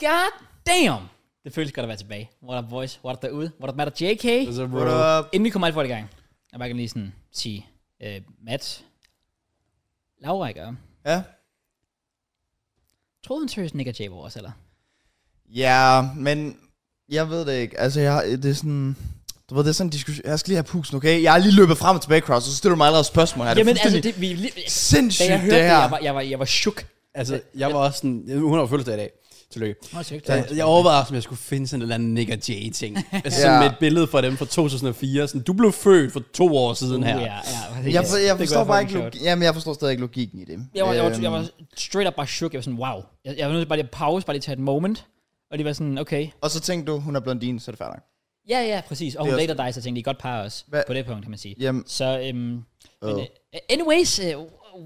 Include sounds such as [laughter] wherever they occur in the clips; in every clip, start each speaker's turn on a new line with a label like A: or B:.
A: God damn! Det føles godt at være tilbage. What up, boys? What up derude? What up, Matt og JK?
B: Altså, bro.
C: What up?
A: Inden vi kommer alt for i gang, jeg vil bare gerne lige sådan sige, øh, Matt, Laura, ikke? Og
C: Ja.
A: Troede hun seriøst, Nick og Jay var også, eller?
C: Ja, men jeg ved det ikke. Altså, jeg, det er sådan... Du ved, det er sådan en diskussion. Jeg skal lige have pusen, okay? Jeg har lige løbet frem og tilbage, Kraus, og så stiller du mig allerede spørgsmål her.
A: Jamen,
C: det er
A: altså,
C: fuldstændig
A: det, vi, lige, da
C: sindssygt,
A: jeg hørte
C: det
A: det,
C: her.
A: jeg var, jeg var, jeg var shook.
B: Altså, jeg var også sådan... jeg- Hun har jo fødselsdag i dag. Tillykke.
A: Nå, sygt.
B: Så jeg overvejede, om jeg skulle finde sådan en eller anden Nick og Jay-ting. Altså,
C: Ja.
B: sådan med et billede fra dem fra 2004. Sådan, du blev født for to år siden her.
A: Uh, ja, ja, præcis.
C: jeg, for, jeg
A: Det
C: forstår
A: kunne
C: bare
A: fucking
C: ikke
A: sjovt.
C: logi- Jamen, jeg forstår stadig ikke logikken i det.
A: Jeg var, jeg, var,
C: Øhm,
A: jeg var straight up bare shook. Jeg var sådan, wow. Jeg, jeg var nødt til bare lige at pause, bare lige tage et moment. Og det var sådan, okay.
C: Øhm, Og så tænkte du, hun er blondine, så er det færdigt.
A: Ja, ja, præcis. Og hun
C: Det er
A: dater dig, så jeg tænkte, I er godt par os.
C: Hvad-
A: På det punkt, kan man sige.
C: Jamen,
A: Så, øhm, men,
C: Åh.
A: øh, anyways, øh,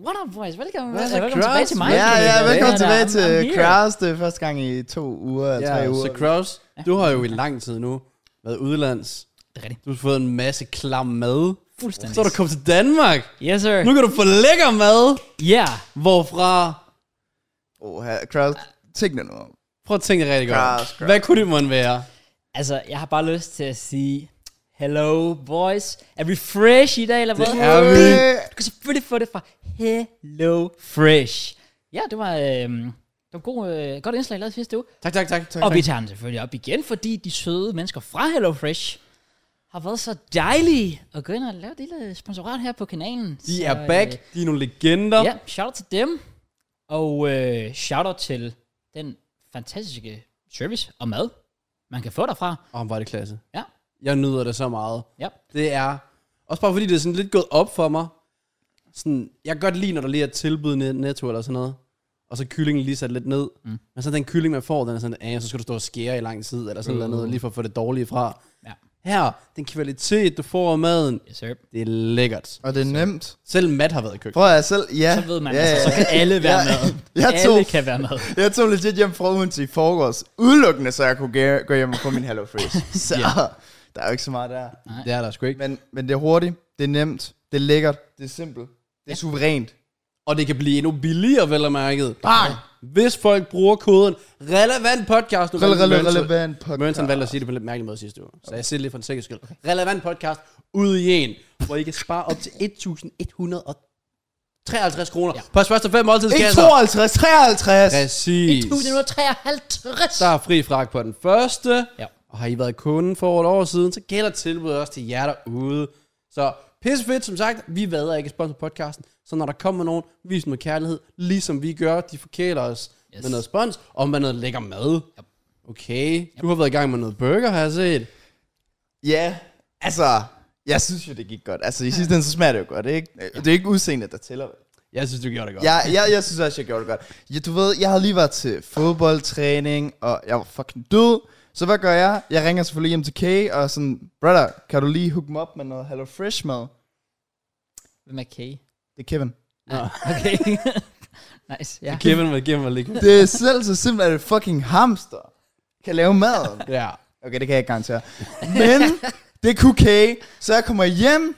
A: what up, boys? Velkommen,
B: Hvad så,
A: velkommen
B: Kraus?
A: tilbage til mig.
B: Ej,
C: ja,
B: skal vi
C: ja,
B: da
C: velkommen
A: være
C: tilbage
A: der?
C: til
A: I'm- I'm here.
C: Kraus. Det er første gang i to uger, ja, tre
B: Ja,
C: uger.
B: så Kraus, du har jo i lang tid nu været udenlands.
A: Det er rigtigt.
B: Du har fået en masse klam mad.
A: Fuldstændig.
B: Så er du kommet til Danmark.
A: Yes, sir.
B: Nu kan du få lækker mad.
A: Yeah.
B: Hvorfra?
C: Åh, her- Kraus, tænk dig nu om.
B: Prøv at tænke det rigtig
C: Kraus,
B: godt.
C: Kraus.
B: Hvad kunne det måtte være?
A: Altså, jeg har bare lyst til at sige, hello, boys. Er vi fresh i dag, eller hvad?
B: Det er vi.
A: Du kan selvfølgelig få det fra Hello Fresh. Ja, det var, øh, det var god, øh, godt indslag, jeg lavede sidste uge.
B: Tak, tak, tak. tak,
A: Og
B: tak.
A: vi tager den selvfølgelig op igen, fordi de søde mennesker fra Hello Fresh har været så dejlige at gå ind og lave et lille sponsorat her på kanalen.
B: De
A: så,
B: er back.
A: Øh,
B: De er nogle legender.
A: ja, shout til dem. Og øh, shout til den fantastiske service og mad, man kan få derfra.
B: Åh, oh, var det klasse.
A: Ja,
B: Jeg nyder det så meget.
A: ja.
B: Det er, også bare fordi det er sådan lidt gået op for mig. Sådan, jeg kan godt lide, når der lige er et tilbud i netto eller sådan noget. Og så er kyllingen lige sat lidt ned. Mm. Men så den kylling, man får, den er sådan, "Ah, så skal du stå og skære i lang tid, eller sådan
A: Uh.
B: uh. noget, lige for at få det dårlige fra.
A: Ja.
B: Her, den kvalitet, du får af maden,
A: Yes, sir.
B: det er lækkert.
C: Og det er nemt.
B: Selv Matt har været i køkkenet.
C: Prøv at jeg selv, ja.
A: Så ved man, ja, altså, så kan alle være
C: Ja,
A: med.
C: jeg tog-
A: alle kan være med.
C: Jeg tog legit hjem fra Odense i forgårs, udelukkende, så jeg kunne gæ- gå hjem og få min Hello [laughs] Fresh. Så der er jo ikke så meget der.
B: Det er der sgu ikke.
C: Men, men det er hurtigt, det er nemt, det er lækkert, det er simpelt, det er suverænt.
B: Og det kan blive endnu billigere, vel og mærket. Bang! Hvis folk bruger koden relevant podcast. Nu
C: Rele- rele-
B: Mønsen-
C: relevant podcast.
B: Mønsen valgte at sige det på en lidt mærkelig måde sidste uge. Så jeg siger det lige for en sikker skyld. Relevant podcast ude i en, hvor I kan spare op til 1.153 kroner ja. på første fem
C: Ikke
B: måltidskasser.
C: 52, 53!
B: Præcis.
A: 1053.
B: Der er fri fragt på den første.
A: Ja.
B: Og har I været kunde for et år siden, så gælder tilbuddet også til jer derude. Så pissefedt, som sagt, vi vader ikke sponsor podcasten. Så når der kommer nogen, vis dem noget kærlighed, ligesom vi gør. De forkæler os
A: Yes.
B: yes. med noget spons og med noget lækker mad.
A: Yep.
B: Okay, du har været i gang med noget burger, har jeg set.
C: Ja, altså, jeg synes jo, det gik godt. Altså, i sidste ende, så smager det jo godt, ikke? Det er ikke udseendet, der tæller. vel?
B: Jeg synes, du gjorde det godt.
C: Jeg, jeg, jeg synes også, jeg gjorde det godt. Ja, du ved, jeg havde lige været til fodboldtræning, og jeg var fucking død. Så hvad gør jeg? Jeg ringer selvfølgelig hjem til Kay, og sådan, brother, kan du lige hook mig op med noget Hello Fresh mad?
A: Hvem er Kay?
C: Det er Kevin.
A: [laughs] Okay. [laughs] nice, ja.
B: Kevin var Kevin var lige
A: [laughs]
C: Det er selv så simpelt, at det fucking hamster kan lave maden.
B: Ja.
C: Okay, det kan jeg ikke garantere. Men det kunne kage. Så jeg kommer hjem,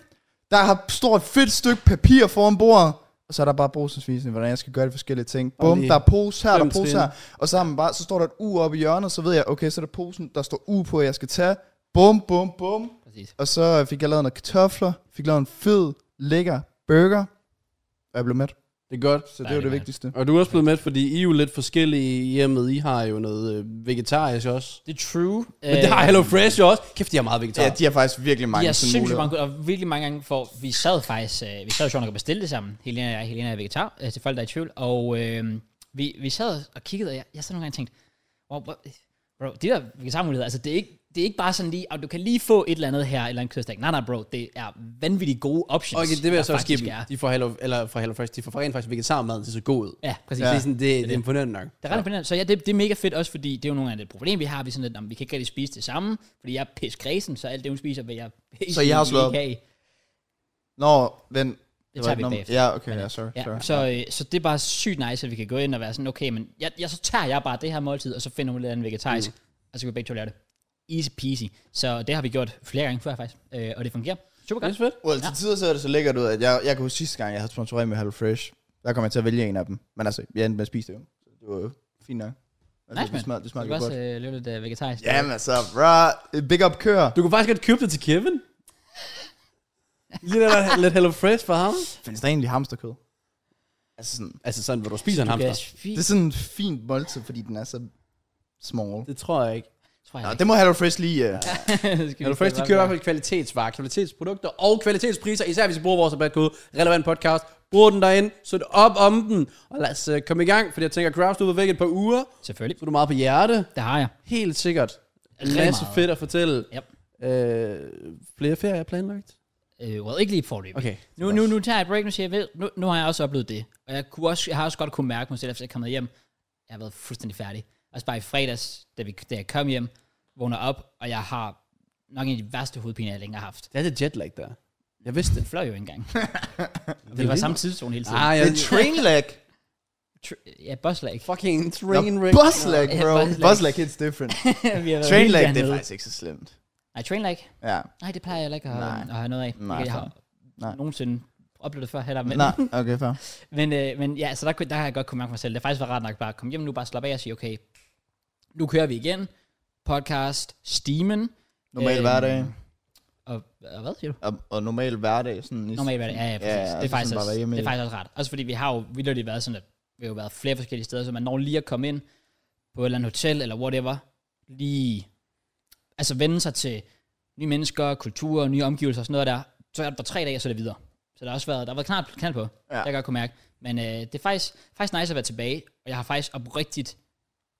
C: der har står et fedt stykke papir foran bordet, og så er der bare brugsensvisning, hvordan jeg skal gøre de forskellige ting.
B: Og
C: Bum,
B: lige
C: der er pose her, der er
B: fem
C: pose
B: trin.
C: her. Og så, har man bare, så står der et U oppe i hjørnet, så ved jeg, okay, så er der posen, der står U på, jeg skal tage. Bum, bum, bum.
A: Præcis.
C: Og så fik jeg lavet noget kartofler, fik lavet en fed, lækker burger, og jeg blev mæt.
B: Det er godt.
C: Så det
A: Dejligt,
C: er jo det
A: mand.
C: vigtigste.
B: Og du er også blevet med, fordi I er jo lidt forskellige i hjemmet. I har jo noget øh, vegetarisk også.
A: Det er true. Øh,
B: Men det har Hello Fresh jo også. Kæft, de har meget vegetar.
C: Ja, de har faktisk virkelig
A: De
C: mange
A: er
C: sådan
A: sindssygt
C: muligheder.
A: mange gode, og virkelig mange gange, for vi sad faktisk, øh, vi sad jo sjovt nok og bestilte det sammen, Helena og jeg, Helena er vegetar, øh, til folk, der er i tvivl, og øh, vi, vi sad og kiggede, og jeg, jeg sad nogle gange og tænkte, wow, bro, bro, de der vegetarmuligheder, altså det er ikke, det er ikke bare sådan lige, at du kan lige få et eller andet her, et eller andet kødstak. Nej, nej, bro, det er vanvittigt gode options.
B: Okay, det vil
A: der
B: jeg så også give
A: faktisk
B: dem.
A: er.
B: De får Hello, eller fra Hello Fresh, de får rent faktisk vegetarmaden til så god ud.
A: Ja, præcis.
B: Ja. Det,
A: Ja.
B: er sådan, det, det, er imponerende nok.
A: Det er ret imponerende. Så ja, det, det er mega fedt også, fordi det er jo nogle af det problem, vi har. Vi er sådan lidt, om vi kan ikke rigtig spise det samme, fordi jeg er piskræsen, så alt det, hun spiser, vil jeg
C: Så I har slået op?
A: ikke have.
C: Nå, vent.
A: Det tager vi
C: Nå,
A: bagefter.
C: Ja, okay, ja, sorry.
A: Ja,
C: sorry.
A: så, øh, så det er bare sygt nice, at vi kan gå ind og være sådan, okay, men jeg, jeg, så tager jeg bare det her måltid, og så finder hun lidt andet vegetarisk, mm. og så kan vi begge to lave det. Easy peasy. Så det har vi gjort flere gange før, faktisk, øh, og det fungerer super godt.
B: Det er fedt.
C: Well, til tider ser det så lækkert ud, at jeg, jeg kan huske sidste gang, jeg havde sponsoreret med Hello Fresh. Der kom jeg til at vælge en af dem. Men altså, jeg endte med at spise det jo. Så det var jo fint nok. Altså,
A: Nice,
C: det
A: man.
C: smager, det
A: Du
C: smager
A: kan
C: godt.
A: også øh, leve lidt øh, vegetarisk.
C: Jamen så, bro. Big up kører.
B: Du kunne faktisk godt købe det til Kevin.
A: [laughs]
B: Lige lidt, lidt Hello Fresh for ham.
C: Findes der egentlig hamsterkød? Altså sådan,
B: Altså sådan, hvor du spiser en
A: du
B: hamster.
A: kan spise,
C: det er sådan en fin måltid, fordi den er så small.
B: Det tror jeg ikke.
A: tror
C: Nå,
A: jeg [laughs]
C: det må HelloFresh lige... Uh,
A: ikke.
B: Hello Fresh, de kører i hvert fald kvalitetsvarer, kvalitetsprodukter og kvalitetspriser, især hvis I bruger vores rabatkode Relevant Podcast. Brug den derinde, støt op om den, og lad os øh, komme i gang, fordi jeg tænker, Craft, du har været væk et par uger,
A: Selvfølgelig.
B: så er du meget på hjerte.
A: Det har jeg.
B: Helt sikkert. En
A: Rigtig
B: masse
A: meget.
B: fedt at fortælle.
A: Yep.
B: Øh, flere ferier er planlagt?
A: Øh, well, ikke lige forløb.
B: Okay.
A: Nu, nu, nu tager jeg et break, nu siger jeg, ved, nu, nu har jeg også oplevet det. Og jeg, kunne også, jeg har også godt kunne mærke mig selv, efter jeg er kommet hjem. Jeg har været fuldstændig færdig. Altså bare i fredags, da, vi, da jeg kom hjem, vågner op, og jeg har nok en af de værste hovedpiner, jeg længe har haft.
B: Det er det jetlag der. Jeg vidste
A: Den
B: det.
A: fløj jo ikke
C: [laughs]
A: engang. det var samme tidszone hele tiden.
B: Ah,
C: det
B: jeg
C: er train lag.
A: Tr- ja, buslag. [laughs]
B: fucking
C: Nå,
B: train wreck.
C: Bus lag,
A: Ja,
C: bro.
A: bus lag.
C: Bus lag hits different. Train lag, det er faktisk ikke så slemt.
A: Nej, train lag.
C: Ja,
A: Nej, det plejer jeg heller ikke at,
C: Nej.
A: at have noget af.
C: Nej,
A: Nej, jeg
C: fair.
A: har
C: Nej.
A: Nej. nogensinde oplevet det før heller. Men,
C: nej, okay, fair.
A: men, øh, men ja, så der, kunne- der har jeg godt kunne mærke mig selv. Det har faktisk været rart nok bare at komme hjem nu, bare slappe af og sige, okay, nu kører vi igen. Podcast, Steamen.
C: Normal
A: Øhm,
C: hverdag.
A: Og, og hvad siger du?
C: Og, og normal hverdag, sådan i...
A: Normalt hvad det er, ja, ja, præcis.
C: Ja,
A: Ja, det, er
C: ja, så sådan
A: faktisk
C: bare
A: også,
C: være hjemme
A: det er
C: i
A: faktisk også ret. Også fordi vi har jo vildt været sådan, at vi har jo været flere forskellige steder, så man når lige at komme ind på et eller andet hotel eller whatever. Lige, altså vende sig til nye mennesker, kultur, nye omgivelser og sådan noget der. Så er det for tre dage, og så er det videre. Så der har også været, der har været knald, knald på, ja. jeg godt kunne mærke. Men øh, det er faktisk, faktisk nice at være tilbage, og jeg har faktisk oprigtigt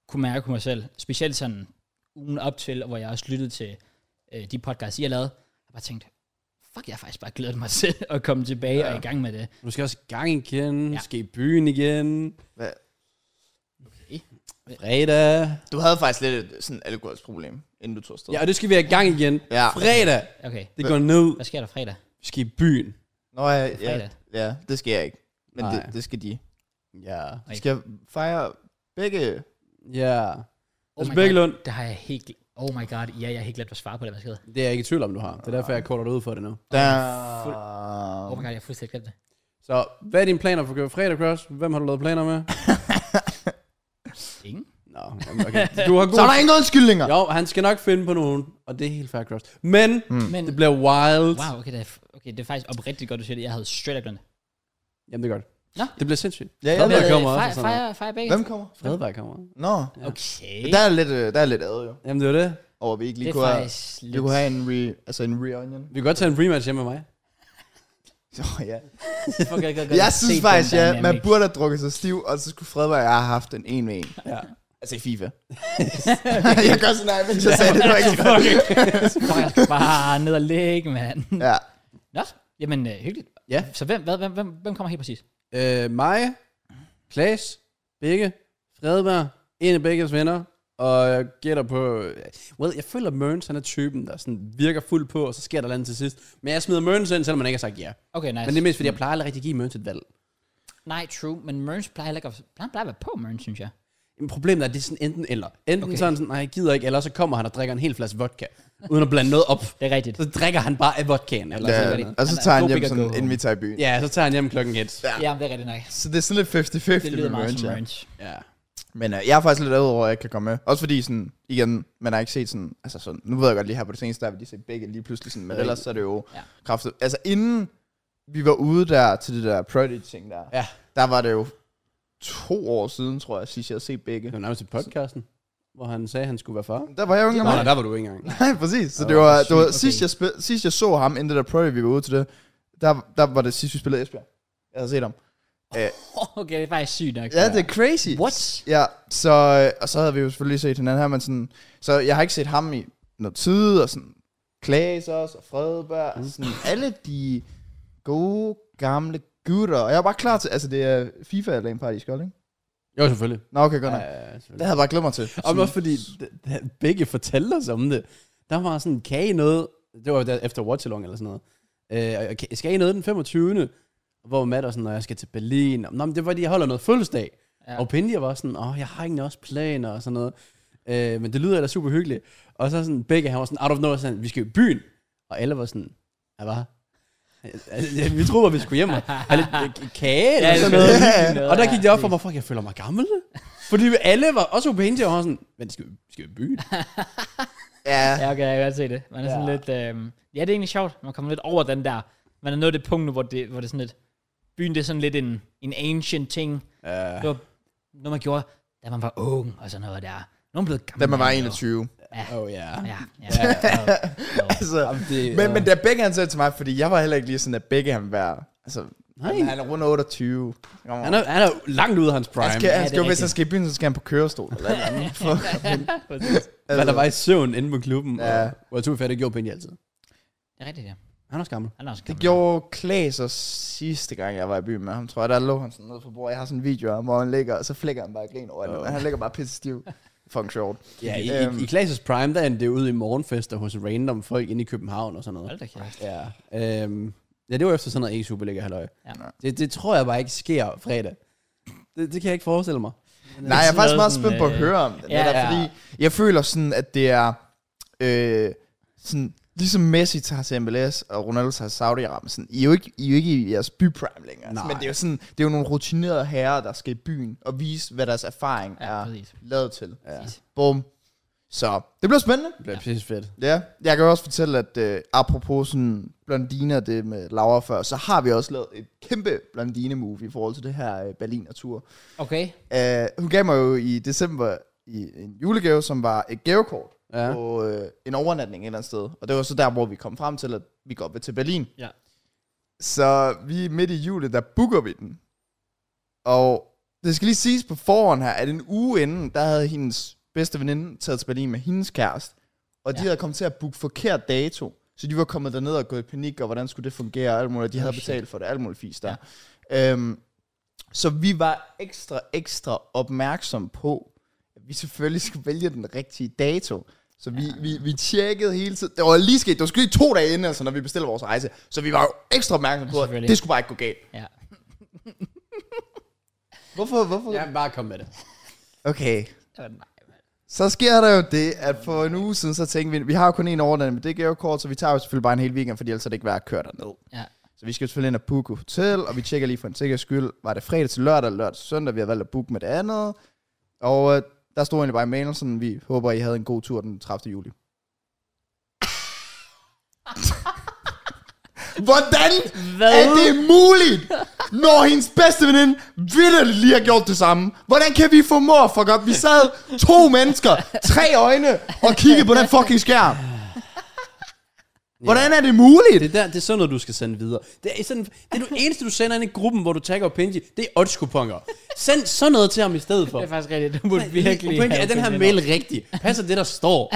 A: kunne mærke på mig selv, specielt sådan ugen op til, hvor jeg også lyttede til øh, de podcasts, I har lavet. Jeg har bare tænkt, fuck, jeg har faktisk bare glædet mig [laughs] til at komme tilbage ja. og i gang med det.
B: Du skal også i gang igen,
A: Ja.
B: ja. skal i byen igen,
C: Hva-
B: fredag.
C: Du havde faktisk lidt et sådan alkoholisk problem, inden du tog afsted.
B: Ja, og det skal vi have i gang igen.
C: Ja.
B: Fredag,
A: Okay,
B: det går ned.
A: hvad sker der fredag?
B: Vi skal i byen.
C: Nå, ja, ja,
A: fredag.
C: ja, det skal jeg ikke. Men
B: Nej.
C: det, det, skal de.
B: Ja.
C: Vi skal fejre begge...
B: Ja.
A: Oh
B: Altså,
A: my
B: Bækkelund,
A: god, det har jeg helt glemt. Oh my god, ja, jeg har helt glemt at svare på det, hvad sker der?
B: det er jeg ikke i tvivl om, du har. Det er derfor, jeg
A: Ah.
B: korter dig ud for det nu.
C: Der...
A: Oh my god, jeg har fuldstændig glemt det.
B: Så hvad er dine planer for at køre fredag, Cross? Hvem har du lavet planer med?
A: Ingen?
B: Nå,
A: [laughs]
B: jamen, okay. Du har
C: Så er
B: gode...
C: der ingen undskyldninger!
B: Jo, han skal nok finde på nogen, og det er helt fair, Cross. Men
A: Men,
B: det bliver wild.
A: wow, okay det, er, f- okay, det er faktisk oprigtigt godt, du siger det. Jeg havde straight up glemt det.
B: Jamen, det er godt.
A: Nå.
B: Det bliver sindssygt.
C: Ja, jeg
B: Hvad
C: ved
B: med-
C: det.
B: kommer også
A: Fire,
B: og sådan
A: fire, fire begge.
C: Hvem kommer?
B: Fredberg kommer.
C: Nå,
A: Okay.
C: der er lidt, øh, der er lidt ad jo.
B: Jamen, det er det.
C: Over at vi ikke
A: Det
C: lige
A: er
C: kunne have,
A: faktisk
C: vi
A: lidt...
C: kunne
A: [laughs]
C: have en re, altså en reunion.
B: Vi kan godt tage en rematch hjemme med mig.
C: Så ja.
A: Fuck,
B: [laughs]
A: jeg, kan godt
C: Jeg
A: se
C: synes
A: den
C: faktisk, ja, man
A: dynamic.
C: burde have drukket sig stiv, og så skulle Fredberg og jeg have haft en en med en.
B: Ja.
C: Altså i FIFA. [laughs] jeg gør sådan nej, mens jeg sagde det, det var ikke
A: [laughs]
C: så godt.
A: Fuck, jeg skal bare ned og ligge, mand.
C: Ja.
A: Nå, jamen øh, hyggeligt.
B: Ja.
A: Så hvem, hvad, hvem, hvem, hvem kommer helt præcis?
B: Øh, mig, Klaas, Begge, Fredberg, en af Begges venner, og jeg gætter på... Well, jeg føler, at Mørns, han er typen, der sådan virker fuld på, og så sker der noget til sidst. Men jeg smider Mørns ind, selvom man ikke har sagt ja.
A: Okay, nice.
B: Men det er mest, fordi jeg plejer aldrig rigtig at give Mørns et valg.
A: Nej, true, men Merns plejer heller ikke at... Han plejer at være på Merns, synes jeg.
B: Men problemet er, at det er sådan enten eller. Enten
A: Okay.
B: okay. sådan, sådan, nej, jeg gider ikke, eller så kommer han og drikker en hel flaske vodka, uden at blande noget op.
A: Det er rigtigt.
B: Så drikker han bare af vodkaen, eller
C: ja.
B: sådan noget.
C: Og så
A: Han er
C: tager han
A: god
C: hjem
A: pick at
C: sådan,
A: gå.
C: inden vi tager i byen.
B: Ja, så tager han hjem klokken et.
C: Ja.
A: Ja, det er rigtigt nok.
C: Så det er sådan lidt 50-50
A: Det lyder
C: med
A: meget
C: Mørns,
A: som
C: ja.
A: Merns.
B: Ja.
C: Men øh, jeg er faktisk lidt ad over, at jeg kan komme med. Også fordi sådan, igen, man har ikke set sådan, altså sådan, nu ved jeg godt lige her på det seneste, der har vi lige set begge lige pludselig sådan, men
B: Ja.
C: ellers så er det jo
A: Ja.
C: ja. kraftigt. Altså inden vi var ude der til det der Prodigy ting der,
B: Ja.
C: der var det jo to år siden, tror jeg, sidst jeg havde set begge.
B: Det var nærmest til podcasten, hvor han sagde, at han skulle være far.
C: Der var jeg jo ikke
B: Nå,
C: engang
B: nej, der var du ikke engang.
C: [laughs] Nej, præcis. Så
B: Åh,
C: det var,
B: sygt,
C: det var
B: okay.
C: sidst, jeg spil, sidst jeg så ham, inden det der Prodigy, vi var ude til det, der, der var det sidst, vi spillede Esbjerg. Jeg havde set ham.
A: Okay, det er faktisk sygt nok.
C: Ja, det er crazy.
A: What?
C: Ja, så, øh, og så havde vi jo selvfølgelig set hinanden her, men sådan, så jeg har ikke set ham i noget tid, og sådan Klaas også, og Fredberg,
B: Mm.
C: og sådan alle de gode, gamle gutter. Og jeg var bare klar til, altså det er FIFA, jeg lagde party i Skjold, ikke?
B: Jo, selvfølgelig.
C: Nå, okay, godt nok.
B: Ja,
C: Det havde jeg bare glædet mig til.
B: Og men også fordi, d- da begge fortalte os om det, der var sådan, kan I noget, det var der efter Watchalong eller sådan noget, øh, og kan- skal I noget den 25. Hvor Matt og sådan, når jeg skal til Berlin, og, Nå, men det var fordi, jeg holder noget fødselsdag.
A: Ja.
B: Ja. Og Pindia var sådan, åh, jeg har egentlig også planer og sådan noget. Øh, men det lyder da super hyggeligt. Og så sådan, begge han var sådan, out of nowhere, sådan, vi skal i byen. Og alle var sådan, ja, hvad? Altså, vi troede, at vi skulle hjem og have lidt øh, kage eller
A: det
B: sådan
A: er
B: noget.
A: [laughs]
C: [laughs]
A: hyggeligt noget,
B: Og der
A: ja.
B: gik det op for mig, fuck, jeg føler mig gammel. Fordi alle var også ubehendige og var sådan, men skal vi, skal vi bygge det?
C: Ja.
A: Ja, okay, jeg kan godt se det. Man er sådan
B: Ja.
A: lidt... Øh, ja, det er egentlig sjovt. Man kommer lidt over den der... Man er nået det punkt nu, hvor det, hvor det er sådan lidt... Byen, det er sådan lidt en, en ancient ting.
B: Ja.
A: Det var noget, man gjorde, da man var ung og sådan noget der. Nu er man blevet gammel.
C: Da man var
A: jo.
C: 21.
B: [laughs] Oh ja.
A: Ja, ja. ja.
C: Altså,
B: Jamen, det-
C: men, men da begge han sagde til mig, fordi jeg var heller ikke lige sådan, at begge han var... Altså,
B: Nej.
C: han- han er rundt 28. Kom on.
B: Han er, han er jo langt ude af hans prime.
C: Han skal,
A: det
C: han
A: er
C: skal, hvis
A: rigtigt.
C: han skal i byen, så skal han på kørestol. Eller et
B: [laughs]
C: eller andet. For, [laughs]
A: Præcis.
B: Hvad der var i søvn inde på klubben,
C: Ja.
B: ja. og Tue Fattig gjorde Benji altid.
A: Det er rigtigt, ja.
B: Han er også gammel.
A: Han er også
C: det
A: gammel.
C: gjorde Klaas også sidste gang, jeg var i byen med ham, tror jeg. Der lå han sådan nede på bordet. Jeg har sådan en video af ham, hvor han ligger, og så flækker han bare og griner over det.
B: Åh.
C: Men han ligger bare pisse stiv. Fucking sjovt.
B: Ja, i,
C: Øhm.
B: i, i Klaas' prime, der endte det ude i morgenfester hos random folk inde i København og sådan noget.
A: Hold da kæft.
B: Ja, øhm, ja det var efter sådan noget e-superliga, halløj.
A: Ja.
B: Det, det tror jeg bare ikke sker fredag. Det, det kan jeg ikke forestille mig.
C: Nej, jeg er faktisk meget spændt på at
A: øh,
C: høre om det.
A: ja,
C: Ja,
A: ja.
C: ja. Fordi jeg føler sådan, at det er... Øh, sådan, ligesom Messi tager til MLS, og Ronaldo tager til Saudi-Arabien. Sådan, I, er jo ikke, I er jo ikke i jeres byprime længere. Altså,
B: Nej.
C: Men det er jo sådan, det er jo nogle rutinerede herrer, der skal i byen og vise, hvad deres erfaring
A: Ja,
C: er
A: præcis.
C: lavet til.
B: Ja.
C: Bum. Så det bliver spændende.
B: Det bliver præcis fedt.
C: Ja, jeg kan også fortælle, at øh, apropos sådan blondiner, det med Laura før, så har vi også lavet et kæmpe blondine-move i forhold til det her øh, Berliner-tur.
A: Okay.
C: Uh, hun gav mig jo i december i en julegave, som var et gavekort
B: Ja.
C: ja. på øh, en overnatning et eller andet sted. Og det var så der, hvor vi kom frem til, at vi går til Berlin.
A: Ja.
C: Så vi er midt i juli, der booker vi den. Og det skal lige siges på forhånd her, at en uge inden, der havde hendes bedste veninde taget til Berlin med hendes kæreste. Og de
A: Ja.
C: ja. havde kommet til at booke forkert dato. Så de var kommet derned og gået i panik, og hvordan skulle det fungere, og alt muligt. og De havde
A: shit.
C: betalt for det, alt muligt fisk der. Ja. Øhm, så vi var ekstra, ekstra opmærksom på, at vi selvfølgelig skulle vælge den rigtige dato. Så vi, vi, vi tjekkede hele tiden. Det var lige sket, det var sgu lige to dage inden, altså, når vi bestilte vores rejse. Så vi var jo ekstra opmærksom på, at
A: Selvfølgelig.
C: det skulle bare ikke gå galt.
A: Ja.
C: Hvorfor, hvorfor?
B: Ja, bare kom med det.
C: Okay.
A: Nej,
C: Så sker der jo det, at for en uge siden, så tænkte vi, vi har jo kun en overnatning, men det giver jo kort, så vi tager jo selvfølgelig bare en hel weekend, fordi ellers er det ikke værd at køre derned.
A: Ja.
C: Så vi skal jo selvfølgelig ind og booke hotel, og vi tjekker lige for en sikkerheds skyld, var det fredag til lørdag, lørdag til søndag, vi har valgt at booke med det andet. Og øh, der stod egentlig bare i mailen sådan, vi håber, I havde en god tur den 30. juli. [laughs] Hvordan
A: Hvad?
C: er det muligt, når hendes bedste veninde vidderligt lige har gjort det samme? Hvordan kan vi formå at fuck op? Vi sad to mennesker, tre øjne og kiggede på den fucking skærm. Hvordan er det muligt?
B: Det er, der, det er sådan noget, du skal sende videre. Det er, sådan, det er du eneste, du sender ind i gruppen, hvor du tagger Pinji. Det er oddskuponger. Send sådan noget til ham i stedet for.
A: Det er faktisk rigtigt. Du burde virkelig...
B: Virkelig, er
A: have
B: den her
A: tænkt
B: mail
A: over.
B: rigtig? Passer det, der står?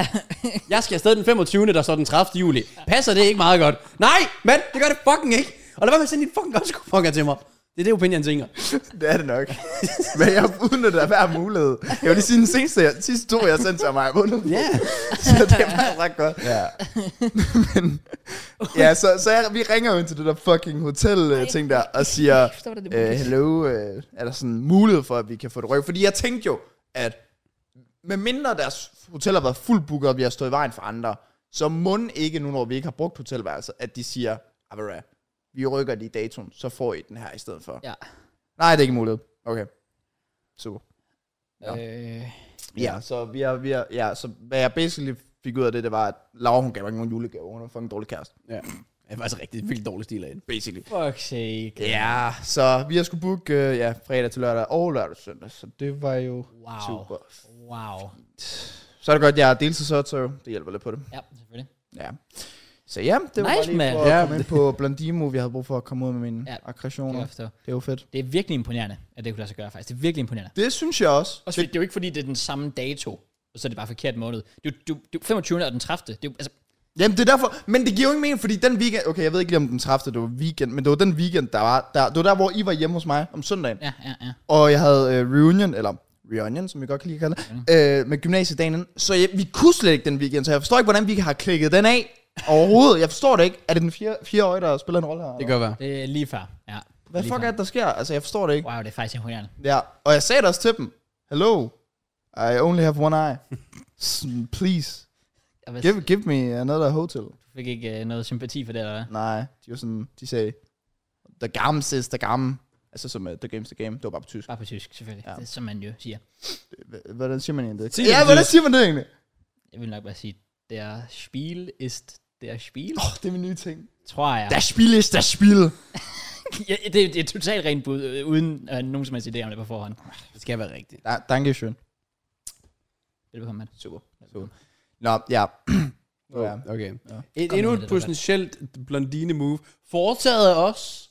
B: Jeg skal afsted den 25. der står den 30. juli. Passer det ikke meget godt? Nej, mand, det gør det fucking ikke. Og lad være med at sende din fucking oddskuponger til mig. Det er det, opinion tænker.
C: Det er det nok. [laughs] Men jeg udnytter hver mulighed. Jeg vil lige sige, den seneste, jeg, sidste to, jeg sendte til mig, jeg vundet.
B: Ja.
C: [laughs] Så det er meget ret godt. [laughs]
B: Ja.
C: Ja, så, så jeg, vi ringer jo ind til det der fucking hotel-ting der, og siger, øh, hello, øh, er der sådan mulighed for, at vi kan få det ryk? Fordi jeg tænkte jo, at med mindre deres hotel har været fuldt booket, og vi har stået i vejen for andre, så må ikke nu, når vi ikke har brugt hotelværelset, at de siger, "Ah, ved du hvad, vi rykker lige datoen, så får I den her i stedet for.
A: Ja.
C: Nej, det er ikke muligt. Okay. Super.
A: Øh,
C: Ja, så vi har, vi har, ja, så hvad jeg basically fik ud af det, det var, at Laura, hun gav mig ikke nogen julegave, hun var fucking dårlig kæreste. altså
B: ja. Det er faktisk rigtig vildt dårlig stil af hende.
C: Basically.
A: fuck sake.
C: Ja, så vi har skulle booke, øh, ja, fredag til lørdag og lørdag til søndag, så det var jo
A: Wow.
C: super.
A: Wow.
C: Så er det godt, jeg er deltidsørt, så det hjælper lidt på det.
A: Ja, selvfølgelig.
C: Ja. Så ja, det var
A: Nice,
C: bare lige
A: mand.
C: for at
B: Ja.
C: komme ind på Blondimo, vi havde brug for at komme ud med mine
A: Ja,
C: ja.
A: Det, kan
C: aggressioner.
A: jeg forstå.
C: Det er jo fedt.
A: det er virkelig imponerende, at det kunne lade sig gøre, faktisk. Det er virkelig imponerende.
C: Det synes jeg også.
A: Også fordi, det er jo ikke fordi, det er den samme dato, og så er det bare forkert måned. Det er jo- du, du, 25. og den 30. Det er jo, altså,
C: Jamen det er derfor, men det giver jo ikke mening, fordi den weekend, okay jeg ved ikke lige om den 30. det var weekend, men det var den weekend, der var, der, det var der, hvor I var hjemme hos mig om søndagen.
A: ja, ja, ja.
C: Og jeg havde øh, reunion, eller reunion, som vi godt kan lide at kalde det, øh, med gymnasiedagen. inden. Så jeg, vi kunne slet ikke den weekend, så jeg forstår ikke, hvordan vi har klikket den af overhovedet. Jeg forstår det ikke. Er det den fire, fire øje, der spiller en rolle her?
B: Det kan godt være.
A: Det er lige før. Ja.
C: Hvad
A: lige
C: fuck
A: før.
C: er det, der sker? Altså, jeg forstår det ikke.
A: Wow, det er faktisk imponerende.
C: Ja, og jeg sagde det også til dem. Hello, I only have one eye.
A: [laughs]
C: Sådan, Please,
A: Og hvad,
C: give, give me another hotel.
A: du fik øh, ikke uh, noget sympati for det, eller hvad?
C: Nej, de var sådan, de sagde, the gammel sis, the gammel. Altså som uh, The Game's The Game, det var bare på tysk.
A: Bare på tysk, selvfølgelig. Ja.
C: Ja.
A: Det, er, som man jo siger.
C: H- Hvordan siger man egentlig det?
B: Sig det
C: Ja,
B: på
C: hvordan
B: tysk.
C: siger man det egentlig?
A: Jeg vil nok bare sige, der Spiel ist der Spiel,
C: Åh, oh, det er min nye ting.
A: tror jeg.
C: Der Spiel ist der Spiel.
A: ja, det, er- det er totalt rent bud, øh, uden øh, nogen som helst idé om det på forhånd.
B: Det skal være rigtigt.
C: Da, Dankeschön.
A: Velbekomme, Matt.
C: Super. Super. Nå, ja. Nå, ja.
B: Okay.
A: Ja.
B: Et,
A: Kom
B: endnu
A: med
B: et
A: det, der er
B: potentielt blondine move. Foretaget af os.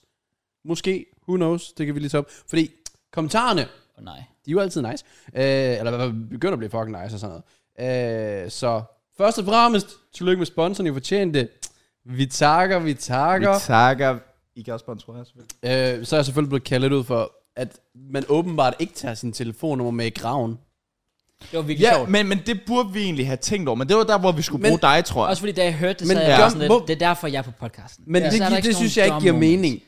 B: Måske. Who knows? Det kan vi lige tage op. Fordi kommentarerne,
A: Åh oh, nej.
B: de er jo altid nice. Øh, eller i hvert fald begynder at blive fucking nice og sådan noget. Øh, så først og fremmest, tillykke med sponsoren, I fortjente det. Vi takker, vi takker.
C: Vi takker. I kan også sponsorere, selvfølgelig.
B: Øh, så er jeg selvfølgelig blevet kaldt lidt ud for, at man åbenbart ikke tager sin telefonnummer med i graven.
A: Det var virkelig ja,
C: Ja,
A: sjovt. Men,
C: men, men det burde vi egentlig have tænkt over. Men det var der, hvor vi skulle
B: Men-
C: bruge dig, tror jeg.
A: Også fordi da jeg hørte det, så
B: Men
A: men, jeg
B: gør-
A: ja, sådan lidt,
B: hvor-
A: det er derfor, jeg er på podcasten.
B: Men
A: Ja.
B: ja.
A: Så er
B: det,
A: der
B: det,
A: ikke
B: det
A: sådan
B: synes jeg ikke
A: nogle
B: giver
A: dumb moments.
B: mening.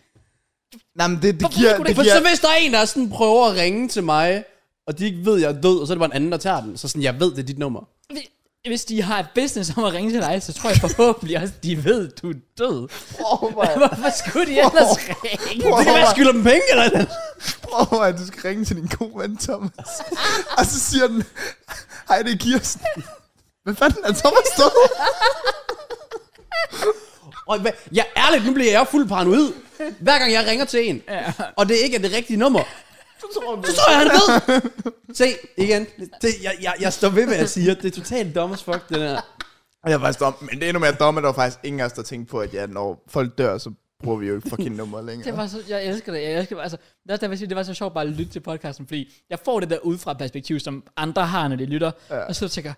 C: Nej, men det, det
A: Hvorfor
C: giver...
A: skulle
C: Det
B: For
C: giver
B: så hvis der er en, der sådan prøver at ringe til mig, og de ikke ved, jeg er død, og så er det bare en anden, der tager den. Så sådan, jeg ved, det er dit nummer.
A: Hvis de har et business om at ringe til dig, så tror jeg forhåbentlig også, de ved, du er
B: [laughs]
A: død.
C: Overvej,
A: Hvorfor skulle de ellers ringe?
B: Det kan være, jeg skylder dem penge eller noget.
C: overvej, du skal ringe til din gode ven, [laughs] Thomas. og så siger den, hej, det er Kirsten. Hvad fanden er Thomas død?
B: Og hvad, jeg, ærligt, nu bliver jeg fuld paranoid. Hver gang jeg ringer til en, ja. og det ikke er det rigtige nummer, så tror jeg, han ved. [laughs] Se, igen. Det, jeg, jeg, jeg står ved, hvad jeg siger. Det er totalt dumb as fuck, det der.
C: Og jeg var faktisk dum, men det er endnu mere dumme, at der var faktisk ingen af os, der tænkte på, at ja, når folk dør, så bruger vi jo ikke fucking nummer længere.
A: [laughs] Det var så, jeg elsker det. Jeg elsker, altså, det, er også derfor, jeg siger, det var så sjovt bare at lytte til podcasten, fordi jeg får det der udefra perspektiv, som andre har, når de lytter. Ja. Og så tænker jeg,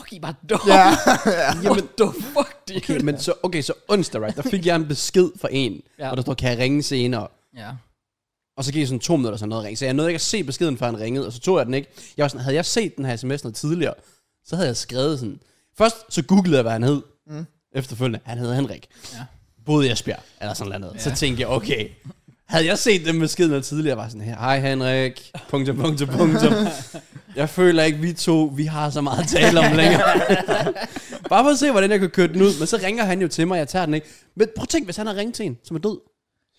A: fuck, I er bare dumme.
C: Ja,
A: [laughs] Jamen, du fuck, de
B: Okay, men så, okay, så onsdag, right? Der fik jeg en besked fra en,
A: Ja.
B: ja. og der står, kan jeg ringe senere?
A: Ja.
B: Og så gik jeg sådan to minutter, så noget ring. Så jeg nåede ikke at se beskeden, før han ringede, og så tog jeg den ikke. Jeg var sådan, havde jeg set den her sms noget tidligere, så havde jeg skrevet sådan. Først så googlede jeg, hvad han hed. Mm. Efterfølgende, han hed Henrik.
A: Ja.
B: Ja. Boede i Esbjerg, eller sådan noget. Ja. Så tænkte jeg, okay, havde jeg set den besked noget tidligere, var sådan her, hej Henrik, punktum, punktum, punktum. Jeg føler ikke, vi to, vi har så meget at tale om længere. Bare for at se, hvordan jeg kunne køre den ud. Men så ringer han jo til mig, jeg tager den ikke. Men prøv at tænk, hvis han har ringet til en, som er død.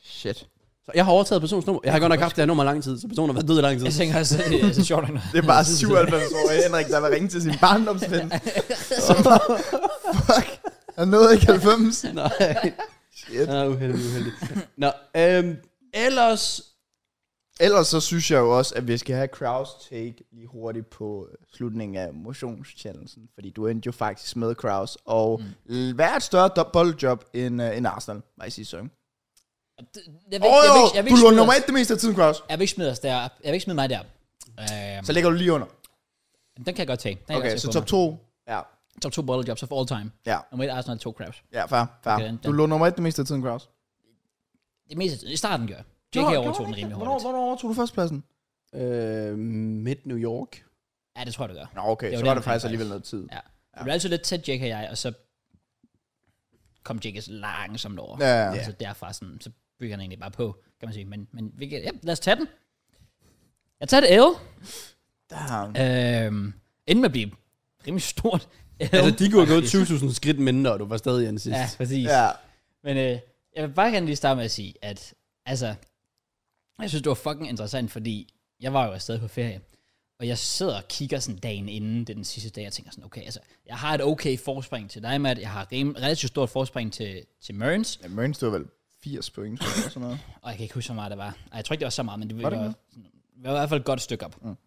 C: Shit.
B: Så jeg har overtaget personens nummer. Jeg har godt nok haft det her nummer i lang tid, så personen har været død i lang tid.
A: Jeg tænker også, det er så sjovt nok.
C: Det er bare 97 år Henrik, der vil ringe til sin [laughs] barndomsven. Fuck. Han nåede ikke 90. [laughs]
B: Nej.
C: Shit.
B: Ah, uheldig, uheldig. Nå, øhm, ellers...
C: Ellers så synes jeg jo også, at vi skal have Kraus take lige hurtigt på øh, slutningen af motionschallengen, fordi du endte jo faktisk med Kraus, og mm. være et større do- boldjob end, uh, end Arsenal, var i sidste sæson.
A: Jeg
C: Åh, jo, du lå
A: smide
C: nummer
A: os-
C: et det meste af tiden, Kraus.
A: Jeg vil ikke smide os derop. Jeg vil ikke smide mig derop. Øhm,
C: Så ligger du lige under.
A: den kan jeg godt tage. Den kan jeg
C: Okay,
A: godt
C: så
A: tage
C: top
A: på
C: 2. Ja,
A: mig. top 2 bottle jobs of all time.
C: ja,
A: Nummer 1 Arsenal, 2 Crabs.
C: ja, fair, fair.
A: Okay, den-
C: Du lå nummer et det meste af tiden, Kraus.
A: Det meste i starten gør. Det kan jeg overtog den rimelig
C: Hvornår,
A: hurtigt.
C: hvornår overtog du førstepladsen?
B: Øh, midt New York.
A: Ja, det tror jeg, du gør.
C: Nå, okay,
A: Det var
C: så
A: det
C: var det
A: omkring,
C: faktisk
A: faktisk.
C: alligevel noget tid.
A: Ja. Det blev altid lidt tæt, Jake og jeg, og så kom Jake så langsomt over.
C: Ja, ja, ja.
A: Og så derfra sådan, så bygger han egentlig bare på, kan man sige. Men, men vi kan, ja, lad os tage den. Jeg tager et L.
C: Damn.
A: Øhm, inden med at blive rimelig stort.
B: Altså, de kunne have gået
A: faktisk.
B: 20.000 skridt mindre, og du var stadig en sidst.
A: Ja,
B: Ja.
A: præcis.
C: Ja,
A: Men øh, jeg vil bare gerne lige starte med at sige, at altså, jeg synes, det var fucking interessant, fordi jeg var jo afsted på ferie, og jeg sidder og kigger sådan dagen inden, det er den sidste dag, jeg tænker sådan, okay, altså, jeg har et okay forspring til dig, Matt, jeg har rim- relativt stort forspring til, til Mørns,
C: ja Mørn stod vel 80 point, tror jeg, eller sådan noget.
A: og jeg kan ikke huske, hvor meget det var. Ej, jeg tror ikke, det var så meget, men det var,
C: Var det
A: det var,
C: ikke
A: var i hvert fald et godt stykke op.
C: Mm.
A: Mm.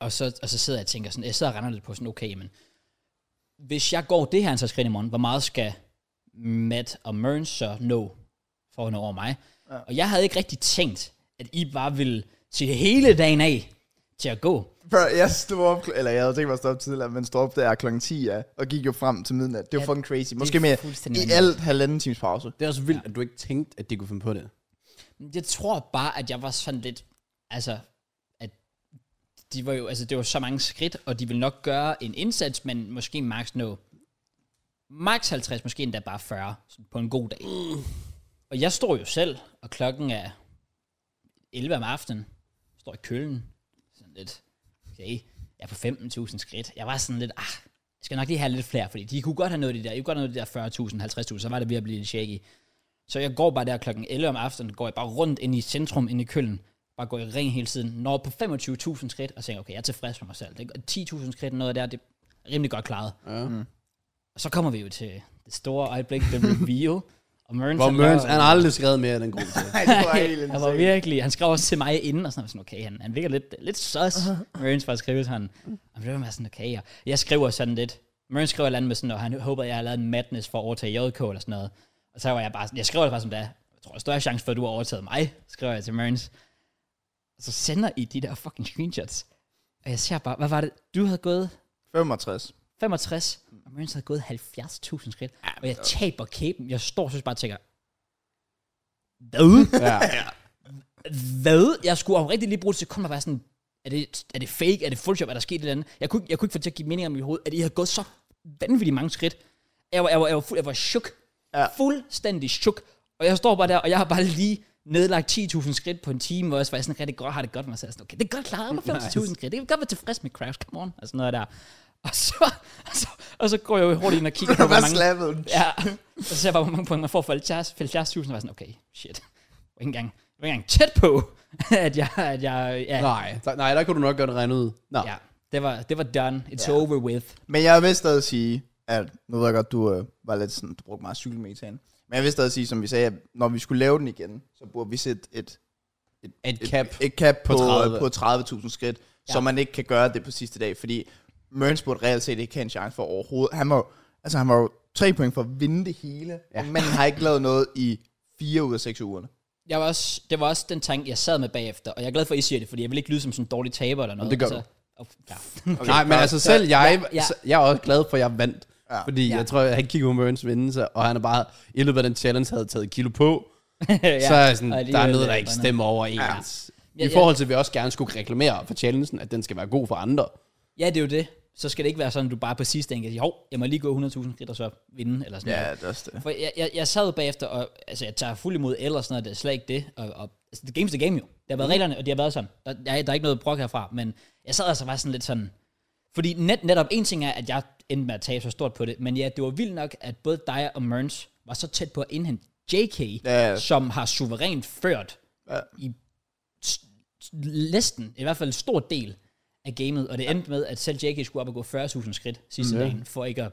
A: Og, så, og så sidder jeg og tænker sådan, jeg sidder og render lidt på sådan, okay, men hvis jeg går det her antal skridt i morgen, hvor meget skal Matt og Mørns så nå for at nå over mig? Ja. Og jeg havde ikke rigtig tænkt, at I bare ville se hele dagen af til at gå.
C: [laughs] Bro, jeg stod op, kl- eller jeg havde tænkt mig at stå op tidligere, men stod op der klokken 10, ja, og gik jo frem til midnat. Det var
A: Ja,
C: fucking crazy.
A: det
C: Måske
A: er
C: mere
A: fuldstændig
C: i
A: vanvittigt.
C: alt halvanden times
A: [laughs]
C: pause.
B: Det er også vildt, ja. at du ikke tænkte, at de kunne finde på det.
A: Jeg tror bare, at jeg var sådan lidt, altså, at de var jo, altså, det var så mange skridt, og de ville nok gøre en indsats, men måske max nå, max 50, måske endda bare 40, sådan på en god dag. Og jeg står jo selv, og klokken er 11 om aftenen, står i kølen, sådan lidt, okay, jeg er på 15.000 skridt. Jeg var sådan lidt, ah, jeg skal nok lige have lidt flere, fordi de kunne godt have nået de der, I kunne godt have nået de der 40.000, 50.000, så var det ved at blive lidt shaky. Så jeg går bare der klokken 11 om aftenen, går jeg bare rundt ind i centrum, ind i Køln, bare går i ring hele tiden, når på 25.000 skridt, og tænker, okay, jeg er tilfreds med mig selv. Det er 10.000 skridt, noget der, det er rimelig godt klaret.
B: Ja.
A: Og så kommer vi jo til det store øjeblik, the reveal. og Mørns,
B: Hvor Mørns,
A: laver-
B: han har aldrig skrevet mere af den gruppe.
A: [laughs]
C: Nej, det var helt
A: han var virkelig, han skrev også til mig inden, og sådan, jeg var sådan okay, han, han virker lidt, lidt sus, Mørns var skrevet sådan, og det var bare sådan, okay, og jeg skriver sådan lidt, Mørns skriver et eller andet med sådan, og han håber, jeg har lavet en madness for at overtage JK eller sådan noget, og så var jeg bare sådan, jeg skriver det bare som det er, jeg tror, der er større chance for, at du har overtaget mig, skriver jeg til Mørns, og så sender I de der fucking screenshots, og jeg ser bare, hvad var det, du havde gået
C: [laughs] 65.
A: 65, og Mørns havde gået 70.000 skridt, og jeg taber kæben, jeg står så bare og tænker, hvad?
B: ja.
A: hvad? Jeg skulle oprigtigt lige bruge et sekund og være sådan, er det, er det fake? Er det Photoshop? Er der sket et eller andet? Jeg kunne, ikke- jeg kunne ikke få det til at give mening om i mit hoved, at I havde gået så vanvittigt mange skridt. Jeg var, jeg var, jeg var, fuld, jeg var chok. Ja.
C: Ja.
A: Fuldstændig chok. Og jeg står bare der, og jeg har bare lige nedlagt 10.000 skridt på en time, hvor jeg også var sådan rigtig godt, har det godt med mig selv. Sådan, okay, det er godt klaret med 50.000 [laughs] nice. skridt. Det kan godt være tilfreds med Crash, come on. Og sådan noget der. [laughs] Og så, og så, og så går jeg jo hurtigt ind og
B: [laughs]
A: kigger på,
C: Jeg
A: hvor
C: var
A: mange,
C: slappet.
A: Ja, og så ser jeg bare, hvor mange point man får for 70 70.000, og var sådan, okay, shit. Jeg var ikke engang, jeg var ikke engang tæt på, [laughs] at jeg, at jeg ja,
B: Nej, der, nej, der kunne du nok gøre det regnet ud. Nå.
A: ja, det var, det var done, it's yeah. over with.
C: Men jeg vil stadig sige, at nu ved jeg godt, du øh, var lidt sådan, du brugte meget cykelmetan. Men jeg vil stadig sige, som vi sagde, at når vi skulle lave den igen, så burde vi sætte et, et,
B: Et cap
C: et, et cap på,
B: på
C: på
B: 30.
C: 30.000 på 30 skridt, ja. så man ikke kan gøre det på sidste dag, fordi Mørns burde reelt set ikke have en chance for overhovedet. Han var, jo- altså, han var jo tre point for at vinde det hele, ja. og manden har ikke lavet noget i fire ud af seks uger.
A: Jeg var også, det var også den tanke, jeg sad med bagefter, og jeg er glad for, at I siger det, fordi jeg vil ikke lyde som sådan en dårlig taber eller noget.
B: det gør
A: altså, og,
B: [laughs]
A: ja. [laughs]
B: Okay, Nej, men altså selv jeg,
A: ja.
B: ja, ja. jeg er også glad for, at jeg vandt.
C: Ja.
B: Ja. Fordi
A: Ja.
B: ja. jeg tror, at han kiggede på Mørens vendelse, og han er bare, i løbet af den challenge, havde taget et kilo på. ja. Så er jeg sådan,
A: og
B: der er
A: alligevel
B: noget, der
A: er
B: ikke
A: der
B: stemmer overens.
A: Ja,
B: Ja. I
A: ja.
B: forhold til, at vi også gerne skulle reklamere for challengen, at den skal være god for andre.
A: ja, det er jo det. Så skal det ikke være sådan, at du bare på sidste dag kan sige, hov, jeg må lige gå 100.000 skridt og så vinde, eller sådan noget.
C: det er også det.
A: For jeg, jeg, jeg sad jo bagefter, og altså, jeg tager fuld imod eller sådan noget, det er slet ikke det. Og, og, altså, det games the game jo. Det har
C: Mhm.
A: været reglerne, og det har været sådan. Der, der, er- der er ikke noget brok herfra, men jeg sad altså bare sådan lidt sådan... Fordi net, netop en ting er, at jeg endte med at tage så stort på det, men ja, det var vildt nok, at både dig og Mørns var så tæt på at indhente JK,
C: Ja.
A: som har suverænt ført
C: Ja.
A: i s- s- næsten, i hvert fald en stor del af gamet, og det endte med, at selv JK skulle op og gå 40.000 skridt sidste mm, dagen, for ikke at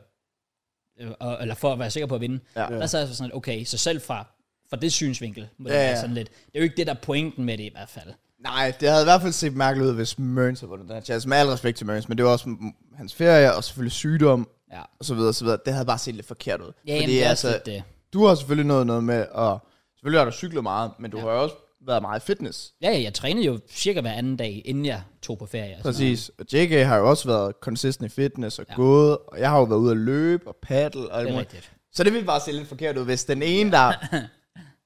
A: øh, og, eller for at være sikker på at vinde. Ja.
C: Ja.
A: Der sad jeg så sådan, lidt, okay, så selv fra, fra det synsvinkel, må det
C: Ja,
A: ja, være
C: ja.
A: sådan lidt. Det er jo ikke det, der er pointen med det i hvert fald.
C: Nej, det havde i hvert fald set mærkeligt ud, hvis Mørns havde vundet den her chance. Med al respekt til Mørns, men det var også mm, hans ferie, og selvfølgelig sygdom,
A: Ja,
C: og så videre, og så videre. Det havde bare set lidt forkert ud.
A: ja jamen,
C: Fordi
A: det er altså,
C: altså,
A: lidt, øh,
C: du har selvfølgelig noget, noget med, og selvfølgelig har du cyklet meget, men du ja. har jo også været meget i fitness.
A: ja, ja, jeg trænede jo cirka hver anden dag, inden jeg tog på ferie. og sådan
C: Præcis. Og JK har jo også været consistent i fitness og ja. gået, og jeg har jo været ude at løbe og paddle og
A: noget.
C: alt
A: Det er
C: muligt.
A: rigtigt.
C: Så det ville bare se lidt forkert ud, hvis den ene, der... [laughs]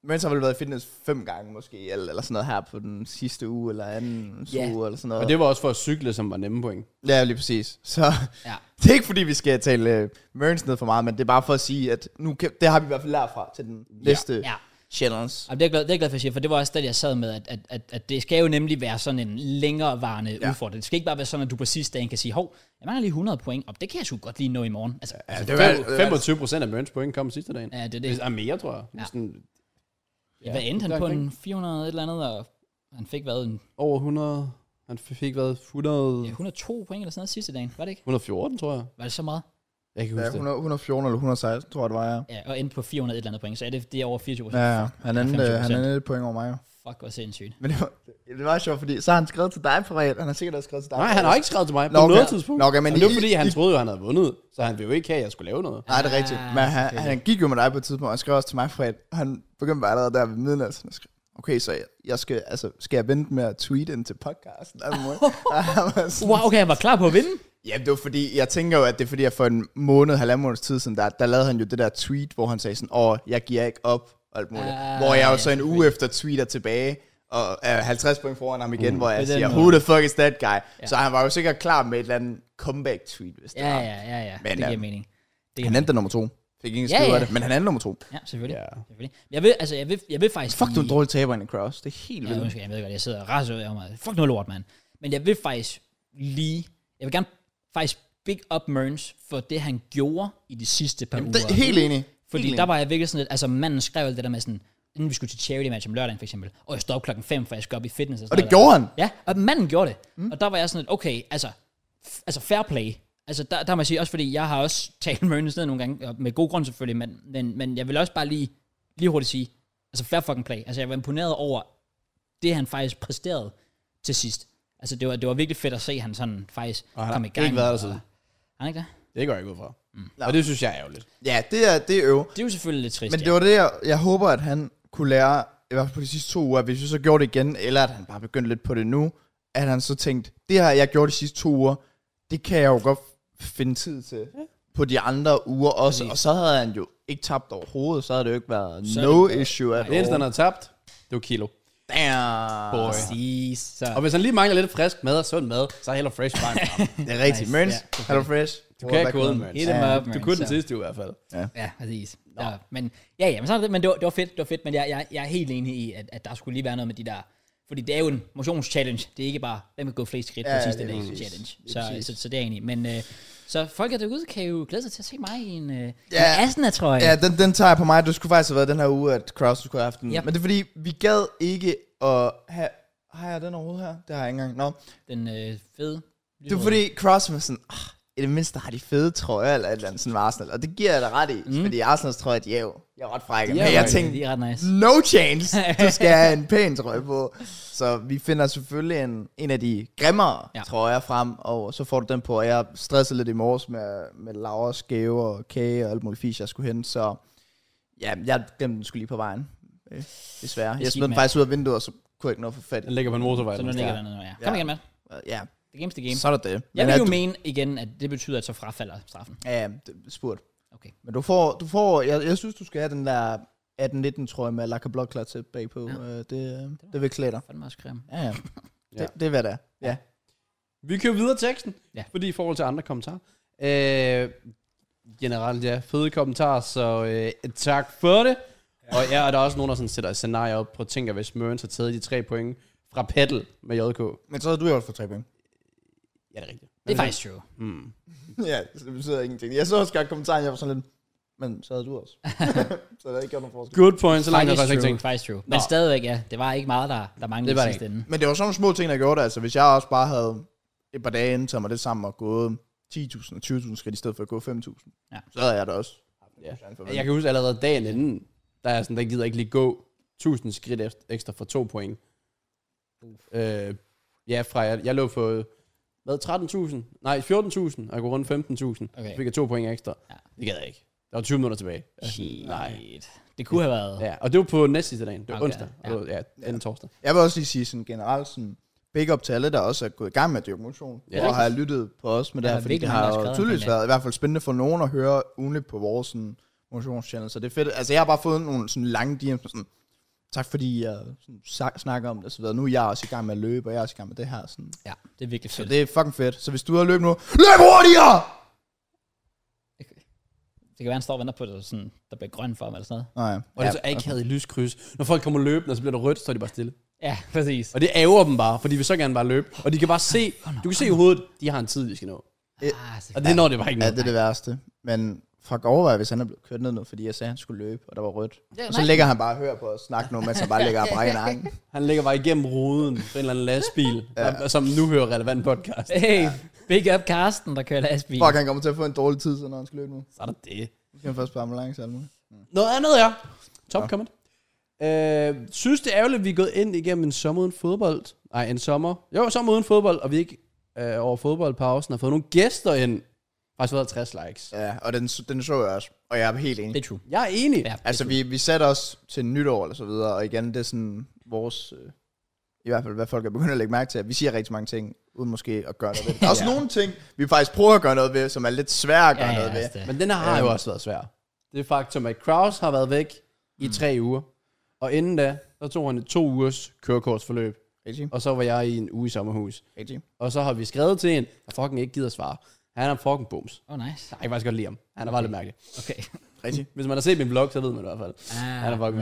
C: Mens har vel været i fitness fem gange måske, eller, eller sådan noget her på den sidste uge, eller anden
A: Ja.
C: yeah. uge, eller sådan noget.
B: Og det var også for at cykle, som var nemme point.
C: Ja, lige præcis. Så
A: Ja.
C: [laughs] det er ikke fordi, vi skal tale uh, Mørens ned for meget, men det er bare for at sige, at nu kan, det har vi i hvert fald lært fra til den næste
A: Ja.
C: challenge.
A: Jamen, det, er jeg glad, det er jeg glad for at sige, for det var også det, jeg sad med, at, at, at, at det skal jo nemlig være sådan en længerevarende ja. udfordring. Det skal ikke bare være sådan, at du på sidste dagen kan sige, hov, jeg mangler lige 100 point, og det kan jeg sgu godt lige nå i morgen. Altså, ja,
B: Det var 25 procent af Mørens point kom sidste dagen.
A: Ja, det er det.
B: Hvis- ah, mere, tror jeg. Ja. Sådan
A: ja, hvad endte han
B: der
A: på?
B: omkring.
A: En 400 et eller andet, og han fik hvad, en,
B: over 100... Han fik været
A: ja,
B: 100,
A: 102 point eller sådan noget sidste dagen, var det ikke?
B: 114, tror jeg.
A: Var det så meget?
B: Jeg kan ikke
C: Ja,
B: huske det.
C: 100, 114 eller 116, tror jeg, det var, ja.
A: Ja, og endte på 400 et eller andet point, så er det, det er over 24 procent.
C: Ja, han
A: endte, øh,
C: endte,
A: han
C: han
A: endte
C: endte et point over mig.
A: Fuck, hvor sindssygt.
C: Men det var, det var sjovt, fordi så har han skrevet til dig privat, han har sikkert også skrevet til dig
B: Nej, han har ikke skrevet til mig på
C: Nå, okay.
B: noget tidspunkt.
C: Nå, okay, men
B: og det var
C: I-
B: fordi, han
C: I-
B: troede jo, han havde vundet, så han ville jo ikke have, at jeg skulle lave noget.
C: Nej, det er rigtigt. Men han, han gik jo med dig på et tidspunkt, og han skrev også til mig privat, og han begyndte bare allerede der ved midnat. sådan at skrive, Okay, så jeg, jeg skal, altså, skal jeg vente med at tweete ind til podcasten? alt muligt. Og [laughs] han var sådan-
A: Wow, okay, han var klar på at vinde.
C: Ja, det var fordi, jeg tænker jo, at det er fordi, at for en måned, halvanden måneds tid siden, der, der lavede han jo det der tweet, hvor han sagde sådan, åh, jeg giver ikke op, og alt muligt.
A: Ah,
C: Ah, hvor jeg
A: ja,
C: jo så en uge efter tweeter tilbage, og er 50 point foran ham igen, mm, hvor jeg
A: på den
C: siger,
A: måde.
C: who the fuck is that guy? Ja. Så han var jo sikkert klar med et eller andet comeback-tweet, hvis det
A: Ja,
C: var.
A: ja, ja, ja. Men,
C: Men,
A: det giver
C: øhm,
A: mening. Det giver
C: Han endte nummer to. Fik ingen
A: Ja,
C: skid ud af
A: ja.
C: det, men han endte nummer to.
A: Ja, selvfølgelig.
B: Ja.
A: selvfølgelig. Jeg vil, altså, jeg vil, jeg vil faktisk
C: Fuck, du er en
A: lige-
C: dårlig taber i en cross. Det er helt
A: Ja,
C: vildt.
A: undskyld, jeg ved godt, jeg sidder og raser ud af mig. Fuck noget lort, mand. Men jeg vil faktisk lige... Jeg vil gerne faktisk big up Mørns for det, han gjorde i de sidste par
C: Jamen,
A: uger.
C: det er helt enig.
A: Fordi
C: Helt
A: der var jeg virkelig sådan lidt, altså manden skrev alt det der med sådan, inden vi skulle til charity match om lørdagen for eksempel, og jeg står op klokken 5, for jeg skal op i fitness. Og,
C: Og
A: sådan
C: det
A: noget.
C: gjorde han.
A: Ja, og manden gjorde det. Mm. Og der var jeg sådan lidt, okay, altså, f- altså fair play. Altså der, der må jeg sige, også fordi jeg har også [laughs] talt Mørnes ned nogle gange, og med god grund selvfølgelig, men, men, men jeg vil også bare lige, lige hurtigt sige, altså fair fucking play. Altså jeg var imponeret over det, han faktisk præsterede til sidst. Altså det var, det var virkelig fedt at se, han sådan faktisk
B: Og han
A: kom i
B: har
A: gang.
B: ikke været der siden.
A: Har han ikke det?
B: Det går jeg ikke ud fra. Mm. Og det synes jeg er ærgerligt.
C: Ja, det er, det er øv.
A: Det er jo selvfølgelig lidt trist.
C: Men det var det, jeg, jeg håber, at han kunne lære, i hvert fald på de sidste to uger, at hvis vi så gjorde det igen, eller at han bare begyndte lidt på det nu, at han så tænkte, det her, jeg gjorde de sidste to uger, det kan jeg jo godt finde tid til på de andre uger også.
A: Præcis.
C: Og så havde han jo ikke tabt overhovedet, så havde det jo ikke været
A: Så er
C: no
A: det-
C: issue at
B: Det eneste, han har tabt, det var kilo.
C: Damn.
B: Boy.
A: Præcis. Så.
B: Og hvis han lige mangler lidt frisk mad og sund mad, så er Hello Fresh bare en frem.
C: Det er rigtigt.
A: Nice.
C: Nice. Mørns,
A: Ja,
C: yeah. hello fresh.
B: Du kan ikke gå ud,
C: Welcome.
B: man.
A: Hit him up,
B: Du
A: man.
B: kunne den
A: Så-
B: sidste uge i hvert fald.
A: Ja, præcis. Ja, men, ja, ja, men, sådan, er det. men det, var, det var fedt, det var fedt, men jeg, jeg, jeg er helt enig i, at, at der skulle lige være noget med de der, fordi det er jo en motionschallenge, det er ikke bare, hvem vil gå flest skridt ja,
C: Ja,
A: på sidste
C: det er
A: dag
C: præcis.
A: challenge,
C: Det er
A: så,
C: præcis.
A: så, så, det er jeg enig i. men øh, så folk er derude kan jo glæde sig til at se mig i en, øh,
C: Ja.
A: ja. en Asna-trøje.
C: Ja, den, den tager jeg på mig. Det skulle faktisk have været den her uge, at Kraus skulle have haft den.
A: Ja.
C: Yep. Men det er fordi, vi gad ikke at have... Har jeg den overhovedet her? Det har jeg ikke engang. Nå.
A: Den øh, fede.
C: Det var fordi, Kraus var sådan... Ah, I det mindste har de fede trøjer, eller et eller andet sådan med Arsenal. Og det giver jeg da ret i, mm. fordi Arsenals trøjer, de er jo... Jeg er ret frække.
B: De er
C: Men jeg
B: frække.
C: tænkte,
A: Det er ret nice.
C: no chance,
A: [laughs]
C: du skal have en pæn trøje på. Så vi finder selvfølgelig en, en af de grimmere
A: Ja.
C: ja. trøjer frem, og så får du den på. Og jeg stressede lidt i morges med, med Lauras gave og kage og alt muligt fisk, jeg skulle hente. Så ja, jeg glemte den skulle lige på vejen, øh, desværre. Jeg
A: skidt,
C: smed den
A: mand.
C: faktisk ud af vinduet, og så kunne jeg ikke nå at få fat i
B: Den
C: den.
B: ligger på en motorvej.
A: Så nu ligger der noget, ja. Kom
C: Ja.
A: igen, mand.
C: Øh, Ja,
A: The game's the game.
C: så er det det.
A: Jeg
C: Men
A: vil
C: at
A: jo
C: du-
A: mene igen, at det betyder, at så frafalder straffen.
C: Ja, ja, det- spurgt.
A: Okay.
C: Men du får, du får jeg, jeg synes, du skal have den der 18-19 trøje med Laka Blok til bagpå.
A: Ja.
C: Ja. Øh, det, det vil klæde dig.
A: Fandme også creme.
C: Ja, ja.
B: Ja.
C: Det, det er hvad det er. Ja.
B: Vi kører videre til teksten,
A: Ja.
B: ja. fordi i forhold til andre kommentarer. Øh, generelt, ja, fede kommentarer, så øh, tak for det. Ja. Og ja, og der er også nogen, der sådan sætter et scenarie op på, tænker, hvis Mørens har taget de tre point fra Paddle med JK.
C: Men så havde du jo også fået tre point.
B: Ja, det er rigtigt.
A: Det er faktisk true.
B: Mm.
C: [laughs] ja, så det betyder ingenting. Jeg så også godt kommentaren, jeg var sådan lidt, men så havde du også. så det havde ikke gjort nogen forskel.
B: Good point, så langt har jeg
A: Faktisk
B: faktisk ikke
A: true,
B: tænkt.
A: faktisk true. Men
B: Nå.
A: stadigvæk, ja, det var ikke meget, der, der manglede
B: Det var
A: i
B: det
A: sidste ende.
C: Men det var sådan nogle små ting, der gjorde det. Altså, hvis jeg også bare havde et par dage inden, så mig det sammen og gået 10.000 og 20.000 skridt i stedet for at gå 5.000,
A: Ja.
C: så havde jeg det også.
B: Ja.
C: Sådan for
B: Jeg kan huske allerede dagen inden, der er jeg sådan, der gider ikke lige gå 1000 skridt efter- ekstra for to point. Øh, ja, fra jeg, jeg lå for hvad, 13.000? Nej, 14.000, og jeg kunne rundt 15.000.
A: Okay.
B: Okay. Så fik jeg to point ekstra.
A: Ja.
B: Ja. Det gad jeg ikke. Der var 20 minutter tilbage. Jeg er sådan,
A: Shit.
B: Nej.
A: Det kunne have været.
B: Ja, og det var på næste sidste dagen. Det var
A: Okay,
B: okay. onsdag.
A: ja.
B: Ja. Det var, ja, anden torsdag.
C: Jeg vil også lige sige sådan generelt, sådan, big up til alle, der også er gået i gang med at dyrke motion,
B: Ja.
C: og har lyttet på os med
A: Ja,
C: det her, fordi
A: virkelig
C: det
A: mange, der har
C: har jo
A: skrevet
C: tydeligvis
A: omkring det.
C: været i hvert fald spændende for nogen at høre ugenligt på vores sådan, motionschannel, så det er fedt. Altså jeg har bare fået nogle sådan lange DM's med sådan, tak fordi jeg sådan, sa- snakker om det, og så videre. nu er jeg også i gang med at løbe, og jeg er også i gang med det her. Sådan.
A: ja det er virkelig
C: Så
A: fedt.
C: det er fucking fedt. Så hvis du har løbet nu, løb hurtigere!
A: Det kan være, han står og venter på, at der sådan, der bliver grøn for ham eller sådan noget.
C: Nej,
B: Og det er så akavet i lyskryds. Når folk kommer løbende, så bliver der rødt, så er de bare stille.
A: Ja, præcis.
B: Og det ærger dem bare, for de vil så gerne bare løbe. Og de kan bare se, du kan se i hovedet, de har en tid, de skal nå.
A: Ah, så
B: Og det når det bare ikke
C: ja,
B: noget.
C: det er det værste. Men fuck overvej, hvis han er blevet kørt ned nu, fordi jeg sagde, at han skulle løbe, og der var rødt.
A: Ja,
C: og så
A: nej.
C: ligger han bare og hører på os snakke nu, mens han bare ligger og brækker nakken.
B: Han ligger bare igennem ruden på en eller anden lastbil, [laughs] ja. som nu hører relevant podcast.
A: Hey, big up Carsten, der kører lastbil.
C: Fuck, han kommer til at få en dårlig tid, så når han skal løbe nu.
B: Så er der det.
C: Så skal han først på ambulance og alt muligt.
B: Noget andet er, top ja. comment. Øh, synes det er ærgerligt, at vi er gået ind igennem en sommer uden fodbold. Nej, en sommer. Jo, sommer uden fodbold, og vi ikke øh, over fodboldpausen har fået nogle gæster ind. Faktisk været 60 likes. Ja.
C: Ja, og den, den så jeg også. Og jeg er helt enig.
A: Det
C: Det,
A: er true.
B: Jeg er enig.
A: Ja,
B: Ja.
C: altså, vi, vi satte os til nytår eller så videre, og igen, det er sådan vores... Øh, I hvert fald, hvad folk er begyndt at lægge mærke til. at Vi siger rigtig mange ting, uden måske at gøre noget ved det. Der er også
B: Ja.
C: nogle ting, vi faktisk prøver at gøre noget ved, som er lidt svære at
A: Ja,
C: gøre
A: ja,
C: noget ved.
A: altså det.
B: Men den her har jo også været svær. Det er faktum, at Kraus har været væk i tre uger. Og inden da, så tog han et to ugers kørekortsforløb.
C: Rigtig,
B: Og så var jeg i en uge i sommerhus.
C: rigtig.
B: Og så har vi skrevet til en, der fucking ikke gider at svare. Han er fucking bums.
A: Oh, nice.
B: Jeg kan faktisk godt lide ham. Han er bare lidt mærkelig.
A: Okay.
C: Rigtig.
B: Hvis man har set min vlog, så ved man det i hvert fald.
A: Ah,
B: Han er fucking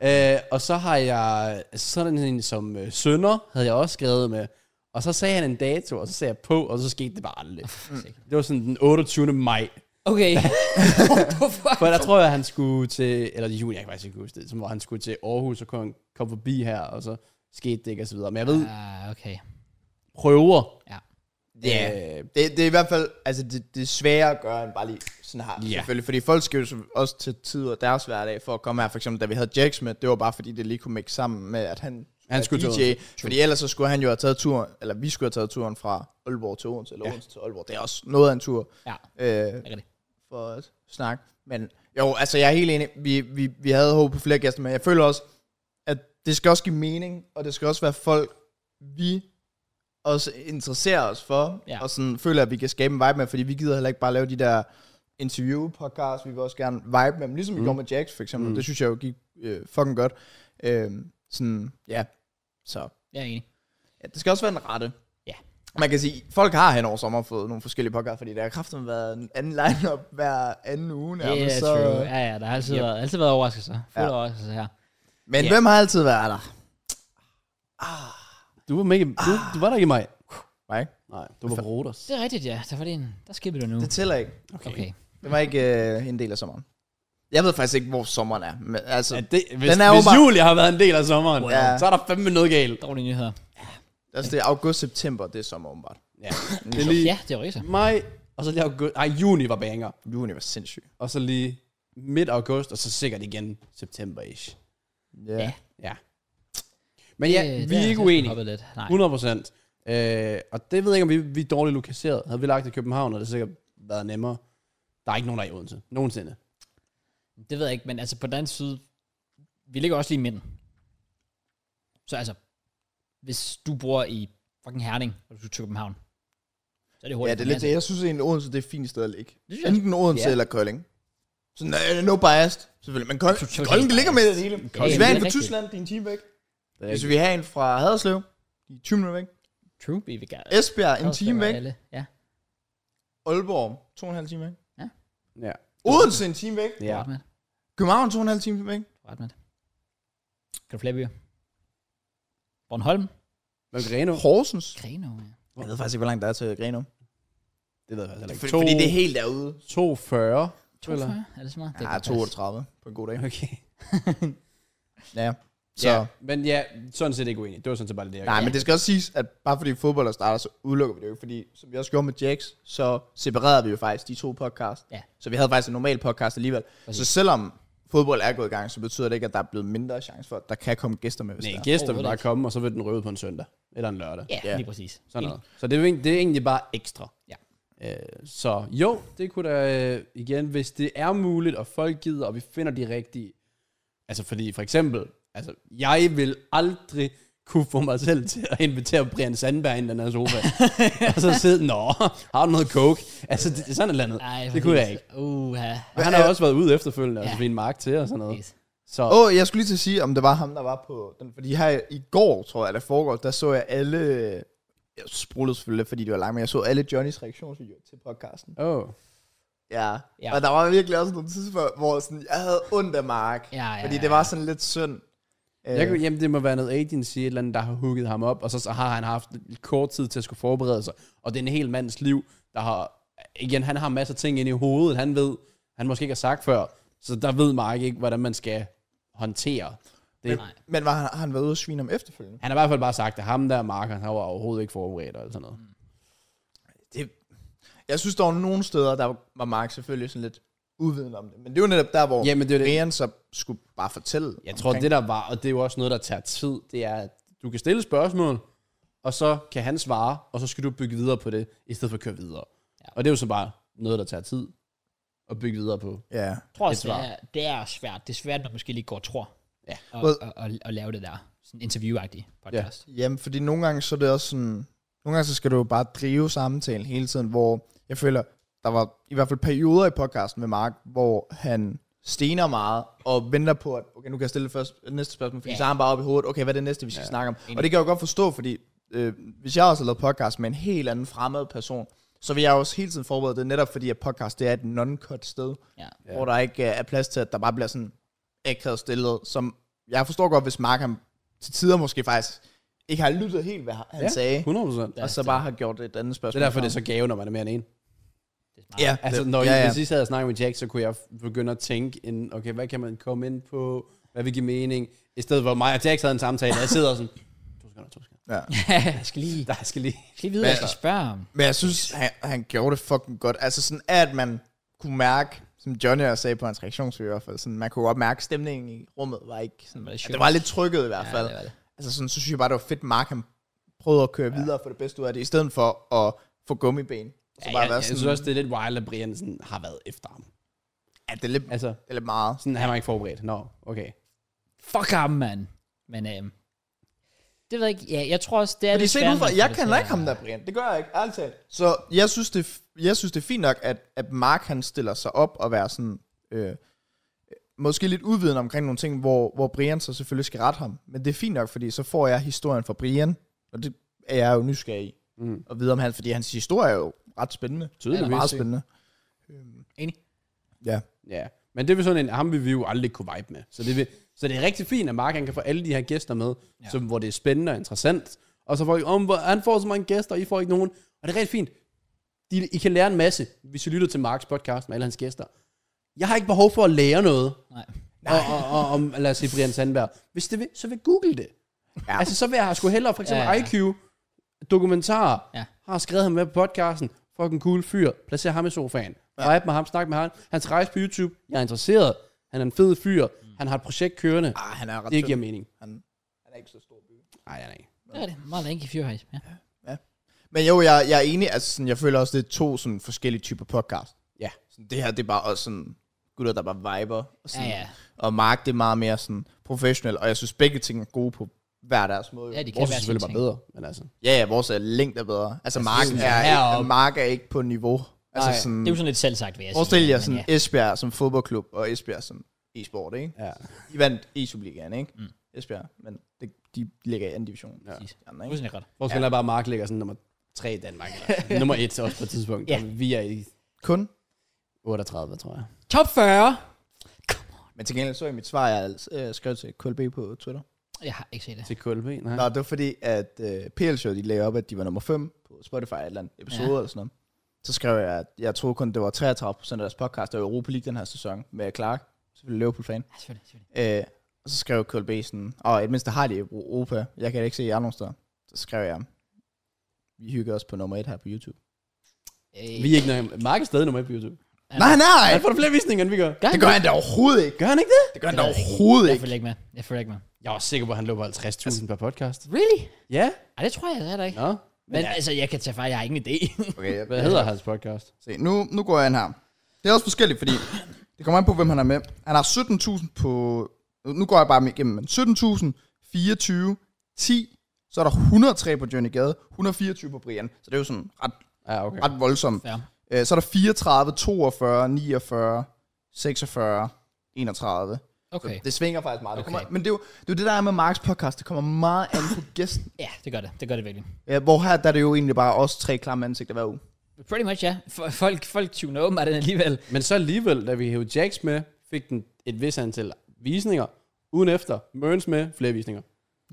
B: mærkelig. Øh, og så har jeg sådan en som øh, Sønder, havde jeg også skrevet med. Og så sagde han en dato, og så sagde jeg på, og så skete det bare aldrig.
A: Mm.
B: Det var sådan den 28. maj.
A: Okay. What the fuck?
B: For der tror jeg, han skulle til, eller i juni, jeg kan faktisk ikke huske det, som var, han skulle til Aarhus og kom, kom forbi her, og så skete det ikke og så videre. Men jeg ved,
A: Ah, okay.
B: prøver.
A: Ja.
C: Ja.
B: Øh,
C: Det, det er i hvert fald, altså det, det er sværere at gøre, end bare lige sådan her,
B: Ja.
C: yeah. selvfølgelig. Fordi folk skal jo så også til tid og deres hverdag for at komme her. For eksempel, da vi havde Jax med, det var bare fordi, det lige kunne mix sammen med, at han,
B: Han
C: er
B: skulle til
C: DJ.
B: Odense.
C: Fordi ellers så skulle han jo have taget turen, eller vi skulle have taget turen fra Aalborg til Odense, eller Odense til Aalborg. Det er også noget af en tur.
A: Ja,
C: Øh,
A: det er rigtigt.
C: for at snakke. Men jo, altså jeg er helt enig. Vi, vi, vi havde håb på flere gæster, men jeg føler også, at det skal også give mening, og det skal også være folk, vi også interesserer os for,
A: Ja.
C: og sådan føler, at vi kan skabe en vibe med, fordi vi gider heller ikke bare lave de der interview-podcasts, vi vil også gerne vibe med dem, ligesom mm. vi gjorde med Jax for eksempel, mm. det synes jeg jo gik øh, fucking godt. Øh, sådan, ja, så
A: Jeg er enig.
C: ja, det skal også være den rette.
A: Ja.
C: Man kan sige, folk har hen over sommer fået nogle forskellige podcasts, fordi der har kraften været en anden line-up hver anden uge.
A: Ja,
C: nærmest,
A: yeah,
C: så-
A: true. Ja, ja, der har altid,
B: Yep.
A: været, altid været overraskelser. Fuld
C: Ja.
A: overraskelser her.
C: Men
A: Ja.
C: hvem har altid været der?
B: Du var, ikke, du, du var der ikke i maj.
C: Nej, ikke?
B: Nej, du var på Roters.
A: Det er rigtigt, ja. Der var det en... Der skete det nu.
C: det tæller ikke.
A: Okay. okay.
C: Det var ikke øh, en del af sommeren. Jeg ved faktisk ikke, hvor sommeren er. Men, altså,
B: Ja,
C: det
B: det, hvis,
C: Den er
B: hvis
C: åbenbart-
B: juli har været en del af sommeren,
C: Ja.
B: så er der fandme noget galt.
A: Dårlige nyheder.
C: altså, det er august-september, det er sommer åbenbart.
B: Ja. [laughs] Det er lige
A: Ja, det er rigtigt.
B: maj, og så lige august. Nej, juni var banger.
C: Juni var sindssyg.
B: Og så lige midt august, og så sikkert igen september-ish.
C: Yeah.
A: Ja.
B: Ja. Men ja,
A: Øh,
B: vi
A: der
B: er ikke
A: jeg
B: uenige.
A: hoppet Lidt. Nej.
B: 100 procent. Øh, og det ved jeg ikke, om vi, vi er dårligt lokaliseret. Havde vi lagt det i København, havde det sikkert været nemmere. Der er ikke nogen, der er i Odense. Nogensinde.
A: Det ved jeg ikke, men altså på den anden side, vi ligger også lige i midten. Så altså, hvis du bor i fucking Herning, og du skal til København, så er det hurtigt.
C: Ja, det er lidt det. Jeg synes egentlig, Odense det er et fint sted at ligge.
A: synes jeg.
C: Enten Odense
B: Ja.
C: eller Kolding. Sådan, øh, no biased, selvfølgelig. Men Kolding,
A: Totalt
C: Kolding det ligger med i det hele.
A: Ja,
C: Hvis vi
A: det
C: har
A: er
C: en fra
A: rigtigt.
C: Tyskland, det er en time væk.
B: Det er
C: Hvis
B: ikke,
C: vi har en fra Haderslev, de er 20 minutter væk.
A: True, vi vil gerne.
C: Esbjerg, en time væk.
A: Alle. Ja.
C: Aalborg, to og en halv time væk.
B: ja.
C: Odense, en time væk.
A: ja.
B: ja.
A: Ret med det.
C: København, to og en halv time væk.
A: Ret med det. Kan du flere byer? Bornholm?
B: Men Greno,
C: Horsens.
A: Grenå, ja.
C: Jeg ved faktisk ikke, hvor langt der er til Grenum.
B: det ved jeg faktisk heller
C: Fordi,
B: ikke.
C: fordi det
B: To-
C: er helt derude.
B: 240.
A: 42? Er det så meget?
C: Ja,
A: kan passe.
C: 32 på en god dag.
B: Okay.
C: Ja. Så.
B: Så.
C: Ja.
B: Ja, men ja, sådan set ikke uenig. Det var sådan set bare det, jeg
C: Nej, men det skal også siges, at bare fordi fodbold er starter, så udelukker vi det jo ikke. Fordi, som vi også gjorde med Jax, så separerede vi jo faktisk de to podcast.
A: Ja.
C: Så vi havde faktisk en normal podcast alligevel. Så selvom fodbold er gået i gang, så betyder det ikke, at der er blevet mindre chance for, at der kan komme gæster med, hvis
B: Nej,
C: der.
B: gæster vil
A: Overhovedet
B: bare komme, og så vil den røve på en søndag. Eller en lørdag.
A: Ja,
C: Ja.
A: lige præcis.
B: Sådan noget. Så det er, jo egentlig- det er egentlig bare ekstra.
A: Ja.
B: Øh, så jo, det kunne da øh, igen, hvis det er muligt, og folk gider, og vi finder de rigtige. Altså fordi for eksempel, altså jeg vil aldrig kunne få mig selv til at invitere Brian Sandberg ind i den her
A: [laughs]
B: sofa. og så sidde, nå, har du noget coke? Altså det, det er sådan et eller andet.
A: Ej,
B: det kunne jeg ikke.
A: Uh, ja.
B: Og han har også været ude efterfølgende, og
A: Ja.
B: så fik en mark til og sådan noget. Så
C: Åh, oh, jeg skulle lige til at sige, om det var ham, der var på den. Fordi her i går, tror jeg, der foregår, der så jeg alle... Jeg sprullede selvfølgelig, lidt, fordi det var langt, men jeg så alle Johnnys reaktionsvideoer til podcasten.
B: oh.
C: Ja.
A: Ja.
C: ja, og der var virkelig også nogle tidspunkter, hvor sådan, jeg havde ondt af Mark.
A: Ja, ja,
C: fordi
A: ja,
C: det var sådan lidt synd. Øh.
B: Jeg, kunne- jamen, det må være noget agency, et eller andet, der har hooket ham op, og så, så har han haft kort tid til at skulle forberede sig. Og det er en hel mands liv, der har... Igen, han har masser af ting inde i hovedet, han ved, han måske ikke har sagt før. Så der ved Mark ikke, hvordan man skal håndtere det.
A: Nej.
C: Men var han, har han været ude og svine om efterfølgende?
B: Han har i hvert fald bare sagt, at ham der, Mark, han var overhovedet ikke forberedt eller sådan noget.
C: Det, jeg synes, der var nogle steder, der var Mark selvfølgelig sådan lidt uvidende om det. Men det var netop der, hvor
B: Jamen, det er det.
C: Brian så skulle bare fortælle.
B: Jeg tror, det der var, og det er jo også noget, der tager tid, det er, at du kan stille spørgsmål, og så kan han svare, og så skal du bygge videre på det, i stedet for at køre videre.
A: Ja.
B: Og det er jo så bare noget, der tager tid at bygge videre på.
C: Ja.
A: Jeg tror også,
B: Et
A: det
B: svar.
A: er, det er svært. Det er svært, når man måske lige går og tror.
B: Ja.
A: Og,
C: Well-
A: og, og, og lave det der sådan interviewagtige podcast.
C: Jamen, fordi nogle gange, så er det også sådan... Nogle gange, så skal du jo bare drive samtalen hele tiden, hvor jeg føler, der var i hvert fald perioder i podcasten med Mark, hvor han stener meget og venter på, at okay, nu kan jeg stille det første, næste spørgsmål, fordi
A: Ja.
C: så har han bare op i hovedet, okay, hvad er det næste, vi skal ja. snakke om? Og det kan jeg jo godt forstå, fordi øh, hvis jeg også har lavet podcast med en helt anden fremmed person, så vil jeg også hele tiden forberede det, netop fordi at podcast det er et non-cut sted,
A: Ja.
C: ja. hvor der ikke øh, er plads til, at der bare bliver sådan akavet stillet, som jeg forstår godt, hvis Mark han til tider måske faktisk ikke har lyttet helt, hvad han ja. sagde,
B: 100 procent.
C: og så bare har gjort et andet
B: Det
C: spørgsmål.
B: er derfor, det er så gave, når man er mere end en.
A: Det er smart. Ja.
B: Altså, når
C: ja,
B: ja,
C: ja.
B: jeg sidst havde snakket med Jack, så kunne jeg f- begynde at tænke, en, okay, hvad kan man komme ind på? Hvad vil give mening? I stedet for mig og Jack havde en samtale, og jeg sidder sådan, to sekunder, to sekunder.
C: Ja.
A: [laughs] jeg skal lige,
B: Der skal lige...
A: jeg skal lige vide, hvad jeg
C: Men-
A: skal spørge om.
C: Men jeg synes, han, han gjorde det fucking godt. Altså sådan, at man kunne mærke, som Johnny også sagde på hans reaktionsvideo i hvert fald, sådan, man kunne godt mærke, at stemningen i rummet var ikke... Sådan,
A: var lidt
C: ja,
A: sjovt.
C: det var lidt trykket i hvert fald.
A: Ja, det var det.
C: Altså sådan, så synes jeg bare, det var fedt, Mark han prøvede at køre ja. videre og få det bedste ud af det, i stedet for at få gummiben. Så ja, bare
B: jeg,
C: ja, være
B: jeg,
C: sådan,
B: synes også, det er lidt wild, at Brian sådan, har været efter ham.
C: ja, det er lidt,
B: Altså,
C: det er lidt meget.
B: sådan, han var ikke forberedt. Nå, okay.
A: Fuck ham, mand. Men øhm, det ved jeg ikke. Ja, jeg tror også, det er
C: Fordi
A: lidt
C: set
A: svært,
C: ud fra,
A: når
C: jeg
A: det
C: kan
A: er-
C: ikke ham der, Brian. Det gør jeg ikke, ærligt talt. Så jeg synes, det, jeg synes, det er fint nok, at, at Mark han stiller sig op og være sådan... Øh, måske lidt uvidende omkring nogle ting, hvor, hvor Brian så selvfølgelig skal rette ham. Men det er fint nok, fordi så får jeg historien fra Brian, og det er jeg jo nysgerrig i.
B: Mm.
C: Og vide om han, fordi hans historie er jo ret spændende.
B: Tydeligvis,
C: meget
B: ikke?
C: spændende.
A: Enig.
C: Ja.
B: Ja, men det er vel sådan en, ham vil vi jo aldrig kunne vibe med. Så det, vil, så det er rigtig fint, at Mark han kan få alle de her gæster med, ja. som, hvor det er spændende og interessant. Og så får I, om, hvor- han får så mange gæster, og I får ikke nogen. Og det er rigtig fint. De, I kan lære en masse, hvis I lytter til Marks podcast med alle hans gæster. Jeg har ikke behov for at lære noget.
A: Nej.
B: Og, og, og, om, lad os sige Brian Sandberg. Hvis det vil, så vil Google det. Ja. Altså, så vil jeg sgu hellere, for eksempel
A: Ja,
B: ja,
A: ja,
B: ja. IQ, dokumentar,
A: Ja.
B: ja. har skrevet ham med på podcasten, fucking cool fyr, placer ham i sofaen, ja. vibe med ham, snak med ham, hans rejse på YouTube, jeg er interesseret, han er en fed fyr, han har et projekt kørende,
C: Ah, han er ret
B: det giver
C: tynd.
B: mening.
C: Han, han er ikke så stor. bygge.
B: Nej, nej, nej.
A: Det er det. Meget længe fyr, faktisk.
C: Mm.
A: Ja.
C: Men jo, jeg, jeg er enig. Altså, sådan, jeg føler også, det er to sådan, forskellige typer podcast.
B: Ja.
C: Sådan, det her, det er bare også sådan gutter, der bare viber. Og, sådan,
A: Ja, ja.
C: og Mark, det er meget mere sådan professionel. Og jeg synes, begge ting er gode på hver deres måde.
A: Ja, de kan
B: Vores er
A: være
B: selvfølgelig
A: sine
B: bare bedre, men altså.
C: ja, ja vores er længere bedre. Altså, Mark,
A: sådan,
C: er
A: heroppe.
C: ikke, Mark er ikke på niveau. Altså,
B: Nej,
C: sådan,
A: Det er jo sådan lidt selvsagt, vil jeg sige.
C: forestil jer
A: men
C: sådan
A: ja.
C: Esbjerg som fodboldklub, og Esbjerg som e-sport, ikke?
B: Ja.
C: De vandt e Superligaen, ikke? Mm. Esbjerg, men det, de ligger i anden division. Ja.
A: Præcis.
C: Andre, ikke?
A: Fuldstændig ret.
B: Vores ja. er bare, at Mark ligger sådan nummer 3 i Danmark, eller nummer 1 også på et tidspunkt.
A: Ja.
B: ja. Vi er i
C: Kun.
B: 38, tror jeg.
A: Top 40.
C: Men til gengæld så i mit svar, jeg øh, skrev til KLB på Twitter.
A: Jeg har ikke set det.
B: Til KLB, nej.
C: Nå, det var fordi, at øh, PL Show, de lagde op, at de var nummer 5 på Spotify et eller andet episode
A: Ja.
C: ja. eller sådan noget. Så skrev jeg, at jeg troede kun, det var 33 af deres podcast, der var Europa League den her sæson med Clark, selvfølgelig Liverpool-fan.
A: Ja, selvfølgelig, selvfølgelig.
C: Øh, og så skrev KLB sådan, og i mindste har de Europa, jeg kan da ikke se jer nogen steder. Så skrev jeg, vi hygger os på nummer 1 her på YouTube.
A: Øh,
B: Vi er ikke nø- Mark er stadig nummer 1 på YouTube.
A: Ja.
C: Nej, nej!
B: Han får da flere visninger, end vi gør.
A: gør
C: Det
A: han
C: gør han da overhovedet ikke.
B: Gør han ikke det?
C: Det gør han
A: Det
C: da
A: ved jeg ikke.
C: overhovedet
A: Jeg
C: ikke.
A: følger ikke med. Jeg følger ikke med.
B: Jeg er også sikker på, at han løber 50.000 altså, per podcast.
A: Really?
B: Ja.
A: Ej, det tror jeg heller ikke.
B: Nå.
A: Men altså, jeg kan tage fejl. Jeg har ingen idé.
C: Okay, jeg-
B: Hvad hedder hans podcast?
C: Se, nu, nu går jeg ind her. Det er også forskelligt, [coughs] fordi det kommer an på, hvem han er med. Han har 17.000 på... Nu går jeg bare dem igennem, men 17.000, 24, 10, så er der 103 på Johnny Gade, 124 på Brian. Så det er jo sådan ret,
B: Ja, okay.
C: ret voldsomt.
A: Fair.
C: Øh, Så er der 34, 42, 49, 46, 31.
A: Okay.
C: Det svinger faktisk meget. Okay. Det
A: Okay.
C: kommer, men det er, jo, det er jo det, der er med Marks podcast. Det kommer meget an på gæsten.
A: Ja, det gør det. Det gør det virkelig.
C: [coughs] Ja, hvor her der er det jo egentlig bare os tre klamme ansigter hver uge.
A: Pretty much, ja. F- Folk, folk tuner om af den alligevel.
B: Men så alligevel, da vi hævde Jax med, fik den et vis antal visninger. Ugen efter, Mørns med, flere visninger.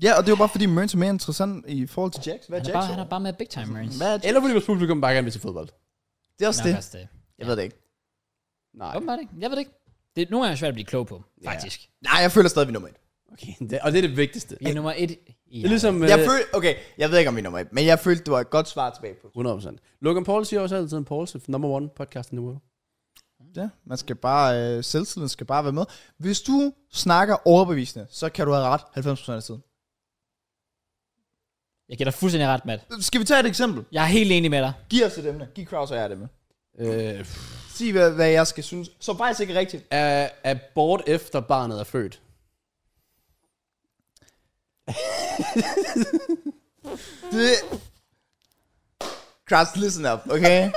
C: Ja, og det er jo bare fordi Mørns er mere interessant i forhold til Jax. Hvad er
A: Han er
C: Jax?
A: bare, han er bare med big time, Marines.
C: Hvad er
B: Eller fordi vores publikum bare gerne vil til fodbold.
C: Det er også
A: Nå,
C: det.
A: fast, øh,
C: Jeg ved det ikke.
B: Nej.
A: Åbenbart ikke. Jeg ved det ikke. Det er nogle gange svært at blive klog på, faktisk.
C: Nej, jeg føler stadig, vi er nummer et.
B: Okay, det, og det er det vigtigste.
A: Vi er nummer et i
B: Det er ligesom...
C: Jeg
B: øh,
C: føl- okay, jeg ved ikke, om vi er nummer et, men jeg følte, det var et godt svar tilbage på.
B: 100%. Logan Paul siger også altid, at Paul er number one podcast in the world.
C: Ja, man skal bare, øh, selvtilliden skal bare være med. Hvis du snakker overbevisende, så kan du have ret 90% af tiden.
A: Jeg giver dig fuldstændig ret, Matt.
C: Skal vi tage et eksempel?
A: Jeg er helt enig med dig.
C: Giv os et emne. Giv Kraus og jeg et emne.
B: Øh,
C: Sig, hvad, hvad jeg skal synes. Så faktisk ikke rigtigt.
B: er abort efter barnet er født.
C: Det... Kraus, listen up, okay?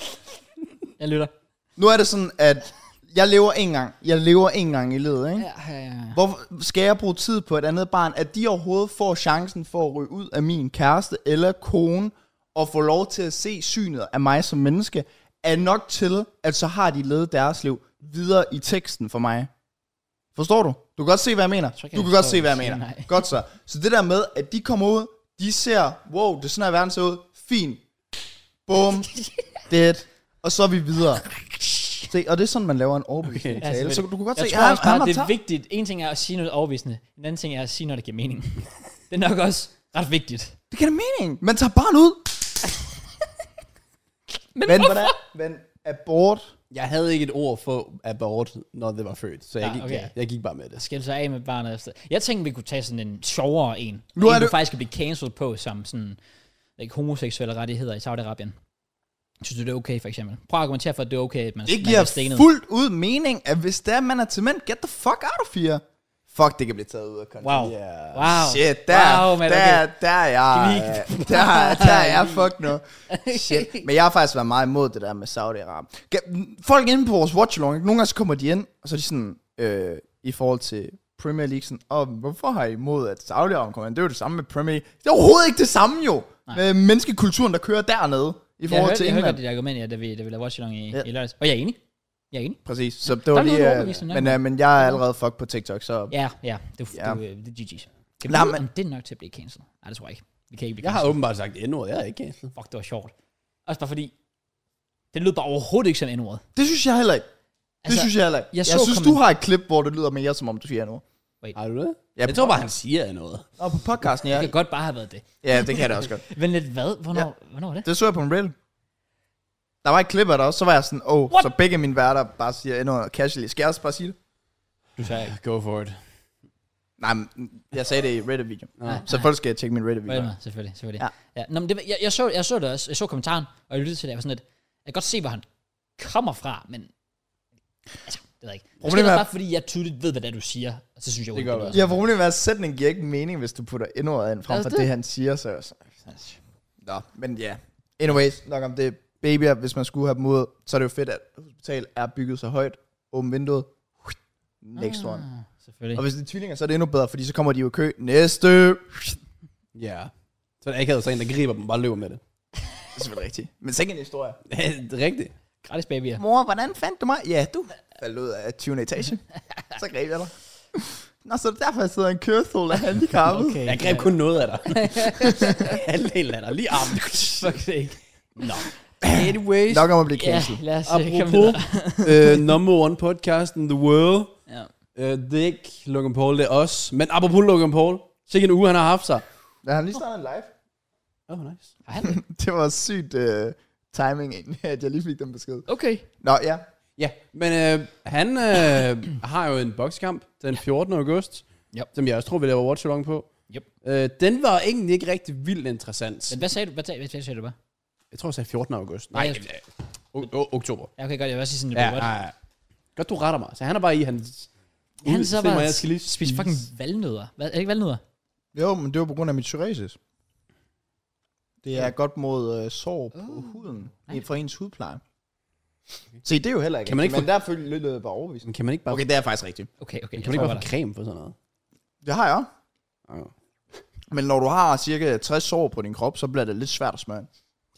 A: Jeg lytter.
C: nu er det sådan, at jeg lever en gang. Jeg lever en gang i livet, ikke?
A: Ja, ja, ja.
C: Hvor skal jeg bruge tid på et andet barn? At de overhovedet får chancen for at ryge ud af min kæreste eller kone, og få lov til at se synet af mig som menneske, er nok til, at så har de levet deres liv videre i teksten for mig. Forstår du? Du kan godt se, hvad jeg mener.
A: tror ikke,
C: Du
A: jeg
C: kan godt
A: forstår,
C: se, hvad jeg
A: hvad du
C: mener.
A: siger, nej.
C: Godt så. Så det der med, at de kommer ud,
A: [laughs]
C: de ser, wow, det er sådan her verden ser ud. Fint. Bum. Dead. og så er vi videre. Se, og det er sådan, man laver en overbevisende
B: Okay.
C: okay.
A: Ja,
C: tale. Så du kunne godt
A: Jeg
C: se,
A: tror
C: ja,
A: også bare,
C: han
A: det
C: har
A: er
C: tabt.
A: vigtigt. En ting er at sige noget overbevisende. En anden ting er at sige, når det giver
C: [laughs]
A: mening. det er nok også ret vigtigt.
C: Det kan da mening. Man tager barn ud.
A: Men,
C: [laughs] Men, hvordan? Men abort.
B: Jeg havde ikke et ord for abort, når det var født, så jeg,
A: Ah,
B: gik,
A: okay.
B: jeg, jeg gik bare med det.
A: Skæld sig af med barnet efter. Jeg tænkte, vi kunne tage sådan en sjovere en.
C: Nu
A: Nu
C: er
A: er en, du
C: det-
A: faktisk kan blive cancelled på som sådan like, homoseksuelle rettigheder i Saudi-Arabien. Synes du, det er okay, for eksempel? Prøv at argumentere for, at det er okay, at man,
C: Det
A: man
C: giver
A: er stenet.
C: fuldt ud mening, at hvis det er, man er til mænd, get the fuck out of here. Fuck, det kan blive taget ud af kontekst.
A: Wow.
B: Yeah.
A: Wow.
C: Shit, der,
A: wow,
C: wow,
A: man,
C: der,
A: okay.
C: der, er jeg, øh,
A: Kan
C: [laughs] der, der er jeg fuck
A: [laughs]
C: nu. Shit. Men jeg har faktisk været meget imod det der med Saudi-Arabien. Ga- Folk inde på vores watchalong, ikke? nogle gange så kommer de ind, og så er de sådan, øh, i forhold til Premier League, sådan, og hvorfor har I imod, at Saudi-Arabien kommer ind? Det er jo det samme med Premier League. Det er overhovedet ikke det samme jo, med menneskekulturen, der kører dernede, i
A: Jeg
C: forhold
A: hørte,
C: til
A: jeg hørte godt
C: England.
A: dit argument, ja, da vi, da vi lavede Watchalong i,
C: Ja.
A: i lørdags. Og jeg er enig. Jeg er enig.
C: Præcis, så det var
A: er noget
C: lige, øh,
A: overbevisende,
C: men,
A: ja.
C: øh, men jeg er allerede fuck på TikTok, så
A: Ja, ja. Det,
C: Ja.
A: ja. det, øh, det er GG's. Kan
C: Nej,
A: vi vide,
C: men-
A: om det er nok til at blive cancelled? Nej, det tror jeg ikke. Vi kan ikke blive
B: Jeg har
A: cancelled.
B: åbenbart sagt N-ordet, jeg er ikke cancelled.
A: Fuck, det var sjovt. Også bare fordi, det lød bare overhovedet ikke som en ord.
C: det synes jeg heller ikke. Det
A: Altså,
C: synes jeg heller ikke.
A: jeg
C: Jeg,
A: så
C: jeg synes,
A: kommen-
C: du har et klip, hvor det lyder mere som om, du siger noget.
B: Har du det?
C: Ja,
B: Jeg tror bare, han siger noget.
C: Og på podcasten, ja.
A: Det kan godt bare have været det.
C: Ja, det kan det også godt.
A: Men lidt hvad? Hvornår, ja. hvornår var det?
C: Det så jeg på en reel. Der var et klip af det også, så var jeg sådan, åh, oh,
A: What?
C: så begge mine værter bare siger endnu noget casually. Skal jeg også bare sige det?
A: Du sagde ikke.
B: Go for it.
C: Nej, men jeg sagde det i Reddit-videoen.
B: Nej.
C: Så folk skal tjekke min Reddit-video.
A: Med, selvfølgelig, selvfølgelig.
C: Ja.
A: Ja. ja. Nå, men det, var- jeg, jeg, så, jeg så det også. Jeg så kommentaren, og jeg lyttede til det. Jeg var sådan lidt, jeg kan godt se, hvor han kommer fra, men... Altså, det ved jeg ikke. Måske er
C: Problemet
A: det
C: er-
A: bare, fordi jeg tydeligt ved, hvad det er, du siger. Og så synes jeg,
B: Det
A: jo,
B: gør
A: lyder
B: det.
A: sådan.
C: Ja, problemet er, at sætningen giver ikke mening, hvis du putter endnu ind frem
A: Ja,
C: for
A: det-
C: det, han siger. Så jeg sådan, Nå, men ja. Anyways, nok om det. Babyer, hvis man skulle have dem ud, så er det jo fedt, at hospital er bygget så højt. Åbent vinduet. Next one.
A: Ah, Selvfølgelig.
C: Og hvis det er tvillinger, så er det endnu bedre, fordi så kommer de jo i kø. Næste.
B: Ja. Yeah. Så er der ikke havde så en, der griber dem og bare løber med det.
C: Det er selvfølgelig rigtigt. Men sikke en historie.
B: det er rigtigt.
A: Gratis babyer.
C: [laughs] Mor, hvordan fandt du mig? Ja, du faldt ud af 20. [laughs] etage. så greb jeg dig. Nå, så er det derfor, jeg sidder i en kørestol og handicappet. Okay.
B: Jeg greb kun noget af dig. [laughs] Halvdelen af dig. Lige armen.
A: [laughs] Fuck sake. Nå.
B: Anyways.
C: Nok om at blive
A: Ja,
C: cancelled.
A: lad os øh, komme
B: Apropos
A: videre.
B: uh, number one podcast in the world.
A: Ja.
B: Uh, det er ikke Logan Paul, det er os. Men apropos Logan Paul. Sikke en uge, han har haft sig.
C: Ja. Han lige startet en [laughs] live.
B: Oh, nice.
A: Har han det?
C: Det var sygt uh, timing, egentlig, at jeg lige fik den besked.
A: Okay.
C: Nå, ja.
B: Ja, men øh, han øh, har jo en bokskamp den 14. august,
A: Yep.
B: som jeg også tror, vi laver watch along på.
A: Yep.
B: Øh, den var egentlig ikke rigtig vildt interessant.
A: Men hvad sagde du? Hvad, sagde- hvad, sagde du bare?
B: Jeg tror, jeg sagde 14. august. Nej,
A: Ja,
B: øh, o- o- oktober.
A: Ja, okay, godt. Jeg vil også sige sådan, det
B: Ja,
A: blev godt.
B: nej, nej. Godt, du retter mig. Så han er bare i hans...
A: Han så
B: Stemmer,
A: bare
B: jeg skal lige
A: spist
B: spise.
A: fucking valnødder. Hvad, er det ikke valnødder?
C: Jo, men det var på grund af mit psoriasis. Det er ja. godt mod uh, sår på uh, huden.
A: nej.
C: For ens hudpleje. Se, det er jo heller ikke.
B: Kan man ikke
C: rigtigt, men der lød det bare overbevist.
B: Men kan man ikke bare,
C: Okay, det er faktisk rigtigt.
A: Okay, okay.
B: kan
A: jeg
B: man ikke
A: tror,
B: bare
A: jeg
B: få creme for sådan noget?
C: Det har jeg.
B: Oh.
C: Men når du har cirka 60 sår på din krop, så bliver det lidt svært at smøre. ind.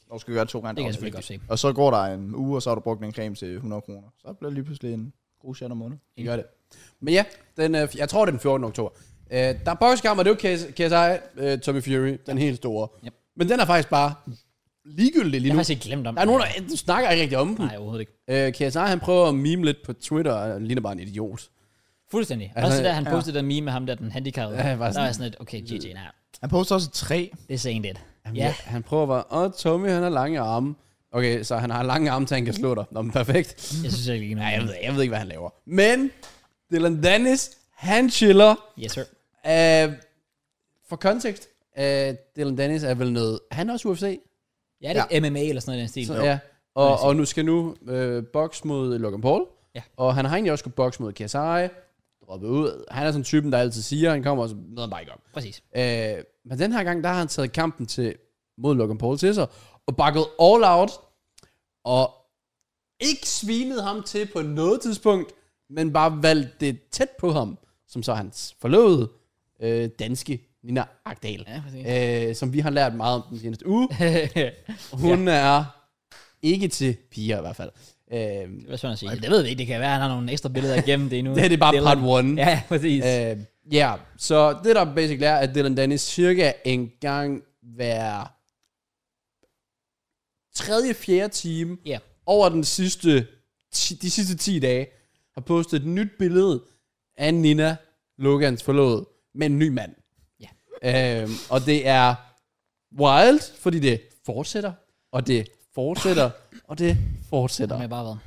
C: Når du skal gøre to gange
A: var der. Det kan jeg
C: dagligt.
A: selvfølgelig godt se.
C: Og så går der en uge, og så har du brugt en creme til 100 kroner. Så bliver det lige pludselig en god chat om måneden.
B: Det gør det. Men ja, den, øh, jeg tror, det er den 14. oktober. Øh, der er bokskamp, og det er jo KS- KSI, øh, Tommy Fury, den helt store.
A: Yep.
B: Men den er faktisk bare ligegyldig
A: Jeg
B: lige
A: har
B: nu.
A: faktisk ikke glemt om
B: Der er nogen, der du snakker ikke rigtig om dem.
A: Nej, overhovedet ikke.
B: Øh, KSI, han prøver at meme lidt på Twitter, og han ligner bare en idiot.
A: Fuldstændig.
B: Altså,
A: Også da han
B: ja.
A: postede ja. der meme med ham der, den handicappede.
B: Ja,
A: Ja,
B: bare
A: der
B: sådan-
A: var jeg sådan lidt, okay, GG, nej,
C: Han poster også tre.
A: this ain't it.
B: Jamen,
A: Ja.
B: Han prøver bare, åh, Tommy, han har lange arme. Okay, så han har lange arme, så han kan slå dig. Nå, men perfekt.
A: Jeg synes ikke,
B: Nej, jeg ved,
A: ikke.
B: jeg ved ikke, hvad han laver. Men Dylan Dennis, han chiller.
A: Yes, sir.
B: Øh, for kontekst, øh, Dylan Dennis er vel noget... Han er også UFC?
A: Ja, det er MMA eller sådan noget i den stil.
B: Så, ja. Og, og nu skal nu øh, boks mod Logan Paul.
A: Ja.
B: Og han har egentlig også skulle boks mod KSI. Droppe ud. Han er sådan typen, der altid siger, han kommer og så ved han bare ikke om.
A: Præcis.
B: Øh, men den her gang, der har han taget kampen til, mod Logan Paul til sig, og bakket all out, og ikke svinet ham til på noget tidspunkt, men bare valgt det tæt på ham, som så er hans forlovede øh, danske Nina Agdal,
A: Ja, [laughs] præcis.
B: øh, som vi har lært meget om den seneste uge. Hun ja. er ikke til piger i hvert fald. Øh,
A: det var sådan at sige. Det ved vi ikke. Det kan være, at han har nogle ekstra billeder igennem det
B: [laughs]
A: endnu.
B: det her det er bare
A: Dylan.
B: part 1.
A: Ja, præcis.
B: Øh, Ja, yeah. så det der basically er, at Dylan Dennis cirka en gang hver tredje, fjerde time
A: Ja.
B: over den sidste, ti, de sidste 10 dage har postet et nyt billede af Nina Logans forlod med en ny mand. Ja. Øhm, og det er wild, fordi det fortsætter, og det fortsætter, og det
A: Det
B: fortsætter.
A: har jeg bare været.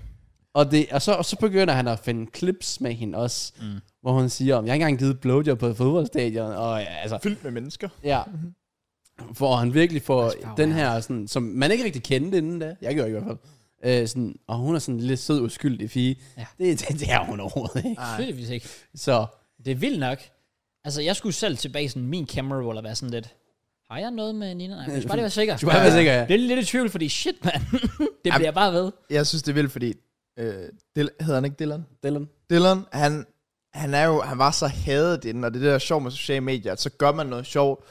B: Og, det, og, så, og så begynder han at finde clips med hende også, mm. hvor hun siger, om jeg har ikke engang givet blowjob på et fodboldstadion, og ja, altså,
C: Fyldt med mennesker.
B: ja. Hvor han virkelig får
A: Asperger.
B: den her, sådan, som man ikke rigtig kendte inden da, jeg gjorde i hvert fald, øh, sådan, og hun er sådan en lidt sød, uskyldig fige.
A: Ja.
B: Ja. Det, det, det er hun overhovedet ikke.
A: Tydeligvis ikke.
B: Så
A: Det er vildt nok. Altså, jeg skulle selv tilbage i sådan min camera roll og være sådan lidt, har jeg noget med Nina? Nej, jeg skal bare lige være sikker.
B: du er ja. sikker, ja.
A: Jeg bliver lidt i tvivl, fordi shit, mand. [laughs] det bliver jeg bare ved.
C: Jeg synes, det er vildt, fordi... Øh, Dil- hedder han ikke Dylan?
B: Dylan.
C: Dylan, han, han, er jo, han var så hadet inden, og det der sjov med sociale medier, at så gør man noget sjovt,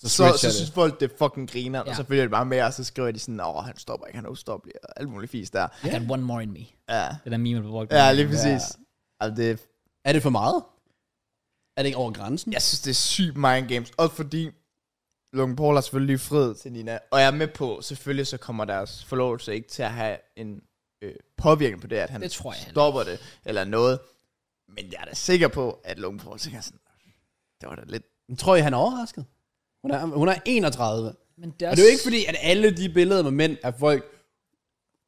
C: så, så,
B: switcher
C: så
B: det.
C: synes folk, det er fucking griner, ja.
A: Ja.
C: og så følger det bare med, og så skriver de sådan, åh, han stopper ikke, han er ustoppelig, og alt muligt fisk der.
A: I got one more in me.
C: Ja,
A: Det der meme, du brugte.
C: ja lige præcis. Ja. Altså, det,
B: Er det for meget? Er det ikke over grænsen?
C: [laughs] jeg synes, det er sygt mind games, også fordi Logan Paul har selvfølgelig lige frihed til Nina, og jeg er med på, selvfølgelig så kommer deres forlovelse ikke til at have en øh, påvirkning på det, at han
A: Det tror jeg heller
C: stopper det, eller noget. Men jeg er da sikker på, at Logan Paul tænker sådan, det var da lidt
B: Men Tror I, han er overrasket? Hun er, hun er 31.
A: Men det er,
B: Og det er jo ikke fordi, at alle de billeder med mænd af folk,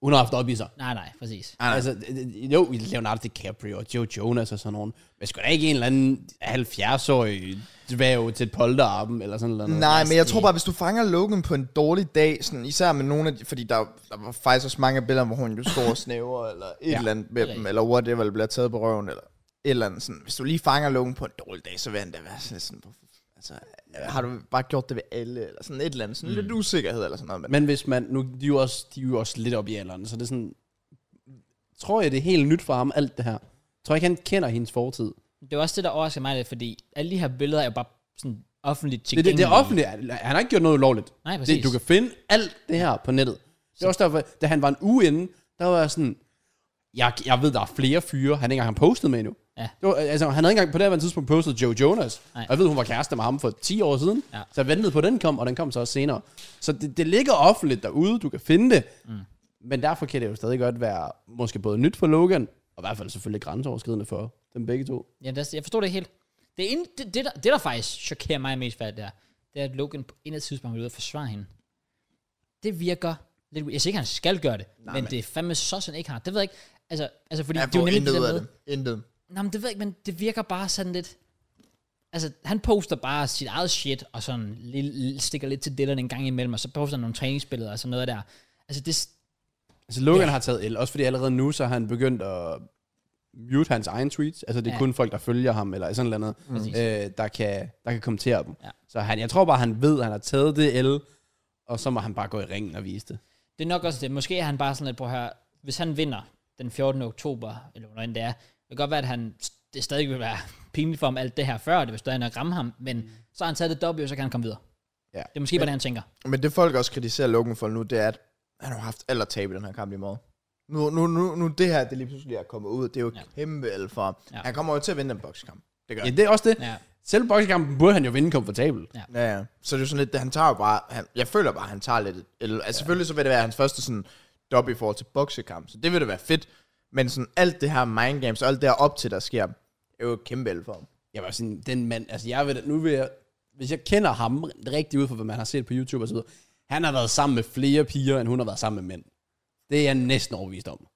B: hun har haft op i sig.
A: Nej, nej, præcis.
C: nej.
B: Altså, det- det- jo, Leonardo DiCaprio og Joe Jonas og sådan nogen. Men sgu da ikke en eller anden 70-årig dværg til et polterappen eller sådan noget.
C: Nej, men jeg tror bare, hvis du fanger Logan på en dårlig dag, sådan, især med nogle af de, fordi der, der var faktisk også mange billeder, hvor hun jo
A: [laughs]
C: står og snæver, eller et ja,
B: Ja,
C: eller andet med
A: det er
C: dem, eller whatever, eller bliver taget på røven, eller et eller andet sådan. Hvis du lige fanger Logan på en dårlig dag, så vil han da være sådan, sådan hvorfor- altså, har du bare gjort det ved alle, eller sådan et eller andet, sådan mm. lidt usikkerhed, eller sådan noget. Men,
B: Men hvis man, nu de er jo også, de er jo også lidt op i alderen, så det er sådan, tror jeg, det er helt nyt for ham, alt det her. Tror jeg ikke, han kender hendes fortid.
A: Det var også det, der overraskede mig lidt, fordi alle de her billeder er jo bare sådan offentligt
B: Det, det, det
A: tilgængelige.
B: er offentligt. Han har ikke gjort noget ulovligt.
A: Nej, præcis.
B: det, du kan finde alt det her på nettet. Det er også derfor, da han var en uge inden, der var jeg sådan, jeg, jeg ved, der er flere fyre, han ikke engang har postet med endnu.
A: Ja.
B: Det var, altså, han havde ikke engang på det her tidspunkt postet Joe Jonas.
A: Nej.
B: Og jeg ved, hun var kæreste med ham for 10 år siden.
A: Ja.
B: Så jeg ventede på, at den kom, og den kom så også senere. Så det, det ligger offentligt derude, du kan finde det. Mm. Men derfor kan det jo stadig godt være, måske både nyt for Logan, og i hvert fald selvfølgelig grænseoverskridende for dem begge to.
A: Ja, det er, jeg forstår det ikke helt. Det, er ind, det, det, der, det, der faktisk chokerer mig mest for alt det her, det er, at Logan på en af tidspunkt vil ud og forsvare hende. Det virker lidt... weird. Jeg siger ikke, han skal gøre det, Nej, men, men, det er fandme så, sådan ikke har. Det ved jeg ikke. Altså, altså fordi
C: jeg
A: det er jo
C: får
A: nemlig
C: intet
A: det
C: ud
A: der
C: af
A: med...
C: det. Intet.
A: Nå, men det ved jeg ikke, men det virker bare sådan lidt... Altså, han poster bare sit eget shit, og sådan lille, stikker lidt til dillerne en gang imellem, og så poster han nogle træningsbilleder og sådan noget der. Altså, det,
B: Altså Logan
A: Ja.
B: ja. har taget el, også fordi allerede nu, så har han begyndt at mute hans egen tweets. Altså det er
A: Ja.
B: ja. kun folk, der følger ham, eller sådan noget
A: Præcis.
B: andet, øh, der, kan, der kan kommentere dem.
A: Ja.
B: Ja. Så han, jeg tror bare, han ved, at han har taget det el, og så må han bare gå i ringen og vise det.
A: Det er nok også det. Måske er han bare sådan lidt på her. Hvis han vinder den 14. oktober, eller hvornår end det er, det kan godt være, at han, det stadig vil være pinligt for ham alt det her før, det vil stadig nok ramme ham, men mm. så har han taget det W, så kan han komme videre.
B: Ja.
A: Det er måske bare det, han tænker.
C: Men det folk også kritiserer Logan for nu, det er, at han har haft alt at tabe i den her kamp i morgen. Nu, nu, nu, nu det her, det lige pludselig er kommet ud, det er jo
A: Ja.
C: ja. kæmpe el for ham.
A: Ja.
C: Ja. Han kommer jo til at vinde den bokskamp. Det gør
B: Ja, det er også det. Ja.
A: Ja.
B: Selv boksekampen burde han jo vinde komfortabelt.
A: Ja.
B: Ja.
C: Ja, ja. Så det er jo sådan lidt, han tager jo bare, han, jeg føler bare, han tager lidt, et- eller, altså selvfølgelig så vil det være hans første sådan dub i forhold til boksekamp, så det vil det være fedt, men sådan alt det her mindgames og alt det her op til, der sker, er jo et kæmpe el for ham.
B: Jeg var sådan, den mand, altså jeg ved, nu vil jeg, hvis jeg kender ham rigtig ud fra, hvad man har set på YouTube og så videre, han har været sammen med flere piger, end hun har været sammen med mænd. Det er jeg næsten overbevist om.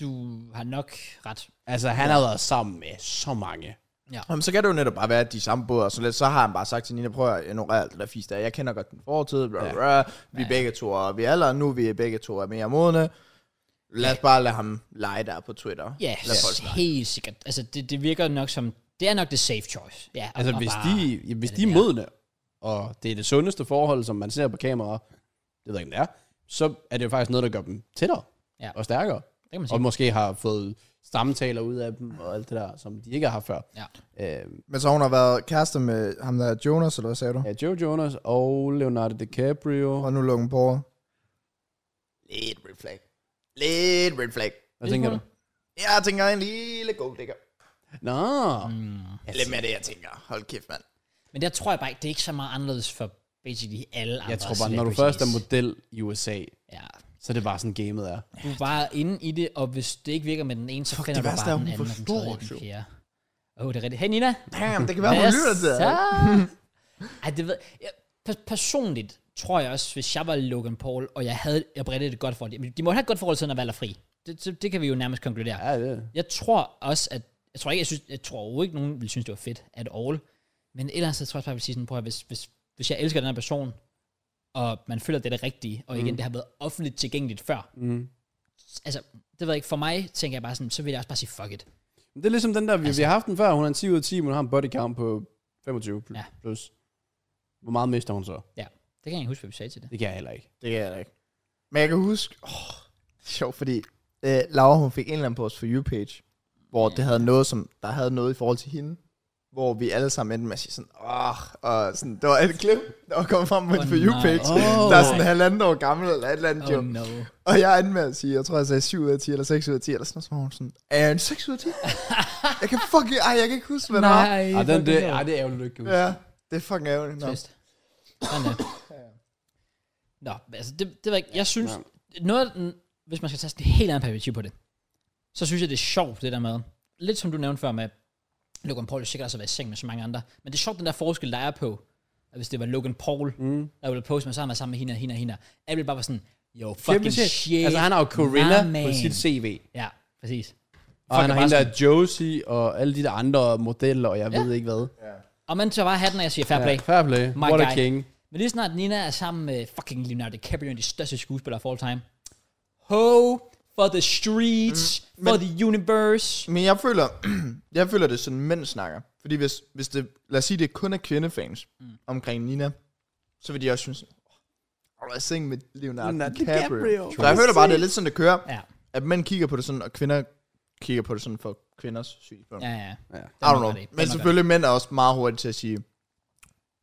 A: Du har nok ret.
B: Altså han ja. har været sammen med så mange.
C: Jamen, så kan det jo netop bare være, at de er samme båd, og så, lidt, så har han bare sagt til Nina, prøv at ignorere alt det der fisk der, jeg kender godt den fortid, bla, bla, bla. vi er begge to, og vi er alderen nu, vi er begge to er mere modne, lad os bare lade ham lege der på Twitter.
A: Ja,
C: lad folk
A: yes,
C: snakke.
A: helt sikkert. Altså, det, det virker nok som, det er nok det safe choice. Ja, og-
B: Altså,
A: og
B: hvis
A: bare-
B: de, ja, hvis
A: er
B: de
A: det
B: er
A: der?
B: modne, og det er det sundeste forhold, som man ser på kamera, det ved jeg ikke, om det er, så er det jo faktisk noget, der gør dem tættere
A: Ja.
B: og stærkere.
A: Det kan man sige.
B: Og måske har fået stamtaler ud af dem og alt det der, som de ikke har haft før.
A: Ja.
B: Øh,
C: Men så hun har været kærester med ham der Jonas, eller hvad sagde du?
B: ja, Joe Jonas og Leonardo DiCaprio.
C: Og nu Logan Paul. Lidt red flag. Lidt red flag.
B: Hvad tænker du?
C: Jeg tænker en lille gold digger.
B: Nå,
A: Mm,
C: Lidt mere det, jeg tænker. Hold kæft, mand.
A: Men der tror jeg bare ikke, det er ikke så meget anderledes for basically alle andre.
B: jeg tror bare, når du først er model i USA,
A: Ja,
B: Så det er bare sådan, gamet er.
A: Du er bare inde i det, og hvis det ikke virker med den ene, så
C: Fuck,
A: finder
C: det
A: du
C: værste er,
A: bare den
C: hun
A: anden, og den
C: forstår
A: tredje, og
C: os jo.
A: den fjerde. Åh, oh, det er rigtigt. Hey Nina,
C: Damn, det kan være, hun lytter til det. her. [laughs]
A: så? Ej, det ved jeg, per- personligt tror jeg også, hvis jeg var Logan Paul, og jeg havde jeg bredte et godt forhold, de, de må have et godt forhold, siden at valg er fri. Det, det, det, kan vi jo nærmest konkludere.
B: Ja, det er det.
A: Jeg tror også, at... Jeg tror ikke, jeg, synes, jeg tror overhovedet ikke, nogen ville synes, det var fedt at all. Men ellers så tror jeg bare, jeg vil sige sådan, prøv at, høre, hvis, hvis, hvis jeg elsker den her person, og man føler, det er det rigtige, og igen, mm. det har været offentligt tilgængeligt før.
B: Mm.
A: Altså, det ved jeg ikke, for mig tænker jeg bare sådan, så vil jeg også bare sige, fuck it.
B: Men det er ligesom den der, vi, altså, vi har haft den før. Hun er en 10 ud af 10, men hun har en body count på 25 pl-
A: Ja.
B: ja. plus. Hvor meget mister hun så?
A: Ja, det kan jeg ikke huske, hvad vi sagde til det.
B: Det kan jeg heller ikke.
C: Det kan jeg da ikke. Men jeg kan huske, åh, det er sjovt, fordi øh, Laura, hun fik en eller anden på os for YouPage, hvor det havde noget, som, der havde noget i forhold til hende, hvor vi alle sammen endte med at sige sådan, åh, og sådan, det var et klip, der var kommet frem på
A: Åh,
C: oh, for
A: nej.
C: YouPage,
B: Åh.
C: oh, der er sådan halvandet år gammel, eller et eller andet oh,
A: Oh
C: joke.
A: no.
C: Og jeg endte med at sige, jeg tror, jeg sagde 7 ud af 10, eller 6 ud af 10, eller sådan noget, så var hun sådan, er jeg en 6 ud
A: [laughs]
C: af 10? jeg kan fucking, ej, jeg kan ikke huske, hvad der var.
B: Ej, Ah, den, det, ej, det er ærgerligt, du ikke kan huske.
C: Ja, det er fucking ærgerligt. Nå.
A: Trist. Sådan det. [coughs] Nå, altså det, det var ikke, jeg synes, noget, af den- hvis man skal tage sådan et helt andet perspektiv på det, så synes jeg, det er sjovt, det der med, lidt som du nævnte før med, Logan Paul er sikkert også har været i seng med så mange andre, men det er sjovt, den der forskel, der er på, at hvis det var Logan Paul, mm. der ville poste med, så er man sammen med hende og hende og hende, og alle ville bare være sådan, yo,
B: Kæmpe
A: fucking shit.
B: Altså, han har jo Corinna
A: my
B: på
A: man.
B: sit CV.
A: Ja, præcis.
B: Og
A: Folk
B: han
A: er
B: har
A: bare
B: hende der Josie og alle de der andre modeller, og jeg
A: Ja.
B: ved ikke hvad.
A: Og man tager bare hatten af og siger fair play.
B: Ja, fair play.
A: My
B: What a
A: guy.
B: king.
A: Men lige snart Nina er sammen med fucking Leonardo DiCaprio, en af de største skuespillere of all time. Ho for the streets, mm, for the universe.
C: Men jeg føler, [clears throat] jeg føler det er sådan, mænd snakker. Fordi hvis, hvis det, lad os sige, det kun er kvindefans mm. omkring Nina, så vil de også synes, åh, oh, seng med Leonardo
B: Leonardo
C: DiCaprio.
B: DiCaprio.
C: DiCaprio. Så jeg føler bare, det er lidt sådan, det kører.
A: Ja,
C: At mænd kigger på det sådan, og kvinder kigger på det sådan for kvinders
B: Mm.
C: synspunkt.
A: ja,
C: Ja,
A: ja.
B: Ja.
C: I don't know. Men
A: selvfølgelig.
C: selvfølgelig, mænd er også meget hurtige til at sige,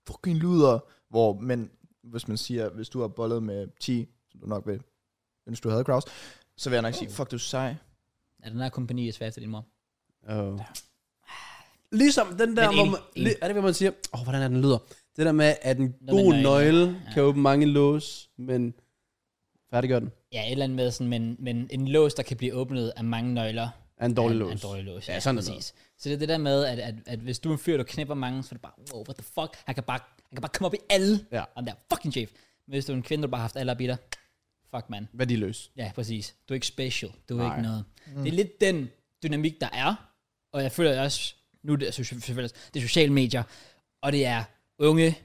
C: fucking luder, hvor mænd, hvis man siger, hvis du har bollet med 10, som du nok vil, hvis du havde Kraus, så vil jeg nok sige, fuck, du er sej.
A: Er den her kompagni er svær efter din mor?
B: Oh. Ligesom den der,
A: Men
B: hvor
A: enig,
B: man,
A: enig.
B: li- er det, hvor man siger, åh, oh, hvordan er den lyder? Det der med, at en
A: Når man
B: god
A: er i-
B: nøgle
A: ja.
B: ja. kan åbne mange lås, men færdiggør den.
A: Ja, et eller andet med sådan, men, men en lås, der kan blive åbnet af mange nøgler.
B: Er en dårlig
A: er en-
B: lås.
A: er En dårlig lås, ja,
B: Ja, sådan er
A: præcis. Så det er det der med, at, at, at hvis du er en fyr, der knipper mange, så er det bare, wow, what the fuck, han kan bare, han kan bare komme op i alle.
B: Ja.
A: Han der fucking chef. Men hvis du er en kvinde, der bare har haft alle op i dig, fuck man.
B: Værdiløs.
A: Ja, præcis. Du er ikke special. Du er Nej.
B: Nej.
A: ikke noget. Mm. Det er lidt den dynamik, der er. Og jeg føler også, nu er det, altså, selvfølgelig, også- det er sociale medier, og det er unge,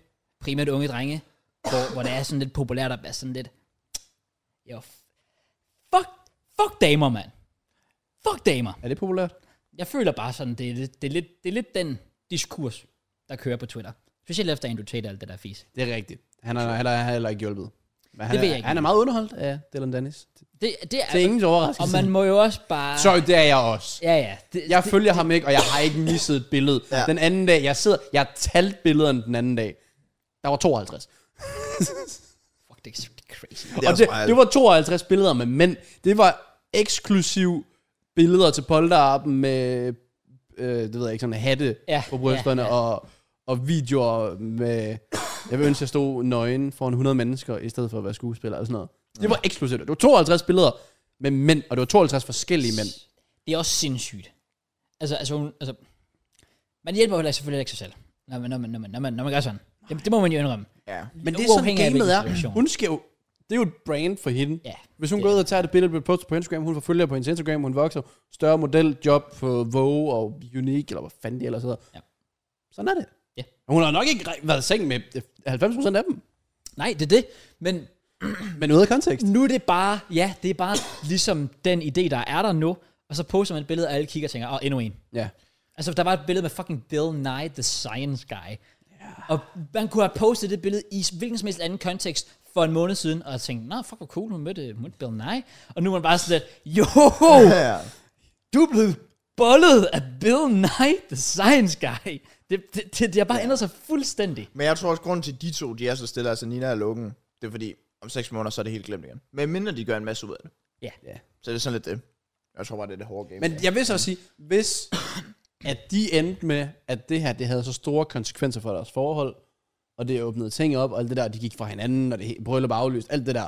A: primært unge drenge, hvor, hvor det er sådan lidt populært at være sådan lidt, jo, fuck, fuck damer, mand. Fuck damer.
B: Er det populært?
A: Jeg føler bare sådan, det er, lidt- det er, lidt, det er lidt den diskurs, der kører på Twitter. Specielt efter Andrew Tate og alt det der fis.
B: Det er rigtigt. Han er heller, han er heller ikke hjulpet. Men han,
A: Det ved
B: er,
A: jeg ikke.
B: han er meget underholdt af Dylan Dennis. Det
A: Det, det
B: er
A: er,
B: ingen
A: og
B: overraskelse.
A: man må jo også bare...
B: Sorry, det er jeg også.
A: Ja, ja. Det,
B: Jeg følger ham ikke, og jeg har ikke misset et billede.
C: Ja.
B: ja. Den anden dag, jeg sidder, jeg talte billederne den anden dag. Der var 52.
A: fuck, det er crazy.
C: er
B: og det,
C: også meget-
B: det var 52 billeder med mænd. Det var eksklusiv billeder til polterappen med, øh, det ved jeg ikke, sådan hatte
A: Ja,
B: ja, på brysterne
A: ja,
B: ja, ja. Og, og videoer med, jeg vil ønske, jeg stod nøgen foran 100 mennesker, i stedet for at være skuespiller og sådan noget. Det var eksklusivt. Det var 52 billeder med mænd, og det var 52 forskellige mænd.
A: Det er også sindssygt. Altså, altså, hun, altså man hjælper jo heller selvfølgelig ikke sig selv, når man, når man, når man, når man, når man gør sådan. Det, det må man jo indrømme.
C: Ja.
B: Men det er sådan,
A: Uafhængig af
B: gamet
A: hvilken
B: er.
A: situation.
B: Hun skal jo, det er jo et brand for hende.
A: Ja,
B: Hvis hun
A: det
B: går
A: er
B: ud og tager et billede, bliver postet på Instagram, hun får følgere på hendes Instagram, hun vokser, større model, job på Vogue og Unique, eller hvad fanden de ellers hedder.
A: Ja.
B: Sådan er det.
A: Ja.
B: Og Hun har nok ikke re- været i seng med øh, 90% af dem,
A: Nej, det er det. Men
B: men ude af kontekst.
A: nu er det bare, ja, det er bare ligesom den idé, der er der nu. Og så poster man et billede, og alle kigger og tænker, åh, oh, endnu en.
B: Ja.
A: Altså, der var et billede med fucking Bill Nye, the science guy. Yeah. Og man kunne have postet det billede i hvilken som helst anden kontekst for en måned siden, og tænkt, nå, fuck, hvor cool, hun mødte, hun mødte Bill Nye. Og nu er man bare sådan lidt, jo,
C: Ja.
A: du er blevet bollet af Bill Nye, the science guy. Det, det, det, det har bare ændret sig fuldstændig.
C: Men jeg tror også, grunden til, at de to de er så stille, altså Nina og Logan, det er fordi, om seks måneder, så er det helt glemt igen. Men mindre de gør en masse ud af det.
A: Ja.
B: Ja.
C: Så det er sådan lidt det. Jeg tror bare, det er det hårde game.
B: Men jeg vil så sige, hvis at de endte med, at det her det havde så store konsekvenser for deres forhold, og det åbnede ting op, og alt det der, de gik fra hinanden, og det he- bryllup aflyst, alt det der,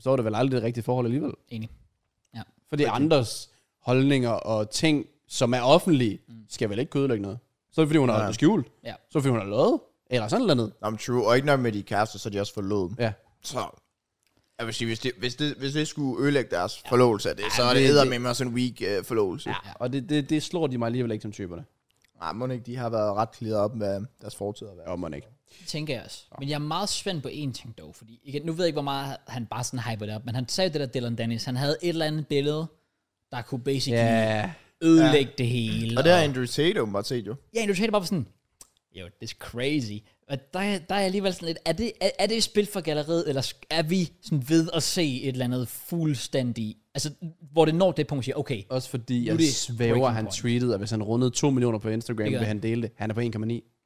B: så er det vel aldrig det rigtige forhold alligevel.
A: Enig. Ja.
B: Fordi andres holdninger og ting, som er offentlige, skal vel ikke kunne ødelægge noget. Så er det, fordi hun har
C: Nej.
B: holdt det skjult.
A: Ja.
B: Så er det, fordi hun har løjet. Eller sådan noget andet.
C: Nå, men true. Og ikke nok med de er kærester, så er de også forlod.
B: Ja.
C: Så jeg vil sige, hvis det, hvis det, hvis det skulle ødelægge deres forlovelse af det, så er
B: det-
C: det eddermame også en weak øh, forlovelse.
A: Ja.
B: Og det, det, det slår de mig alligevel ikke som typerne.
C: Nej, må ikke, de har været ret klædet op med deres fortid at være.
B: Jo, man ikke.
A: Det tænker jeg også. Men jeg er meget spændt på én ting dog, fordi igen, nu ved jeg ikke, hvor meget han bare sådan hyper det op, men han sagde det der Dylan Dennis, han havde et eller andet billede, der kunne basically yeah. ødelægge ja. det hele.
C: Og det har Andrew Tate åbenbart set jo.
A: Ja, du taler bare på sådan, jo, det er crazy. Og der, er- der er jeg alligevel sådan lidt, er det, er, er det et spil for galleriet, eller sk- er vi sådan ved at se et eller andet fuldstændig, altså, hvor det når det punkt, hvor man siger, okay,
B: Også fordi,
A: er
B: jeg
A: det
B: svæver,
A: breaking
B: han
A: point.
B: tweetede, at hvis han rundede 2 millioner på Instagram,
A: Det gør han.
B: vil han dele det. Han er på 1,9.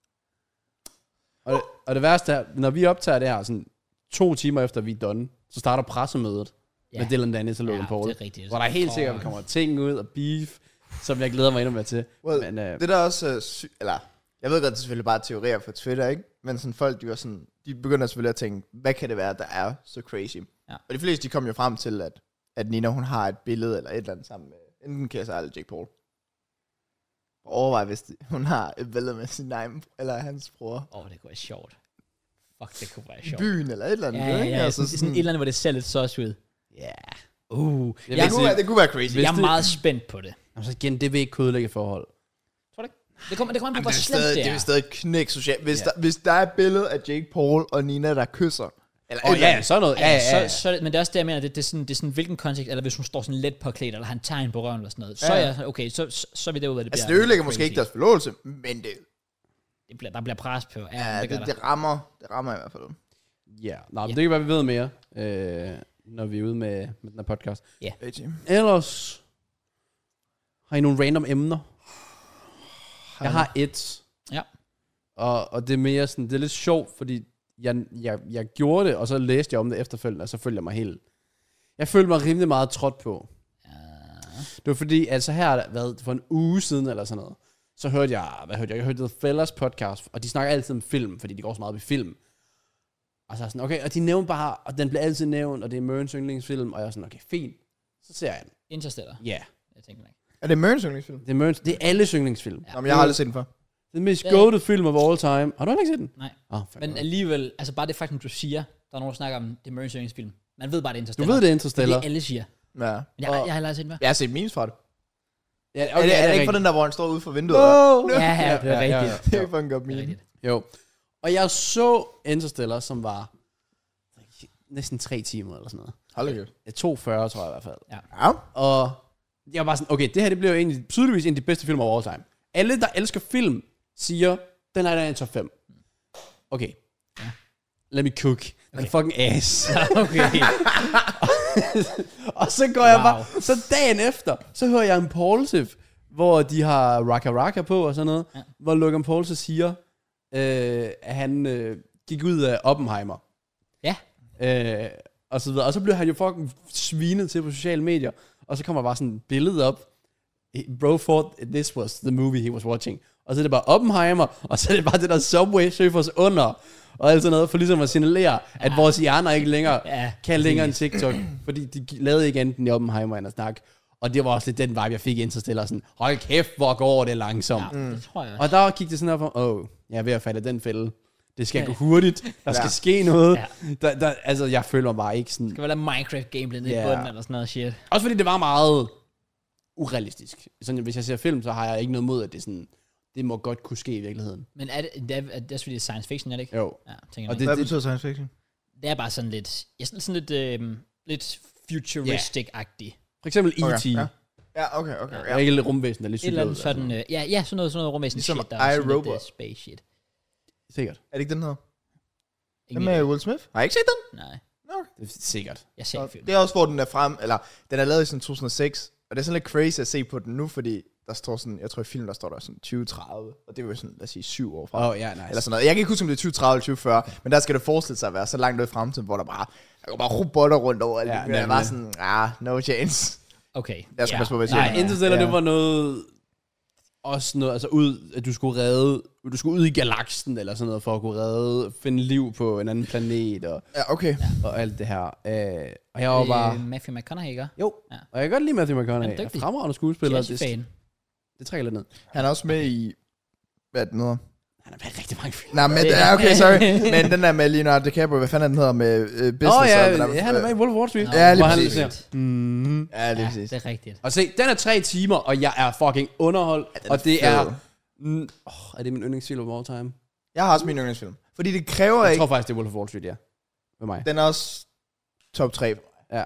B: Og, det- og det værste er, når vi optager det her, sådan to timer efter vi er done, så starter pressemødet
A: Ja.
B: ja. med Dylan Dennis og Logan
A: Ja,
B: Paul.
A: det er rigtigt.
B: Hvor der er helt sikkert kommer ting ud og beef, som jeg glæder mig endnu mere til.
C: Well,
B: Men, øh,
C: Det der er også øh, sy- eller jeg ved godt, det er selvfølgelig bare teorier fra Twitter, ikke? Men sådan folk, de, var sådan, de begynder selvfølgelig at tænke, hvad kan det være, der er så crazy?
A: Ja.
C: Og de fleste, de kom jo frem til, at, at Nina, hun har et billede eller et eller andet sammen med enten Kessa eller Jake Paul. Overvej, hvis de, hun har et billede med sin egen, eller hans bror.
A: åh, oh, det kunne være sjovt. Fuck, det kunne være sjovt.
C: Byen eller et eller andet.
A: Ja,
C: jo,
A: ja,
C: ikke?
A: ja,
C: Altså
A: sådan, sådan, et eller andet, hvor det ser lidt sus ud.
B: ja.
A: Uh, jeg,
B: vil
A: jeg,
C: det, kunne være, det kunne være crazy.
A: jeg
B: Hvis
A: er
B: det-
A: meget spændt på det.
B: Jamen, så igen, det vil ikke kunne ødelægge et forhold.
A: Tror du ikke? Det kommer, det kommer an på,
C: Jamen,
A: hvor
C: det, er
A: slemt
C: stadig,
A: det
C: det
A: er.
C: vil stadig knække socialt. Hvis, ja. der, hvis der er et billede af Jake Paul og Nina, der kysser. Eller
B: Åh
C: et eller
B: ja,
C: andet.
B: sådan noget. Ja,
A: Ja,
B: ja,
A: ja,
B: ja.
A: Så, så, men det er også det, jeg mener, det, det, er sådan, det er sådan, hvilken kontekst, eller hvis hun står sådan let påklædt, eller han tager hende på røven eller sådan noget, så
C: Ja,
A: er
C: ja.
A: jeg sådan, okay, så, så, så er vi derude, hvad det
C: Altså, det
A: bliver.
C: ødelægger måske
A: crazy.
C: ikke deres forlovelse, men det,
A: Det bliver, der bliver pres på. Ja,
C: ja,
A: det, gør
C: det,
A: der.
C: det, rammer, det rammer i hvert fald.
B: ja. Nå, men det kan være, vi ved mere, øh, når vi er ude med, med den her podcast.
C: Hey,
B: Ellers har I nogle random emner. Jeg har et.
A: Ja.
B: Og, og det er mere sådan, det er lidt sjovt, fordi jeg, jeg, jeg gjorde det, og så læste jeg om det efterfølgende, og så følte jeg mig helt... Jeg følte mig rimelig meget trådt på. Det var fordi, altså her har der været for en uge siden eller sådan noget, så hørte jeg, hvad hørte jeg, jeg hørte The Fellas podcast, og de snakker altid om film, fordi de går så meget op i film. Og så er jeg sådan, okay, og de nævnte bare, og den bliver altid nævnt, og det er Mørens yndlingsfilm, og jeg er sådan, okay, fint, så ser jeg den.
A: Interstellar,
B: Ja. Yeah.
A: jeg tænker ikke.
C: Er det Mørens yndlingsfilm?
B: Det er, Mørens, det er alle yndlingsfilm.
A: Ja.
C: Ja. Jamen, jeg har aldrig set den før.
B: Den mest
A: Det er
B: goated film of all time. Har du heller ikke set den?
A: Nej.
B: Oh,
A: Men alligevel, altså bare det faktum, du siger, der er nogen, der snakker om det er Murray Sørings film. Man ved bare, det er
B: du
A: Interstellar.
B: ved det, er
A: Det er
B: Interstellar.
A: det, alle siger.
C: Ja.
A: Men jeg, jeg har heller aldrig set den med.
C: Jeg har set memes fra det.
B: Ja,
C: Okay, er det, er det ikke
B: rigtigt.
C: for den der, hvor han står ude for vinduet? eller hvad?
B: Wow!
A: Ja, ja, det er rigtigt.
C: Det er ikke for en god
A: Det er
C: meme.
A: rigtigt. [laughs]
B: Jo. Og jeg så Interstellar, som var næsten tre timer eller sådan noget.
C: Hold da kæft.
B: Ja, 2.40, tror jeg i hvert fald.
C: Ja.
B: Og jeg var sådan, okay, det her det bliver jo egentlig tydeligvis en af de bedste film over all time. Alle, der elsker film, siger, den er der i top 5. Okay. Let me cook. Den fucking ass. [laughs]
A: Okay.
B: og så går wow. jeg
A: Wow.
B: bare, så dagen efter, så hører jeg en Paulsif, hvor de har Raka Raka på og sådan noget, ja. hvor Logan Paul så siger, øh, at han øh, gik ud af Oppenheimer.
A: ja.
B: Øh, og så videre. Og så blev han jo fucking svinet til på sociale medier. Og så kommer bare sådan et billede op. Bro thought this was the movie he was watching. Og så er det bare Oppenheimer, og så er det bare det der Subway Surfers under, og alt sådan noget, for ligesom at signalere, at vores hjerner ikke længere
A: Ja,
B: ja, kan længere end TikTok, fordi de gi- lavede ikke andet end i Oppenheimer end at snakke. Og det var også lidt den vibe, jeg fik i Interstellar, sådan, hold kæft, hvor går det langsomt.
A: ja, det tror jeg også.
B: Og der gik det sådan op for, åh, oh, jeg er ved at falde i den fælde. Det skal gå hurtigt. Der skal ske noget.
A: Ja.
B: Der, der, altså, jeg føler mig bare ikke sådan...
A: Skal vi lade Minecraft-gameplay ned i
B: Ja.
A: bunden eller sådan noget shit?
B: Også fordi det var meget urealistisk. Sådan, hvis jeg ser film, så har jeg ikke noget mod, at det sådan... Det må godt kunne ske i virkeligheden.
A: Men er det, det er, er det er selvfølgelig science fiction, er det ikke?
B: Jo.
A: Ja, tænker
B: Og
A: jeg.
B: det,
C: Hvad
B: det,
C: betyder science fiction?
A: Det er bare sådan lidt, ja, sådan, sådan lidt, øh, lidt futuristic-agtig.
B: for eksempel E.T.
C: Okay,
B: Okay, ja.
C: Ja, okay, okay.
B: Der
C: Ja.
B: er ikke lidt rumvæsen, der er lidt
A: Et eller andet
B: cyklet ud,
A: sådan, øh, ja, ja, sådan noget, sådan noget rumvæsen
C: Ligesom
A: shit, der er sådan lidt
C: iRobot.
A: uh, space shit.
B: altså. Sikkert.
C: Er det ikke den hedder? Den
A: Ingen
C: med
A: idé.
C: Will Smith? Har jeg ikke set den?
A: Nej,
B: Det er sikkert.
A: jeg ser ikke film.
C: Det er også, hvor den er frem, eller den er lavet i sådan 2006, og det er sådan lidt crazy at se på den nu, fordi der står sådan, jeg tror i filmen, der står der sådan 2030, og det er jo sådan, lad os sige, syv år frem.
B: Åh, oh, ja, nice.
C: Eller sådan noget. Jeg kan ikke huske, om det er 2030 eller 2040, men der skal det forestille sig at være så langt ud i fremtiden, hvor der bare, der går bare robotter rundt over alt.
B: Ja,
C: Ja, det er bare sådan, ah, no chance.
A: Okay.
C: Jeg skal passe på, hvad jeg
A: nej,
C: siger.
A: ja.
B: Interstellar,
C: Ja.
B: det var noget... også noget, altså ud, at du skulle redde, du skulle ud i galaksen eller sådan noget, for at kunne redde, finde liv på en anden planet og,
C: Ja, okay. Ja.
B: og alt det her. Øh, og jeg var bare,
A: Øh, Matthew McConaughey, ikke?
B: jo,
A: ja.
B: og jeg kan godt lide Matthew McConaughey.
A: Han er
B: Han er
A: dygtig.
B: fremragende skuespiller, det,
A: Jazz-fan.
B: det trækker lidt ned.
C: Han er også med i... Hvad er den hedder?
B: Han har været rigtig mange film.
C: Nej, men,
A: Det-
C: ja, okay, sorry.
B: [laughs]
C: Men den der med Leonardo DiCaprio, hvad fanden er den hedder med øh, business?
B: Åh oh,
C: og den
B: ja, han er med i Wolf of Wall Street.
A: Nå,
C: Ja, lige
B: Hvor han
C: præcis.
B: siger, Mm.
C: Ja, det
A: Ja,
C: er præcis.
A: det er rigtigt.
B: Og se, den er tre timer, og jeg er fucking underholdt,
C: den er
B: og det er...
C: fed.
B: Mm, oh, er det min yndlingsfilm of all time?
C: Jeg har også min yndlingsfilm. Fordi det kræver
B: Jeg
C: ikke...
B: tror faktisk, det er Wolf of Wall Street, ja. For mig.
C: Den er også top 3 for mig.
B: Ja.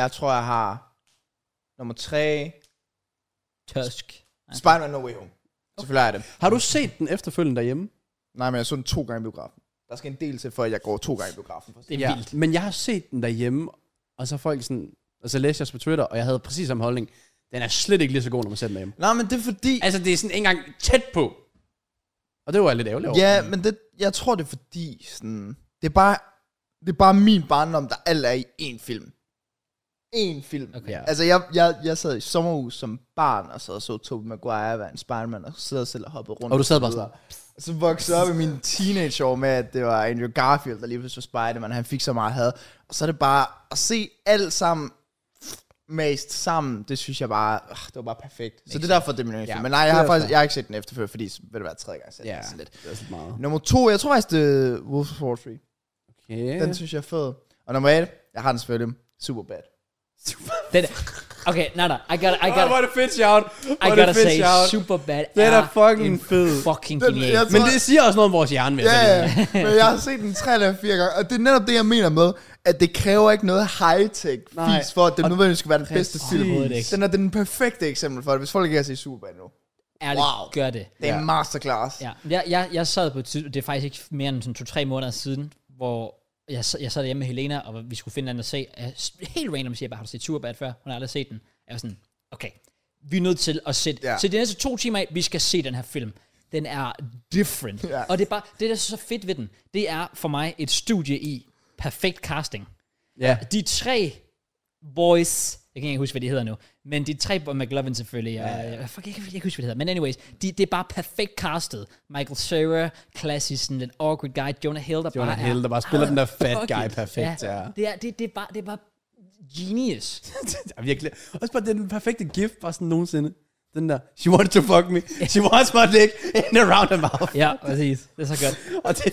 C: Jeg tror, jeg har nummer 3.
A: Tusk. Okay.
C: Spider-Man No Way Home. Selvfølgelig er det.
B: Har du set den efterfølgende derhjemme?
C: Nej, men jeg så den to gange i biografen. Der skal en del til, for at jeg går to gange i biografen.
A: Det er vildt.
B: Men jeg har set den derhjemme, og så folk sådan... Og så læste jeg også på Twitter, og jeg havde præcis samme holdning. Den er slet ikke lige så god, når man ser den derhjemme.
C: Nej, men det er fordi...
B: Altså, det er sådan ikke engang tæt på. Og det var jeg lidt
A: Altså-
B: ærgerlig over.
C: Ja, men det, jeg tror, det er fordi, sådan, det er bare, det er bare min barndom, der alt er i én film. Én film.
A: Okay.
B: Ja.
C: Altså, jeg, jeg, jeg sad i sommerhus som barn, og sad og så Tobey Maguire være en Spider-Man, og sad selv og hoppede rundt.
B: Og du sad bare
C: videre.
B: sådan...
C: Og så voksede jeg op i mine teenageår med, at det var Andrew Garfield, der lige pludselig var Spider-Man, han fik så meget had. Og så er det bare at se alt sammen mast sammen, det synes jeg bare, øh, det var bare perfekt. Så det er derfor, det er min ja,
B: Ja,
C: Men nej, jeg
B: det
C: har
B: er
C: faktisk
B: fair.
C: jeg har ikke set den efterfølgende, fordi så vil det være tredje gang, så
B: Ja,
C: yeah. sådan lidt.
B: det er sådan meget.
C: Nummer to, jeg tror faktisk, det er Wolf of Wall Street.
B: Okay.
C: Den synes jeg er fed. Og nummer et, jeg har den selvfølgelig. Super bad.
A: Den er, okay, nej, nej. I gotta, I
B: Åh,
A: gotta,
B: hvor er det fedt shout.
A: I
B: Hvor er
A: gotta
B: det fedt
A: say,
B: shout.
A: Superbad
B: Den er fucking
A: en
B: fed.
A: fucking
C: Den-
A: genial.
C: jeg
B: Men det siger også noget om vores hjerne, vil jeg
C: Ja,
B: så sige.
C: ja, men jeg har set den tre eller fire gange, og det er netop det, jeg mener med, at det kræver ikke noget high-tech
B: Nej.
C: fis for, at det
B: Og-
C: nødvendigvis skal være den bedste
A: Præcis.
C: film.
A: Overhovedet ikke.
C: Den er den perfekte eksempel for det, hvis folk ikke har set Superbad nu.
A: Ærligt,
C: Wow.
A: gør det.
C: Det er en masterclass.
A: Ja. Jeg, jeg, jeg sad på et tidspunkt, det er faktisk ikke mere end sådan to-tre måneder siden, hvor jeg, sad- jeg sad hjemme med Helena, og vi skulle finde andet at se. Og Jeg, s- helt random siger jeg bare, har du set Superbad før? Hun har aldrig set den. Jeg var sådan, okay, vi er nødt til at sætte,
C: Ja.
A: ja. sætte de næste to timer af, vi skal se den her film. Den er different.
C: Ja.
A: Ja. Og det er bare, det der er så fedt ved den, det er for mig et studie i perfekt casting.
B: Ja.
A: De tre boys, jeg kan ikke huske, hvad de hedder nu, men de tre, og McLovin selvfølgelig, og, ja. fuck, jeg, kan, jeg kan ikke huske, hvad de hedder, men anyways, de, det er bare perfekt castet. Michael Cera, klassisk sådan lidt awkward guy, Jonah Hill, der
B: Jonah
A: bare
B: Hill,
A: er,
B: der bare spiller den der fat
A: Fuck
B: guy
A: it.
B: perfekt. Ja. [laughs] ja.
A: Det er, det, det, er bare, det er bare genius.
B: ja virkelig. Også bare den perfekte gift, bare sådan nogensinde. Den der, she wanted to fuck me. She wants my dick in a roundabout.
A: ja, præcis. Det er så godt.
B: Og det,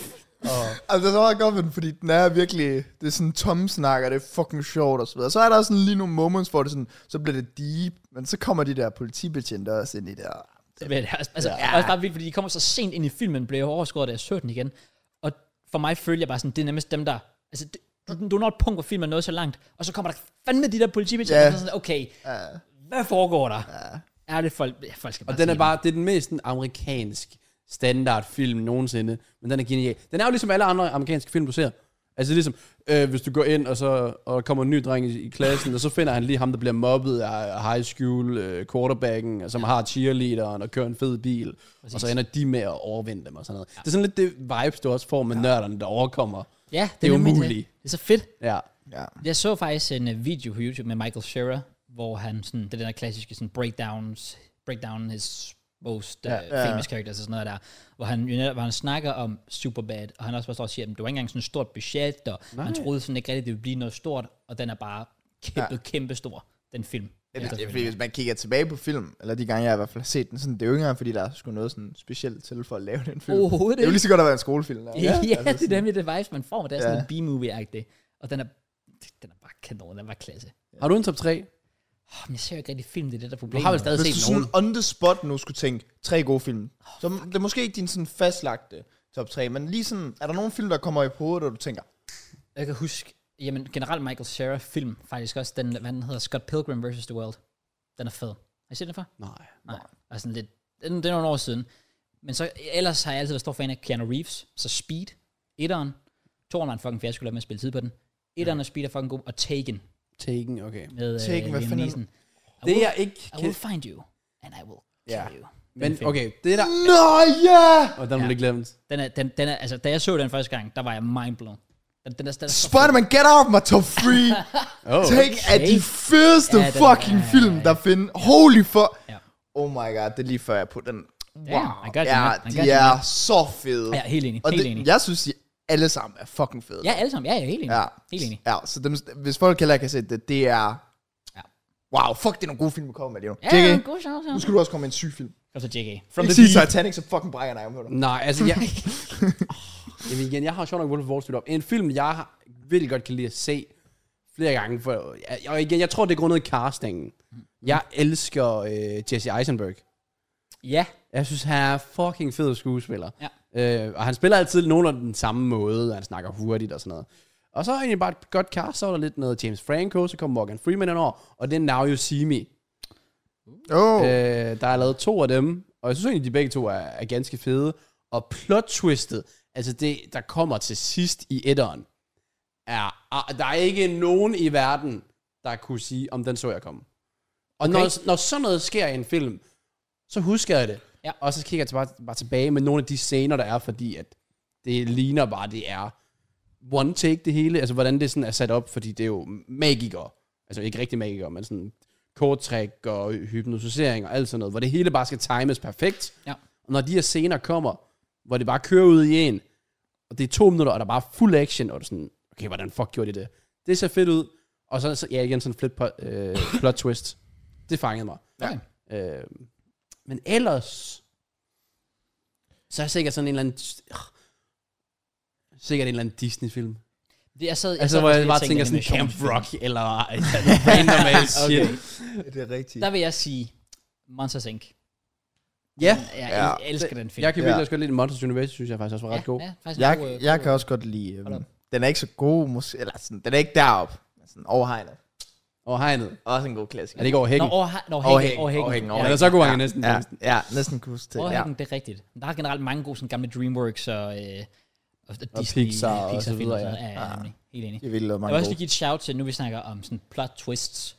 C: Altså, det er så meget godt ved den, fordi den er virkelig, det er sådan tom snak, og det er fucking sjovt og så videre. Så er der også sådan lige nogle moments, hvor det sådan, så bliver det deep, men så kommer de der politibetjente også ind i det. og-
A: Så bliver det også- Altså, ja. også bare vildt, fordi de kommer så sent ind i filmen, blev jeg overskåret, da jeg så den igen. Og for mig følger jeg bare sådan, det er nærmest dem, der... Altså, det, du, du når et punkt, hvor filmen er nået så langt, og så kommer der fandme de der politibetjente,
C: Ja.
A: yeah. og så sådan, okay,
C: Ja.
A: hvad foregår der? Yeah. Er det folk... Ja, folk skal bare
B: og den
A: se
B: er bare, det er den mest sådan, amerikansk standardfilm nogensinde. Men den er genial. Den er jo ligesom alle andre amerikanske film, du ser. Altså ligesom, øh, hvis du går ind, og så og der kommer en ny dreng i, i klassen, og så finder han lige ham, der bliver mobbet af high school øh, quarterbacken, og som har cheerleaderen og kører en fed bil, Præcis. og så ender de med at overvinde dem og sådan noget. Ja. Det er sådan lidt det vibes, du også får med ja. nørderne, der overkommer.
A: Ja, det,
B: Det er
A: nemlig
B: umuligt.
A: Det. det er så fedt.
B: Ja.
C: Ja.
A: Jeg så faktisk en uh, video på YouTube med Michael Cera, hvor han sådan, det er den der klassiske sådan breakdowns, breakdown his most uh,
B: Ja.
A: yeah. famous characters og sådan noget der, hvor han, jo netop- hvor han snakker om Superbad, og han også bare står og siger, at det var ikke engang sådan et stort budget, og Nej. han troede sådan ikke rigtigt, det ville blive noget stort, og den er bare kæmpe, ja. kæmpe stor, den film.
C: Det,
A: Ja.
C: det, er fordi, hvis man kigger tilbage på film, eller de gange, jeg i hvert fald har set den, sådan, det er jo ikke engang, fordi der skulle noget sådan specielt til for at lave den film.
A: Overhovedet
C: Det er jo
A: ikke.
C: lige så godt at være en skolefilm. Der.
A: Ja, ja
C: altså,
A: altså, det er nemlig det vibes, man får, men det er sådan
C: Ja.
A: en B-movie-agtig, og den er, den er bare kanon, den var klasse.
B: Har du en top 3?
A: Oh, men jeg ser jo ikke rigtig film, det er det der problem.
B: har vel stadig- set
C: Hvis du sådan
B: nogen.
C: on the spot nu skulle tænke tre gode film, så m- det er måske ikke din sådan fastlagte top 3, men lige sådan, er der nogen film, der kommer i hovedet, og du tænker,
A: Jeg kan huske, jamen generelt Michael Cera film, faktisk også den, hvad den hedder, Scott Pilgrim vs. The World. Den er fed. Har I set den før?
B: Nej.
A: Nej. Og sådan lidt, den, den er nogle år siden. Men så, ellers har jeg altid været stor fan af Keanu Reeves, så Speed, etteren, toeren var en fucking fjerde, jeg skulle lade med at spille tid på den. Etteren og Speed er fucking god, og Taken
B: Taken, okay.
A: med
C: Taken,
A: Taken,
C: hvad
A: øh, Liam
C: fanden er
A: Neeson. I
B: Det
A: will,
B: jeg ikke
A: I will
B: kan...
A: find you, and I will kill
C: Ja.
A: you. Den
B: Men
A: film.
B: okay, det er der...
C: Nå ja!
B: Og den har du
A: Ja.
B: lige glemt.
A: Den er, den, den er, altså, da jeg så den første gang, der var jeg mindblown. Den, den er, den er så fed.
C: Spider-Man Get Out var top
A: [laughs]
C: 3.
B: Oh.
C: Take er de fedeste
A: Ja, den-
C: fucking
A: ja,
C: film, der findes. Holy fuck.
A: Ja.
C: Oh my god, det er lige før jeg putter den. Wow.
A: I got you,
C: ja,
A: man. I got
C: de
A: you,
C: er så fede.
A: Ja, jeg er helt enig.
C: Og
A: Helt
C: det,
A: enig.
C: jeg synes, de alle sammen er fucking fede.
A: Ja, alle sammen. Ja, jeg er helt enig.
C: ja.
A: Helt enig.
C: Ja, så dem, hvis folk heller ikke har set det, det er...
A: Ja.
C: Wow, fuck, det er nogle gode film, vi kommer med lige nu.
A: Ja,
C: JK,
A: god chance.
C: nu skal du også komme med en syg film.
A: Kom så, JK.
C: From
A: From
C: the
A: the
C: Sige Titanic, så fucking brækker jeg dig om
B: Nej, altså jeg... Jamen igen, jeg har sjovt nok Wolf of Wall Street op. En film, jeg har- virkelig godt kan lide at se flere gange. For, jeg- og igen, jeg tror, det er grundet i castingen. Jeg elsker øh, Jesse Eisenberg.
A: Ja.
B: Jeg synes, han er fucking fed skuespiller.
A: Ja.
B: Øh, og han spiller altid nogenlunde den samme måde, og han snakker hurtigt og sådan noget. Og så er egentlig bare et godt cast, så var der lidt noget James Franco, så kom Morgan Freeman ind over, og det er Now You See Me.
C: Oh.
B: Øh, der er lavet to af dem, og jeg synes egentlig, de begge to er, er ganske fede. Og plot twistet, altså det, der kommer til sidst i etteren, er, er, der er ikke nogen i verden, der kunne sige, om den så jeg komme. Og okay. når, når sådan noget sker i en film, så husker jeg det.
A: Ja.
B: Og så kigger jeg bare, bare tilbage med nogle af de scener, der er, fordi at det ligner bare, det er one take det hele, altså hvordan det sådan er sat op, fordi det er jo magikere, altså ikke rigtig magikere, men sådan korttræk og hypnotisering og alt sådan noget, hvor det hele bare skal times perfekt.
A: Ja.
B: Og når de her scener kommer, hvor det bare kører ud i en, og det er to minutter, og der er bare fuld action, og du er sådan, okay, hvordan fuck gjorde de det? Det ser fedt ud, og så, så ja, igen sådan flip plot, øh, plot twist. Det fangede mig.
A: Okay.
B: Øh, men ellers, så er jeg sikkert sådan en eller anden, øh, sikkert en eller anden Disney-film.
A: Det, jeg sad, jeg
B: Altså,
A: sad
B: hvor
A: også
B: jeg
A: lige og
B: bare
A: tænkte
B: tænker sådan,
A: animation.
B: Camp Rock, eller
A: [laughs]
B: random ass shit.
A: Okay.
C: Det er rigtigt.
A: Der vil jeg sige Monsters Inc.
B: Ja,
A: Jeg,
C: Ja.
A: jeg elsker den film.
B: jeg kan
C: Ja.
B: virkelig også godt lide Monsters University, synes jeg faktisk også var ret god.
A: Ja, faktisk en god,
C: Jeg,
A: øh,
C: jeg
A: god,
C: kan også godt lide... Øhm,
A: Hold op.
C: den er ikke så god, måske, eller sådan, den er ikke deroppe. Sådan overhegnet.
B: Over hegnet.
C: Også en god klassiker.
B: Er det ikke over
A: Nå,
B: hækken?
A: over, ha- nå,
C: Over
A: hækken,
C: hækken,
A: over
C: over
A: hækken.
C: hækken,
A: Ja,
C: over
B: Ja,
A: ja.
B: det er så god, han
C: Ja,
B: er næsten.
C: ja,
B: næsten.
C: ja, næsten kunne huske det. Ja.
A: Overhækken, det er rigtigt. Der er generelt mange gode sådan, gamle DreamWorks og, øh, og,
B: Pixar og så
A: Pixar-film
B: videre,
A: sådan
B: ja.
A: noget. Ja, ja, nemlig. Helt enig.
C: Det er virkelig lavet
A: Jeg
C: mange
A: vil også
C: gode.
A: lige give et shout til, nu vi snakker om sådan plot twists.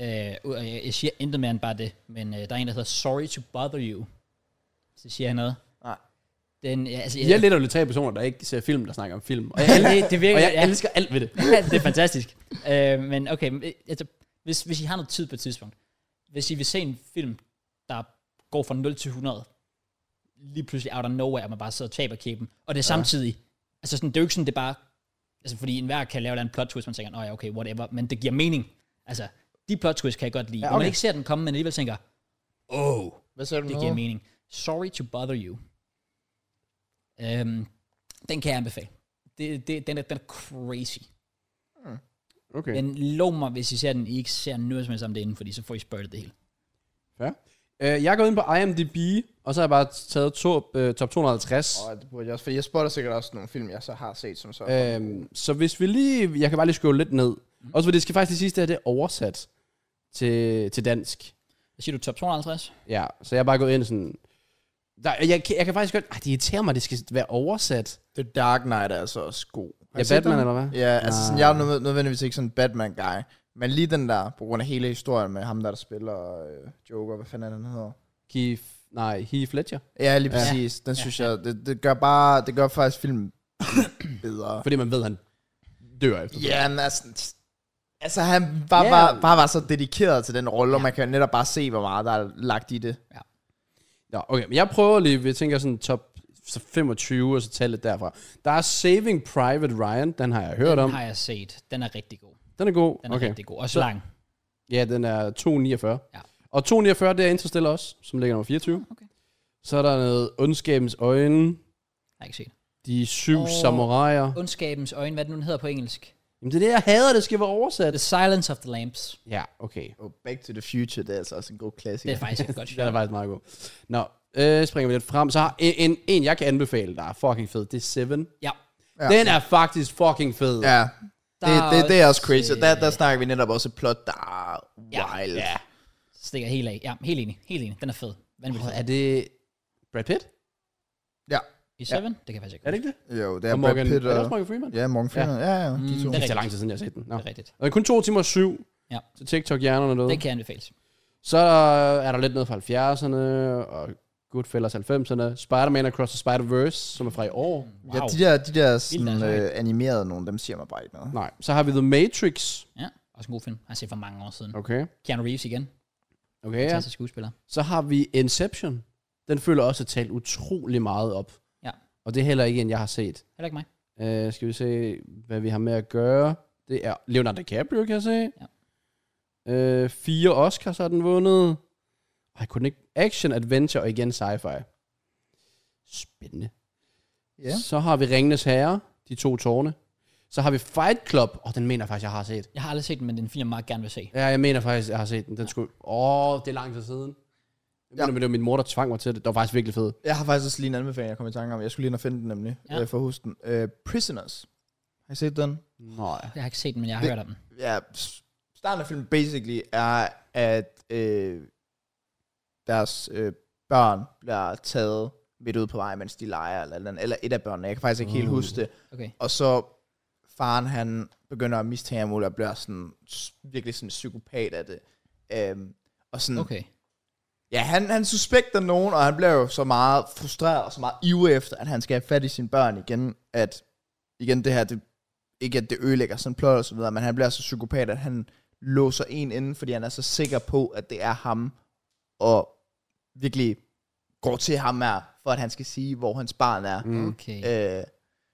A: Øh, og jeg jeg siger intet mere end bare det, men øh, der er en, der hedder Sorry to Bother You. Så siger jeg noget.
C: Nej.
A: Den, ja, altså, [laughs]
B: Jeg er lidt af de tre personer, der ikke ser film, der snakker om film. Og jeg,
A: ja, det, det virker,
B: og jeg
A: ja,
B: elsker alt ved det.
A: [laughs] det er fantastisk. øh, men okay, men, øh, altså, hvis, hvis I har noget tid på et tidspunkt, hvis I vil se en film, der går fra 0 til 100, lige pludselig out of nowhere, og man bare sidder og taber kæben, og det er samtidig, altså sådan, det er jo ikke sådan, det er bare, altså fordi enhver kan lave en eller anden plot twist, man tænker, nå ja, okay, whatever, men det giver mening. Altså, de plot twists kan jeg godt lide, ja, okay.
C: Ja,
A: hvor man
C: okay.
A: ikke ser den komme, men alligevel tænker, oh,
C: Hvad sagde du
A: det giver mening. Sorry to bother you. Øhm, den kan jeg anbefale. Det, det, den, er, den er crazy.
B: Okay.
A: Men lov mig, hvis I ser den, I ikke ser noget som helst om det inden, fordi så får I spørget det hele.
B: Ja. Øh, jeg er gået ind på IMDb, og så har jeg bare taget top, øh, top 250.
C: Åh, det burde jeg også, for jeg spotter sikkert også nogle film, jeg så har set, som så.
A: Øh,
B: Øhm, så hvis vi lige... Jeg kan bare lige skåle lidt ned.
A: Mhm.
B: Også fordi det skal faktisk lige sidste, at det er oversat til, til dansk.
A: Hvad siger du, top 250?
B: Ja, så jeg er bare gået ind sådan... Der, jeg, kan- jeg kan faktisk godt... Ej, det irriterer mig, at det skal være oversat.
C: The Dark Knight er altså også god. Har
B: Ja,
C: I set
B: Batman,
C: den?
B: eller hvad?
C: Ja, altså sådan,
B: Nej.
C: jeg er nød- nødvendigvis ikke sådan en Batman-guy. Men lige den der, på grund af hele historien med ham, der, der spiller øh, Joker, hvad fanden er den hedder?
B: Heath, nej, Heath Ledger.
C: Ja, lige
B: Ja.
C: præcis. Den synes jeg, det, det gør bare, det gør faktisk [coughs] filmen bedre.
B: Fordi man ved, han dør efter.
C: Ja, men altså, altså han bare,
B: Ja.
C: yeah. bare, bare var så dedikeret til den rolle, og man kan jo netop bare se, hvor meget der er lagt i det.
B: Nå, okay, men jeg prøver lige, vi tænker sådan top så 25, og så tage lidt derfra. Der er Saving Private Ryan, den har jeg hørt
A: Den
B: om.
A: har jeg set. Den er rigtig god.
B: Den er god.
A: Den er
B: okay.
A: rigtig god. Også lang.
B: Ja, den er 249.
A: Ja. Ah,
B: Og 249, det er Interstellar også, som ligger nummer 24.
A: Okay.
B: Så er der noget Ondskabens Øjne,
A: Har jeg ikke set.
B: De Syv
A: Åh.
B: oh. Samuraier.
A: Ondskabens øjne, hvad er det nu den hedder på engelsk?
B: Jamen det er det, jeg hader, det skal være oversat.
A: The Silence of the Lambs.
B: Ja, okay.
C: Og Back to the Future, det er altså også en god
A: Det
C: klassiker.
A: er faktisk et godt
B: [laughs] Den er
A: show.
B: faktisk meget god. Nå, øh, springer vi lidt frem. Så har en, en, en, jeg kan anbefale, der er fucking fed, det er Seven.
A: Ja.
C: Ja.
B: Den er faktisk fucking fed.
C: Ja, det,
A: Der
C: det, det er også crazy.
A: øh,
C: Der, der snakker vi netop også et plot, der er wild.
B: ja.
A: Stikker helt af. Ja, helt enig. Helt enig. Den er fed. Vanvittig
B: Og
A: fed.
B: er det Brad Pitt?
C: ja.
A: I Seven? Det kan jeg faktisk ikke.
B: Er det
A: huske.
B: ikke det?
C: Jo, det er
B: og
C: Brad
B: Morgan,
C: Pitt
B: Er det
C: og...
B: også Morgan Freeman?
C: Ja, Morgan Freeman. Ja, ja,
A: Mm,
C: de to.
A: det
B: Det
A: er
B: er
A: rigtigt.
B: lang tid siden, jeg har set den. Nå.
A: Det er rigtigt.
B: Og det er kun to timer og syv.
A: Ja.
B: Så TikTok-hjernerne
A: Den
B: noget.
A: kan anbefales.
B: Så er der, er der lidt noget fra 70'erne, og Goodfellas 90'erne, Spider-Man Across the Spider-Verse, som er fra i år.
A: Wow.
C: Ja, de der, de der sådan,
A: altså,
C: øh, animerede nogle, dem siger mig bare ikke noget.
B: Nej, så har vi The Matrix.
A: Ja, også en god film. Har jeg set for mange år siden.
B: Okay.
A: Keanu Reeves igen.
B: Okay, ja.
A: Fantastisk skuespiller.
B: Så har vi Inception. Den føler også at talt utrolig meget op.
A: Ja.
B: Og det er heller ikke en, jeg har set.
A: Heller ikke mig.
B: Uh, skal vi se, hvad vi har med at gøre. Det er Leonardo DiCaprio, kan jeg se. Ja. Uh, fire Oscars har den vundet. Ej, kunne den ikke... Action, adventure og igen sci-fi. Spændende.
C: Ja.
B: Så har vi Ringnes Herre, de to tårne. Så har vi Fight Club. Åh, oh, den mener jeg faktisk, jeg har set.
A: Jeg har aldrig set den, men den film, jeg meget gerne vil se.
B: Ja, jeg mener faktisk, jeg har set den. Den skulle... Åh, oh, det er lang tid siden. Jeg
C: Ja.
B: mener, men det var min mor, der tvang mig til det. Det var faktisk virkelig fedt.
C: Jeg har faktisk også lige en anbefaling, jeg kom i tanke om. Jeg skulle lige ind og finde den nemlig,
A: Ja.
C: ja. øh, for at huske den. Øh, Prisoners. Har I set den?
B: Nej.
A: Jeg har ikke set den, men jeg har
C: Det-
A: hørt om den.
C: Ja, s- starten af filmen basically er, at øh, deres øh, børn bliver taget midt ud på vejen, mens de leger, eller, et eller, andet. eller et af børnene. Jeg kan faktisk ikke helt
B: Uh.
C: huske det.
A: Okay.
C: Og så faren, han begynder at mistænke ham, og bliver sådan, s- virkelig sådan en psykopat af det. Øhm, og sådan,
A: Okay.
C: Ja, han, han suspekter nogen, og han bliver jo så meget frustreret og så meget ivrig efter, at han skal have fat i sine børn igen, at igen det her, det, ikke at det ødelægger sådan plot og så videre, men han bliver så psykopat, at han låser en inden, fordi han er så sikker på, at det er ham, og virkelig går til ham her, for at han skal sige, hvor hans barn er. Mm.
A: Okay.
C: Øh,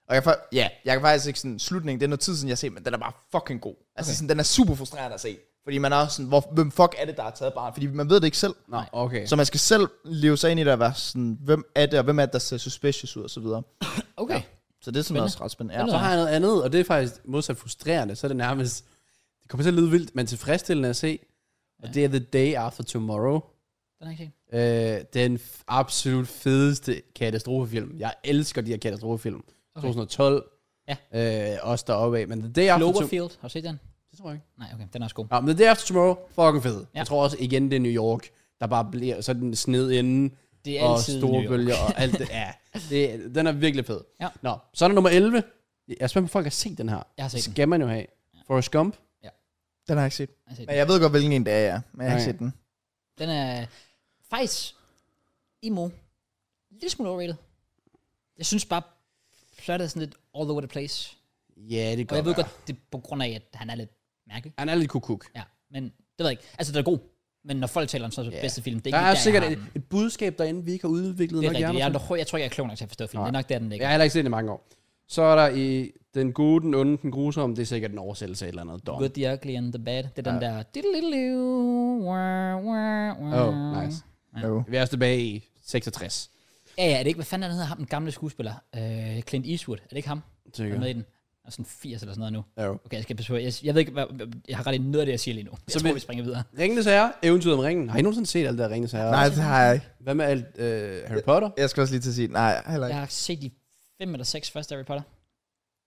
C: og jeg, fa- ja, jeg kan faktisk ikke sådan, slutningen, det er noget tid siden, jeg har set, men den er bare fucking god. Altså
A: Okay.
C: okay. sådan, den er super frustrerende at se. Fordi man er også sådan, hvor, hvem fuck er det, der har taget barnet? Fordi man ved det ikke selv.
B: Nå, okay.
C: Så man skal selv leve sig ind i det og være sådan, hvem er det, og hvem er det, der ser suspicious ud, og så videre.
A: Okay.
C: Så det er sådan også ret spændende.
B: Så
C: Ja.
B: har jeg noget andet, og det er faktisk modsat frustrerende. Så er det nærmest... Det kommer til at lyde vildt, men tilfredsstillende at se. Og det er The Day After Tomorrow.
A: Den har jeg ikke set.
B: Øh, den f- absolut fedeste katastrofefilm. Jeg elsker de her katastrofefilm. Okay. 2012. Ja. Øh, også deroppe af. Men The Day After Tomorrow...
A: Cloverfield, har du set den?
B: Det tror jeg ikke.
A: Nej, okay, den er også god.
B: Ja, men The Day After Tomorrow, fucking fed. Ja.
A: Ja.
B: Jeg tror også igen, det er New York, der bare bliver sådan sned inden.
A: Det er
B: og
A: altid New
B: store
A: York.
B: bølger og
A: [laughs]
B: alt det. Ja, det, den er virkelig fed.
A: Ja.
B: Nå, så er der nummer 11. Jeg er spændt på, om folk har set den her.
A: Jeg har set den.
B: Skal man jo have. Forrest Gump.
C: Den har jeg ikke set.
A: Jeg har set
C: Men
A: den.
C: jeg ved godt, hvilken en det er, ja. Men jeg har ikke
B: Nej.
C: set den.
A: den er faktisk imo. Lidt smule overrated. Jeg synes bare, plottet er sådan lidt all over the place.
B: Ja, det
A: Og
B: gør
A: jeg ved godt, det er på grund af, at han er lidt mærkelig.
B: Han er lidt kukuk.
A: Ja, men det ved jeg ikke. Altså, det er god. Men når folk taler om så er det
B: Ja.
A: bedste film, det er
B: Der
A: ikke
B: er
A: der,
B: sikkert
A: jeg,
B: et,
A: har den.
B: et budskab derinde, vi ikke har udviklet
A: det er
B: nok
A: rigtigt. Jeg,
B: hjerner til.
A: jeg, jeg tror ikke, jeg er klog nok til at forstå filmen. Det er nok der, den ligger.
B: Jeg har heller ikke set det i mange år. Så er der i Den gode, den onde, den grusomme. Det er sikkert en oversættelse af et eller andet. Dom.
A: Good, the ugly and the bad. Det er den
B: Ja.
A: der... Oh,
B: Oh, nice.
C: Jo.
B: Vi er også tilbage i 66.
A: Ja, ja, er det ikke, hvad fanden er det, han hedder ham, den gamle skuespiller? Øh, Clint Eastwood, er det ikke ham, der er med i den? Han er sådan 80 eller sådan noget nu.
B: Jo.
A: Okay, jeg skal passe på. Jeg, jeg ved ikke, hvad, jeg har ret i noget af det, jeg siger lige nu. Jeg
B: Så
A: så tror,
B: men-
A: vi springer videre.
B: Ringenes Herre, eventyret om ringen. Har I nogensinde set alt det der Ringenes Herre?
C: Nej, det har jeg ikke.
B: Hvad med alt øh, Harry Potter?
C: Jeg skal også lige til at sige, nej, heller
A: Jeg
C: ikke.
A: har set de fem eller seks første Harry Potter.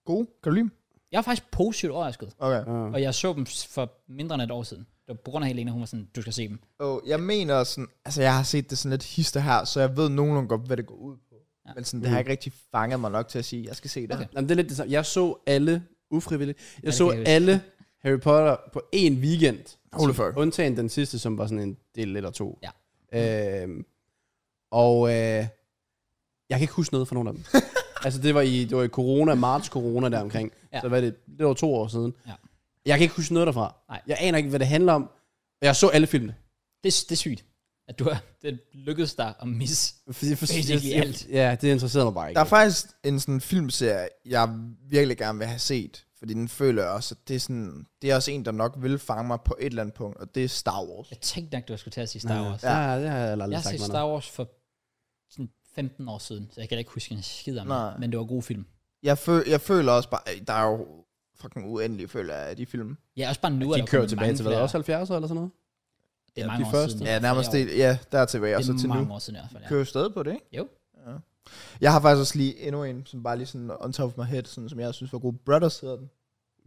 C: God. Kan du lide dem?
A: Jeg var faktisk positivt overrasket,
C: Okay.
B: Uh.
A: og jeg så dem for mindre end et år siden. Det var på grund af Helena, hun var sådan, du skal se dem.
C: Og jeg mener sådan, altså jeg har set det sådan lidt hister her, så jeg ved nogenlunde godt, hvad det går ud på.
A: Ja.
C: Men sådan, det har ikke rigtig fanget mig nok til at sige, jeg skal se det
A: Okay.
C: her.
B: Jamen, det er lidt det samme. Jeg så alle, ufrivilligt, jeg
A: det
B: så
A: kan jeg huske.
B: alle Harry Potter på én weekend.
C: Holy fuck.
B: Undtagen den sidste, som var sådan en del eller to.
A: Ja.
B: Øhm, og øh, jeg kan ikke huske noget fra nogen
C: [laughs]
B: af dem. altså, det var i, det var i corona, marts corona der omkring.
A: Ja.
B: Ja. Så var det lidt over to år siden.
A: Ja.
B: Jeg kan ikke huske noget derfra.
A: Nej.
B: Jeg aner ikke, hvad det handler om. Jeg så alle filmene.
A: Det, er- det er sygt, at du har, det lykkedes dig at misse.
B: Fordi- for-
A: Basically
B: jeg-
A: alt.
B: Ja, det interesserede mig bare ikke.
C: Der er faktisk en sådan filmserie, jeg virkelig gerne vil have set, fordi den føler jeg også, at det er, sådan, det er også en, der nok vil fange mig på et eller andet punkt, og det er Star Wars.
A: Jeg tænkte nok, du skulle til at sige Star Wars.
B: Ja, det har jeg aldrig
A: Jeg har
B: sagt
A: set
B: mig noget.
A: Star Wars for sådan 15 år siden, så jeg kan da ikke huske en skid om
C: Nej.
A: det, men det var gode film.
C: Jeg, føl, jeg føler også bare, øh, der er jo fucking uendelige føler jeg af de film.
A: Ja, også bare nu er
B: De
A: der
B: kører
A: kommet
B: tilbage
A: mange
B: til hvad,
A: flere.
B: også 70'er eller sådan noget?
A: Det er
B: Ja,
A: mange
B: de
A: år
B: første.
A: siden.
C: Ja, nærmest
A: Flere år.
C: det, ja, der er tilbage, og så
A: det er
C: til
A: mange
C: nu.
A: år siden i hvert fald, ja.
C: Kører jo stadig på det, ikke?
A: Jo.
C: Ja. Jeg har faktisk også lige endnu en, som bare lige sådan on top of my head, sådan, som jeg synes var god. Brothers hedder den.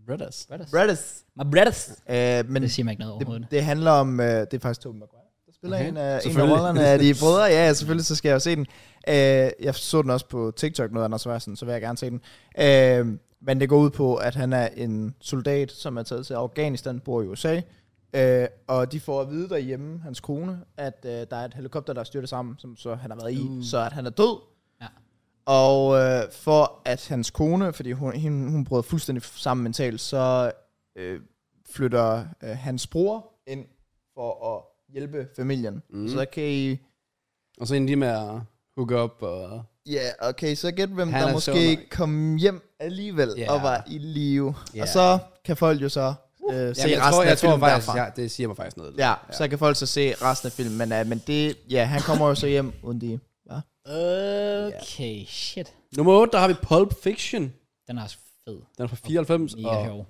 B: Brothers.
A: Brothers.
C: Brothers.
A: My brothers.
C: Øh, men
A: Det siger man ikke noget overhovedet.
C: det, det, handler om, øh, det er faktisk Tobey Maguire. Der spiller
B: Okay,
C: okay. en, af, en af
B: selvfølgelig.
C: rollerne af de brødre. Ja, ja, selvfølgelig, så skal jeg jo se den. Øh, jeg så den også på TikTok, noget Anders Værsen, så vil jeg gerne se den. Øh, men det går ud på, at han er en soldat, som er taget til Afghanistan, bor i USA. Øh, og de får at vide derhjemme, hans kone, at øh, der er et helikopter, der er styrtet sammen, som så han har været i,
B: Uh.
C: så at han er død.
A: Ja.
C: Og øh, for at hans kone, fordi hun, hende, hun brød fuldstændig sammen mentalt, så øh, flytter øh, hans bror ind for at hjælpe familien.
B: Mm.
C: Mm. Så kan I...
B: Og så endte de med at hook up og...
C: Ja, yeah, okay, så gæt hvem,
B: Han er
C: der
B: så
C: måske
B: nok.
C: kom hjem alligevel
B: Ja.
C: yeah. og var i live.
B: Ja. Uh.
C: Yeah. Og så kan folk jo så øh, se
B: Jamen, jeg
C: resten
B: tror,
C: af
B: jeg tror
C: filmen
B: faktisk,
C: derfra.
B: ja, det siger mig faktisk noget.
C: Ja, ja, så kan folk så se resten af filmen. Men, uh, men det, ja, han kommer jo så hjem uden de... Hva?
A: Okay, shit.
B: Nummer 8, der har vi Pulp Fiction.
A: Den er også fed.
B: Den er fra 94,
A: Mega
B: og
A: sjov.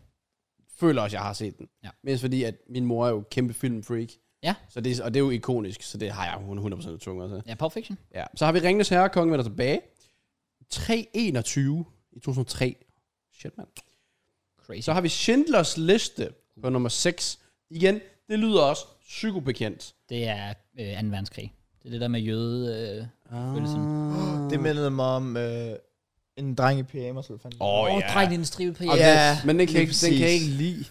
B: føler også, jeg har set den.
A: Ja.
B: Mest fordi, at min mor er jo kæmpe filmfreak.
A: Ja.
B: Så det, er- og det er jo ikonisk, så det har jeg hun 100% tunge også.
A: Ja, Pulp Fiction.
B: Ja. Så har vi Ringnes Herre, Kongen vender tilbage. 321 i 2003. Shit, mand.
A: Crazy.
B: Så har vi Schindlers Liste på nummer 6. Igen, det lyder også psykobekendt.
A: Det er øh, 2. verdenskrig. Det er det der med jøde... Øh, følelsen.
C: Det mindede mig om øh, en dreng i pyjamas, eller hvad fanden.
B: Åh,
A: Åh,
B: ja.
A: drengen i den stribe på
B: Og
A: jer.
C: Ja,
B: den- men den kan,
C: lige
B: ikke, den kan jeg
C: præcis.
B: ikke lide.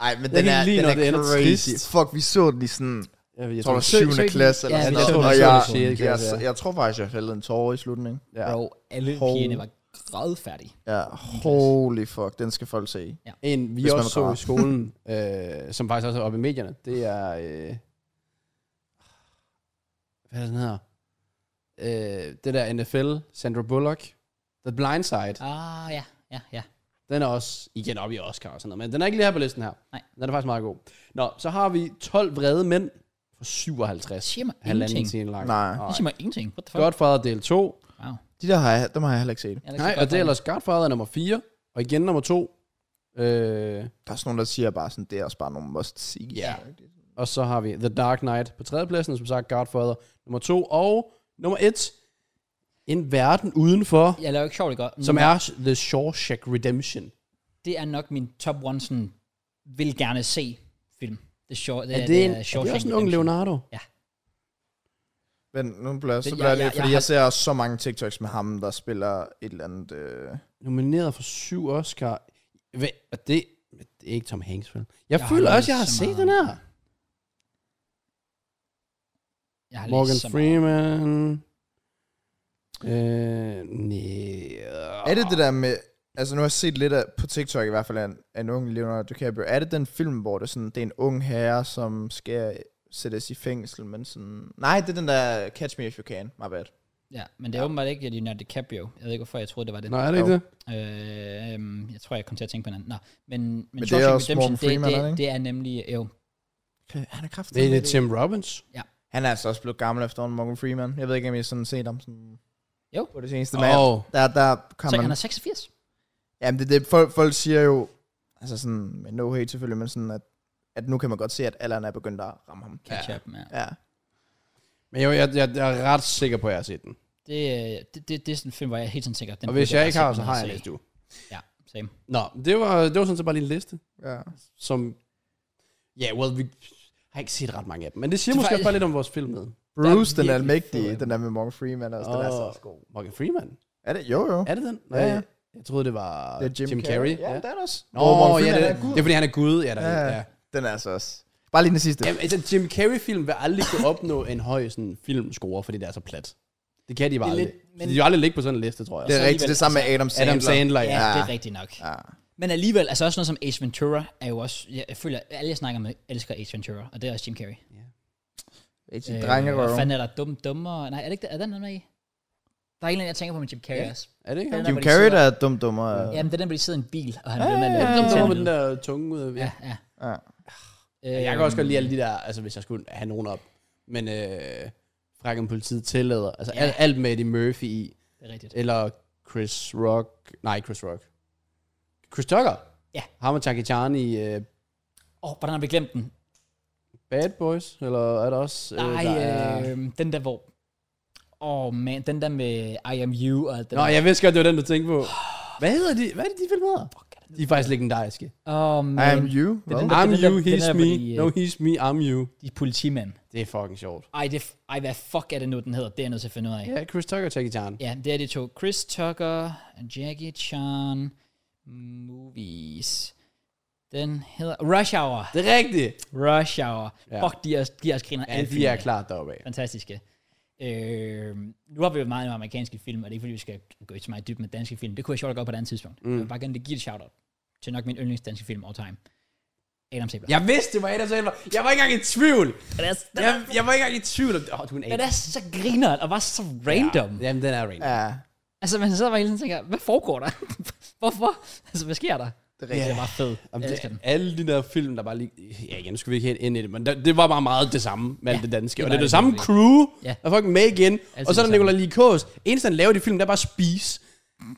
C: Ej, men
B: Jeg
C: den
B: kan
C: er,
B: lide,
C: den
B: når
C: er
B: det ender
C: crazy.
B: trist.
C: Fuck, vi så den i sådan,
B: Jeg, jeg
C: tror du,
A: Søg- søg
C: 7.
A: den.
C: klasse eller
A: Ja,
C: sådan
A: vi så
C: noget.
A: den
C: Og
A: i
C: jeg,
B: syvende
C: jeg,
B: klasse, ja.
C: jeg, jeg tror faktisk, jeg fældede en tårer i slutningen.
B: Ja.
A: Bro, alle
C: Hov.
A: pigerne var grædfærdige.
C: Ja, holy fuck, den skal folk se.
B: En, vi
C: Hvis man
B: også så
C: græder.
B: i
C: [laughs]
B: skolen, øh, som faktisk også er oppe i medierne, det er... Øh, hvad er den her? Øh, det der NFL, Sandra Bullock, The Blind Side.
A: Ah, ja, ja, ja.
B: Den er også igen oppe i Oscar og sådan noget, men den er ikke lige her på listen her.
A: Nej.
B: Den er faktisk meget god. Nå, så har vi 12 vrede mænd fra 57.
A: Det siger mig
B: Halvanden
A: ingenting.
B: time lang.
C: Nej.
A: Det siger mig ingenting. What the fuck?
B: Godfather del 2.
A: Wow.
C: De der har jeg, dem har jeg heller ikke set.
A: Jeg er ikke så
B: Nej,
A: godt
B: og det er
A: dreng.
B: ellers Godfather nummer 4, og igen nummer 2. Øh,
C: Der er sådan nogen, der siger bare sådan, det er også bare nogle must see.
B: Ja. og så har vi The Dark Knight på tredjepladsen, og som sagt Godfather nummer 2, og nummer 1, En verden udenfor,
A: Jeg laver ikke sjovt, det godt.
B: som er The Shawshank Redemption.
A: Det er nok min top one, sådan, vil gerne se film. Det er, short, det
B: Er det, en,
A: er,
B: er det
A: Shawshank
B: også en ung
A: Redemption.
B: Leonardo?
C: Men nu bliver jeg så
A: Det-
C: bliver
A: jeg-
C: jeg, lidt,
A: jeg-
C: fordi
A: jeg
C: jeg ser også så mange TikToks med ham, der spiller et eller andet... Øh,
B: nomineret for syv Oscar. Hvad, og det, det er ikke Tom Hanks, vel? Jeg, jeg
A: Jeg
B: føler
A: har
B: også, jeg har
A: læst så
B: set
A: meget
B: den
A: om
B: her.
A: det. Jeg har læst
B: Morgan
A: så meget.
B: Freeman. Øh, nej.
C: er det det der med... Altså nu har jeg set lidt af, på TikTok i hvert fald af en, af en ung Leonardo DiCaprio. Er det den film, hvor det, er sådan, det er en ung herre, som skal sættes i fængsel, men sådan... Nej, det er den der Catch Me If You Can, my bad.
A: Ja, men det er åbenbart ikke Leonardo DiCaprio. Jeg ved ikke, hvorfor jeg troede, det var det.
B: Nej, er det ikke det?
A: Øh, øhm, jeg tror, jeg kom til at tænke på en anden. Nå, men, men, men
C: det er
A: Shawshank
C: også
A: Redemption,
C: Morgan
A: det,
C: Freeman, er det
A: det,
C: ikke?
A: det, er nemlig, jo,
C: Okay, han er kraftig.
B: Det er Tim Robbins.
C: Han er altså også blevet gammel efterhånden, Morgan Freeman. Jeg ved ikke, om I har sådan set ham sådan...
A: Jo.
C: På det seneste,
B: Åh,
C: men oh. der, der kan
A: så
C: man...
A: han er 86.
C: Jamen, det, er det folk, folk siger jo, altså sådan, med no hate selvfølgelig, men sådan, at, at nu kan man godt se, at alderen er begyndt at ramme ham.
A: Catch up, man.
C: Ja.
B: men jo, jeg, jeg, jeg, er ret sikker på, at jeg har set den.
A: Det, øh, det, det, det, er sådan en film, hvor jeg er helt sådan sikker. Den
B: Og
A: burde
B: hvis jeg ikke har,
A: bare
B: så
A: sætte
B: har
A: mig
B: jeg
A: ned og
B: næste uge.
A: se. Ja, same.
B: Nå, det var, det var sådan set bare lige en liste,
C: ja.
B: som... Ja, yeah, well, vi har ikke set ret mange af dem. Men det siger
A: Det er
B: måske
A: faktisk-
B: bare lidt om vores film med.
C: Bruce, den
B: virkelig
C: er
B: fed,
C: mægtig,
B: mand.
C: den der med Morgan Freeman også, oh. den er så også god.
B: Morgan Freeman.
C: Er det? Jo, jo.
B: Er det den?
C: Ja, ja.
B: Jeg troede, det var
C: Det er Jim, Jim Carrey. Ja, det er det også.
B: Nå,
C: Hvor Morgan
B: ja,
C: Freeman
B: det,
C: er Gud.
B: det er fordi, han er gud. Ja, der,
C: Ja,
B: ja.
C: ja.
B: ja.
C: Den er altså også. Bare lige den sidste.
B: Jamen, altså, Jim Carrey-film vil aldrig kunne opnå en høj sådan, filmscore, fordi det er så plat. Det kan de bare
A: Det er
B: aldrig.
A: lidt-
B: men...
A: men-
B: De vil aldrig ligge på sådan en liste, tror jeg.
C: det
A: så
C: er rigtigt,
A: alligevel,
C: det samme med Adam Sandler.
B: Adam Sandler,
A: Ja,
B: ja.
A: ja,
C: Ja.
A: det er rigtigt nok.
C: Ja.
A: Men alligevel, altså også noget som Ace Ventura er jo også, jeg, jeg føler, alle jeg snakker med elsker Ace Ventura, og det er også Jim Carrey. Øh,
C: Rigtig drengerøv.
A: hvad fanden er der dumme dummere? Nej, er det ikke det? Er den der med i? Der er en eller anden, jeg tænker på med Jim Carrey
B: Ja.
A: også.
B: Er det ikke
A: Den
B: ham?
A: er-
B: Jim
C: Jim
A: hvor de
C: Carrey, der
A: sidder-
C: er dum dummer.
A: Ja, men det er den, hvor de sidder i en bil, og han
C: Ja,
A: bliver med at
B: Carrey,
A: lave
B: der
A: tænder
B: var med
A: ud.
B: den der tunge ud. Ja.
A: Ja, ja.
C: Ja.
A: Øh,
B: Jeg kan også godt lide alle de der, altså hvis jeg skulle have nogen op. Men øh, frakken politiet tillader. Altså
A: Ja.
B: alt, alt med Eddie Murphy i.
A: Det er rigtigt.
B: Eller Chris Rock. Nej, Chris Rock. Chris Tucker.
A: Ja.
B: Ham og Jackie Chan i øh,
A: Åh, oh, hvordan har vi glemt den?
B: Bad Boys. Eller er der også...
A: Øh, Nej,
B: der
A: øh, den der hvor... Åh, oh, man, den der med I Am You og alt det
B: Nå,
A: der.
B: jeg vidste godt, det var den, du tænkte på. Hvad hedder de? Hvad er det, de film hedder?
A: Fuck, er det-
B: De er faktisk legendariske.
A: Åh, oh,
C: I
A: man.
C: am you.
A: er den
C: Hvad?
A: der-
B: I'm
A: der-
B: you,
A: den
B: he's
A: der,
B: me.
A: hvor de, øh,
B: No, he's me, I'm you.
A: De er politimænd.
B: Det er fucking sjovt.
A: Ej, det, f- ej, hvad fuck er det nu, den hedder? Det er jeg nødt til at finde ud af.
B: Ja, Chris Tucker tager gitaren.
A: Ja, det er de to. Chris Tucker, Jackie Chan, movies. Den hedder... Rush Hour.
B: Det er rigtigt.
A: Rush Hour.
B: Ja.
A: Fuck, de er, de er også griner
B: Ja,
A: alle
B: de
A: filmene.
B: er klart deroppe af.
A: fantastiske. Øh, nu har vi jo meget med amerikanske film, og det er ikke fordi, vi skal gå i så meget dybt med danske film. Det kunne jeg sjovt gøre på et andet tidspunkt. Mm. Jeg vil bare gerne lige give et shout-out til nok min yndlingsdanske film all time. Adam Sabler.
B: Jeg vidste, det var Adam Sandler. Jeg var ikke engang i tvivl.
A: Den er, den, er,
B: Jeg, jeg var ikke engang i tvivl. om- Åh, oh, du er en
A: den
B: Adam.
A: er så grineren, og bare så random. Ja.
B: Jamen, den er random.
C: Ja,
A: Altså, man sidder bare hele tiden og tænker, hvad foregår der? [laughs] Hvorfor? Altså, hvad sker der?
C: det er rigtigt.
A: Det er bare fedt. Jeg
B: Jamen, det,
A: elsker den.
B: alle de der film, der bare lige... Ja, igen, nu skal vi ikke helt ind i det, men der, det var bare meget det samme med alt
A: Ja,
B: det danske.
A: det
B: Og
A: var
B: det er det
A: det
B: samme
A: virkelig.
B: crew,
A: Ja.
B: ja. der er fucking med igen. og så er
A: det
B: der Nicolai Likos. Eneste, han laver i de film, der er bare spise.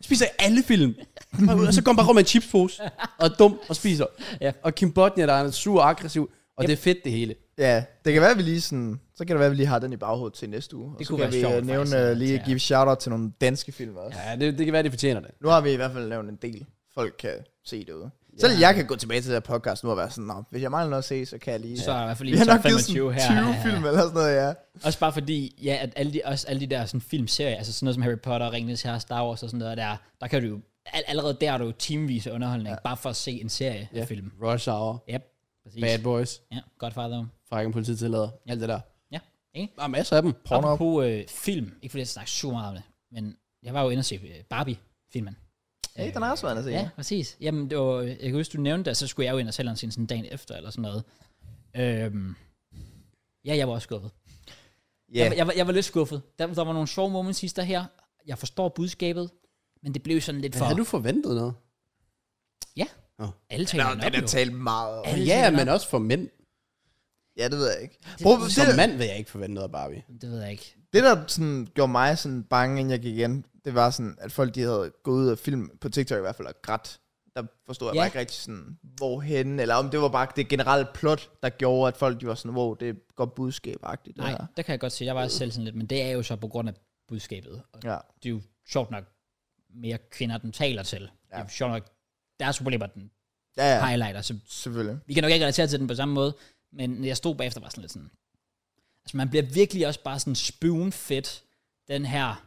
B: Spiser i alle film. Bare ud, og så går han bare rundt med en chipspose, og er dum og spiser.
A: Ja.
B: Ja. Og Kim Bodnia, der er sur og aggressiv, og det er fedt det hele.
C: Ja, det kan være, at vi lige sådan... Så kan det være, at vi lige har den i baghovedet til næste uge. og
A: Det
C: så
A: kunne være
C: kan vi
A: sjovt,
C: øh, nævne,
A: faktisk,
C: øh,
A: at
C: lige
A: tage-
C: give shout-out til nogle danske film også.
B: Ja, det, det kan være, det fortjener det.
C: Nu har vi i hvert fald lavet en del, folk kan se det ude. Selv jeg kan gå tilbage til det her podcast nu og være sådan, Nå, hvis jeg mangler noget at se, så kan jeg lige...
A: Så er der i hvert fald
C: vi
A: lige
C: har
A: top
C: nok givet sådan
A: 25 her.
C: 20 film eller sådan noget, ja.
A: Også bare fordi, ja, at alle de, også alle de der sådan, filmserier, altså sådan noget som Harry Potter, Ringenes Herre, Star Wars og sådan noget der, der kan du jo, al- allerede der er du jo timevis af underholdning, ja. bare for at se en serie ja. af film.
B: Rush Hour,
A: Ja, præcis.
B: Bad Boys,
A: Ja, Godfather.
B: Frækken Politiet tillader, alt det der.
A: Ja, enig.
B: Der er masser af dem.
C: Porno.
A: Apropos øh, film, ikke fordi jeg snakker super meget om det, men jeg var jo inde og se øh, Barbie-filmen. Øh,
C: Hey, den har også været inde at se.
A: Ja, præcis. Jamen, det var, øh, jeg kan huske, du nævnte det, så skulle jeg jo ind og sælge den sådan dagen efter, eller sådan noget. Øhm, ja, jeg var også skuffet.
C: Ja.
A: Jeg, var- jeg, var, jeg var lidt skuffet. Der, der var nogle sjove moments sidst der her. Jeg forstår budskabet, men det blev sådan lidt
B: Men
A: for...
B: altså, havde du forventet noget?
A: Alle
C: Nå,
A: taler den
C: den er
A: op, jo.
C: talt meget om.
A: Alle
B: Ja,
A: taler
B: men også for mænd.
C: Ja, det ved jeg ikke. Prøv, det,
B: Som mand vil jeg ikke forvente noget af Barbie.
A: Det ved jeg ikke.
C: det, der sådan gjorde mig sådan bange, inden jeg gik igen, det var sådan, at folk de havde gået ud og film på TikTok i hvert fald og grædt. Der forstod jeg
A: Ja.
C: bare ikke rigtig sådan, hvorhen, eller om det var bare det generelle plot, der gjorde, at folk de var sådan, wow, det er et godt budskab-agtigt. det
A: Nej,
C: her."
A: det kan jeg godt se. Jeg var også selv sådan lidt, men det er jo så på grund af budskabet. Og
C: Ja.
A: det er jo sjovt nok mere kvinder, den taler til. Det er jo sjovt nok deres problemer, den
C: Ja, ja,
A: highlighter. Så
C: selvfølgelig.
A: vi kan nok ikke relatere til den på samme måde, men jeg stod bagefter bare sådan lidt sådan, altså man bliver virkelig også bare sådan spoonfed, den her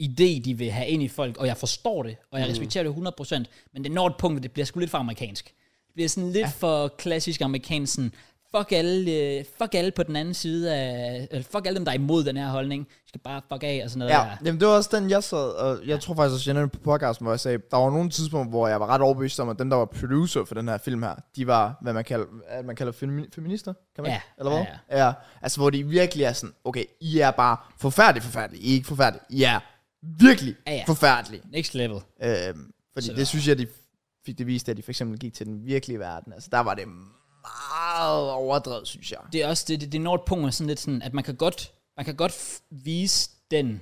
A: idé, de vil have ind i folk, og jeg forstår det, og
C: Mhm.
A: jeg respekterer det 100%, men det når et punkt, hvor det bliver sgu lidt for amerikansk. Det bliver sådan lidt ja. for klassisk amerikansk, sådan, fuck alle, øh, fuck alle på den anden side af, eller fuck alle dem, der er imod den her holdning, de skal bare fuck af, og sådan noget
C: Ja,
A: der.
C: jamen det var også den, jeg sad, og jeg tror faktisk også, jeg nævnte på podcasten, hvor jeg sagde, der var nogle tidspunkter, hvor jeg var ret overbevist om, at dem, der var producer for den her film her, de var, hvad man kalder, at man kalder femi- feminister, kan man
A: Ja,
C: ikke? Eller hvad?
A: ja,
C: ja. ja. Altså, hvor de virkelig er sådan, okay, I er bare forfærdelige, forfærdelige, I er ikke forfærdelige, I er virkelig
A: Ja,
C: ja,
A: ja.
C: ja. forfærdelige.
A: Next level.
C: Øhm, fordi
A: Så-
C: det synes jeg, de fik det vist, at de for eksempel gik til den virkelige verden. Altså, der var det meget overdrevet, synes jeg.
A: det er også det, det, det når et punkt, hvor sådan lidt sådan, at man kan godt, man kan godt f- vise den